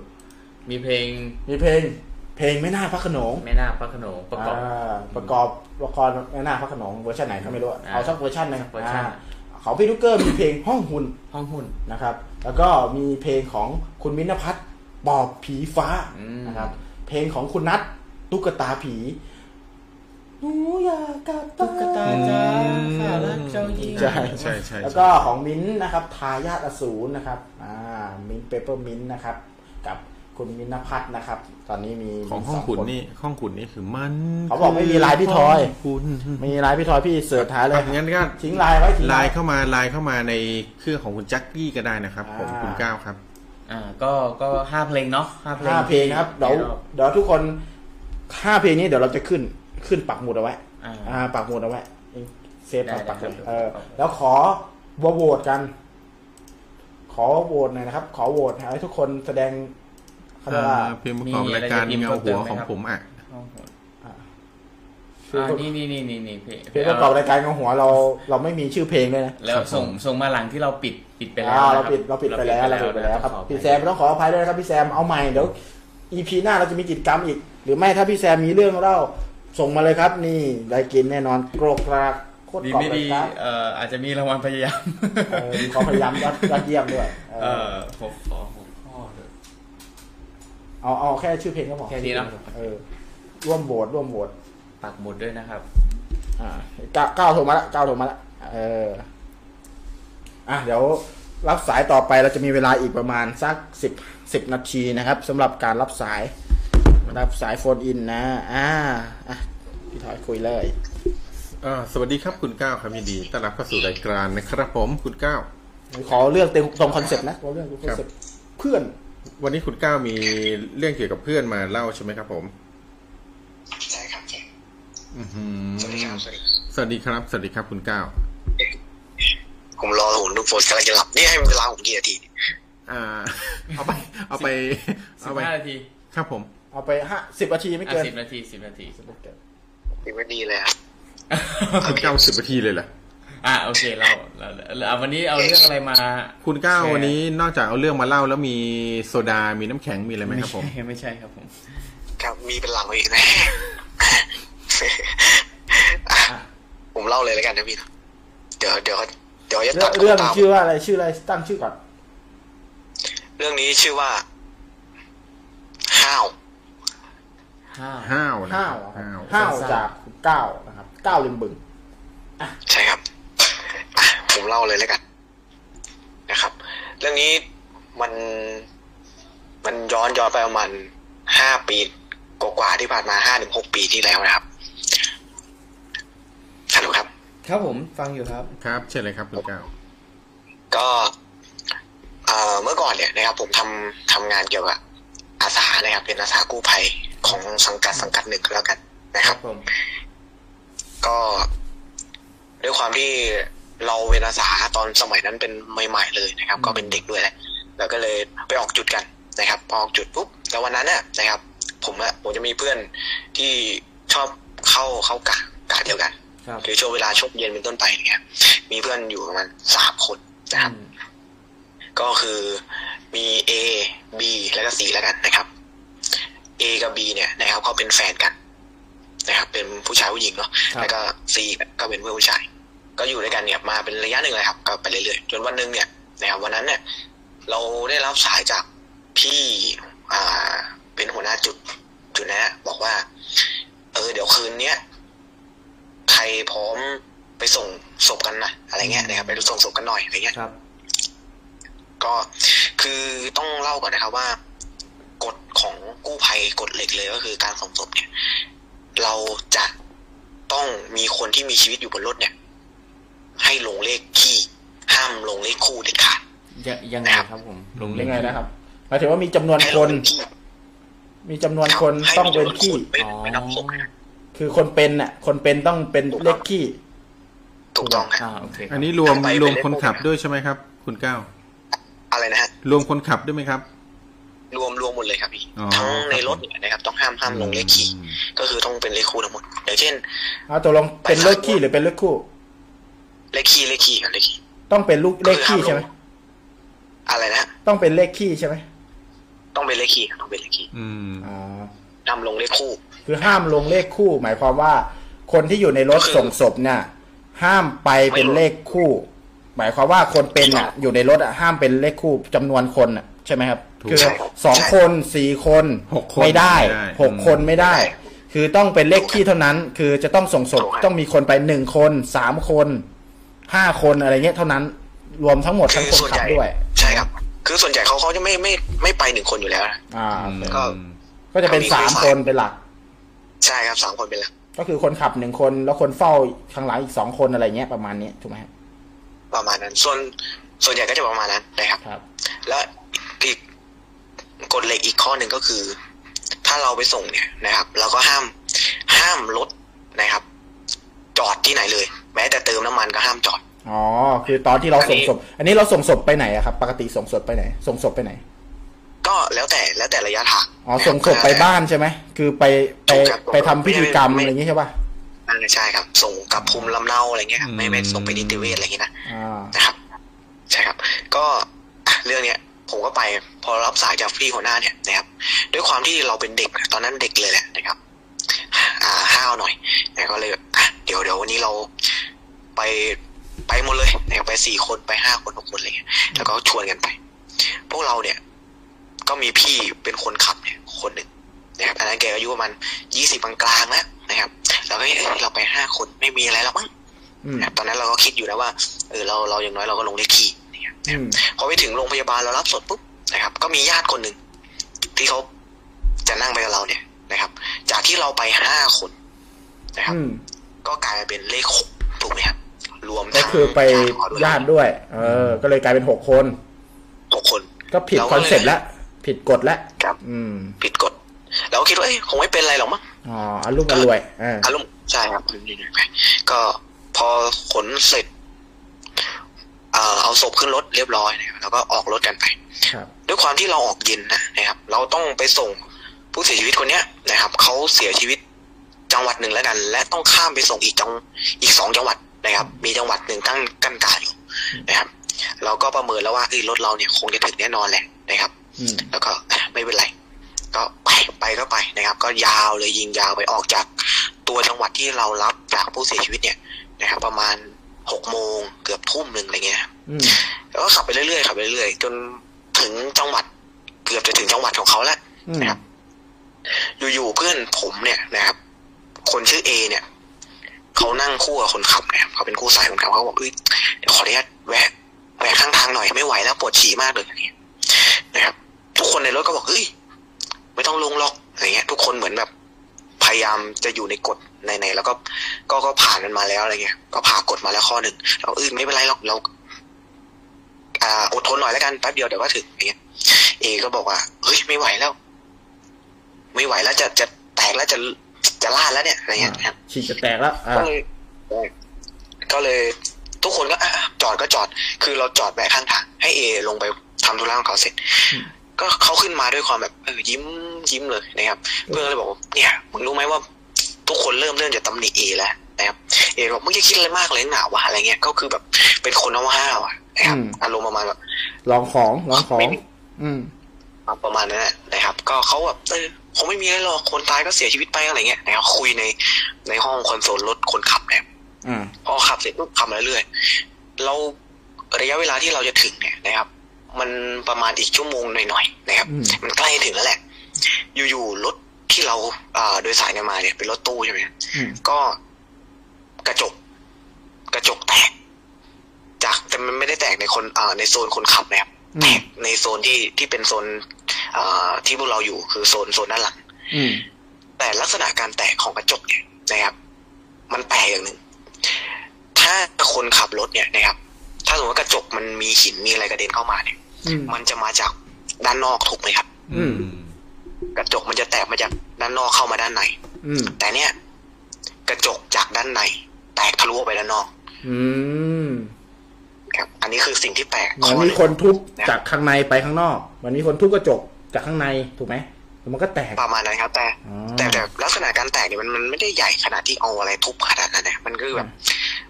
Speaker 2: มีเพลง
Speaker 1: มีเพลง เพลงไม่น่าพระโขนง
Speaker 2: แม่นาคพระโขนงประกอบ
Speaker 1: อ่าประกอบละครแม่นาคพระโขนงเวอร์ชันไหนก็ไม่รู้อะ
Speaker 2: อ่า
Speaker 1: เอาสักเวอร์ชันหนึง
Speaker 2: สักเวอร์ชัน
Speaker 1: อ่าของพี่ลูกเกอร์มีเพลงห้องหุ่น
Speaker 2: ห้องหุ้น
Speaker 1: นะครับ แล้วก็มีเพลงของคุณมินพัฒน์ปอบผีฟ้า
Speaker 2: อืม
Speaker 1: นะครับ เพลงของคุณนัทตุ๊กตาผีหนูอยากกลับตุ๊กตา
Speaker 2: จ้าข่าวรักเจ้าหญิง
Speaker 1: ใช่
Speaker 3: ใช่ใช่
Speaker 1: แล้ว
Speaker 3: ใช่
Speaker 1: ก็ของมิ้นท์นะครับทายาทอสูรนะครับอ่ามิ้นเปเปอร์มิ้นนะครับ กับคุณมินพัฒน์นะครับ ตอนนี้มี
Speaker 3: ของ
Speaker 1: มี
Speaker 3: ห้อง
Speaker 1: ส
Speaker 3: ขุน
Speaker 1: ค
Speaker 3: นี่ห้องขุนนี่คือมัน
Speaker 1: เขาบอกไม่มีลายพี่ทอย
Speaker 3: ห้งขุน
Speaker 1: มีไลน์พี่ทอยพี่เสิร์ชหาเลย
Speaker 3: อ่ะงั้นก็
Speaker 1: ทิ้งไลน์ไว้ทิ้ง
Speaker 3: ไล
Speaker 1: ไลน์
Speaker 3: น์เข้ามาไลน์เข้ามาในเครื่องของคุณแจ็คกี้ก็ได้นะครับ ผม
Speaker 1: อ่า
Speaker 3: คุณก้าวครับ
Speaker 2: อ่าก็ก็ห้าเพลงเนาะห้าเพลง
Speaker 1: ห้าเพลงนะครับ เดี๋ยว
Speaker 2: ที่รา
Speaker 1: เดี๋ยวทุกคนห้าเพลงนี้เดี๋ยวเราจะขึ้นขึ้นปักหมุดเอาไว้
Speaker 2: อ่า
Speaker 1: อ่าปักหมุดเอาไว้เซฟ
Speaker 2: ได้
Speaker 1: เอาปักหมุด
Speaker 2: ได้ครับ
Speaker 1: เออแล้วขอโหวตกัน ขอโหวตหน่อยนะครับ ขอโหวตให้ทุกคนแสดงเขาเรียกว่า
Speaker 3: อ่าเพลงประกอบรายการ
Speaker 2: มีอะไรจะพิมพ์
Speaker 3: เงา
Speaker 2: เพิ่มเติ
Speaker 3: หั
Speaker 2: ม
Speaker 3: ว
Speaker 2: ไหมค
Speaker 3: ของ
Speaker 2: รับ
Speaker 3: ผมอ่ะ
Speaker 2: ห้องหุ้น
Speaker 1: คืออ่
Speaker 2: อ่านี่นี่นี่นี่นี่เพลง
Speaker 1: เพลงประกอบรายการของหัวเรา เราไม่มีชื่อเพลงด้วยนะ
Speaker 2: แล้ว
Speaker 3: ครับผม
Speaker 2: ส่งส่งมาหลังที่เราปิดปิดไปแล้ว
Speaker 1: อ่า
Speaker 2: นะค
Speaker 1: เรา
Speaker 2: บ
Speaker 1: ปิดเราปิดไปแล้วเราปิดไปแล้วครับ
Speaker 2: ขออภัย
Speaker 1: พี่แซมต้องขออภัยด้วยนะครับพี่แซมเอาใหม่เดี๋ยวอีพีหน้าเราจะมีกิจกรรมอีก หรือไม่ถ้าพี่แซมมีเรื่องเล่าส่งมาเลยครับ นี่ได้กินแน่นอนโกรกกรากโคตร
Speaker 2: ดี
Speaker 1: กรอบ
Speaker 2: ไม่
Speaker 1: เลย
Speaker 2: ดี
Speaker 1: ครับ
Speaker 2: เอ่ออาจจะมีรางวัลพยายาม
Speaker 1: เออมีความพยายามยอดยอดเยี่ยมด้วยเอ
Speaker 2: เอ
Speaker 1: อ
Speaker 2: อผมขอหัวข้อด้วย
Speaker 1: เอาเอาแค่ชื่อเพลงก็พอ
Speaker 2: แค่นี้เนอะ
Speaker 1: เออร่วมโหวตร่วมโหวต
Speaker 2: ปักหมุดด้วยนะครับ
Speaker 1: อ่าก้าวก้าวโทรมาละก้าวโทรมาละเอออ่ะเดี๋ยวรับสายต่อไปเราจะมีเวลาอีกประมาณสักสิบสิบนาทีนะครับสำหรับการรับสาย รับสายโฟนอินนะ อ่าอ่ะพี่ทอยคุยเลย
Speaker 3: เอ่อสวัสดีครับคุณก้าวครับยินดีต้อนรับเข้าสู่รายการนะครับผมคุณก้าว
Speaker 1: ขอเลือกเต็มตรงคอนเซ็ปต์นะขอเลือกตรงคอนเซ็ปต์เพื่อน
Speaker 3: วันนี้คุณก้าวมีเรื่องเกี่ยวกับเพื่อนมาเล่าใช่ไหมครับผม
Speaker 5: ใช่ครับเจ๊
Speaker 3: อื้อหือ
Speaker 5: สวัสดีครับสวัสดี
Speaker 3: สวัสดีครับ สวัสดีครับคุณก้าว
Speaker 5: ผมรอหุ่นลูก
Speaker 7: ฝนกำลังจะหลับนี่ให้เวลาผมกี่นาที
Speaker 3: อ่า เอาไป เอาไป
Speaker 2: สิ
Speaker 3: เอา
Speaker 2: บ
Speaker 3: ไป
Speaker 2: ห้านาที
Speaker 3: ครับผม
Speaker 1: เอาไปห้าสิบนาทีไม่
Speaker 2: อ่ะ
Speaker 1: เกิน
Speaker 2: สิบนาทีสิบนาที
Speaker 7: นี่ไม่ดีเลยอะ
Speaker 3: คุณเก้าสิบนาทีเลยเหรอ
Speaker 2: อ่ะโอเคเราเราเราเอาวันนี้เอาเรื่องอะไรมา
Speaker 3: คุณเก้า
Speaker 2: แชร์
Speaker 3: วันนี้นอกจากเอาเรื่องมาเล่าแล้วมีโซดา มีน้ำแข็ง มีอะไรไหมครับผม
Speaker 2: ไใช่ไม่ใช่ครับผม
Speaker 7: ครับมีเป็นหลังอีกนะ ผมเล่าเลยแล้วกันนะพี่นะเดี๋ยวเดี๋ยวเดี๋ยวจะ
Speaker 1: เรื่องเรื่อ
Speaker 7: ตัด
Speaker 1: ง
Speaker 7: ตาม
Speaker 1: ชื่อว่าอะไรชื่ออะไรตั้งชื่อก่อน
Speaker 7: เรื่องนี้ชื่อว่าห้าว
Speaker 2: ห้าว
Speaker 3: ห้าวนะ
Speaker 1: ห้าว
Speaker 3: ห้าว
Speaker 1: ห้าว
Speaker 2: สั้นๆ
Speaker 1: จากคุณเก้านะครับเก้าริมบึง
Speaker 7: ใช่ครับ อ่ะผมเล่าเลยแล้วกันนะครับ เรื่องนี้มันมันย้อนย้อนไปประมาณห้าปีกว่าๆที่ผ่านมาห้าถึงหกปีที่แล้วนะครับฮัลโหลครับ
Speaker 2: ครับผมฟังอยู่ครับ
Speaker 3: ครับ เชิญเลยครับคุณเก้า
Speaker 7: ก็เอ่อเมื่อก่อนเนี่ยนะครับ ผมทำทำงานเกี่ยวกับอาสานะครับ เป็นอาสากู้ภัยของสังกัดสังกัดหนึ่งก็แล้วกันนะ
Speaker 2: ค
Speaker 7: ค
Speaker 2: รั
Speaker 7: รั
Speaker 2: บบ ผม
Speaker 7: ก็ด้วยความที่เราเป็นอาสาตอนสมัยนั้นเป็นใหม่ๆเลยนะครับ
Speaker 2: อืม
Speaker 7: ก็เป็นเด็กด้วยแหละแล้วก็เลยไปออกจุดกันนะครับพอออกจุดปุ๊บแล้ววันนั้นน่ะนะครับ ผมอะผมจะมีเพื่อนที่ชอบเข้าเข้ากะกะเดียวกัน
Speaker 2: ครับ
Speaker 7: คือช่วงเวลาช่วงเย็นเป็นต้นไปอย่างเงี้ยมีเพื่อนอยู่ประมาณสามคนนะครับ
Speaker 2: อืม
Speaker 7: ก็คือมี A B แล้วก็ C แล้วกันนะครับ A กับ B เนี่ยนะครับเขาเป็นแฟนกันนะครับ เป็นผู้ชายผู้หญิงเนาะแล้วก็ C ก็เป็นเพื่อนผู้ชาย ก็อยู่ด้วยกันเนี่ยมาเป็นระยะหนึ่งเลยครับ ก็ไปเรื่อยๆจนวันหนึ่งเนี่ยนะครับวันนั้นเนี่ย เราได้รับสายจากพี่อ่าเป็นหัวหน้าจุดจุดนะฮะบอกว่า เออ เดี๋ยวคืนเนี้ยใครพร้อมไปส่งศพกันนะอะไรเงี้ยนะครับไปส่งศพกันหน่อยอะไรเงี้ย
Speaker 2: ครับ
Speaker 7: ก็คือต้องเล่าก่อนนะครับว่ากฎของกู้ภัยกฎเหล็กเลยก็คือการส่งศพเนี่ย เราจะต้องมีคนที่มีชีวิตอยู่บนรถเนี่ย ให้ลงเลขคี่ ห้ามลงเลขคู่เด็ดขาด
Speaker 2: ยังยังไงครับผมลงเล่
Speaker 1: ยั
Speaker 2: น
Speaker 1: งไงนะครับหมายถึงว่ามีจำนวน
Speaker 7: ให้
Speaker 1: ค
Speaker 7: ลง
Speaker 1: น
Speaker 7: เลขขี้
Speaker 1: มีจำนวนคน
Speaker 7: ให้
Speaker 1: ต้องเป็น
Speaker 7: จำว
Speaker 1: ขี้
Speaker 7: คไม่ไม่นับศพ
Speaker 1: คือคนเป็นน่ะ คนเป็นต้องเป็นเลขขี้
Speaker 7: ถูกต้องครับ
Speaker 2: อ่าโอเคครับ
Speaker 3: อันนี้รวม
Speaker 7: ไปไป
Speaker 3: รวม
Speaker 7: เล่น
Speaker 3: คนขับ
Speaker 7: พวก
Speaker 3: ด้วยใช่ไหมครับ คุณเก้า
Speaker 7: อะไรนะฮะ
Speaker 3: รวมคนขับด้วยไหมครับ
Speaker 7: รวมรวมหมดเลยครับพี่
Speaker 3: อ๋อ
Speaker 7: ทั้งใน
Speaker 3: ครับ
Speaker 7: รถเนี่ยนะครับ ต้องห้ามห้ามลงเลขคี่ก็คือต้องเป็นเลขคู่ทั้งหมดอย่างเช่น
Speaker 1: เอาตัวลงเป็นเลขขี้หรือเป็นเลขคู่
Speaker 7: เลขคี่เลขคี่กับเลขคี่
Speaker 1: ต้องเป็นลูกเลขขี้ใช่ไหม
Speaker 7: อะไรนะฮะ
Speaker 1: ต้องเป็นเลขขี้ใช่ไหม
Speaker 7: ต้องเป็นเลขคี่ครับต้องเป็นเลขคี่
Speaker 3: อืม
Speaker 1: อ่า
Speaker 7: ห้ามลงเลขคู่
Speaker 1: คือห้ามลงเลขคู่ หมายความว่า คนที่อยู่ในรถ
Speaker 7: ก็คือ
Speaker 1: ส่งศพเนี่ยห้ามไปเป็น
Speaker 7: ไม่ลง
Speaker 1: เลขคู่ หมายความว่าคนเป็นอ่ะ อยู่ในรถอ่ะห้ามเป็นเลขคู่จำนวนคนอ่ะใช่ไหมครับ
Speaker 3: ถูก
Speaker 1: คือ
Speaker 7: ใช่ครับ
Speaker 1: สอง
Speaker 7: ใช่
Speaker 1: คนสี่คน
Speaker 3: หกคน
Speaker 1: ไม่ได้
Speaker 3: ไม่ได้
Speaker 1: หก
Speaker 3: อืม
Speaker 1: คนไม่ได้ คือต้องเป็นเลขขี้เท่านั้น คือจะต้องส่งศพ
Speaker 7: ถูกครับ
Speaker 1: ต้องมีคนไปหนึ่งคนสามคนห้าคนอะไรเงี้ยเท่านั้น รวมทั้งหมดทั้ง
Speaker 7: คือ
Speaker 1: คน
Speaker 7: ส่วน
Speaker 1: ขั
Speaker 7: ให
Speaker 1: บ
Speaker 7: ญ่
Speaker 1: ด้วย
Speaker 7: ใช่ครับ คือส่วนใหญ่เขาเขาจะไม่ไม่ไม่ไปหนึ่งคนอยู่แล้วนะ
Speaker 1: อ่า
Speaker 7: ก็
Speaker 1: ก็จะเป็น
Speaker 7: มี
Speaker 1: สาม
Speaker 7: คน
Speaker 1: คนเป็นหลัก
Speaker 7: ใช่ครับสามคนเป็นหลัก
Speaker 1: ก็คือคนขับหนึ่งคนแล้วคนเฝ้าข้างหลังอีกสองคนอะไรเงี้ยประมาณนี้ถูกไหมฮะ
Speaker 7: ประมาณนั้น ส่วนส่วนใหญ่ก็จะประมาณนั้นนะครับ
Speaker 1: ครับ
Speaker 7: และอีกกฎเหล็กอีกข้อหนึ่งก็คือ ถ้าเราไปส่งเนี่ยนะครับ เราก็ห้ามห้ามรถนะครับ จอดที่ไหนเลย แม้แต่เติมน้ำมันก็ห้ามจอด
Speaker 1: อ๋อ คือตอนที่เรา
Speaker 7: อัน
Speaker 1: ส่
Speaker 7: นี้
Speaker 1: งศพ อันนี้เราส่งศพไปไหนอะครับ ปกติส่งศพไปไหน ส่งศพไปไหน
Speaker 7: ก็แล้วแต่แล้วแต่ระยะทาง
Speaker 1: อ๋อ ส่งศพไปบ้านใช่ไหม คือไปไปไปทำพิธีกรรมอะไรอย่างงี้ใช่ป่ะ
Speaker 7: อ่าใช่ครับ ส่งกลับภูมิลำเนาอะไรเงี้ยครับไม่ไม่ส่งไปนิติเวชอะไรอย่างงี้นะ
Speaker 1: อ่า
Speaker 7: นะครับใช่ครับ ก็อ่ะเรื่องเนี้ย ผมก็ไปพอรับสายจากพี่หัวหน้าเนี่ยนะครับ ด้วยความที่เราเป็นเด็กนะตอนนั้นเด็กเลยแหละนะครับ อ่าห้าวหน่อยนะก็เลยแบบอ่ะเดี๋ยวเดี๋ยววันนี้เราไปไปหมดเลยนะครับไปสี่คนไปห้าคนหกคนอะไรเงี้ยแล้วก็ชวนกันไป พวกเราเนี่ย ก็มีพี่เป็นคนขับเนี่ย คนหนึ่งนะครับอันนั้นแกอายุประมาณยี่สิบกลางๆแล้วนะครับเราก็เอ๊ะเราไปห้าคนไม่มีอะไรแล้วมั้ง
Speaker 1: อืม
Speaker 7: นะครับตอนนั้นเราก็คิดอยู่นะว่าเออเราเราอย่างน้อยเราก็ลงเลขขี่นะครับ
Speaker 1: อืม
Speaker 7: พอไปถึงโรงพยาบาลเรารับศพปุ๊บนะครับ ก็มีญาติคนหนึ่งที่เขาจะนั่งไปกับเราเนี่ยนะครับ จากที่เราไปห้าคนนะครับ
Speaker 1: อืม
Speaker 7: ก็กลายเป็นเลขหกถูกไหมครับรวม
Speaker 1: ก็
Speaker 7: ทั้ง
Speaker 1: คือไป
Speaker 7: ของเร
Speaker 1: ญาติด้วย เออ ก็เลยกลายเป็นหกคน
Speaker 7: หกคน
Speaker 1: ก็ผิด
Speaker 7: เราก็
Speaker 1: ค
Speaker 7: เลย
Speaker 1: อนเซ็ปต์ละ ผิดกฎละ
Speaker 7: ครับ
Speaker 1: อืม
Speaker 7: ผิดกฎเราก็คิดว่าเอ้ยคงไม่เป็นไรหรอกมั้ง
Speaker 1: อ๋ออารมณ์อรวยอ่า
Speaker 7: อารมณ์ใช่ครับก็พอขนเสร็จ อ่ อ่อเอาศพขึ้นรถเรียบร้อยนะครับแล้วก็ออกรถกันไป
Speaker 1: ครับ
Speaker 7: ด้วยความที่เราออกเย็นนะนะครับ เราต้องไปส่งผู้เสียชีวิตคนเนี้ยนะครับเขาเสียชีวิตจังหวัดหนึ่งแล้วกัน และต้องข้ามไปส่งอีกจังอีกสองจังหวัดนะครับ มีจังหวัดหนึ่งกั้นกั้นกลางอยู่นะครับ เราก็ประเมินแล้วว่าเอ้ยรถเราเนี่ยคงจะถึงแน่นอนแหละนะครับ
Speaker 1: อืม
Speaker 7: แล้วก็อ่ะไม่เป็นไร ก็ไปไปก็ไปนะครับ ก็ยาวเลยยิงยาวไปออกจากตัวจังหวัดที่เรารับจากผู้เสียชีวิตเนี่ยนะครับ ประมาณหกโมงเกือบทุ่มหนึ่งอะไรเงี้ย
Speaker 1: อืม
Speaker 7: แล้วก็ขับไปเรื่อยๆขับไปเรื่อยๆจนถึงจังหวัด เกือบจะถึงจังหวัดของเขาแล้ว
Speaker 1: อืม
Speaker 7: นะครับ อยู่ๆเพื่อนผมเนี่ยนะครับ คนชื่อเอเนี่ยเขานั่งคู่กับคนขับนะครับเขาเป็นคู่สายคนขับเขาบอกเอ้ยเดี๋ยวขออนุญาตแวะแวะข้างทางหน่อยไม่ไหวแล้วปวดฉี่มากเลยอะไรเงี้ยนะครับ ทุกคนในรถก็บอกเอ้ยไม่ต้องลงหรอกอะไรเงี้ย ทุกคนเหมือนแบบ พยายามจะอยู่ในกฎในๆแล้วก็ก็ก็ผ่านมันมาแล้วอะไรเงี้ย ก็ผ่ากฎมาแล้วข้อหนึ่งเราเอ้ยไม่เป็นไรหรอกเรา อ่าอดทนหน่อยแล้วกันแป๊บเดียวเดี๋ยวก็ถึงอย่างเงี้ยเอก็บอกว่าเฮ้ยไม่ไหวแล้ว ไม่ไหวแล้วจะจะแตกแล้วจะจะลาดแล้วเนี่ยอะไรเงี้ยครับ
Speaker 1: ฉีกจะแตกแล้วอ่า
Speaker 7: ก็เลยเออก็เลย ทุกคนก็อ่ะจอดก็จอด คือเราจอดแวะข้างทางให้เอลงไปทำธุระของเขาเสร็จ ก็เขาขึ้นมาด้วยความแบบเออยิ้มยิ้มเลยนะครับ เพื่อนก็เลยบอกว่าเนี่ยมึงรู้ไหมว่า ทุกคนเริ่มเริ่มจะตำหนิเอแล้วนะครับเอบอกมึงจะคิดอะไรมากเลยหนาวะอะไรเงี้ยก็คือแบบเป็นคนห้าวๆอ่ะนะครับอารมณ์ประมาณแบบ
Speaker 1: ลองของลองของ อืม
Speaker 7: อ่ะประมาณนั้นแหละนะครับ ก็เขาแบบเออคงไม่มีอะไรหรอกคนตายก็เสียชีวิตไปอะไรเงี้ยนะครับคุยในในห้องคอนโซลรถคนขับเนี่ย
Speaker 1: อ่า
Speaker 7: พอขับเสร็จปุ๊บขับมาเรื่อยๆเราระยะเวลาที่เราจะถึงเนี่ยนะครับ มันประมาณอีกชั่วโมงหน่อยๆนะครับ
Speaker 1: อืม
Speaker 7: มันใกล้ถึงแล้วแหละ อยู่ๆรถที่เราอ่าโดยสารกันมาเนี่ยเป็นรถตู้ใช่ไหม
Speaker 1: อืม
Speaker 7: ก็กระจก กระจกแตก จากแต่มันไม่ได้แตกในคนอ่าในโซนคนขับนะครับ
Speaker 1: อืม
Speaker 7: ในโซนที่ที่เป็นโซนอ่าที่พวกเราอยู่คือโซนโซนด้านหลัง
Speaker 1: อืม
Speaker 7: แต่ลักษณะการแตกของกระจกเนี่ยนะครับ มันแตกอย่างหนึ่ง ถ้าคนขับรถเนี่ยนะครับ ถ้าสมมติว่ากระจกมันมีหินมีอะไรกระเด็นเข้ามาเนี่ย
Speaker 1: อืม
Speaker 7: มันจะมาจากด้านนอกถูกไหมครับ
Speaker 1: อืม
Speaker 7: กระจกมันจะแตกมาจากด้านนอกเข้ามาด้านใน
Speaker 1: อืม
Speaker 7: แต่เนี่ย กระจกจากด้านใน แตกทะลุออกไปด้านนอก
Speaker 1: อืม
Speaker 7: ครับ อันนี้คือสิ่งที่แปลก
Speaker 1: เหมือน
Speaker 7: ข้อห
Speaker 1: มี
Speaker 7: ง
Speaker 1: คนทุบจากข้างในไปข้างนอกเหมือนมีคนทุบกระจกจากข้างในถูกไหมแล้วมันก็แตก
Speaker 7: ประมาณนั้นครับแต่
Speaker 1: อ๋อ
Speaker 7: แต่แต่ลักษณะการแตกเนี่ยมันมันไม่ได้ใหญ่ขนาดที่เอาอะไรทุบขนาดนั้นนะมันก็คือแบบ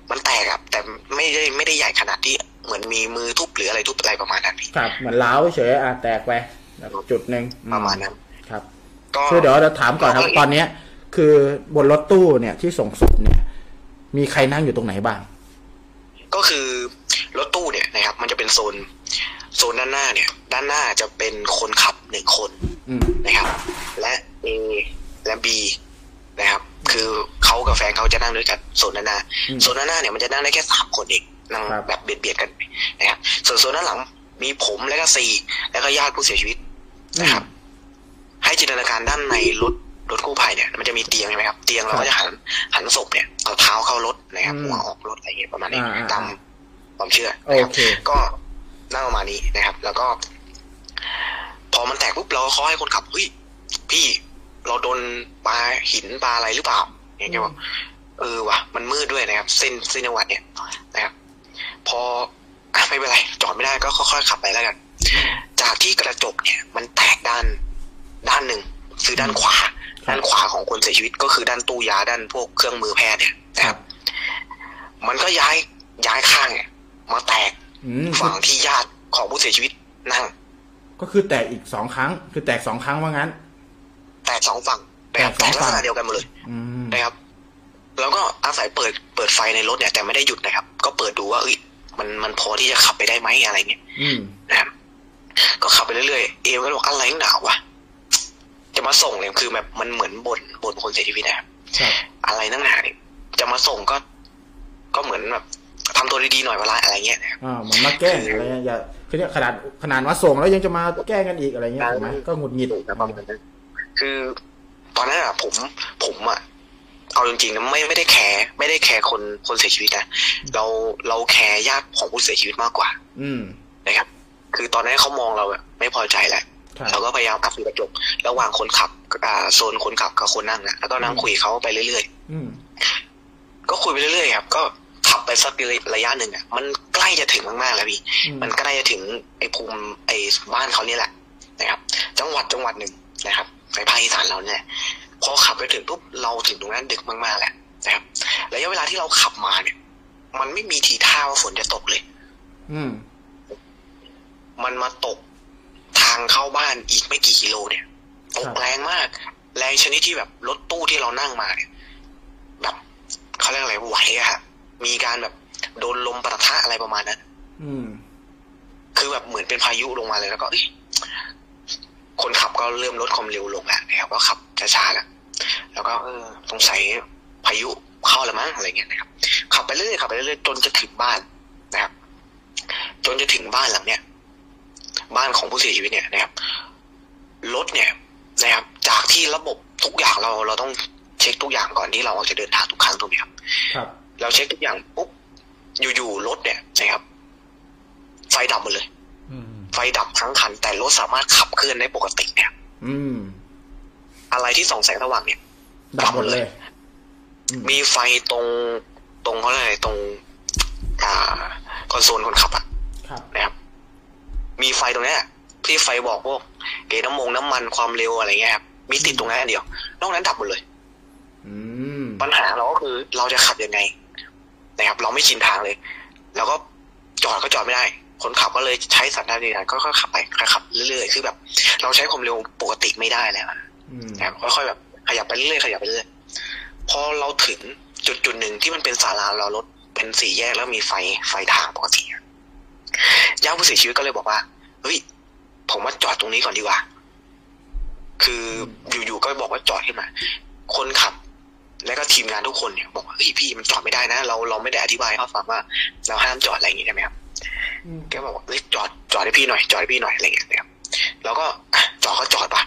Speaker 7: มันแตกครับแต่ไม่ได้ไม่ได้ใหญ่ขนาดที่เหมือนมีมือทุบหรืออะไรทุบอะไรประมาณนั้นพี่
Speaker 1: ครับเหมือนล้าวเฉยอ่ะแตกไปแล้วจุดหนึ่งอื
Speaker 7: ประมาณนั้น
Speaker 1: ครับ
Speaker 7: ก็
Speaker 1: คือเดี๋ยวเราถามก่อนครับ
Speaker 7: ก็อีก
Speaker 1: ตอนเนี้ย คือบนรถตู้เนี่ยที่ส่งศพเนี่ย มีใครนั่งอยู่ตรงไหนบ้าง
Speaker 7: ก็คือรถตู้เนี่ยนะครับ มันจะเป็นโซนโซนด้านหน้าเนี่ย ด้านหน้าจะเป็นคนขับหนึ่งคน
Speaker 1: อืม
Speaker 7: นะครับ และ A และ B นะครับ คือเขากับแฟนเขาจะนั่งด้วยกันโซนด้านหน้า
Speaker 1: อืม
Speaker 7: โซนด้านหน้าเนี่ยมันจะนั่งได้แค่สามคนเองนั่ง
Speaker 1: ครับ
Speaker 7: แบบเบียดเบียดๆกันไปนะครับ ส่วนโซนด้านหลังมีผมแล้วก็ซีแล้วก็ญาติผู้เสียชีวิต นะครับ ให้จินตนาการด้านในรถรถกู้ภัยเนี่ย มันจะมีเตียงใช่ไหมครับ เตียงเราก็จะหันหันศพเนี่ยเอาเท้าเข้ารถนะครับ
Speaker 1: อืม
Speaker 7: หัวออกรถอะไรอย่างเงี้ยประมาณนี้
Speaker 1: อ่าๆ
Speaker 7: ตามความเชื่อนะครับ
Speaker 1: โอเค
Speaker 7: ก็นั่งประมาณนี้นะครับ แล้วก็ พอมันแตกปุ๊บเราก็เคาะให้คนขับเฮ้ยพี่เราโดนปลาหินปลาอะไรหรือเปล่าอย่างเงี้ยบอกเออว่ะมันมืดด้วยนะครับ เส้นเส้นจังหวัดเนี่ยนะครับ พออ่ะไม่เป็นไร จอดไม่ได้ก็ค่อยๆขับไปแล้วกัน จากที่กระจกเนี่ย มันแตกด้านด้านหนึ่งคือด้านขวา ด้านขวาของคนเสียชีวิตก็คือด้านตู้ยาด้านพวกเครื่องมือแพทย์เนี่ยนะครับ มันก็ย้ายย้ายข้างเนี่ยมาแตก
Speaker 1: อืม
Speaker 7: ฝั่งที่ญาติของผู้เสียชีวิตนั่ง
Speaker 1: ก็คือแตกอีกสองครั้ง คือแตกสองครั้งว่างั้น
Speaker 7: แตกสองฝั่งนะครับ
Speaker 1: แต
Speaker 7: แต
Speaker 1: กสอง
Speaker 7: กลัก
Speaker 1: ฝั่
Speaker 7: ษ
Speaker 1: ง
Speaker 7: ณะเดียวกันหมดเลย
Speaker 1: อืม
Speaker 7: นะครับ แล้วก็อาศัยเปิดเปิดไฟในรถเนี่ยแต่ไม่ได้หยุดนะครับ ก็เปิดดูว่าเอ้ยมันมันพอที่จะขับไปได้ไหมอะไรเงี้ย
Speaker 1: อืม
Speaker 7: นะครับก็ขับไปเรื่อยๆเอมก็บอกอะไรนักหนาวะจะมาส่งเลยคือแบบมันเหมือนบน่นบ่นคนเสียชีวิตนะครับ
Speaker 1: ครับ
Speaker 7: อะไรนักหนาเนี่ยจะมาส่งก็ ก็เหมือนแบบทำตัวดีๆหน่อยวะละอะไรเงี้ยนะครับ
Speaker 1: อ่าเหมือนมาแกล้งอะไรเงี้ยอย่าคือเนี่ยขนาดขนาดว่าส่งแล้วยังจะมาแกล้งกันอีกอะไรเงี้ยถูกไหมก็หงุดหงิด
Speaker 7: ครับประมาณนั้นคือตอนนั้นอะผมผมอะเอาจริงๆนะไม่ไม่ได้แคร์ไม่ได้แคร์คนคนเสียชีวิตนะเราเราแคร์ญาติของผู้เสียชีวิตมากกว่า
Speaker 1: อืม
Speaker 7: นะครับ คือตอนนั้นเขามองเราแบบไม่พอใจแหละ
Speaker 1: ครับ
Speaker 7: เราก็พยายามอับดูกระจกระหว่างคนขับอ่าโซนคนขับกับคนนั่งนะแล้วก็นั่งคุยเขาไปเรื่อย
Speaker 1: อืม
Speaker 7: ๆ ก็คุยไปเรื่อยๆครับก็ขับไปสักระยะหนึ่งอะมันใก ล้จะถึงมากๆแล้วพี่ มันใกล้จะถึงไอ้ภูมิไอ้บ้านเขาเนี่ยแหละนะครับ จังหวัดจังหวัดหนึ่งนะครับในภาคอีสานเราเนี่ยพอขับไปถึงปุ๊บเราถึงตรงนั้นดึกมากๆแหละนะครับระยะเวลาที่เราขับมาเนี่ย มันไม่มีทีท่าว่าฝนจะตกเลย
Speaker 1: อืม
Speaker 7: มันมาตกทางเข้าบ้านอีกไม่กี่กิโลเนี่ยต
Speaker 1: ค
Speaker 7: ก
Speaker 1: รับ
Speaker 7: แรงมาก แรงชนิดที่แบบรถตู้ที่เรานั่งมาเนี่ยแบบเขาเรียกอะไรไหวอะฮะมีการแบบโดนลมประทะอะไรประมาณนั้น
Speaker 1: อืม
Speaker 7: คือแบบเหมือนเป็นพายุลงมาเลยแล้วก็เอ้ยคนขับก็เริ่มลดความเร็วลงแล้วนะครับก็ขับช้าๆแล้วแล้วก็เออสงสัยพายุเข้าแล้วมั้งอะไรเงี้ยนะครับ ขับไปเรื่อยๆขับไปเรื่อยๆจนจะถึงบ้านนะครับ จนจะถึงบ้านหลังเนี่ยบ้านของผู้เสียชีวิตเนี่ยนะครับรถเนี่ยนะครับ จากที่ระบบทุกอย่างเราเราต้องเช็คทุกอย่างก่อนที่เราออกจะเดินทางทุกครั้งถูกไหมครับ
Speaker 1: ครับ
Speaker 7: เราเช็คทุกอย่างปุ๊บอยู่ๆรถเนี่ยนะครับ ไฟดับหมดเลย ไฟดับทั้งคัน แต่รถสามารถขับเคลื่อนได้ปกติเนี่ย
Speaker 1: อืม
Speaker 7: อะไรที่ส่องแสงสว่างเนี่ย
Speaker 1: ดับหมดเลย อืม
Speaker 7: มีไฟตรงตรงเขาเรียกอะไรตรง อ่าคอนโซลคนขับอะ
Speaker 1: ครับ
Speaker 7: นะครับ มีไฟตรงเนี้ยที่ไฟบอกพวกเกณฑ์น้ำมงน้ำมันความเร็วอะไรเงี้ยครับมีติดตรงนั้นอันเดียวนอกนั้นดับหมดเลย
Speaker 1: อืม
Speaker 7: ปัญหาเราก็คือเราจะขับยังไง นะครับ เราไม่ชินทางเลย แล้วก็จอดก็จอดไม่ได้ คนขับก็เลยใช้สัญชาตญาณก็ค่อยๆขับไปค่อยๆขับเรื่อยๆคือแบบ เราใช้ความเร็วปกติไม่ได้แล้วอะ
Speaker 1: อืม
Speaker 7: นะครับค่อยๆแบบขยับไปเรื่อยๆขยับไปเรื่อยพอเราถึงจุดจุดหนึ่งที่มันเป็นศาลาเรารถเป็นสี่แยกแล้วมีไฟไฟทางปกติอะญาติผู้เสียชีวิตก็เลยบอกว่าเฮ้ยผมว่าจอดตรงนี้ก่อนดีกว่า คืออยู่ๆก็บอกว่าจอดขึ้นมา คนขับ และก็ทีมงานทุกคนเนี่ยบอกว่าเฮ้ยพี่มันจอดไม่ได้นะ เราเราไม่ได้อธิบายให้เขาฟังว่า เราห้ามจอดอะไรอย่างงี้ใช่ไหมครับ
Speaker 1: อืม
Speaker 7: แกบอกว่าเฮ้ยจอดจอดให้พี่หน่อยจอดให้พี่หน่อยอะไรอย่างเงี้ยนะครับเราก็อ่ะจอดก็จอดปะ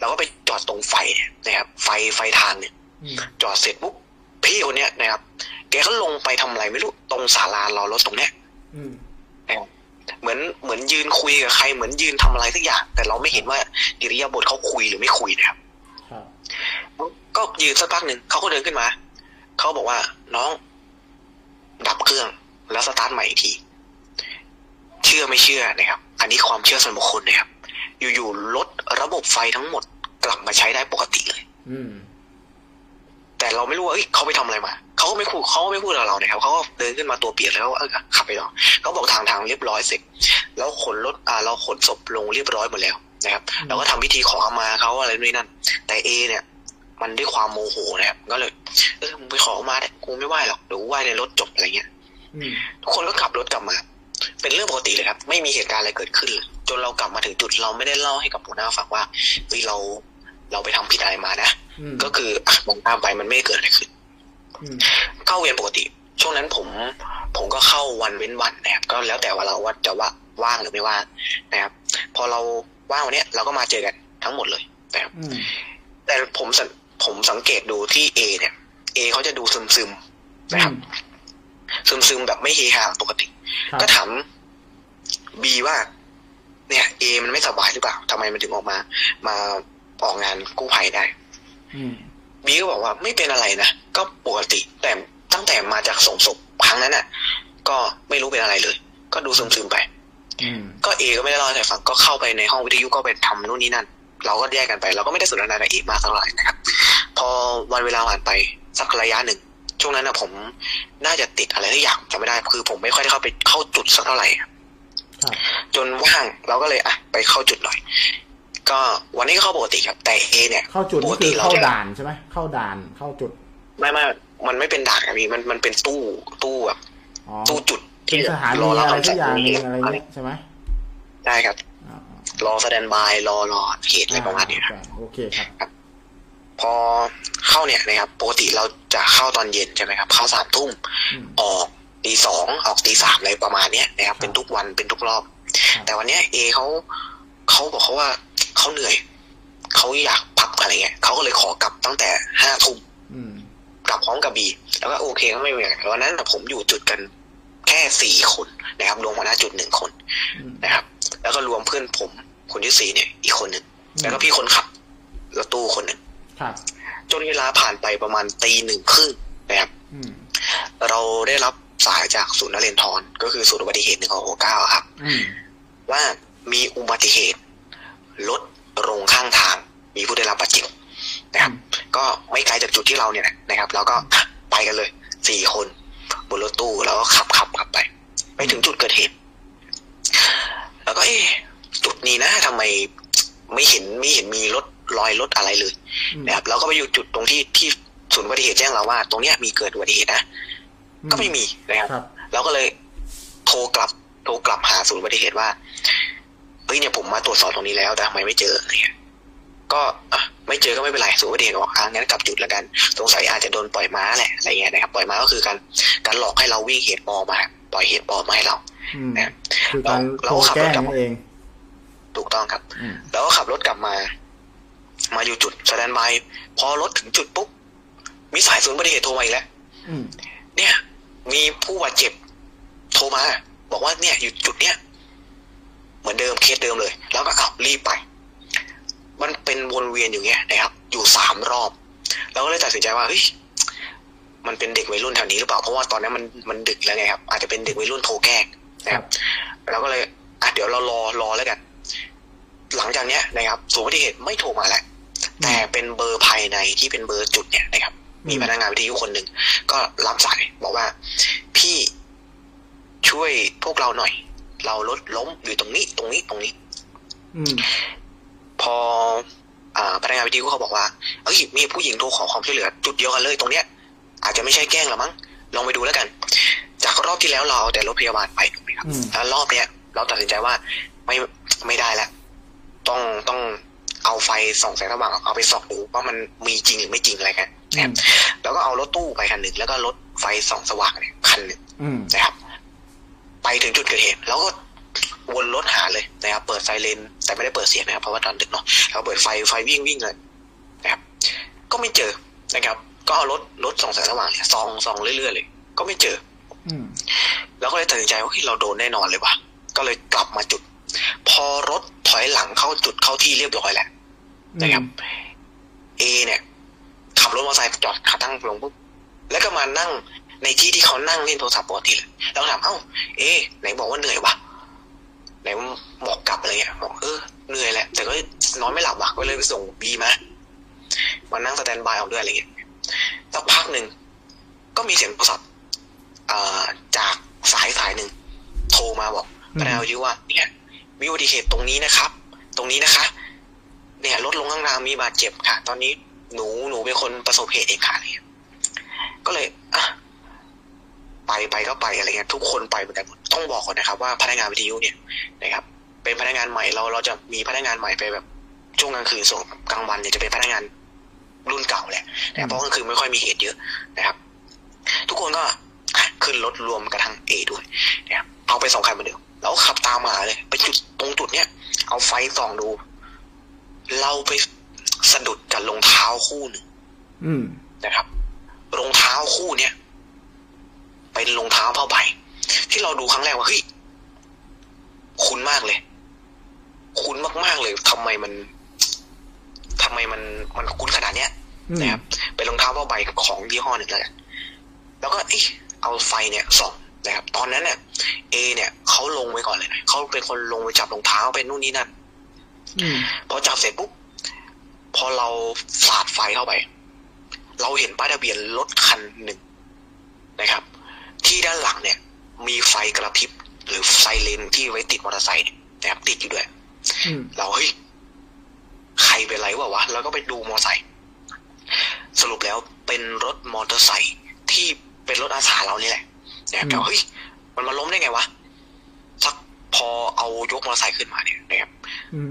Speaker 7: เราก็ไปจอดตรงไฟเนี่ยนะครับไฟไฟทางเนี่ย
Speaker 1: อืม
Speaker 7: จอดเสร็จปุ๊บพี่คนเนี้ยนะครับ แกก็ลงไปทำอะไรไม่รู้ตรงศาลารอรถตรงเนี้ย
Speaker 1: อืม
Speaker 7: เหมือนเหมือนยืนคุยกับใครเหมือนยืนทำอะไรสักอย่าง แต่เราไม่เห็นว่าอิริยาบถเขาคุยหรือไม่คุยนะครับ
Speaker 1: ครับ
Speaker 7: ก็ยืนสักพักหนึ่งเขาก็เดินขึ้นมา เขาบอกว่าน้องดับเครื่องแล้วสตาร์ทใหม่อีกที เชื่อไม่เชื่อนะครับ อันนี้ความเชื่อส่วนบุคคลนะครับ อยู่ๆลดระบบไฟทั้งหมดกลับมาใช้ได้ปกติเลย
Speaker 1: อืม
Speaker 7: แต่เราไม่รู้ว่าเอ้ยเขาไปทำอะไรมา เขาก็ไม่พูดเขาก็ไม่พูดกับเรานะครับเขาก็เดินขึ้นมาตัวเปียกแล้วก็เออขับไปต่อเขาบอกทางทางเรียบร้อยเสร็จ แล้วขนรถอ่าเราขนศพลงเรียบร้อยหมดแล้วนะครับเราก็ทำพิธีขอขมาเขาอะไรนู่นนนั่น แต่เอเนี่ย มันด้วยความโมโหนะครับ ก็เลยเออมึงไปขอขมาแต่กูไม่ไหวหรอกเดี๋ยวกูไหวในรถจบอะไรเงี้ย
Speaker 1: อืม
Speaker 7: ทุกคนก็ขับรถกลับมา เป็นเรื่องปกติเลยครับ ไม่มีเหตุการณ์อะไรเกิดขึ้นเลยจนเรากลับมาถึงจุดเราไม่ได้เล่าให้กับหัวหน้าฟังว่าเฮ้ยเราเราไปทำผิดอะไรมานะ
Speaker 1: อืม
Speaker 7: ก็คืออ่ะมองตามไปมันไม่เกิดอะไรขึ้น
Speaker 1: อืม
Speaker 7: เข้าเวรปกติ ช่วงนั้นผม ผมก็เข้าวันเว้นวันนะครับ ก็แล้วแต่ว่าเราว่าจะว่าว่างหรือไม่ว่างนะครับ พอเราว่างวันเนี้ยเราก็มาเจอกันทั้งหมดเลยนะครับ
Speaker 1: อืม
Speaker 7: แต่ผมสังผมสังเกตดูที่เอเนี่ยเอเขาจะดูซึมซึมๆนะครับ ซึมซึมๆแบบไม่เฮฮาปกติ
Speaker 1: ครับ
Speaker 7: ก็ถามบีว่า เนี่ยเอมันไม่สบายหรือเปล่าทำไมมันถึงออกมา มาออกงานกู้ภัยได้
Speaker 1: อืม
Speaker 7: บีก็บอกว่าไม่เป็นอะไรนะ ก็ปกติ แต่ตั้งแต่มาจากส่งศพครั้งนั้นน่ะ ก็ไม่รู้เป็นอะไรเลย ก็ดูซึมๆไป
Speaker 1: อืม
Speaker 7: ก็เอก็ไม่ได้เล่าให้ใครฟังก็เข้าไปในห้องวิทยุก็ไปทำนู่นนี่นั่น เราก็แยกกันไป เราก็ไม่ได้สนทนาอะไรอีกมากเท่าไหร่นะครับ พอวันเวลาผ่านไปสักระยะหนึ่ง ช่วงนั้นนะผมน่าจะติดอะไรที่อย่างจำไม่ได้คือผมไม่ค่อยได้เข้าไปเข้าจุดสักเท่าไหร่
Speaker 1: ครับ
Speaker 7: จนว่างเราก็เลยอ่ะไปเข้าจุดหน่อย ก็วันนี้ก็เข้าปกติครับ แต่เอเนี่ย
Speaker 1: เข้าจุด
Speaker 7: ป
Speaker 1: นี่
Speaker 7: ก
Speaker 1: คื
Speaker 7: ติ
Speaker 1: อ
Speaker 7: เรา
Speaker 1: เข้า
Speaker 7: จะ
Speaker 1: ด่านใช่ไหม เข้าด่าน เข้าจุด
Speaker 7: ไม่ไม่ มันไม่เป็นด่านครับพี่ มัน มันเป็นตู้ ตู้แบบ
Speaker 1: อ๋อ
Speaker 7: ตู้จุด
Speaker 1: เป็นสถานี
Speaker 7: รอรั
Speaker 1: อะไร
Speaker 7: คำ
Speaker 1: สั
Speaker 7: สั่
Speaker 1: ก
Speaker 7: ง
Speaker 1: อย่างหนึ่งอะไร
Speaker 7: อะไร
Speaker 1: เงี้ยใช่ไหม
Speaker 7: ได้ครับ
Speaker 1: อ่าร
Speaker 7: อแสดนบาย รอ รอเหตุอะไรประมาณนี้ครับ
Speaker 1: โอเคครับ
Speaker 7: พอเข้าเนี่ยนะครับ ปกติเราจะเข้าตอนเย็นใช่ไหมครับ เข้าสามทุ่ม
Speaker 1: อืม
Speaker 7: ออกตีสองออกตีสามอะไรประมาณเนี้ยนะครับ เป็นทุกวัน เป็นทุกรอบ
Speaker 1: ครับ
Speaker 7: แต่วันเนี้ยเอเขาเขาบอกเขาว่าเขาเหนื่อย เขาอยากพักอะไรเงี้ยเขาก็เลยขอกลับตั้งแต่ห้าทุ่ม
Speaker 1: อืม
Speaker 7: กลับพร้อมกับบี แล้วก็โอเคก็ไม่เป็นไรวันนั้นน่ะผมอยู่จุดกันแค่สี่คนนะครับรวมหัวหน้าจุดหนึ่งคน
Speaker 1: อืม
Speaker 7: นะครับ แล้วก็รวมเพื่อนผมคนที่สี่เนี่ยอีกคนหนึ่งแล้วก็พี่คนขับรถตู้คนหนึ่ง
Speaker 1: ครับ
Speaker 7: จนเวลาผ่านไปประมาณตีหนึ่งครึ่งนะครับ
Speaker 1: อืม
Speaker 7: เราได้รับ สายจากศูนย์นเรนทรก็คือศูนย์อุบัติเหตุหนึ่งของโอเก้าครับ
Speaker 2: อืม
Speaker 7: ว่ามีอุบัติเหตุรถลงข้างทางมีผู้ได้รับบาดเจ็บนะครับ ก็ไม่ไกลจากจุดที่เราเนี่ยนะนะครับ แล้วก็ไปกันเลยสี่คนบนรถตู้แล้วก็ขับขับขับไปไปถึงจุดเกิดเหตุ แล้วก็เอ๊ะจุดนี้นะทำไมไม่เห็นไม่เห็นมีรถรอยรถอะไรเลยนะครับเราก็ไปอยู่จุดตรงที่ที่ศูนย์อุบัติเหตุแจ้งเราว่า ตรงเนี้ยมีเกิดอุบัติเหตุนะก็ไม่มีนะครับ
Speaker 1: ครับ
Speaker 7: เราก็เลยโทรกลับโทรกลับหาศูนย์อุบัติเหตุว่าเฮ้ยเนี่ยผมมาตรวจสอบตรงนี้แล้วแต่ทำไมไม่เจออะไรเงี้ยก็อ่ะไม่เจอก็ไม่เป็นไรศูนย์อุบัติเหตุบอกอ่ะงั้นกลับจุดละกัน สงสัยอาจจะโดนปล่อยม้าแหละอะไรเงี้ยนะครับปล่อยม้าก็คือการการหลอกให้เราวิ่งเหตุปลอมมา ปล่อยเหตุปลอมมาให้เรา
Speaker 1: อืม
Speaker 7: นะครับ
Speaker 1: คือการโทรแกล้งนั่นเอง
Speaker 7: ถูกต้องครับ แล้วก็ขับรถกลับมา มาอยู่จุดสแตนบายพอรถถึงจุดปุ๊บมีสายศูนย์อุบัติเหตุโทรมาอีกแล้ว
Speaker 1: อืม
Speaker 7: เนี่ย มีผู้บาดเจ็บ โทรมา บอกว่าเนี่ยอยู่จุดเนี้ยเหมือนเดิมเคสเดิมเลย แล้วก็เอารีบไป มันเป็นวนเวียนอยู่เงี้ยนะครับ อยู่สามรอบเราก็เลยตัดสินใจว่าเฮ้ยมันเป็นเด็กวัยรุ่นแถวนี้หรือเปล่าเพราะว่าตอนนั้นมันมันดึกแล้วไงครับ อาจจะเป็นเด็กวัยรุ่นโทรแกล้งนะครับเราก็เลยอ่ะเดี๋ยวเรารอรอแล้วกัน หลังจากเนี้ยนะครับสูนย์อุบัติเหตุไม่โทรมาแล้วแต่เป็นเบอร์ภายในที่เป็นเบอร์จุดเนี่ยนะครับ มีพนักงานวิทยุคนหนึ่ง ก็รับสายบอกว่า พี่ช่วยพวกเราหน่อย เรารถล้มอยู่ตรงนี้ ตรงนี้ตรงนี้
Speaker 1: อืม
Speaker 7: พออ่าพนักงานวิทยุเขาบอกว่าเอ้ยมีผู้หญิงโทรขอความช่วยเหลือ จุดเดียวกันเลยตรงเนี้ย อาจจะไม่ใช่แกล้งหรอมั้งลองไปดูแล้วกัน จากรอบที่แล้วเราเอาแต่รถพยาบาลไปถูกไหมครับ
Speaker 1: อืม
Speaker 7: แล้วรอบเนี้ย เราตัดสินใจว่าไม่ไม่ได้แล้วต้องต้องเอาไฟส่องแสงสว่างเอาไปส่องดูว่ามันมีจริงหรือไม่จริงอะไรกันนะครับแล้วก็เอารถตู้ไปคันหนึ่งแล้วก็รถไฟส่องสว่างเนี่ยคันหนึ่ง
Speaker 1: อืม
Speaker 7: นะครับ ไปถึงจุดเกิดเหตุแล้วก็วนรถหาเลยนะครับ เปิดไซเรนแต่ไม่ได้เปิดเสียงนะครับเพราะว่าตอนดึกเนาะเราเปิดไฟไฟวิ่งวิ่งเลยนะครับ ก็ไม่เจอนะครับ ก็เอารถรถส่องแสงสว่างเนี่ยส่องส่องเรื่อยๆเลย ก็ไม่เจอ
Speaker 1: อืม
Speaker 7: แล้วก็เลยตัดสินใจว่าเฮ้ยเราโดนแน่นอนเลยว่ะก็เลยกลับมาจุด พอรถถอยหลังเข้าจุดเข้าที่เรียบร้อยแล้วนะครับเอเนี่ยขับรถมอเตอร์ไซค์จอดขาตั้งลงปุ๊บแล้วก็มานั่งในที่ที่เขานั่งเล่นโทรศัพท์ปกติเลยแล้วถามเอ้าเอไหนบอกว่าเหนื่อยวะไหนบอกกลับอะไรเงี้ยบอกเออเหนื่อยแหละแต่ก็นอนไม่หลับว่ะก็เลยไปส่งบีมามานั่งสแตนบายเอาด้วยอะไรเงี้ยสักพักหนึ่งก็มีเสียงโทรศัพท์ เอ่อจากสายสายหนึ่งโทรมาบอก
Speaker 1: อืม
Speaker 7: พนักงานวิทยุว่าเนี่ยมีอุบัติเหตุตรงนี้นะครับ ตรงนี้นะคะ เนี่ยรถลงข้างทางมีบาดเจ็บค่ะ ตอนนี้หนูหนูเป็นคนประสบเหตุเองค่ะอะไรเงี้ยก็เลยอ่ะไปไปก็ไปอะไรเงี้ยทุกคนไปเหมือนกันหมดต้องบอกก่อนนะครับ ว่าพนักงานวิทยุเนี่ยนะครับ เป็นพนักงานใหม่เราเราจะมีพนักงานใหม่ไปแบบช่วงกลางคืนส่วนกลางวันเนี่ยจะเป็นพนักงานรุ่นเก่าแหละนะเพราะกลางคืนไม่ค่อยมีเหตุเยอะนะครับ ทุกคนก็อ่ะขึ้นรถรวมกระทั่งเอด้วยนะครับเอาไปสองคันเหมือนเดิมแล้วขับตามมาเลย ไปจุดตรงจุดเนี้ยเอาไฟส่องดู เราไปสะดุดกับรองเท้าคู่หนึ่ง
Speaker 1: อืม
Speaker 7: นะครับรองเท้าคู่เนี้ยเป็นรองเท้าผ้าใบที่เราดูครั้งแรกว่าเฮ้ยคุ้นมากเลย คุ้นมากๆเลยทำไมมันทำไมมันมันคุ้นขนาดเนี้ย
Speaker 1: อืม
Speaker 7: นะครับเป็นรองเท้าผ้าใบของยี่ห้อหนึ่งแล้วกันแล้วก็เอ๊ะเอาไฟเนี่ยส่องนะครับ ตอนนั้นเนี่ยเอเนี่ยเขาลงไว้ก่อนเลยนะเขาเป็นคนลงไปจับรองเท้าเป็นนู่นนี่นั่น
Speaker 1: อืม
Speaker 7: พอจับเสร็จปุ๊บพอเราสาดไฟเข้าไป เราเห็นป้ายทะเบียนรถคันหนึ่งนะครับ ที่ด้านหลังเนี่ย มีไฟกระพริบหรือไซเรนที่ไว้ติดมอเตอร์ไซค์เนี่ยนะครับติดอยู่ด้วย
Speaker 1: อืม
Speaker 7: เราเฮ้ยใครเป็นไรวะวะแล้วก็ไปดูมอไซค์สรุปแล้วเป็นรถมอเตอร์ไซค์ที่เป็นรถอาสาเรานี่แหละนะครับ
Speaker 1: อืม
Speaker 7: แต่ว่าเฮ้ยมันมาล้มได้ไงวะสักพอเอายกมอเตอร์ไซค์ขึ้นมาเนี่ยนะครับ
Speaker 1: อืม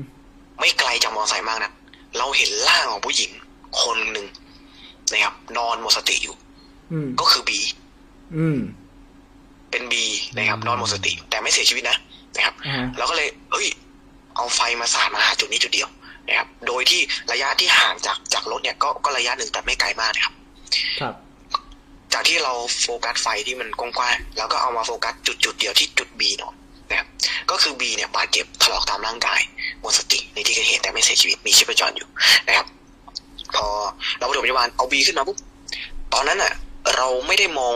Speaker 7: ไม่ไกลจากมอเตอร์ไซค์มากนะเราเห็นร่างของผู้หญิงคนหนึ่งนะครับ นอนหมดสติอยู่
Speaker 1: อืม
Speaker 7: ก็คือบี
Speaker 1: อืม
Speaker 7: เป็นบีนะครับนอนหมดสติ แต่ไม่เสียชีวิตนะนะครับ
Speaker 1: อ่าฮะ
Speaker 7: แล้วก็เลยเฮ้ย เอาไฟมาสาดมาหาจุดนี้จุดเดียวนะครับ โดยที่ระยะที่ห่างจากจากรถเนี่ยก็ก็ระยะหนึ่งแต่ไม่ไกลมากนะครับ
Speaker 1: ครับ
Speaker 7: จากที่เราโฟกัสไฟที่มันกว้างๆแล้วก็เอามาโฟกัสจุดจุดเดียวที่จุด B เนาะนะครับก็คือ B เนี่ยบาดเจ็บถลอกตามร่างกายหมดสติในที่เกิดเหตุแต่ไม่เสียชีวิตมีชีพจรอยู่นะครับ พอเราไปโรงพยาบาลเอา B ขึ้นมาปุ๊บตอนนั้นอะเราไม่ได้มอง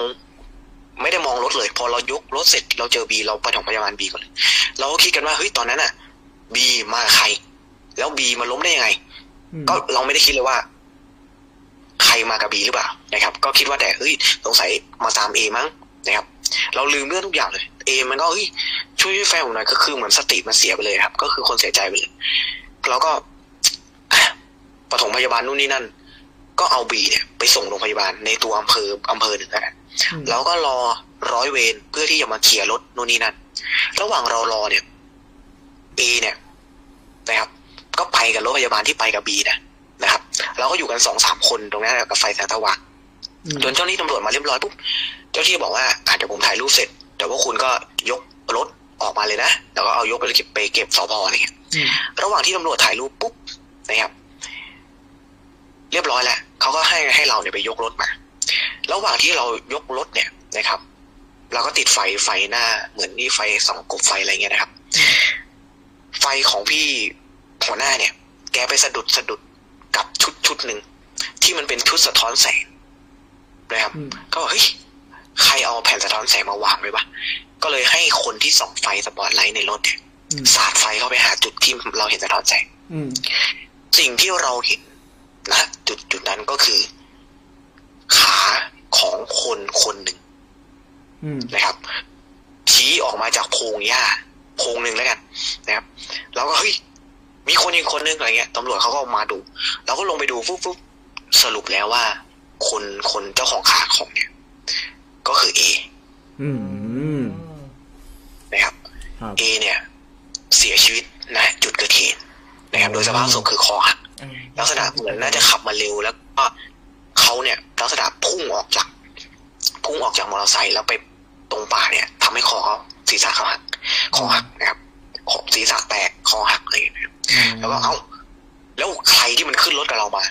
Speaker 7: ไม่ได้มองรถเลย พอเรายกรถเสร็จเราเจอบีเราไปถมพยาบาลบีก่อนเลยเราก็คิดกันว่าเฮ้ยตอนนั้นอะบีมากับใคร แล้วบีมาล้มได้ยังไง
Speaker 4: อืม
Speaker 7: ก็เราไม่ได้คิดเลยว่า ใครมากับบีหรือเปล่านะครับ ก็คิดว่าแต่เฮ้ยสงสัยมาตามเอมั้งนะครับ เราลืมเรื่องทุกอย่างเลยเอมันก็เฮ้ยช่วยแฟนผมหน่อยก็คือเหมือนสติมันเสียไปเลยครับ ก็คือคนเสียใจไปเลยเราก็ ปฐมพยาบาลนู่นนี่นั่น ก็เอาบีเนี่ยไปส่งโรงพยาบาลในตัวอำเภออำเภอหนึ่งนะครับแล้วก็รอร้อยเวรเพื่อที่จะมาเคลียร์รถนู่นนี่นั่น ระหว่างเรารอเนี่ยเอเนี่ย นะครับ ก็ไปกับรถพยาบาลที่ไปกับบีนะนะครับ เราก็อยู่กันสองสามคนตรงนั้นกับไฟแสงสว่างจนเจ้าหน้าที่ตำรวจมาเรียบร้อยปุ๊บเจ้าหน้าที่บอกว่าอ่ะเดี๋ยวผมถ่ายรูปเสร็จเดี๋ยวพวกคุณก็ยกรถออกมาเลยนะแล้วก็เอายกไปเก็บไปเก็บสพอะไรเงี้ยระหว่างที่ตำรวจถ่ายรูปปุ๊บนะครับ เรียบร้อยแล้วเขาก็ให้ให้เราเนี่ยไปยกรถมา ระหว่างที่เรายกรถเนี่ยนะครับ เราก็ติดไฟไฟหน้าเหมือนนี่ไฟสองกบไฟอะไรเงี้ยนะครับ ไฟของพี่หัวหน้าเนี่ย แกไปสะดุดสะดุดกับชุดชุดหนึ่งที่มันเป็นชุดสะท้อนแสงนะครับ ก็บอกเฮ้ยใครเอาแผ่นสะท้อนแสงมาวางไว้ปะก็เลยให้คนที่ส่องไฟสปอตไลท์ในรถเนี่ยสาดไฟเข้าไปหาจุดที่เราเห็นสะท้อนแสง
Speaker 1: อืม
Speaker 7: สิ่งที่เราเห็นนะจุดจุดนั้นก็คือ ขาของคนคนหนึ่ง
Speaker 1: อืม
Speaker 7: นะครับ ชี้ออกมาจากโพรงหญ้าโพรงหนึ่งแล้วกันนะครับเราก็เฮ้ยมีคนอีกคนนึงอะไรเงี้ยตำรวจเขาก็มาดูเราก็ลงไปดูฟุ๊บฟุ๊บสรุปแล้วว่า คนคนเจ้าของขาของเนี่ย ก็คือเอ
Speaker 1: อืม
Speaker 7: นะครับ
Speaker 1: ครับ
Speaker 7: เอเนี่ย เสียชีวิตนะจุดเกิดเหตุนะครับ โดยสภาพศพคือคอหัก ลักษณะเหมือนน่าจะขับมาเร็วแล้วก็เขาเนี่ยลักษณะพุ่งออกจาก พุ่งออกจากมอเตอร์ไซค์แล้วไปตรงป่าเนี่ยทำให้คอเขาศีรษะเขาหักคอหักนะครับคอศีรษะแตกคอหักอะไรอย่างเลยแล้วก็เอ้าแล้วใครที่มันขึ้นรถกับเรามา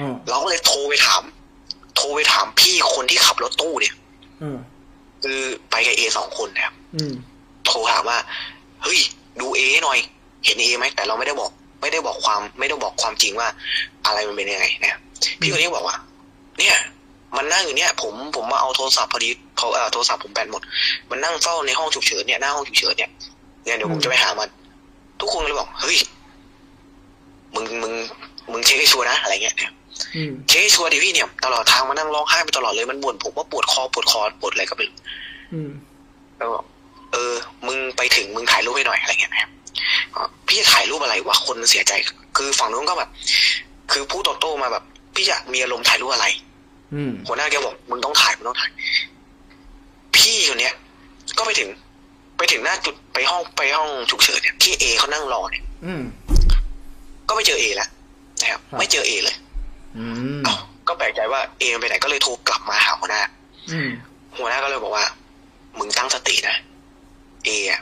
Speaker 1: อ่า
Speaker 7: เราก็เลยโทรไปถาม โทรไปถามพี่คนที่ขับรถตู้เนี่ย
Speaker 1: อ่า
Speaker 7: คือไปกับเอสองคนนะครับ
Speaker 1: อืม
Speaker 7: โทรถามว่า เฮ้ย ดูเอให้หน่อย เห็นเอไหมแต่เราไม่ได้บอก ไม่ได้บอกความ ไม่ได้บอกความจริงว่า อะไรมันเป็นยังไงนะพี่คนนี้บอกว่า เนี่ย มันนั่งอยู่เนี่ย ผมผมมาเอาโทรศัพท์พอดีเขาเอ่อโทรศัพท์ผมแบตหมด มันนั่งเฝ้าในห้องฉุกเฉินเนี่ยหน้าห้องฉุกเฉินเนี่ยเนี่ยเดี๋ยวผมจะไปหามัน ทุกคนเลยบอกเฮ้ยมึงมึงมึงเช็คให้ชัวร์นะอะไรเงี้ยเนี่ย
Speaker 1: อืม
Speaker 7: เจ๊ชัวร์ดิพี่เนี่ยตลอดทางมานั่งร้องไห้ไปตลอดเลยมันบ่นผมว่าปวดคอปวดคอปวดอะไรก็ไม่รู้
Speaker 1: อืม
Speaker 7: แล้วก็บอกเออ มึงไปถึงมึงถ่ายรูปให้หน่อยอะไรเงี้ยนะครับอ๋อพี่จะถ่ายรูปอะไรวะคนเสียใจ คือฝั่งนู้นก็แบบ คือพูดตอบโต้มาแบบ พี่จะมีอารมณ์ถ่ายรูปอะไร
Speaker 1: อืม
Speaker 7: หัวหน้าแกบอกมึงต้องถ่ายมึงต้องถ่าย พี่คนเนี้ย ก็ไปถึง ไปถึงหน้าจุดไปห้องไปห้องฉุกเฉินเนี่ยที่เอเขานั่งรอเนี่ย
Speaker 1: อืม
Speaker 7: ก็ไม่เจอเอแล้วนะครับไม่เจอเอเลย
Speaker 1: อืม
Speaker 7: เอ้าก็แปลกใจว่าเอมันไปไหนก็เลยโทรกลับมาหาหัวหน้า
Speaker 1: อืม
Speaker 7: หัวหน้าก็เลยบอกว่า มึงตั้งสตินะ เออ่ะ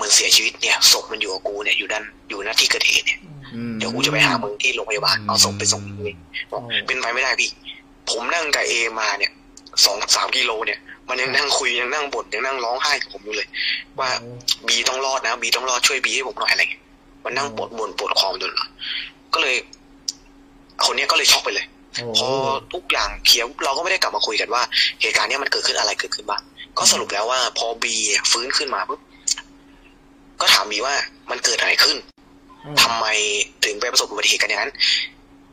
Speaker 7: มันเสียชีวิตเนี่ยศพมันอยู่กับกูเนี่ยอยู่ด้านอยู่หน้าที่เกิดเหตุเนี่ย
Speaker 1: อืม
Speaker 7: เดี๋ยวกูจะไปหามึงที่โรงพยาบาลเอาศพไปส่งมึงเองบอกเป็นไปไม่ได้พี่ ผมนั่งกับเอมาเนี่ยสองสามกิโลเนี่ย มันยังนั่งคุยยังนั่งบ่นยังนั่งร้องไห้กับผมอยู่เลย ว่าบีต้องรอดนะบีต้องรอดช่วยบีให้ผมหน่อยอะไรเงี้ยมันนั่งปวดบ่นปวดคอมจนเลยก็เลย คนเนี้ยก็เลยช็อกไปเลย
Speaker 1: โอ้
Speaker 7: พอทุกอย่างเคลียร์เราก็ไม่ได้กลับมาคุยกันว่าเหตุการณ์เนี้ยมันเกิดขึ้นอะไรเกิดขึ้นบ้างก็สรุปแล้วว่า พอบีฟื้นขึ้นมาปุ๊บก็ถามบีว่ามันเกิดอะไรขึ้นทำไมถึงไปประสบอุบัติเหตุกันอย่างนั้น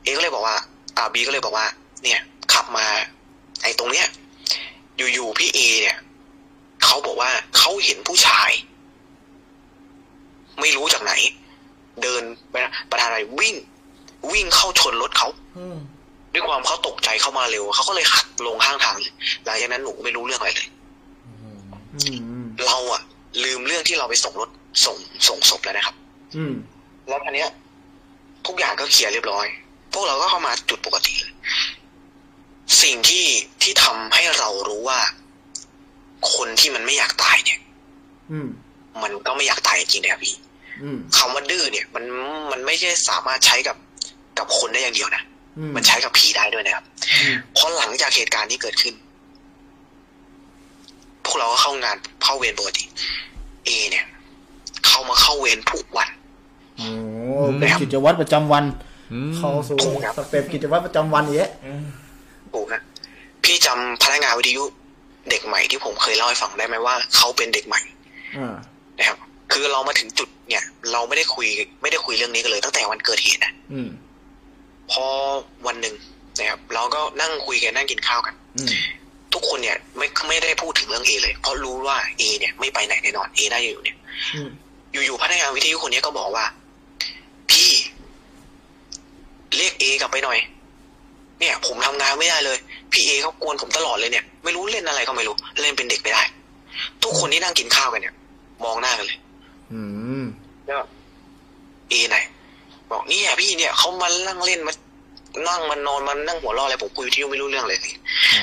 Speaker 7: เอก็เลยบอกว่า อ่าบีก็เลยบอกว่า เนี่ย ขับมา ไอ้ตรงเนี้ย อยู่ๆพี่เอเนี่ยเขาบอกว่าเขาเห็นผู้ชาย ไม่รู้จากไหน เดินไปนะประธานอะไรวิ่ง วิ่งเข้าชนรถเขา ด้วยความเขาตกใจเข้ามาเร็วเขาก็เลยหักลงข้างทางเลยหลังจากนั้นหนูไม่รู้เรื่องอะไรเลย
Speaker 1: อืม
Speaker 7: เราอะลืมเรื่องที่เราไปส่งรถส่งส่งศพแล้วนะครับ
Speaker 1: อืม
Speaker 7: แล้วคันเนี้ย ทุกอย่างก็เคลียร์เรียบร้อย พวกเราก็เข้ามาจุดปกติเลยสิ่งที่ที่ทำให้เรารู้ว่า คนที่มันไม่อยากตายเนี่ย
Speaker 1: อืม
Speaker 7: มันก็ไม่อยากตายจริงๆนะครับพี่
Speaker 1: อืม
Speaker 7: คำว่าดื้อเนี่ย มันมันไม่ใช่สามารถใช้กับกับคนได้อย่างเดียวนะ
Speaker 1: อืม
Speaker 7: มันใช้กับผีได้ด้วยนะครับ
Speaker 1: อืม
Speaker 7: พอหลังจากเหตุการณ์ที่เกิดขึ้น พวกเราก็เข้างานเข้าเวรปกติ เอ เนี่ย เข้ามาเข้าเวรทุกวัน
Speaker 1: โอ้เป็นกิจวัตรประจำวัน เข้าสู่
Speaker 7: ถูกครับ
Speaker 1: สเต็ปกิจวัตรประจำวันเยอะ
Speaker 7: ถูกนะพี่จำพนักงานวิทยุ เด็กใหม่ที่ผมเคยเล่าให้ฟังได้ไหมว่าเขาเป็นเด็กใหม่
Speaker 1: อ่า
Speaker 7: นะครับ คือเรามาถึงจุดเนี่ย เราไม่ได้คุยไม่ได้คุยเรื่องนี้กันเลยตั้งแต่วันเกิดเหตุนะ
Speaker 1: อืม
Speaker 7: พอวันหนึ่งนะครับ เราก็นั่งคุยกันนั่งกินข้าวกัน
Speaker 1: อืม
Speaker 7: ทุกคนเนี่ยไม่ไม่ได้พูดถึงเรื่องเอเลย เพราะรู้ว่าเอเนี่ยไม่ไปไหนแน่นอนเอน่าจะอยู่เนี่ย
Speaker 1: อืม
Speaker 7: อยู่ๆพนักงานวิทยุคนเนี้ยก็บอกว่า พี่เรียกเอกลับไปหน่อย เนี่ย ผมทำงานไม่ได้เลย พี่เอเขากวนผมตลอดเลยเนี่ย ไม่รู้เล่นอะไรก็ไม่รู้ เล่นเป็นเด็กไม่ได้ ทุกคนที่นั่งกินข้าวกันเนี่ย มองหน้ากันเลย
Speaker 1: อืม
Speaker 7: แล้วเอไหนบอกเนี่ยพี่เนี่ยเขามานั่งเล่นมานั่งมันนอนมันนั่งหัวเรออะไรผมคุยที่ยังไม่รู้เรื่องเลย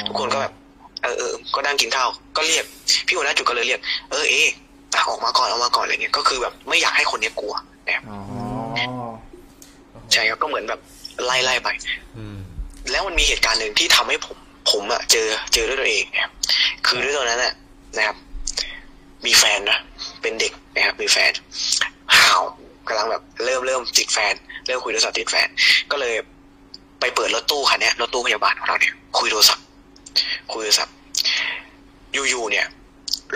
Speaker 7: ทุกคนก็แบบเออเออก็นั่งกินข้าวก็เรียกพี่หัวหน้าจุดก็เลยเรียก เออเออ่ะออกมาก่อนออกมาก่อนอะไรเงี้ยก็คือแบบไม่อยากให้คนเนี้ยกลัวนะครับ
Speaker 1: อ๋อ
Speaker 7: ใช่ครับก็เหมือนแบบไล่ไล่ไป แล้วมันมีเหตุการณ์หนึ่งที่ทำให้ผม ผมอะเจอเจอด้วยตัวเองนะครับคือด้วยตอนนั้นอะนะครับ มีแฟนนะเป็นเด็กนะครับ มีแฟนห่าวกำลังแบบเริ่มเริ่มติดแฟน เริ่มคุยโทรศัพท์ติดแฟน ก็เลยไปเปิดรถตู้คันเนี้ยรถตู้พยาบาลของเราเนี่ยคุยโทรศัพท์ คุยโทรศัพท์ อยู่ๆเนี่ย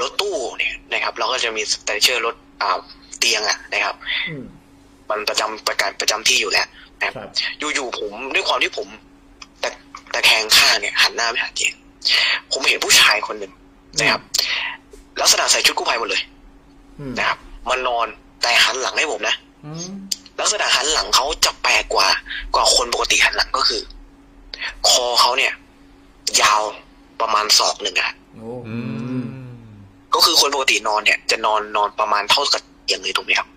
Speaker 7: รถตู้เนี่ยนะครับ เราก็จะมีสเตเชอร์รถอ่าเตียงอะนะครับ
Speaker 1: อืม
Speaker 7: มันประจำประกันประจำที่อยู่แล้วนะครับ
Speaker 1: ครับ
Speaker 7: อยู่ๆผมด้วยความที่ผมตะตะแคงข้างเนี่ย หันหน้าไปหาเจนผมเห็นผู้ชายคนหนึ่งนะครับ ลักษณะใส่ชุดกู้ภัยหมดเลย
Speaker 1: อืม
Speaker 7: นะครับ มันนอนแต่หันหลังให้ผมนะ
Speaker 1: อืม
Speaker 7: ลักษณะหันหลังเขาจะแปลกกว่ากว่าคนปกติหันหลังก็คือ คอเขาเนี่ย ยาวประมาณศอกหนึ่งอะ
Speaker 1: โอ้
Speaker 4: อืม
Speaker 7: ก็คือคนปกตินอนเนี่ยจะนอนนอนประมาณเท่ากับเตียงเลยถูกไหมครับ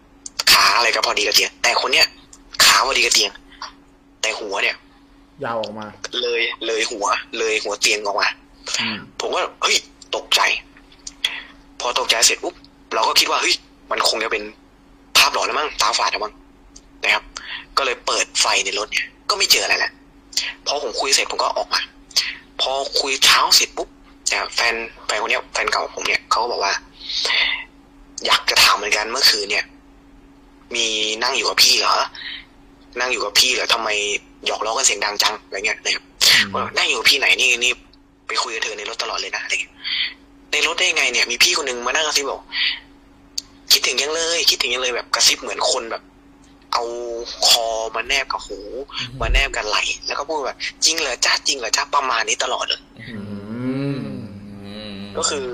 Speaker 7: ขาอะไรก็พอดีกับเตียง แต่คนเนี้ยขาพอดีกับเตียง แต่หัวเนี่ย
Speaker 1: ยาวออกมา
Speaker 7: เลยเลยหัว เลยหัวเตียงออกมา
Speaker 1: อืม
Speaker 7: ผมก็เฮ้ยตกใจ พอตกใจเสร็จปุ๊บเราก็คิดว่าเฮ้ยมันคงจะเป็นภาพหลอนแล้วมั้งตาฝาดแล้วมั้งนะครับ ก็เลยเปิดไฟในรถเนี่ยก็ไม่เจออะไรแหละพอผมคุยเสร็จผมก็ออกมา พอคุยเช้าเสร็จปุ๊บเนี่ยแฟนแฟนคนเนี้ยแฟนเก่าผมเนี่ยเขาก็บอกว่า อยากจะถามเหมือนกันเมื่อคืนเนี่ย มีนั่งอยู่กับพี่เหรอ นั่งอยู่กับพี่เหรอทำไมหยอกล้อกันเสียงดังจังอะไรเงี้ยนะครับ ว่านั่งอยู่กับพี่ไหนนี่นี่ไปคุยกับเธอในรถตลอดเลยนะอะไรเงี้ยในรถได้ยังไงเนี่ยมีพี่คนหนึ่งมานั่งกระซิบบอก คิดถึงยังเลย คิดถึงยังเลยแบบกระซิบเหมือนคนแบบ เอาคอมาแนบกับหูมาแนบกับไหลแล้วก็พูดแบบจริงเหรอจ้าจริงเหรอจ้าประมาณนี้ตลอดเลย ก็คือ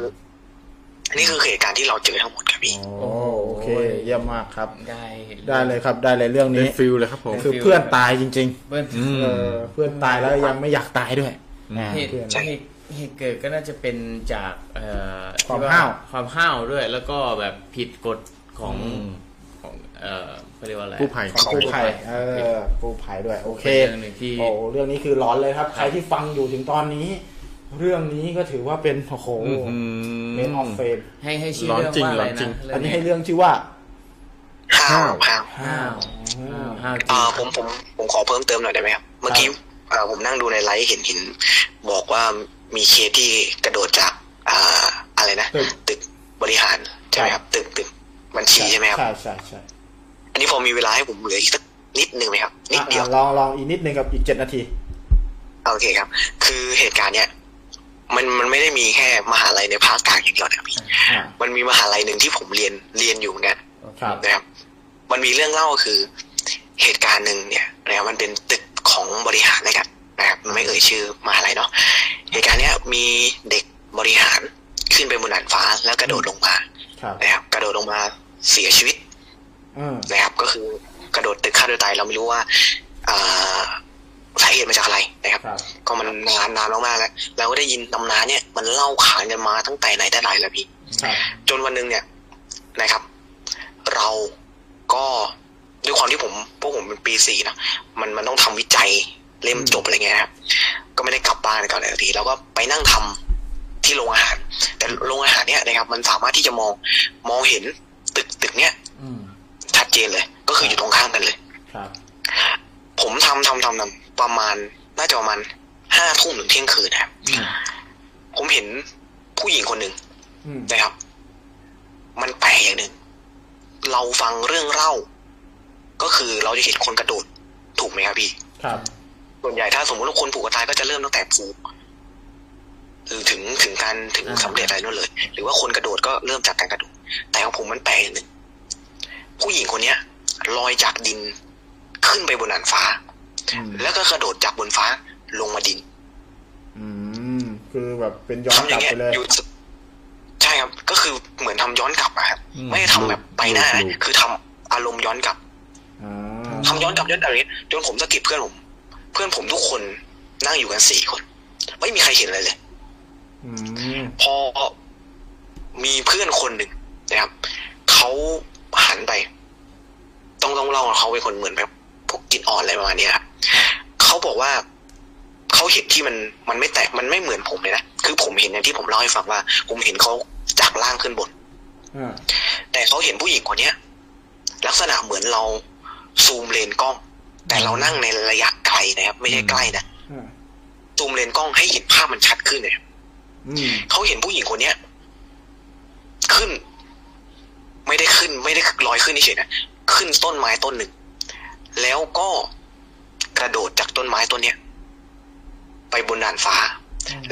Speaker 7: อันนี่คือเหตุการณ์ที่เราเจอทั้งหมดครับพี่
Speaker 1: โอ้โอเค เยี่ยมมากครับ
Speaker 2: ได้
Speaker 1: ได้เลยครับ ได้เลยเรื่อง
Speaker 3: ได้
Speaker 1: นี้
Speaker 3: ฟิลเลยครับผม
Speaker 1: คือเพื่อนตายจริง
Speaker 2: เบิ้ล
Speaker 3: อืม
Speaker 1: ๆ เออ เพื่อนตายแล้วยังไม่อยากตายด้วยนะ
Speaker 2: เหตุ
Speaker 1: เพื่อน
Speaker 2: เหตุเหตุเกิดก็น่าจะเป็นจากเอ่อ
Speaker 1: ความ
Speaker 2: ที่
Speaker 1: ห้าว
Speaker 2: ความห้าวด้วย แล้วก็แบบผิดกฎของของเอ่อเขาเรียกว่าอะไร
Speaker 3: ผู้ภัย
Speaker 1: ของกู้ภัยเออกู้ภัยด้วย โอเค
Speaker 2: เป็นเรื่องหนึ่งที่
Speaker 1: โอ้เรื่องนี้คือร้อนเลยครับ ใครที่ฟังอยู่ถึงตอนนี้ เรื่องนี้ก็ถือว่าเป็นโอ้โหเมนออฟเฟม
Speaker 2: ให้ให้ชื่อ
Speaker 3: ร้อน
Speaker 2: เรื่อง
Speaker 3: จริง
Speaker 2: ว่าอะไร
Speaker 3: ร้อนจริ
Speaker 2: นะ
Speaker 3: ง
Speaker 1: อั
Speaker 2: เรื่อน ง
Speaker 1: นี้
Speaker 2: นี้
Speaker 1: ให้เรื่องชื่อว่า
Speaker 7: ห้าวห้าว
Speaker 2: ห้าวห้าวห้าวจริ
Speaker 7: อ่าง ผมผมผมขอเพิ่มเติมหน่อยได้ไหมครับ เมื่อกี้เอ่อผมนั่งดูในไลฟ์เห็นเห็นบอกว่ามีเคสที่กระโดดจาก อ่า อะไรนะ
Speaker 1: ตึก
Speaker 7: ตึกบริหารใช่ไหมครับ ตึกตึกบัญชีใช่ไหมครับ
Speaker 1: ใช่ใช่ใช่
Speaker 7: อันนี้พอมีเวลาให้ผมเหลืออีกสักนิดนึงไหมครับ นิดเดียว
Speaker 1: อ่ะลองลองอีกนิดนึงกับอีกเจ็ดนาที
Speaker 7: โอเคครับ คือเหตุการณ์เนี้ยมันมันไม่ได้มีแค่มหาลัยในภาคกลางอย่างเดียวนะครับพี่
Speaker 1: อ่า
Speaker 7: มันมีมหาลัยหนึ่งที่ผมเรียนเรียนอยู่เหมือนกัน
Speaker 1: ครับ
Speaker 7: นะครับ มันมีเรื่องเล่าคือเหตุการณ์หนึ่งเนี่ยนะครับมันเป็นตึกของบริหารนะครับนะครับไม่เอ่ยชื่อมหาลัยเนาะเหตุการณ์เนี้ยมีเด็กบริหารขึ้นไปบนดาดฟ้าแล้วกระโดดลงมา
Speaker 1: ครับ
Speaker 7: นะครับ กระโดดลงมาเสียชีวิต
Speaker 1: อืม
Speaker 7: นะครับ ก็คือกระโดดตึกฆ่าตัวตายเราไม่รู้ว่าอ่าสาเหตุมาจากอะไรนะครับ
Speaker 1: ครับ
Speaker 7: ก็มันนานนานมากๆแล้วเราก็ได้ยินตำนานเนี่ยมันเล่าขานกันมาตั้งแต่ไหนแต่ไรแล้วพี่
Speaker 1: ครับ
Speaker 7: จนวันหนึ่งเนี่ยนะครับ เราก็ด้วยความที่ผมพวกผมเป็นปีสี่นะมันมันต้องทำวิจัยเล่มจบอะไรเงี้ยครับก็ไม่ได้กลับบ้านกันเลยทีเราก็ไปนั่งทำที่โรงอาหาร แต่โรงอาหารเนี่ยนะครับ มันสามารถที่จะมองมองเห็นตึกตึกเนี่ย
Speaker 2: อืม
Speaker 7: ชัดเจนเลย ก็คืออยู่ตรงข้ามกันเลย
Speaker 1: ครับ
Speaker 7: ผมทำทำทำทำประมาณน่าจะประมาณห้าทุ่มถึงเที่ยงคืนนะครับ
Speaker 1: อืม
Speaker 7: ผมเห็นผู้หญิงคนหนึ่ง
Speaker 1: อืม
Speaker 7: นะครับ มันแปลกอย่างหนึ่ง เราฟังเรื่องเล่า ก็คือเราจะเห็นคนกระโดด ถูกไหมครับพี่
Speaker 1: ครับ
Speaker 7: ส่วนใหญ่ถ้าสมมติว่าคนผูกคอตายก็จะเริ่มตั้งแต่ผูก คือถึงถึงการถึงสำเร็จอะไรนู่นเลย หรือว่าคนกระโดดก็เริ่มจากการกระโดด แต่ของผมมันแปลกอย่างหนึ่งผู้หญิงคนเนี้ยลอยจากดินขึ้นไปบนหนานฟ้า แล้วก็กระโดดจากบนฟ้าลงมาดิน
Speaker 1: อืม คือแบบเป็นย้อน
Speaker 7: ทำ
Speaker 1: ก
Speaker 7: อ
Speaker 1: ลั
Speaker 7: ย่า
Speaker 1: บ
Speaker 7: งเงี้ย
Speaker 1: ไปเลย
Speaker 7: อยู่ใช่ครับ ก็คือเหมือนทำย้อนกลับอะครับ
Speaker 3: อืม
Speaker 7: ไม่ได้ทำแบบไปหน้านะ
Speaker 3: ลูก
Speaker 7: คือทำอารมณ์ย้อนกลับ
Speaker 1: อ่า
Speaker 7: ทำย้อนกลับย้อนกลับอย่างเงี้ยจนผมสะกิดเพื่อนผม เพื่อนผมทุกคนนั่งอยู่กันสี่คน ไม่มีใครเห็นอะไรเลย
Speaker 1: อืม
Speaker 7: พอมีเพื่อนคนหนึ่งนะครับเขาหันไป ต้องต้องเล่าว่าเขาเป็นคนเหมือนแบบพวกกินอ่อนอะไรประมาณเนี้ยครับเขาบอกว่าเขาเห็นที่มันมันไม่แตกมันไม่เหมือนผมเลยนะคือผมเห็นอย่างที่ผมเล่าให้ฟังว่า ผมเห็นเขาจากล่างขึ้นบน
Speaker 1: อ่า
Speaker 7: แต่เขาเห็นผู้หญิงคนเนี้ย ลักษณะเหมือนเราซูมเลนกล้อง แต่เรานั่งในระยะไกลนะครับ ไม่ใช่ใกล้นะ
Speaker 1: อ่า
Speaker 7: ซูมเลนกล้องให้เห็นภาพมันชัดขึ้นเลยครับ
Speaker 1: อืม
Speaker 7: เขาเห็นผู้หญิงคนเนี้ย ขึ้น ไม่ได้ขึ้น ไม่ได้ลอยขึ้นเฉยๆนะขึ้นต้นไม้ต้นหนึ่ง แล้วก็กระโดดจากต้นไม้ต้นเนี้ย ไปบนดานฟ้า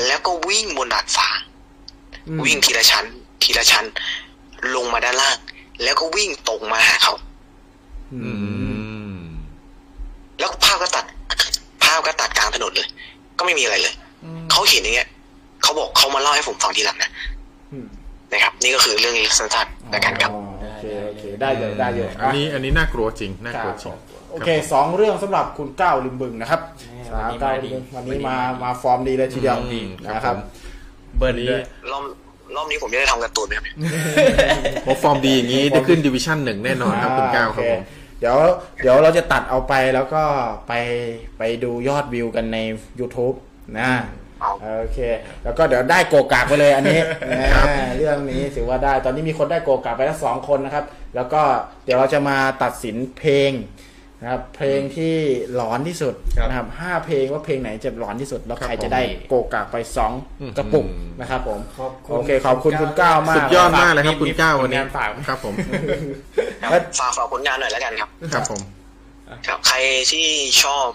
Speaker 7: แล้วก็วิ่งบนดานฟ้า
Speaker 1: อืม
Speaker 7: วิ่งทีละชั้น ทีละชั้น ลงมาด้านล่าง แล้วก็วิ่งตรงมาหาเขา
Speaker 1: อื
Speaker 3: อื
Speaker 1: ม
Speaker 3: ม
Speaker 7: แล้วภาพก็ตัด ภาพก็ตัดกลางถนนเลย ก็ไม่มีอะไรเลย เขาเห็นอย่างเงี้ยเขาบอกเขามาเล่าให้ผมฟังทีหลังนะ
Speaker 1: อืม
Speaker 7: นะครับ นี่ก็คือเรื่องสั้นๆแล้วกันครับ
Speaker 1: อ๋อโอเคโอเคได้เลยได้เลย
Speaker 3: อั
Speaker 1: อ่ะ
Speaker 3: นนี้อันนี้น่ากลัวจริงน่ากลัวจริง
Speaker 1: โอเคสองเรื่องสำหรับคุณก้าวลิมบึงนะครับ
Speaker 2: แห
Speaker 1: สาม ม
Speaker 2: วั
Speaker 1: ก้าวน
Speaker 2: นี้
Speaker 1: ลิมบึง
Speaker 2: มา
Speaker 1: วัน
Speaker 2: ดี
Speaker 1: นี้มา
Speaker 2: วันนี้มาดี
Speaker 1: มาฟอร์มดีเลยทีเดียว
Speaker 3: อืม
Speaker 1: นะ
Speaker 3: ค
Speaker 1: ค
Speaker 3: รั
Speaker 1: รับ บ
Speaker 3: เบิร์นนี้
Speaker 7: รอบรอบนี้ผมจะได้ทำการ์ตูนไหมครับ
Speaker 3: ผมฟอร์มดีอย่างนี้ได้ขึ้นดิวิชั่นหนึ่งแน่นอนครับคุณก้าวครับ
Speaker 1: อ่
Speaker 3: ผม
Speaker 1: โอเเดี๋ยวเดี๋ยวเราจะตัดเอาไปแล้วก็ไปไปดูยอดวิวกันใน YouTube นะโอเค แล้วก็เดี๋ยวได้โกกากไปเลยอันนี้
Speaker 3: ครับ
Speaker 1: อ่าเรื่องนี้ถือว่าได้ตอนนี้มีคนได้โกกากไปแล้วสองคนนะครับ แล้วก็เดี๋ยวเราจะมาตัดสินเพลงนะครับเพลงที่หลอนที่สุด
Speaker 3: ครับ
Speaker 1: นะครับห้าเพลงว่าเพลงไหนจะหลอนที่สุด แล้วใครจะได้โกกากไปสองกระปุกนะครับผม
Speaker 4: ขอบคุณ
Speaker 1: โอเคขอบคุณคุณก้าวมาก
Speaker 3: สุดยอดมากเลยครับ
Speaker 4: มี
Speaker 3: คุณก้าววันนี้
Speaker 4: มีผลงานฝากไหม
Speaker 3: ครับผม
Speaker 7: ครับฝากฝากผลงานหน่อยแล้วกันครับ
Speaker 3: ครับผม
Speaker 7: ครับ ใครที่ชอบ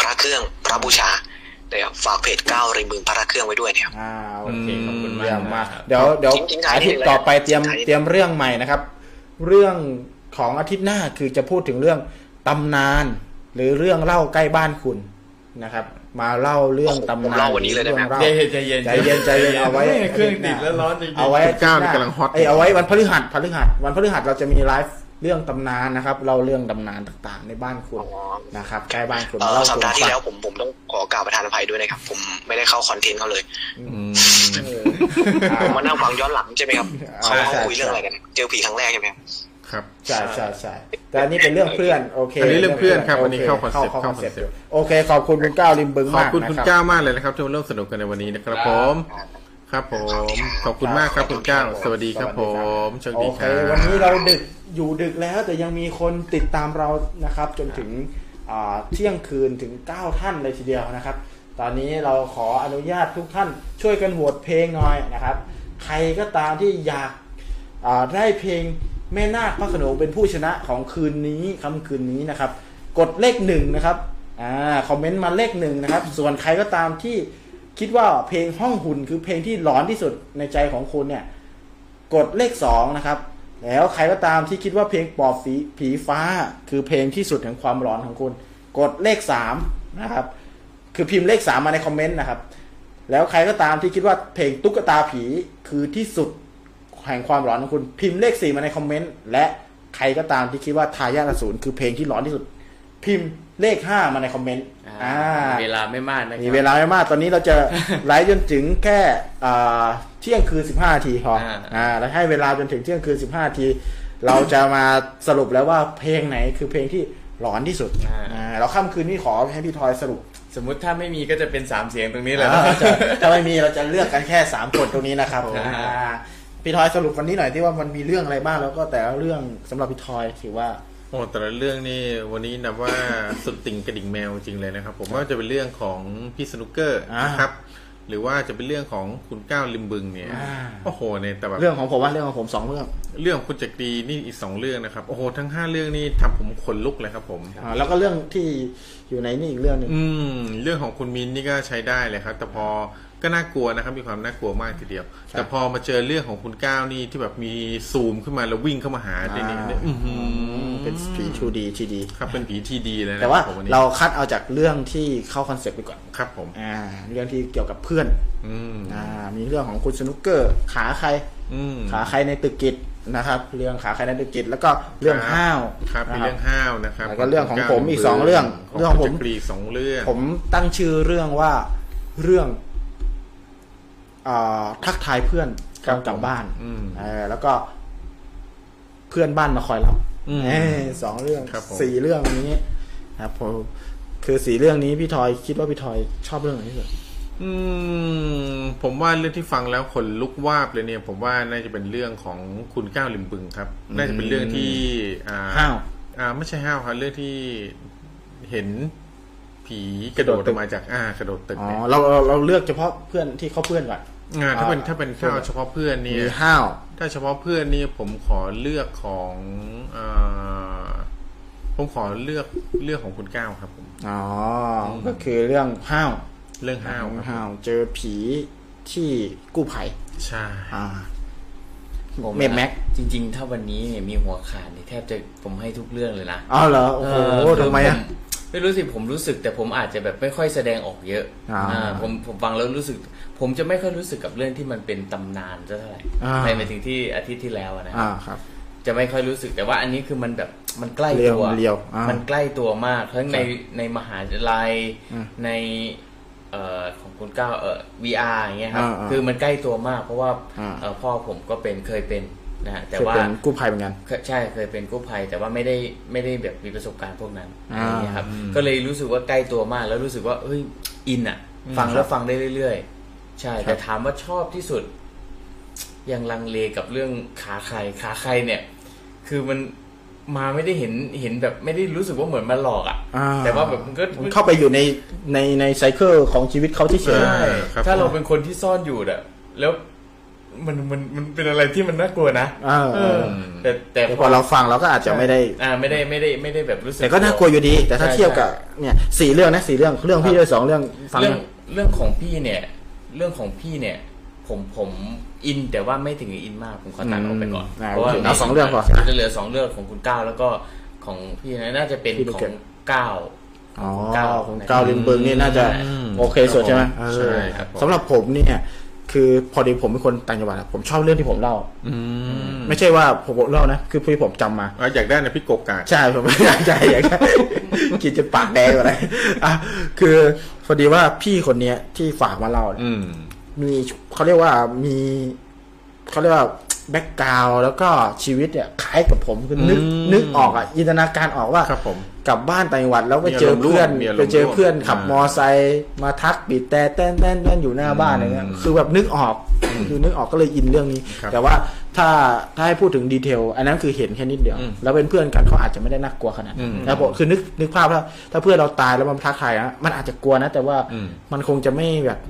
Speaker 7: พระเครื่องพระบูชาเดี๋ยวฝากเพจก้าวริมบึงพระเครื่องไว้ด้วยนะครับ
Speaker 1: อ้าว
Speaker 2: โอเคขอบคุณมาก
Speaker 1: เยี่ยมมาก
Speaker 2: ครับ
Speaker 1: เดี๋ยวเดี๋ยว
Speaker 7: ทิ้งท้าย
Speaker 1: อา
Speaker 7: นิด
Speaker 1: ทิต
Speaker 7: นึ
Speaker 1: ย์
Speaker 7: งเลย
Speaker 1: ต่อไปเตรียม
Speaker 7: ทิ้งท้าย
Speaker 1: เตรียมเรื่องใหม่นะครับ เรื่องของอาทิตย์หน้าคือจะพูดถึงเรื่องตำนาน หรือเรื่องเล่าใกล้บ้านคุณนะครับ มาเล่าเรื่องตำนาน
Speaker 7: เล่าวันนี้เลยได้ไหม
Speaker 1: รื่องล่า
Speaker 4: ใจเย็นใจเย็น
Speaker 1: ใจเย็นใจเย็นเอาไว้
Speaker 4: เครื่องติดแล้วร้อนจริงๆ
Speaker 1: เอาไว้
Speaker 3: สิบเก้านี่กำลังฮอต
Speaker 1: เยเอาไว้วันพฤหัสพฤหัสวันพฤหัสเราจะมีไลฟ์เรื่องตำนานนะครับเล่าเรื่องตำนานต่างๆ ในบ้านคุณนะครับใกล้บ้านคุณ
Speaker 7: เอ่อ
Speaker 1: เล่า
Speaker 7: สัป
Speaker 1: สู่
Speaker 7: ดาห์ที่
Speaker 1: ฟัง
Speaker 7: แล้วผมผมต้องขอกล่าวประธานอภัยด้วยนะครับ ผมไม่ได้เข้าคอนเทนต์เขาเลย
Speaker 3: อืม
Speaker 1: เออ
Speaker 7: ผม
Speaker 1: อ่า
Speaker 7: มานั่งฟังย้อนหลังใช่ไหมครับเขา
Speaker 1: ใช่
Speaker 7: เขาคุยเรื่องอะไรกัน เจอผีครั้งแรกใช่ไหมครับ
Speaker 3: ครับ
Speaker 1: ใช่ใช่ใช่แต่อันนี้เป็นเรื่องเพื่อนโอเค
Speaker 3: อันนี้เรื่องเพื่อนครับอันนี้เข้าคอนเซ็ปต์
Speaker 1: เข้าคอนเซ็ปต์อ
Speaker 3: เข้าคอนเซ็ปต์
Speaker 1: ยู่โอเค ขอบคุณคุณก้าวริมบึง
Speaker 3: ขอบ
Speaker 1: มาก
Speaker 3: คุณ
Speaker 1: นะ
Speaker 3: คุณ
Speaker 1: รับ
Speaker 3: ก้าวมากเลยนะครับที่มาร่วมสนุกกันในวันนี้นะครับผม ครับผม ขอบคุณมากครับคุณก้าวสวัสดีครับผมโชคดี
Speaker 1: โอ
Speaker 3: ค
Speaker 1: เค
Speaker 3: รับ
Speaker 1: วันนี้เราดึกอยู่ดึกแล้วแต่ยังมีคนติดตามเรานะครับ จนถึงอ่าเที่ยงคืนถึง 9 ท่านเลยทีเดียวนะครับ ตอนนี้เราขออนุญาตทุกท่านช่วยกันโหวตเพลงหน่อยนะครับ ใครก็ตามที่อยากอ่าได้เพลงแม่นาคพระโขนงเป็นผู้ชนะของคืนนี้ค่ำคืนนี้นะครับ กดเลขหนึ่งนะครับอ่าคอมเมนต์มาเลขหนึ่งนะครับ ส่วนใครก็ตามที่คิดว่าเพลงห้องหุ่นคือเพลงที่หลอนที่สุดในใจของคุณเนี่ย กดเลขสองนะครับ แล้วใครก็ตามที่คิดว่าเพลงปอบสีผีฟ้า คือเพลงที่สุดแห่งความร้อนของคุณ กดเลขสามนะครับ คือพิมพ์เลขสามมาในคอมเมนต์นะครับ แล้วใครก็ตามที่คิดว่าเพลงตุ๊กตาผีคือที่สุดแห่งความร้อนของคุณ พิมพ์เลขสี่มาในคอมเมนต์และใครก็ตามที่คิดว่าทายาทอสูรคือเพลงที่ร้อนที่สุด พิมพ์เลขห้ามาในคอมเมนต์
Speaker 2: อ่า
Speaker 1: อ่า
Speaker 2: เวลาไม่มากนะค
Speaker 1: มี
Speaker 2: รับ
Speaker 1: เวลาไม่มาก ตอนนี้เราจะ ไลฟ์จนถึงแค่อ่าเที่ยงคืนสิบห้านาทีพอ
Speaker 2: อ่า
Speaker 1: อ่าแล้วให้เวลาจนถึงเที่ยงคืนสิบห้านาที เราจะมาสรุปแล้วว่าเพลงไหนคือเพลงที่หลอนที่สุดอ่าเราค่ำคืนนี้ขอให้พี่ทอยสรุป
Speaker 4: สมมุติถ้าไม่มีก็จะเป็นสามเสียงตรงนี้แหละ
Speaker 1: อ่า เราจะถ้าไม่มีเราจะเลือกกันแค่สามคนตรงนี้นะครับ
Speaker 4: อ่า
Speaker 1: อ่าพี่ทอยสรุปวันนี้หน่อยที่ว่ามันมีเรื่องอะไรบ้างแล้วก็แต่ละเรื่องสำหรับพี่ทอยถือว่า
Speaker 3: โอ้แต่ละเรื่องนี่วันนี้นับว่า สุดติ่งกระดิ่งแมวจริงเลยนะครับ ผมว่าจะเป็นเรื่องของพี่สนุกเกอร์
Speaker 1: อ่า
Speaker 3: นะครับ หรือว่าจะเป็นเรื่องของคุณก้าวลิมบึงเนี่ย
Speaker 1: อ่า
Speaker 3: โอ้โหเนี่ยแต่แบบ
Speaker 1: เรื่องของผมว่าเรื่องของผมสองเรื่อง
Speaker 3: เรื่องของคุณจักรีนี่อีกสองเรื่องนะครับโอ้โหทั้งห้าเรื่องนี่ทำผมขนลุกเลยครับ ผม
Speaker 1: อ่าแล้วก็เรื่องที่อยู่ในนี่อีกเรื่องหนึ่ง
Speaker 3: อืม เรื่องของคุณมินนี่ก็ใช้ได้เลยครับ แต่พอ ก็น่ากลัวนะครับ มีความน่ากลัวมากทีเดียว แต่พอมาเจอเรื่องของคุณก้าวนี่ที่แบบมีซูมขึ้นมาแล้ววิ่งเข้ามาหาในนี้เนี่ยอื้อหือ
Speaker 1: เป็นผีชูดีทีดี
Speaker 3: ครับเป็นผีที่ดีเลยนะ
Speaker 1: แต่ว่า
Speaker 3: ผมนนี้
Speaker 1: เราคัดเอาจากเรื่องที่เข้าคอนเซ็ปต์ไปก่อน
Speaker 3: ครับผม
Speaker 1: อ่าเรื่องที่เกี่ยวกับเพื่อน
Speaker 3: อืม
Speaker 1: อ่ามีเรื่องของคุณสนุกเกอร์ขาใคร
Speaker 3: อืม
Speaker 1: ขาใครในตึกกิจนะครับ เรื่องขาใครในตึกกิจแล้วก็เรื่องห้าว
Speaker 3: ครับมี
Speaker 1: นะ
Speaker 3: เรื่องห้าวนะครับ
Speaker 1: แล้วก็เรื่องของผมอีกสองเรื่องเรื่
Speaker 3: เรื่
Speaker 1: อ
Speaker 3: อง ง
Speaker 1: ของผ
Speaker 3: ผม มกรีสองเรื่อง
Speaker 1: ผมตั้งชื่อเรื่องว่าเรื่องอาทักทายเพื่อนก่อนกลับบ้าน
Speaker 3: อืม
Speaker 1: เออแล้วก็เพื่อนบ้านมาคอยรับ
Speaker 3: อืม
Speaker 1: เอ้ยสองเรื่อง
Speaker 3: ครับผม
Speaker 1: สี่เรื่องนี้นะครับผมคือสี่เรื่องนี้พี่ทอยคิดว่าพี่ทอยชอบเรื่องไหนที่สุด
Speaker 3: อืมผมว่าเรื่องที่ฟังแล้วขนลุกวาบเลยเนี่ย ผมว่าน่าจะเป็นเรื่องของคุณก้าวลิมบึงครับ น่าจะเป็นเรื่องที่อ่า
Speaker 1: ห้าว
Speaker 3: อ่าไม่ใช่ห้าวครับเรื่องที่เห็นผีกระโดด
Speaker 1: กระโดดตึ
Speaker 3: อก อกมาจากอ่ากระโดดตึก
Speaker 1: อ๋อ
Speaker 3: เนี่ย
Speaker 1: เราเราเราเลือกเฉพาะเพื่อนที่เขาเพื่อนก่อน
Speaker 3: อ่าถ้าเป็น
Speaker 1: อ่า
Speaker 3: ถ้าเป็นข้าวเฉพาะเพื่อนเนี่
Speaker 1: มี
Speaker 3: ย
Speaker 1: ห้าว
Speaker 3: ถ้าเฉพาะเพื่อนนี่ผมขอเลือกของอ่าผมขอเลือกเรื่องของคุณก้าวครับผม
Speaker 1: อ๋อ ก็คือเรื่องห้าว
Speaker 3: เรื่องห้าวครับ
Speaker 1: ห้าว เจอผีที่กู้ภัย
Speaker 3: ใช่
Speaker 1: อ่า
Speaker 2: ผม
Speaker 1: เมมแม็ก
Speaker 2: จริง ๆ ถ้าวันนี้เนี่ยมีหัวขาดนี่แทบจะผมให้ทุกเรื่องเลยนะ
Speaker 1: อ๋อเหรอ โอ้โห
Speaker 2: เออ
Speaker 1: ทำไมอ่ะ
Speaker 2: ผไม่รู้สิผมรู้สึกแต่ผมอาจจะแบบไม่ค่อยแสดงออกเยอะ
Speaker 1: อ่า
Speaker 2: ผมผมฟังแล้วรู้สึก ผมจะไม่ค่อยรู้สึกกับเรื่องที่มันเป็นตำนานซะเท่าไหร่
Speaker 1: อ่า
Speaker 2: ในหมายถึงที่อาทิตย์ที่แล้วอะนะครับ
Speaker 1: อ่าครับ
Speaker 2: จะไม่ค่อยรู้สึกแต่ว่าอันนี้คือมันแบบมันใกล้
Speaker 1: เรียว
Speaker 2: ตัว
Speaker 1: เรียวอ่ามั
Speaker 2: มันใกล้ตัวมากทั้งในในมหาลัย
Speaker 1: อืม
Speaker 2: ในเอ่อของคุณก้าวเอ่อ VR อย่างเงี้ยครับ
Speaker 1: อ่าอ่า
Speaker 2: คือมันใกล้ตัวมาก เพราะว่า
Speaker 1: อ่า
Speaker 2: เอ่อพ่อผมก็เป็นเคยเป็นนะฮะแต่
Speaker 1: คือ
Speaker 2: ว่า
Speaker 1: เป็นกู้ภัยเหมือนกัน
Speaker 2: เคยใช่เคยเป็นกู้ภัย แต่ว่าไม่ได้ไม่ได้แบบมีประสบการณ์พวกนั้น
Speaker 1: อ่า
Speaker 2: อะไรเงี้ยครับก็เลยรู้สึกว่าใกล้ตัวมากแล้วรู้สึกว่าเฮ้ยอินอ่ะ ฟังแล้วฟังได้เรื่อยๆ ใช่ แต่ถามว่าชอบที่สุด ยังลังเลกับเรื่องขาใครขาใครเนี่ย คือมันมาไม่ได้เห็นเห็นแบบไม่ได้รู้สึกว่าเหมือนมาหลอกอะ
Speaker 1: อ่
Speaker 2: ่ะ แต่ว่าแบบมันก็
Speaker 1: นเข้าไปอยู่ในในในไซเคิลของชีวิตเขาที่เฉย
Speaker 3: ใช่
Speaker 2: ใช่
Speaker 3: ครับ
Speaker 2: ถ้าเรา
Speaker 3: ผม
Speaker 2: เป็นคนที่ซ่อนอยู่อะแล้วมันมันมันเป็นอะไรที่มันน่ากลัวนะ
Speaker 1: เออ
Speaker 2: เออแต่แต่
Speaker 1: แต่พอเราฟังเราก็อาจจะไม่ได้
Speaker 2: อ่าไม่ได้ไม่ได้ไม่ได้แบบรู้สึก
Speaker 1: แต่ก็น่ากลัวอยู่ดี แต่ถ้า
Speaker 2: ใช่
Speaker 1: เทียบกับเนี่ยสี่เรื่องนะสี่เรื่อง เรื่องพี่
Speaker 2: ครับ
Speaker 1: ด้วยสองเรื่องฟัง
Speaker 2: เรื่องเรื่องของพี่เนี่ย เรื่องของพี่เนี่ย ผมผมอินแต่ว่าไม่ถึงกับอินมากผมขอตัดออกไปก่อน
Speaker 1: อ่า
Speaker 2: เพ
Speaker 1: โอ
Speaker 2: ราะว่า
Speaker 1: เคเอาสองเรื่องพอ
Speaker 2: จะเหลือสองเรื่องของคุณก้าวแล้วก็ของพี่นะน่าจะเป็น
Speaker 1: พี่ลู
Speaker 2: ข
Speaker 1: ก
Speaker 2: อ
Speaker 1: เกด
Speaker 2: งก้าว
Speaker 1: อ๋อ
Speaker 2: เก้า
Speaker 1: ของเก้าลิมบึงนี่น่าจะ
Speaker 2: อืม
Speaker 1: โอเคสุดใช่ไหม
Speaker 3: ครับผม
Speaker 1: เออ
Speaker 3: ใช่ครับผม
Speaker 1: สำหรับผมเนี่ย คือพอดีผมเป็นคนต่างจังหวัดอะผมชอบเรื่องที่ผมเล่า
Speaker 3: อืม
Speaker 1: ไม่ใช่ว่าผมเล่านะ คือพี่ผมจำมา
Speaker 3: อ่ะอยากได้นะพี่กบกาก
Speaker 1: ใช่ผมไม่อยาก ใจอยากได้ กินจนปากแดงอะไรอ่ะคือพอดีว่าพี่คนเนี้ยที่ฝากมาเล่าเนี่ย
Speaker 3: อืม
Speaker 1: มีเขาเรียกว่ามีเขาเรียกว่าแบ็กกราวแล้วก็ชีวิตเนี่ยคล้ายกับผมคือนึก
Speaker 3: อืม
Speaker 1: นึกออกอ่ะจินตนาการออกว่า
Speaker 3: ครับผม
Speaker 1: กลับบ้านต่างจังหวัดแล้วไปเจอ
Speaker 3: มีอารมณ์ร่วม
Speaker 1: เพื่อน
Speaker 3: มีอารมณ์
Speaker 1: ไปเจอเพื่อน
Speaker 3: ร่วม
Speaker 1: ขับ
Speaker 3: อ่าม
Speaker 1: อไซค์มาทักบีบแต่เต้นเต้นเต้นอยู่หน้าบ้านอะไรเงี้ย
Speaker 3: อืม
Speaker 1: คือแบบนึกออกคือนึกออกก็เลยอินเรื่องนี้
Speaker 3: ครับ
Speaker 1: แต่ว่าถ้าถ้าให้พูดถึงดีเทลอันนั้นคือเห็นแค่นิดเดียว
Speaker 3: อืม
Speaker 1: แล้วเป็นเพื่อนกันเขาอาจจะไม่ได้น่ากลัวขนาดนั้น
Speaker 3: อืม
Speaker 1: นะครับผมคือนึกนึกภาพว่าถ้าเพื่อนเราตายแล้วมันทักใครนะมันอาจจะกลัวนะ แต่ว่า
Speaker 3: อืม
Speaker 1: มันคงจะไม่แบบ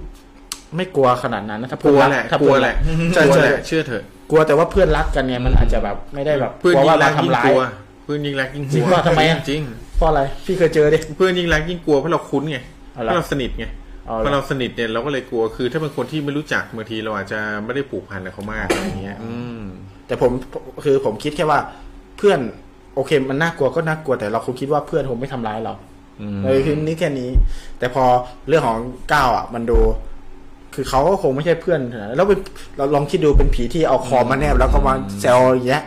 Speaker 1: ไม่กลัวขนาดนั้นนะถ้าก เพื่อน
Speaker 3: ลัว
Speaker 1: รั
Speaker 3: แหละ
Speaker 1: ถ้าก เพื่อนรักใช่
Speaker 3: ลัวแหละกลัว
Speaker 1: ใช่
Speaker 3: แหละเชื่อเถอะ
Speaker 1: กลัวแต่ว่าเพื่อนรักกันเนี่ยมันอาจจะแบบไม่ได้แบบก
Speaker 3: เพื่อน
Speaker 1: ลัว
Speaker 3: ยิ่
Speaker 1: ว่างมาก
Speaker 3: รัยิ่ง
Speaker 1: ทำร้าย
Speaker 3: กลัวเพื่อนยิ่งรักยิ่งก
Speaker 1: จริ
Speaker 3: ลั
Speaker 1: ง
Speaker 3: ว
Speaker 1: ป่ะทำไมอ่ะ
Speaker 3: จริง
Speaker 1: เพราะอะไรพี่เคยเจอดิ
Speaker 3: เพื่อนยิ่งรักยิ่งกลัวเพราะเราคุ้นไง
Speaker 1: เอา
Speaker 3: เพ
Speaker 1: ละ
Speaker 3: ราะเราสนิทไง
Speaker 1: เอาละ
Speaker 3: เพราะเราสนิทเนี่ยเราก็เลยกลัวคือถ้าเป็นคนที่ไม่รู้จักบางทีเราอาจจะไม่ได้ผูกพันกับเขามากอะไรเงี้ย อืม
Speaker 1: แต่ผมคือผมคิดแค่ว่าเพื่อนโอเคมันน่ากลัวก็น่ากลัวแต่เราคงคิดว่าเพื่อนคงไม่ทำร้ายเรา
Speaker 3: อืม
Speaker 1: เลยคือนี่แค่นี้ แต่พอเรื่องของก้าวอ่ะ มันดู คือเขาก็คงไม่ใช่เพื่อนขนาดนั้นแล้วเป็นเราลองคิดดูเป็นผีที่เอาคอมาแนบแล้วก็มาแซวอย่างเงี้ย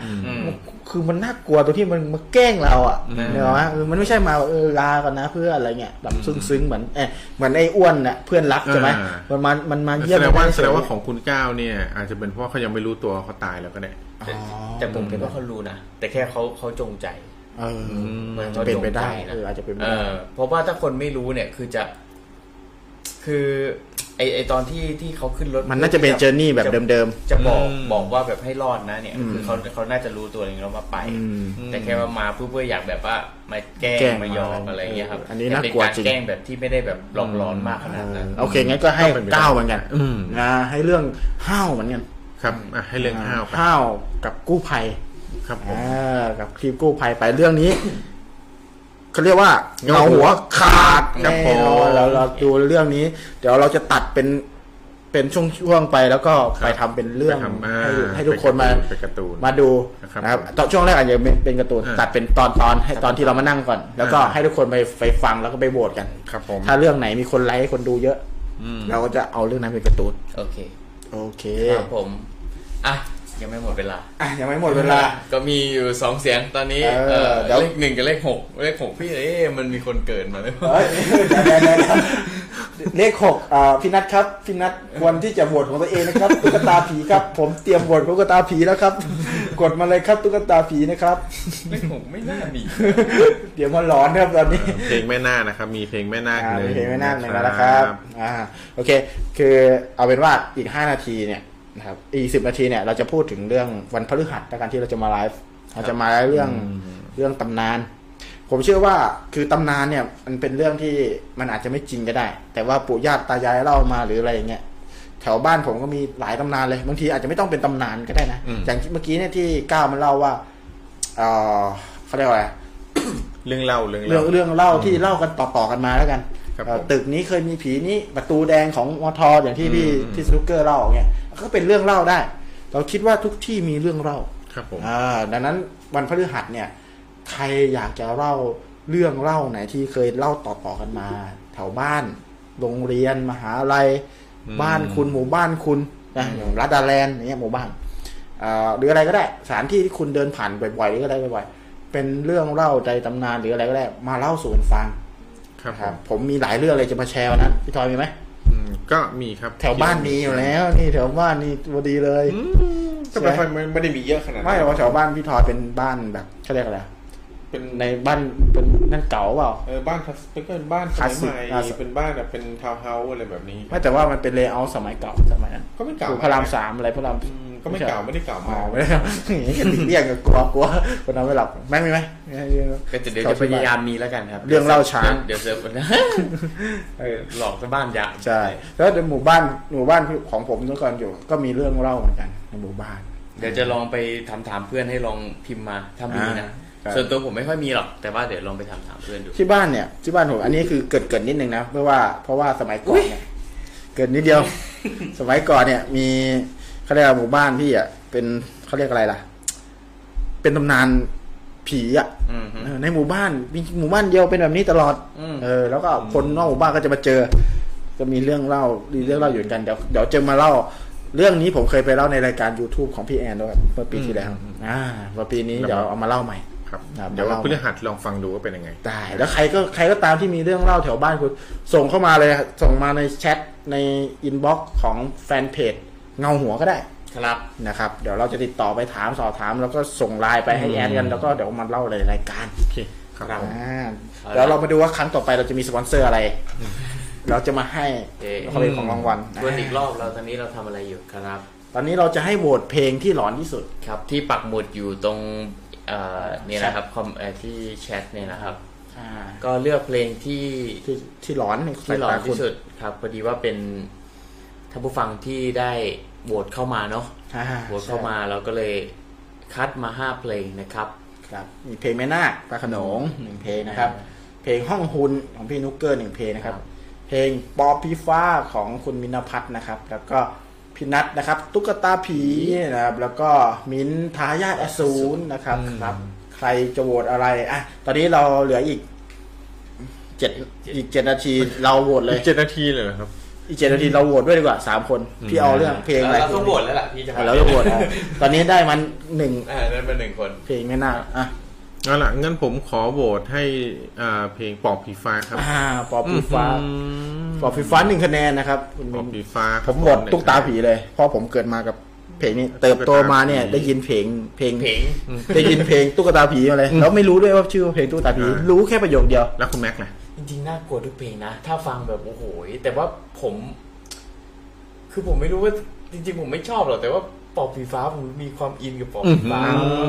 Speaker 1: คือมันน่ากลัวตรงที่มันมาแกล้งเราอ่ะเนอะมันไม่ใช่มาเออลากันนะเพื่อนอะไรเงี้ยแบบซึ้งๆเหมือนเอะเหมือนไอ้อ้วนน่ะเพื่อนรักใช่ไหมมันมามันมาเยี่ยม
Speaker 3: แสดงว่า
Speaker 1: เร
Speaker 3: แสดงว่าของคุณก้าวเนี่ย อาจจะเป็นเพราะเขายังไม่รู้ตัวเขาตายแล้วก็ได้
Speaker 2: แต่แต่ผมคิดว่าเขารู้นะแต่แค่เขาเขาจงใจ
Speaker 1: เออ
Speaker 2: หมือ
Speaker 1: จะเป็นไปได้
Speaker 2: ขาจงใจ
Speaker 1: เอออาจจะเป็นไป
Speaker 2: เอ
Speaker 1: ได้
Speaker 2: อเพราะว่าถ้าคนไม่รู้เนี่ยคือจะ คือไอไอตอนที่ที่เขาขึ้นรถ
Speaker 1: มันน่าจะเป็นเจอร์นี่แบบเดิม
Speaker 2: จะบอก
Speaker 3: อืม
Speaker 2: บอกว่าแบบให้รอดนะเนี่ย คือเขาเขาน่าจะรู้ตัวเองแล้วมาไป
Speaker 1: อืม
Speaker 2: แต่แค่ว่ามาเพื่อเพื่ออยากแบบว่ามาแกล้
Speaker 1: แกล้
Speaker 2: ง
Speaker 1: ง
Speaker 2: มายอมอะไรอย่างเงี้ยครับ
Speaker 1: อันนี้
Speaker 2: แต่
Speaker 1: น่ากลัว
Speaker 2: เป็
Speaker 1: จริง
Speaker 2: แกล้งแบบที่ไม่ได้แบบหลอกหลอนมากขนาดนั้น
Speaker 1: ๆโอเคงั้นก็ให้
Speaker 3: ก็เป็นไปได้
Speaker 1: เก้าเหมือนกัน
Speaker 3: อืม
Speaker 1: นะให้เรื่องห้าวเหมือนกัน
Speaker 3: ครับอ่ะให้เรื่องห้าวครับ
Speaker 1: ห้าวกับกู้ภัย
Speaker 3: ครับผม
Speaker 1: อ่ากับทีมกู้ภัยไปเรื่องนี้เขาเรียกว่าเงาหัวขาด
Speaker 3: ครับผม
Speaker 1: แน่นอนเราเราดูเรื่องนี้ เดี๋ยวเราจะตัดเป็น เป็นช่วงๆไปแล้วก็ไปทำเป็นเรื่อง
Speaker 3: ไปทำอ่า
Speaker 1: ให้ให้ทุกคนมา
Speaker 3: เป็นการ์ตูน
Speaker 1: มาดู
Speaker 3: นะครับ
Speaker 1: นะครับตอนช่วงแรกอาจจะเป็นเป็นการ์ตูน
Speaker 3: อ่า
Speaker 1: ตัดเป็นตอนตอนให้ตอนที่เรามานั่งก่อน แล้วก็
Speaker 3: อ่า
Speaker 1: ให้ทุกคนไปไปฟังแล้วก็ไปโหวตกัน
Speaker 3: ครับผม
Speaker 1: ถ้าเรื่องไหนมีคนไลค์คนดูเยอะ
Speaker 3: อืม
Speaker 1: เราก็จะเอาเรื่องนั้นเป็นการ์ตูน
Speaker 2: โอเค
Speaker 1: โอเค
Speaker 2: ครับผมอ่ะยังไม่หมดเวลา
Speaker 1: อ่ะยังไม่หมดเวลา
Speaker 4: ก็มีอยู่สองเสียงตอนนี้
Speaker 1: เออ
Speaker 4: เออ
Speaker 1: เดี๋ยว
Speaker 4: เลขหนึ่งกับเลขหกเลขหกพี่เอ๊ะมันมีคนเกิดมาหรือเปล่า
Speaker 1: เอ้ยเดี๋ยวเดี๋ยวเดี๋ยวเดี๋ยวเลขหกอ่าพี่นัทครับพี่นัทควรที่จะโหวตของตัวเองนะครับตุ๊กตาผีครับ ผมเตรียมโหวตตุ๊กตาผีแล้วครับ กดมาเลยครับตุ๊กตาผีนะครับ
Speaker 4: เลขหกไม่น่ามี
Speaker 1: เดี๋ยวมาหลอนนะครับตอนนี้
Speaker 3: เพลงแม่นาคนะครับ มีเพลงแม่นาค
Speaker 1: อ่า
Speaker 3: หนึ่ง
Speaker 1: โอเคไม่น่าหนึ่งแล้วนะครับอ่าโอเค คือเอาเป็นว่าอีกห้านาทีเนี่ยนะครับอีกสิบนาทีเนี่ยเราจะพูดถึงเรื่องวันพฤหัสในการที่เราจะมาไลฟ์เราจะมาไลฟ์เรื่องเรื่องตำนาน ผมเชื่อว่าคือตำนานเนี่ยมันเป็นเรื่องที่มันอาจจะไม่จริงก็ได้ แต่ว่าปู่ย่าตายายเล่ามาหรืออะไรอย่างเงี้ยแถวบ้านผมก็มีหลายตำนานเลยบางทีอาจจะไม่ต้องเป็นตำนานก็ได้นะอย่างที่เมื่อกี้เนี่ยที่ก้าวมันเล่าว่าเออเขาเรียกว่าอะไร
Speaker 3: เรื่องเล่าเรื่อง
Speaker 1: เรื่อง
Speaker 3: เล่า
Speaker 1: เรื่องเล่าที่เล่ากันต่อๆกันมาแล้วกัน
Speaker 3: ครับ
Speaker 1: เอ่อ
Speaker 3: ผม
Speaker 1: ตึกนี้เคยมีผีนี้ประตูแดงของมอทออย่างที่พี่พี่สนุกเกอร์เล่าอย่างเงี้ยก็เป็นเรื่องเล่าได้ เราคิดว่าทุกที่มีเรื่องเล่า
Speaker 3: ครับผม
Speaker 1: อ่าดังนั้นวันพฤหัสเนี่ยใครอยากจะเล่าเรื่องเล่าไหนที่เคยเล่าต่อๆกันมา แถวบ้านโรงเรียนมหาลัยบ้านคุณหมู่บ้านคุณนะอย่างรัตดาแลนด์อย่างเงี้ยหมู่บ้าน เอ่อหรืออะไรก็ได้สถานที่ที่คุณเดินผ่านบ่อยๆหรืออะไรบ่อยๆเป็นเรื่องเล่าใจตำนานหรืออะไรก็ได้ มาเล่าสู่กันฟัง
Speaker 3: ครับ
Speaker 1: นะ
Speaker 3: ผ
Speaker 1: ครับ
Speaker 3: ม
Speaker 1: ผมมีหลายเรื่องเลยจะมาแชร์วันนั้นพี่ทอยมีไหม
Speaker 3: อืมก็มีครับ
Speaker 1: แถวบ้านมีอยู่แล้วนี่แถวบ้านนี่พอดีเลย
Speaker 3: อืมก็ไม่ค่อยไม่ไม่ได้มีเยอะขนาดนั้น
Speaker 1: ไม่หรอกว่าแถวบ้านพี่ทอยเป็นบ้านแบบเขาเรียกอะไร
Speaker 4: เป็น
Speaker 1: ในบ้านเป็นนั่นเก่าเปล่า
Speaker 4: เออบ้านคลาสเป็นก็บ้านส
Speaker 1: คลา
Speaker 4: มั
Speaker 1: ส
Speaker 4: ย
Speaker 1: สิก
Speaker 4: ให
Speaker 1: อ่า
Speaker 4: ม่เป็นบ้านแบบเป็นทาวน์เฮาส์อะไรแบบนี้
Speaker 1: ไม่แต่ว่ามันเป็นเลเยอร์สมัยเก่าสมัยนั้น
Speaker 4: ก็ไม่เก่า
Speaker 1: คือพระรามสามอะไรพระราม
Speaker 4: อืมก็ไม่เก่าไม่ได้เก่า
Speaker 1: อ๋
Speaker 4: มา
Speaker 1: อก ไม่ได้ติดเรียกกับกลัวกลัวคนนอนไม่หลับแม่งมีไหมมีไหม
Speaker 2: ก็จะเดี๋ยวจะพยายามมีแล้วกันครับ
Speaker 1: เรื่องเล่าช้าง
Speaker 2: เดี๋ยวเซิร์ฟนะหลอกซะบ้านยาง
Speaker 1: ใช่แล้วในหมู่บ้านหมู่บ้านของผมเมื่อก่อนอยู่ ก็มีเรื่องเล่าเหมือนกันในหมู่บ้าน
Speaker 2: เดี๋ยวจะลองไปถามถามๆเพื่อนให้ลองพิมพ์มาถ้ามีนะ
Speaker 1: อ่าครับ
Speaker 2: ส่วนตัวผมไม่ค่อยมีหรอก แต่ว่าเดี๋ยวลองไปถามถามๆเพื่อนดู
Speaker 1: ที่บ้านเนี่ยที่บ้านผมอันนี้คือเกิดเกิดนิดนึงนะเพราะว่าเพราะว่าสมัยก่อนเนี่ยเกิดนิดเดียว สมัยก่อนเนี่ย มีเขาเรียกว่าหมู่บ้านพี่อ่ะเป็นเขาเรียกอะไรล่ะ เป็นตำนานผีอ่ะ
Speaker 2: อืมฮึ
Speaker 1: เออในหมู่บ้านมีหมู่บ้านเดียวเป็นแบบนี้ตลอด
Speaker 2: อืม
Speaker 1: เออแล้วก็คนนอกหมู่บ้านก็จะมาเจอ จะมีเรื่องเล่ามีเรื่องเล่าอยู่เหมือนกันเดี๋ยวเดี๋ยวจะมาเล่า เรื่องนี้ผมเคยไปเล่าในรายการ YouTube ของพี่แอนด้วยเมื่อปีที่แล้วอ่าเมื่อปีนี้เดี๋ยวเอามาเล่าใหม่
Speaker 3: ครับ
Speaker 1: ครับ
Speaker 3: เดี๋ยวว่า
Speaker 1: เล่า
Speaker 3: พฤหัสลองฟังดูว่าเป็นยังไง
Speaker 1: ได้แล้วใครก็ใครก็ตามที่มีเรื่องเล่าแถวบ้านคุณ ส่งเข้ามาเลยครับส่งมาในแชทในอินบ็อกซ์ของแฟนเพจเงาหัวก็ได้
Speaker 2: ครับ
Speaker 1: นะครับ เดี๋ยวเราจะติดต่อไปถามสอบถาม แล้วก็ส่งไลน์ไปให้แอดกัน แล้วก็เดี๋ยวมาเล่าในรายการ
Speaker 3: โอเคครับผม
Speaker 1: อ่าแล้วเรามาดูว่าครั้งต่อไปเราจะมีสปอนเซอร์ อะไร เราจะมาให้
Speaker 2: เอ๊ะ
Speaker 1: เขาเป็นของรางวัลนะ
Speaker 2: ทวนอีกรอบเราตอนนี้เราทำอะไรอยู่ครับ
Speaker 1: ตอนนี้เราจะให้โหวตเพลงที่หลอนที่สุด
Speaker 2: ครับที่ปักหมุดอยู่ตรงเอ่อเนี่ยนะครับคอมเอ่อที่แชทเนี่ยนะครับ
Speaker 1: อ่า
Speaker 2: ก็เลือกเพลงที่
Speaker 1: ที่ที่หลอนในสา
Speaker 2: ที่
Speaker 1: ย
Speaker 2: หล่อ
Speaker 1: ตา
Speaker 2: ที่
Speaker 1: คุณ
Speaker 2: สุดครับพอดีว่าเป็นท่านผู้ฟังที่ได้โหวตเข้ามาเนาะ
Speaker 1: อ่า
Speaker 2: โหวตเข้ามาเราก็เลยคัดมาห้าเพลงนะครับ
Speaker 1: ครับมีเพลงแม่นาคปลาขนงหนึ่งเพลงนะครับ เพลงห้องหุนของพี่นุกเกอร์หนึ่งเพลงนะครับ
Speaker 2: ครับ
Speaker 1: เพลงปอพีฟ้าของคุณมินพัฒน์นะครับ แล้วก็พี่นัทนะครับ ตุ๊กตาผีนะครับ แล้วก็มิ้นทายาทอสูรนะครับครับ ใครจะโหวตอะไรอ่ะตอนนี้เราเหลืออีกเจ็ดอีกเจ็ดนาทีเราโหวตเลย
Speaker 3: เจ็ดนาทีเลยเหรอครับ
Speaker 1: อีกเจ็ดนาทีเราโหวตด้วยดีกว่าสามคนพี่เอาเรื่องเพลงอะไร
Speaker 2: เราต้องโหวตแล้วล่ะพี่จะ
Speaker 1: อ่ะเราจะโหวตอ่ะตอนนี้ได้มันหนึ่ง
Speaker 4: อ่านั่นเป็นหนึ่งคน
Speaker 1: เพลงไม่น่าอ่ะ
Speaker 3: เอาล่ะงั้นผมขอโหวตให้อ่าเพลงปอบผีฟ้าครับ
Speaker 1: อ่าปอพีฟ้า
Speaker 3: อืม
Speaker 1: ปอพีฟ้าหนึ่งคะแนนนะครับคุณ
Speaker 3: ป
Speaker 1: มิ้
Speaker 3: อบ
Speaker 1: น
Speaker 3: ผีฟ้า
Speaker 1: ผมหมดตุ๊กตาผีเลยเพราะผมเกิดมากับเพลงนี้ เติบโตมาเนี่ย ได้ยินเพลงเพลง
Speaker 2: เพลง
Speaker 1: ได้ยินเพลงตุ๊กตาผีมาเลยแล้วไม่รู้ด้วยว่าชื่อเพลงตุ๊กตาผี รู้แค่ประโยคเดียว
Speaker 3: แล้วคุณแม็กซ์ล่ะ
Speaker 2: จริงๆน่ากลัวทุกเพลงนะ ถ้าฟังแบบโอ้โหแต่ว่าผม คือผมไม่รู้ว่าจริง ๆ ผมไม่ชอบหรอกแต่ว่าปอบผีฟ้าผมมีความอินกับปอบผีฟ้า
Speaker 3: เอ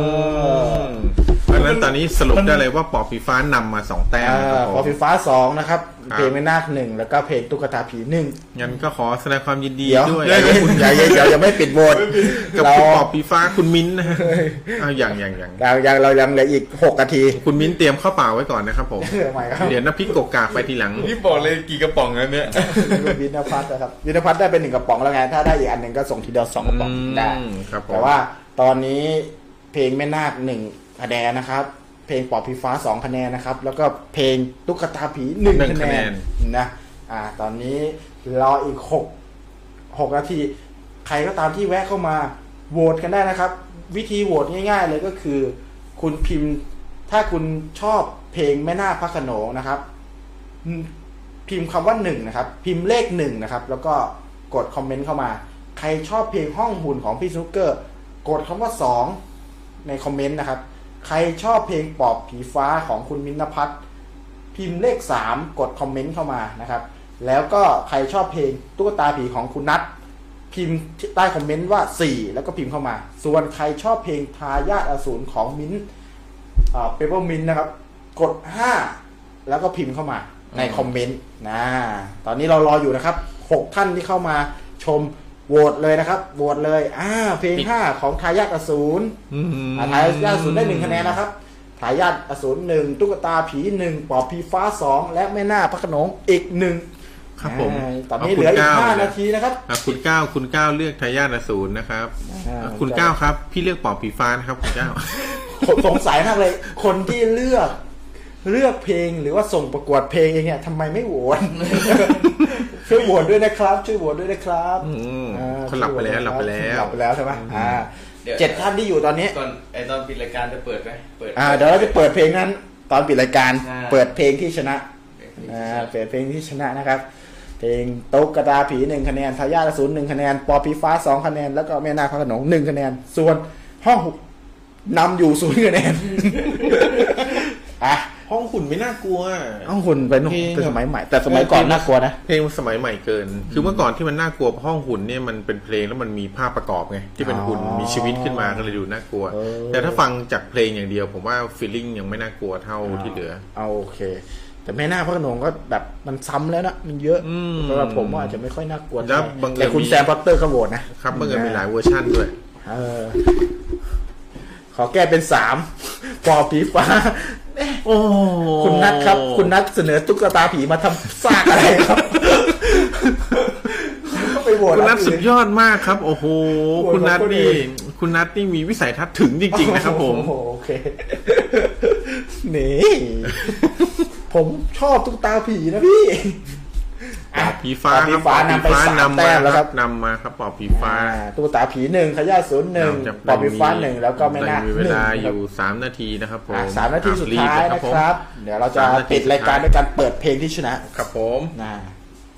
Speaker 3: ดังนั้นตอนนี้สรุปได้เลยว่าปอบผีฟ้านำมาสองแต้ม
Speaker 1: อ่า
Speaker 3: นะครับ
Speaker 1: ขอ
Speaker 3: ผ
Speaker 1: ไฟ
Speaker 3: ม
Speaker 1: ฟ้าสองนะครับ
Speaker 3: ครับ
Speaker 1: เพลงไม่นาคหนึ่งแล้วก็เพลงตุ๊กตาผีหนึ่ง
Speaker 3: งั้นก็ขอแสดงความยินดี
Speaker 1: เดี๋ยว
Speaker 3: ด้วย
Speaker 1: อย่าเย็นอย่าเย็นเดี๋ยวยังไม่ปิดโหวต
Speaker 3: กับ
Speaker 1: เรา
Speaker 3: คุณปอบผีฟ้าคุณมิ้นท์นะฮะเอาอย่างอย่างอย่าง
Speaker 1: เรายังเรายังเหลืออีกหกนาที
Speaker 3: คุณมิ้นท์เตรียมข้าวเปล่าไว้ก่อนนะครับผม
Speaker 1: เออใหม่ครับ
Speaker 3: เดี๋ยวน้ำพริกกกกากไปทีหลัง
Speaker 4: นี่บอกเลยกี่กระป๋องแล้วเนี่ย
Speaker 1: วินพัฒน์นะครับวินพัฒน์ได้เป็นหนึ่งกระป๋องแล้วไงถ้าได้อีกอันหนึ่งก็ส่งทีเดียวสองกระป๋อง
Speaker 3: อืม
Speaker 1: ได้
Speaker 3: ครับผม
Speaker 1: แต่ว่าตอนนี้เพลงแม่นาคหนึ่งคะแนนนะครับ เพลงปอบผีฟ้าสองคะแนนนะครับ แล้วก็เพลงตุ๊กตาผีหนึ่ง
Speaker 3: หนึ่ง
Speaker 1: คะ
Speaker 3: คะ
Speaker 1: แน
Speaker 3: แน
Speaker 1: น
Speaker 3: น
Speaker 1: นะอ่า ตอนนี้รออีกหก หกนาที ใครก็ตามที่แวะเข้ามาโหวตกันได้นะครับ วิธีโหวตง่าย ๆ เลยก็คือ คุณพิมพ์ ถ้าคุณชอบเพลงแม่นาคพระโขนงนะครับอืมพิมพ์คำว่าหนึ่งนะครับ พิมพ์เลขหนึ่งนะครับ แล้วก็กดคอมเมนต์เข้ามา ใครชอบเพลงห้องหุ่นของพี่สนุกเกอร์ กดคำว่าสองในคอมเมนต์นะครับ ใครชอบเพลงปอบผีฟ้าของคุณมินท์พัฒน์ พิมพ์เลข 3 กดคอมเมนต์เข้ามานะครับ แล้วก็ใครชอบเพลงตุ๊กตาผีของคุณนัทพิมพ์ใต้คอมเมนต์ว่า 4 แล้วก็พิมพ์เข้ามา ส่วนใครชอบเพลงทายาทอสูรของมิ้นเปเปอร์มินนะครับ กด 5 แล้วก็พิมพ์เข้ามาในคอมเมนต์นะตอนนี้เรารออยู่นะครับ 6 ท่านที่เข้ามาชมโหวตเลยนะครับโหวตเลยอ่าเพลง 5 ของทายาทอสูร
Speaker 3: อืม
Speaker 1: อ่าทายาทอสูรได้หนึ่งคะแนนนะครับทายาทอสูรหนึ่งตุ๊กตาผีหนึ่งปอบผีฟ้าสองและแม่นาคพระโขนงอีกหนึ่ง
Speaker 3: ครับผม
Speaker 1: อ่าตอนนี้
Speaker 3: ข
Speaker 1: เห
Speaker 3: อบคุณ
Speaker 1: ลืออีก
Speaker 3: เก้า
Speaker 1: ห้า
Speaker 3: เลย
Speaker 1: นาทีนะครับ
Speaker 3: อ่ะคุณก้าวคุณก้าวเลือกทายาทอสูรนะครับ
Speaker 1: อ่า
Speaker 3: อ่ะคุณก้าวครับ พี่เลือกปอบผีฟ้านะครับคุณก้าว
Speaker 1: ผมสงสัยมากเลย คนที่เลือกเลือกเพลงหรือว่าส่งประกวดเพลงเองเนี่ยทำไมไม่โหวต ช่วยโหวตด้วยนะครับ ช่วยโหวตด้วยนะครับ
Speaker 3: อืม
Speaker 1: อ่า
Speaker 3: คนหลับไปแล้วหลับไปแล้ว
Speaker 1: หลับไปแล้วใช่ไหมอ่า
Speaker 2: เดี๋ยว
Speaker 1: เจ็ดท่านที่อยู่ตอนนี้
Speaker 2: ตอนไอตอนปิดรายการจะเปิดไหมเปิด
Speaker 1: อ่าเดี๋ยวเราจะเปิดเพลงนั้น ตอนปิดรายการ
Speaker 2: ใช่
Speaker 1: เปิดเพลงที่ชนะ อ่าเปลี่ยนเพลงที่ชนะนะครับ เพลงตุ๊กตาผีหนึ่งคะแนนทายาทศูนย์หนึ่งคะแนนปอผีฟ้าสองคะแนน แล้วก็แม่นาคพระโขนงหนึ่งคะแนน ส่วนห้องหุ่นนำอยู่ศูนย์คะแน น อ่ะ
Speaker 3: ห้องหุ่นไม่น่ากลัว
Speaker 1: ห้องหุ่นเป็น
Speaker 3: เพลง
Speaker 1: เป็นสมัยใหม่ แต่สมัยก่อนน่ากลัวนะ
Speaker 3: เพลงมันสมัยใหม่เกิน คือเมื่อก่อนที่มันน่ากลัวเพราะห้องหุ่นเนี่ยมันเป็นเพลงแล้วมันมีภาพประกอบไงที่เป็นหุ่น
Speaker 1: อ๋อ
Speaker 3: มีชีวิตขึ้นมาก็เลยดูน่ากลัว
Speaker 1: เออ
Speaker 3: แต่ถ้าฟังจากเพลงอย่างเดียว ผมว่าฟีลลิ่งยังไม่น่ากลัวเท่าที่เหลือ
Speaker 1: เอาโอเค แต่แม่นาคพระโขนงก็แบบมันซ้ำแล้วนะมันเยอะ
Speaker 3: อืม
Speaker 1: สำหรับผมว่าอาจจะไม่ค่อยน่ากลัว
Speaker 3: แล้ว
Speaker 1: เท่าไหร่
Speaker 3: บังเอิญ
Speaker 1: แต่คุณ
Speaker 3: มี
Speaker 1: แซมพอตเตอร์ก็โหวตนะครับ
Speaker 3: เมื่อกี้มีหลายเวอร์ชั่นด้วย
Speaker 1: เออ ขอแก้เป็นสามปอผีฟ้า
Speaker 3: โอ้
Speaker 1: คุณนัทครับ คุณนัทเสนอตุ๊กตาผีมาทำซากอะไรครับ ไปโหวต
Speaker 3: คุณนัท
Speaker 1: เา
Speaker 3: สุดยอดมากครับ โอ้โห
Speaker 1: โหวต
Speaker 3: คุณนัท
Speaker 1: ของคนอื่
Speaker 3: นี่
Speaker 1: น
Speaker 3: คุณนัทนี่มีวิสัยทัศน์ถึงจริง ๆ นะครับผม
Speaker 1: โอ้โหโอเค นี่ ผมชอบตุ๊กตาผีนะพี่
Speaker 3: ปอบผีฟ้าครับ
Speaker 1: ปอบผีฟ้านำไปสามแต้มแล้วครับ
Speaker 3: นำมาครับปอบผีฟ้า
Speaker 1: อ่าตุ๊กตาผีหนึ่งขยะศูนย์หนึ่ง
Speaker 3: จับ
Speaker 1: ปอบผีฟ้าหนึ่งแล้วก็แม่นาค
Speaker 3: มี
Speaker 1: ห
Speaker 3: เว
Speaker 1: นึ่ง
Speaker 3: ลา
Speaker 1: นะ
Speaker 3: อ
Speaker 1: ครับ
Speaker 3: ยู่สามนาทีนะครับผม
Speaker 1: อ่ะสามนาทีสุดท้าย
Speaker 3: อ่
Speaker 1: นะครับ เดี๋ยวเราจะปิดรายการด้วยการเปิดเพลงที่ชนะ
Speaker 3: ครับผม
Speaker 1: นะ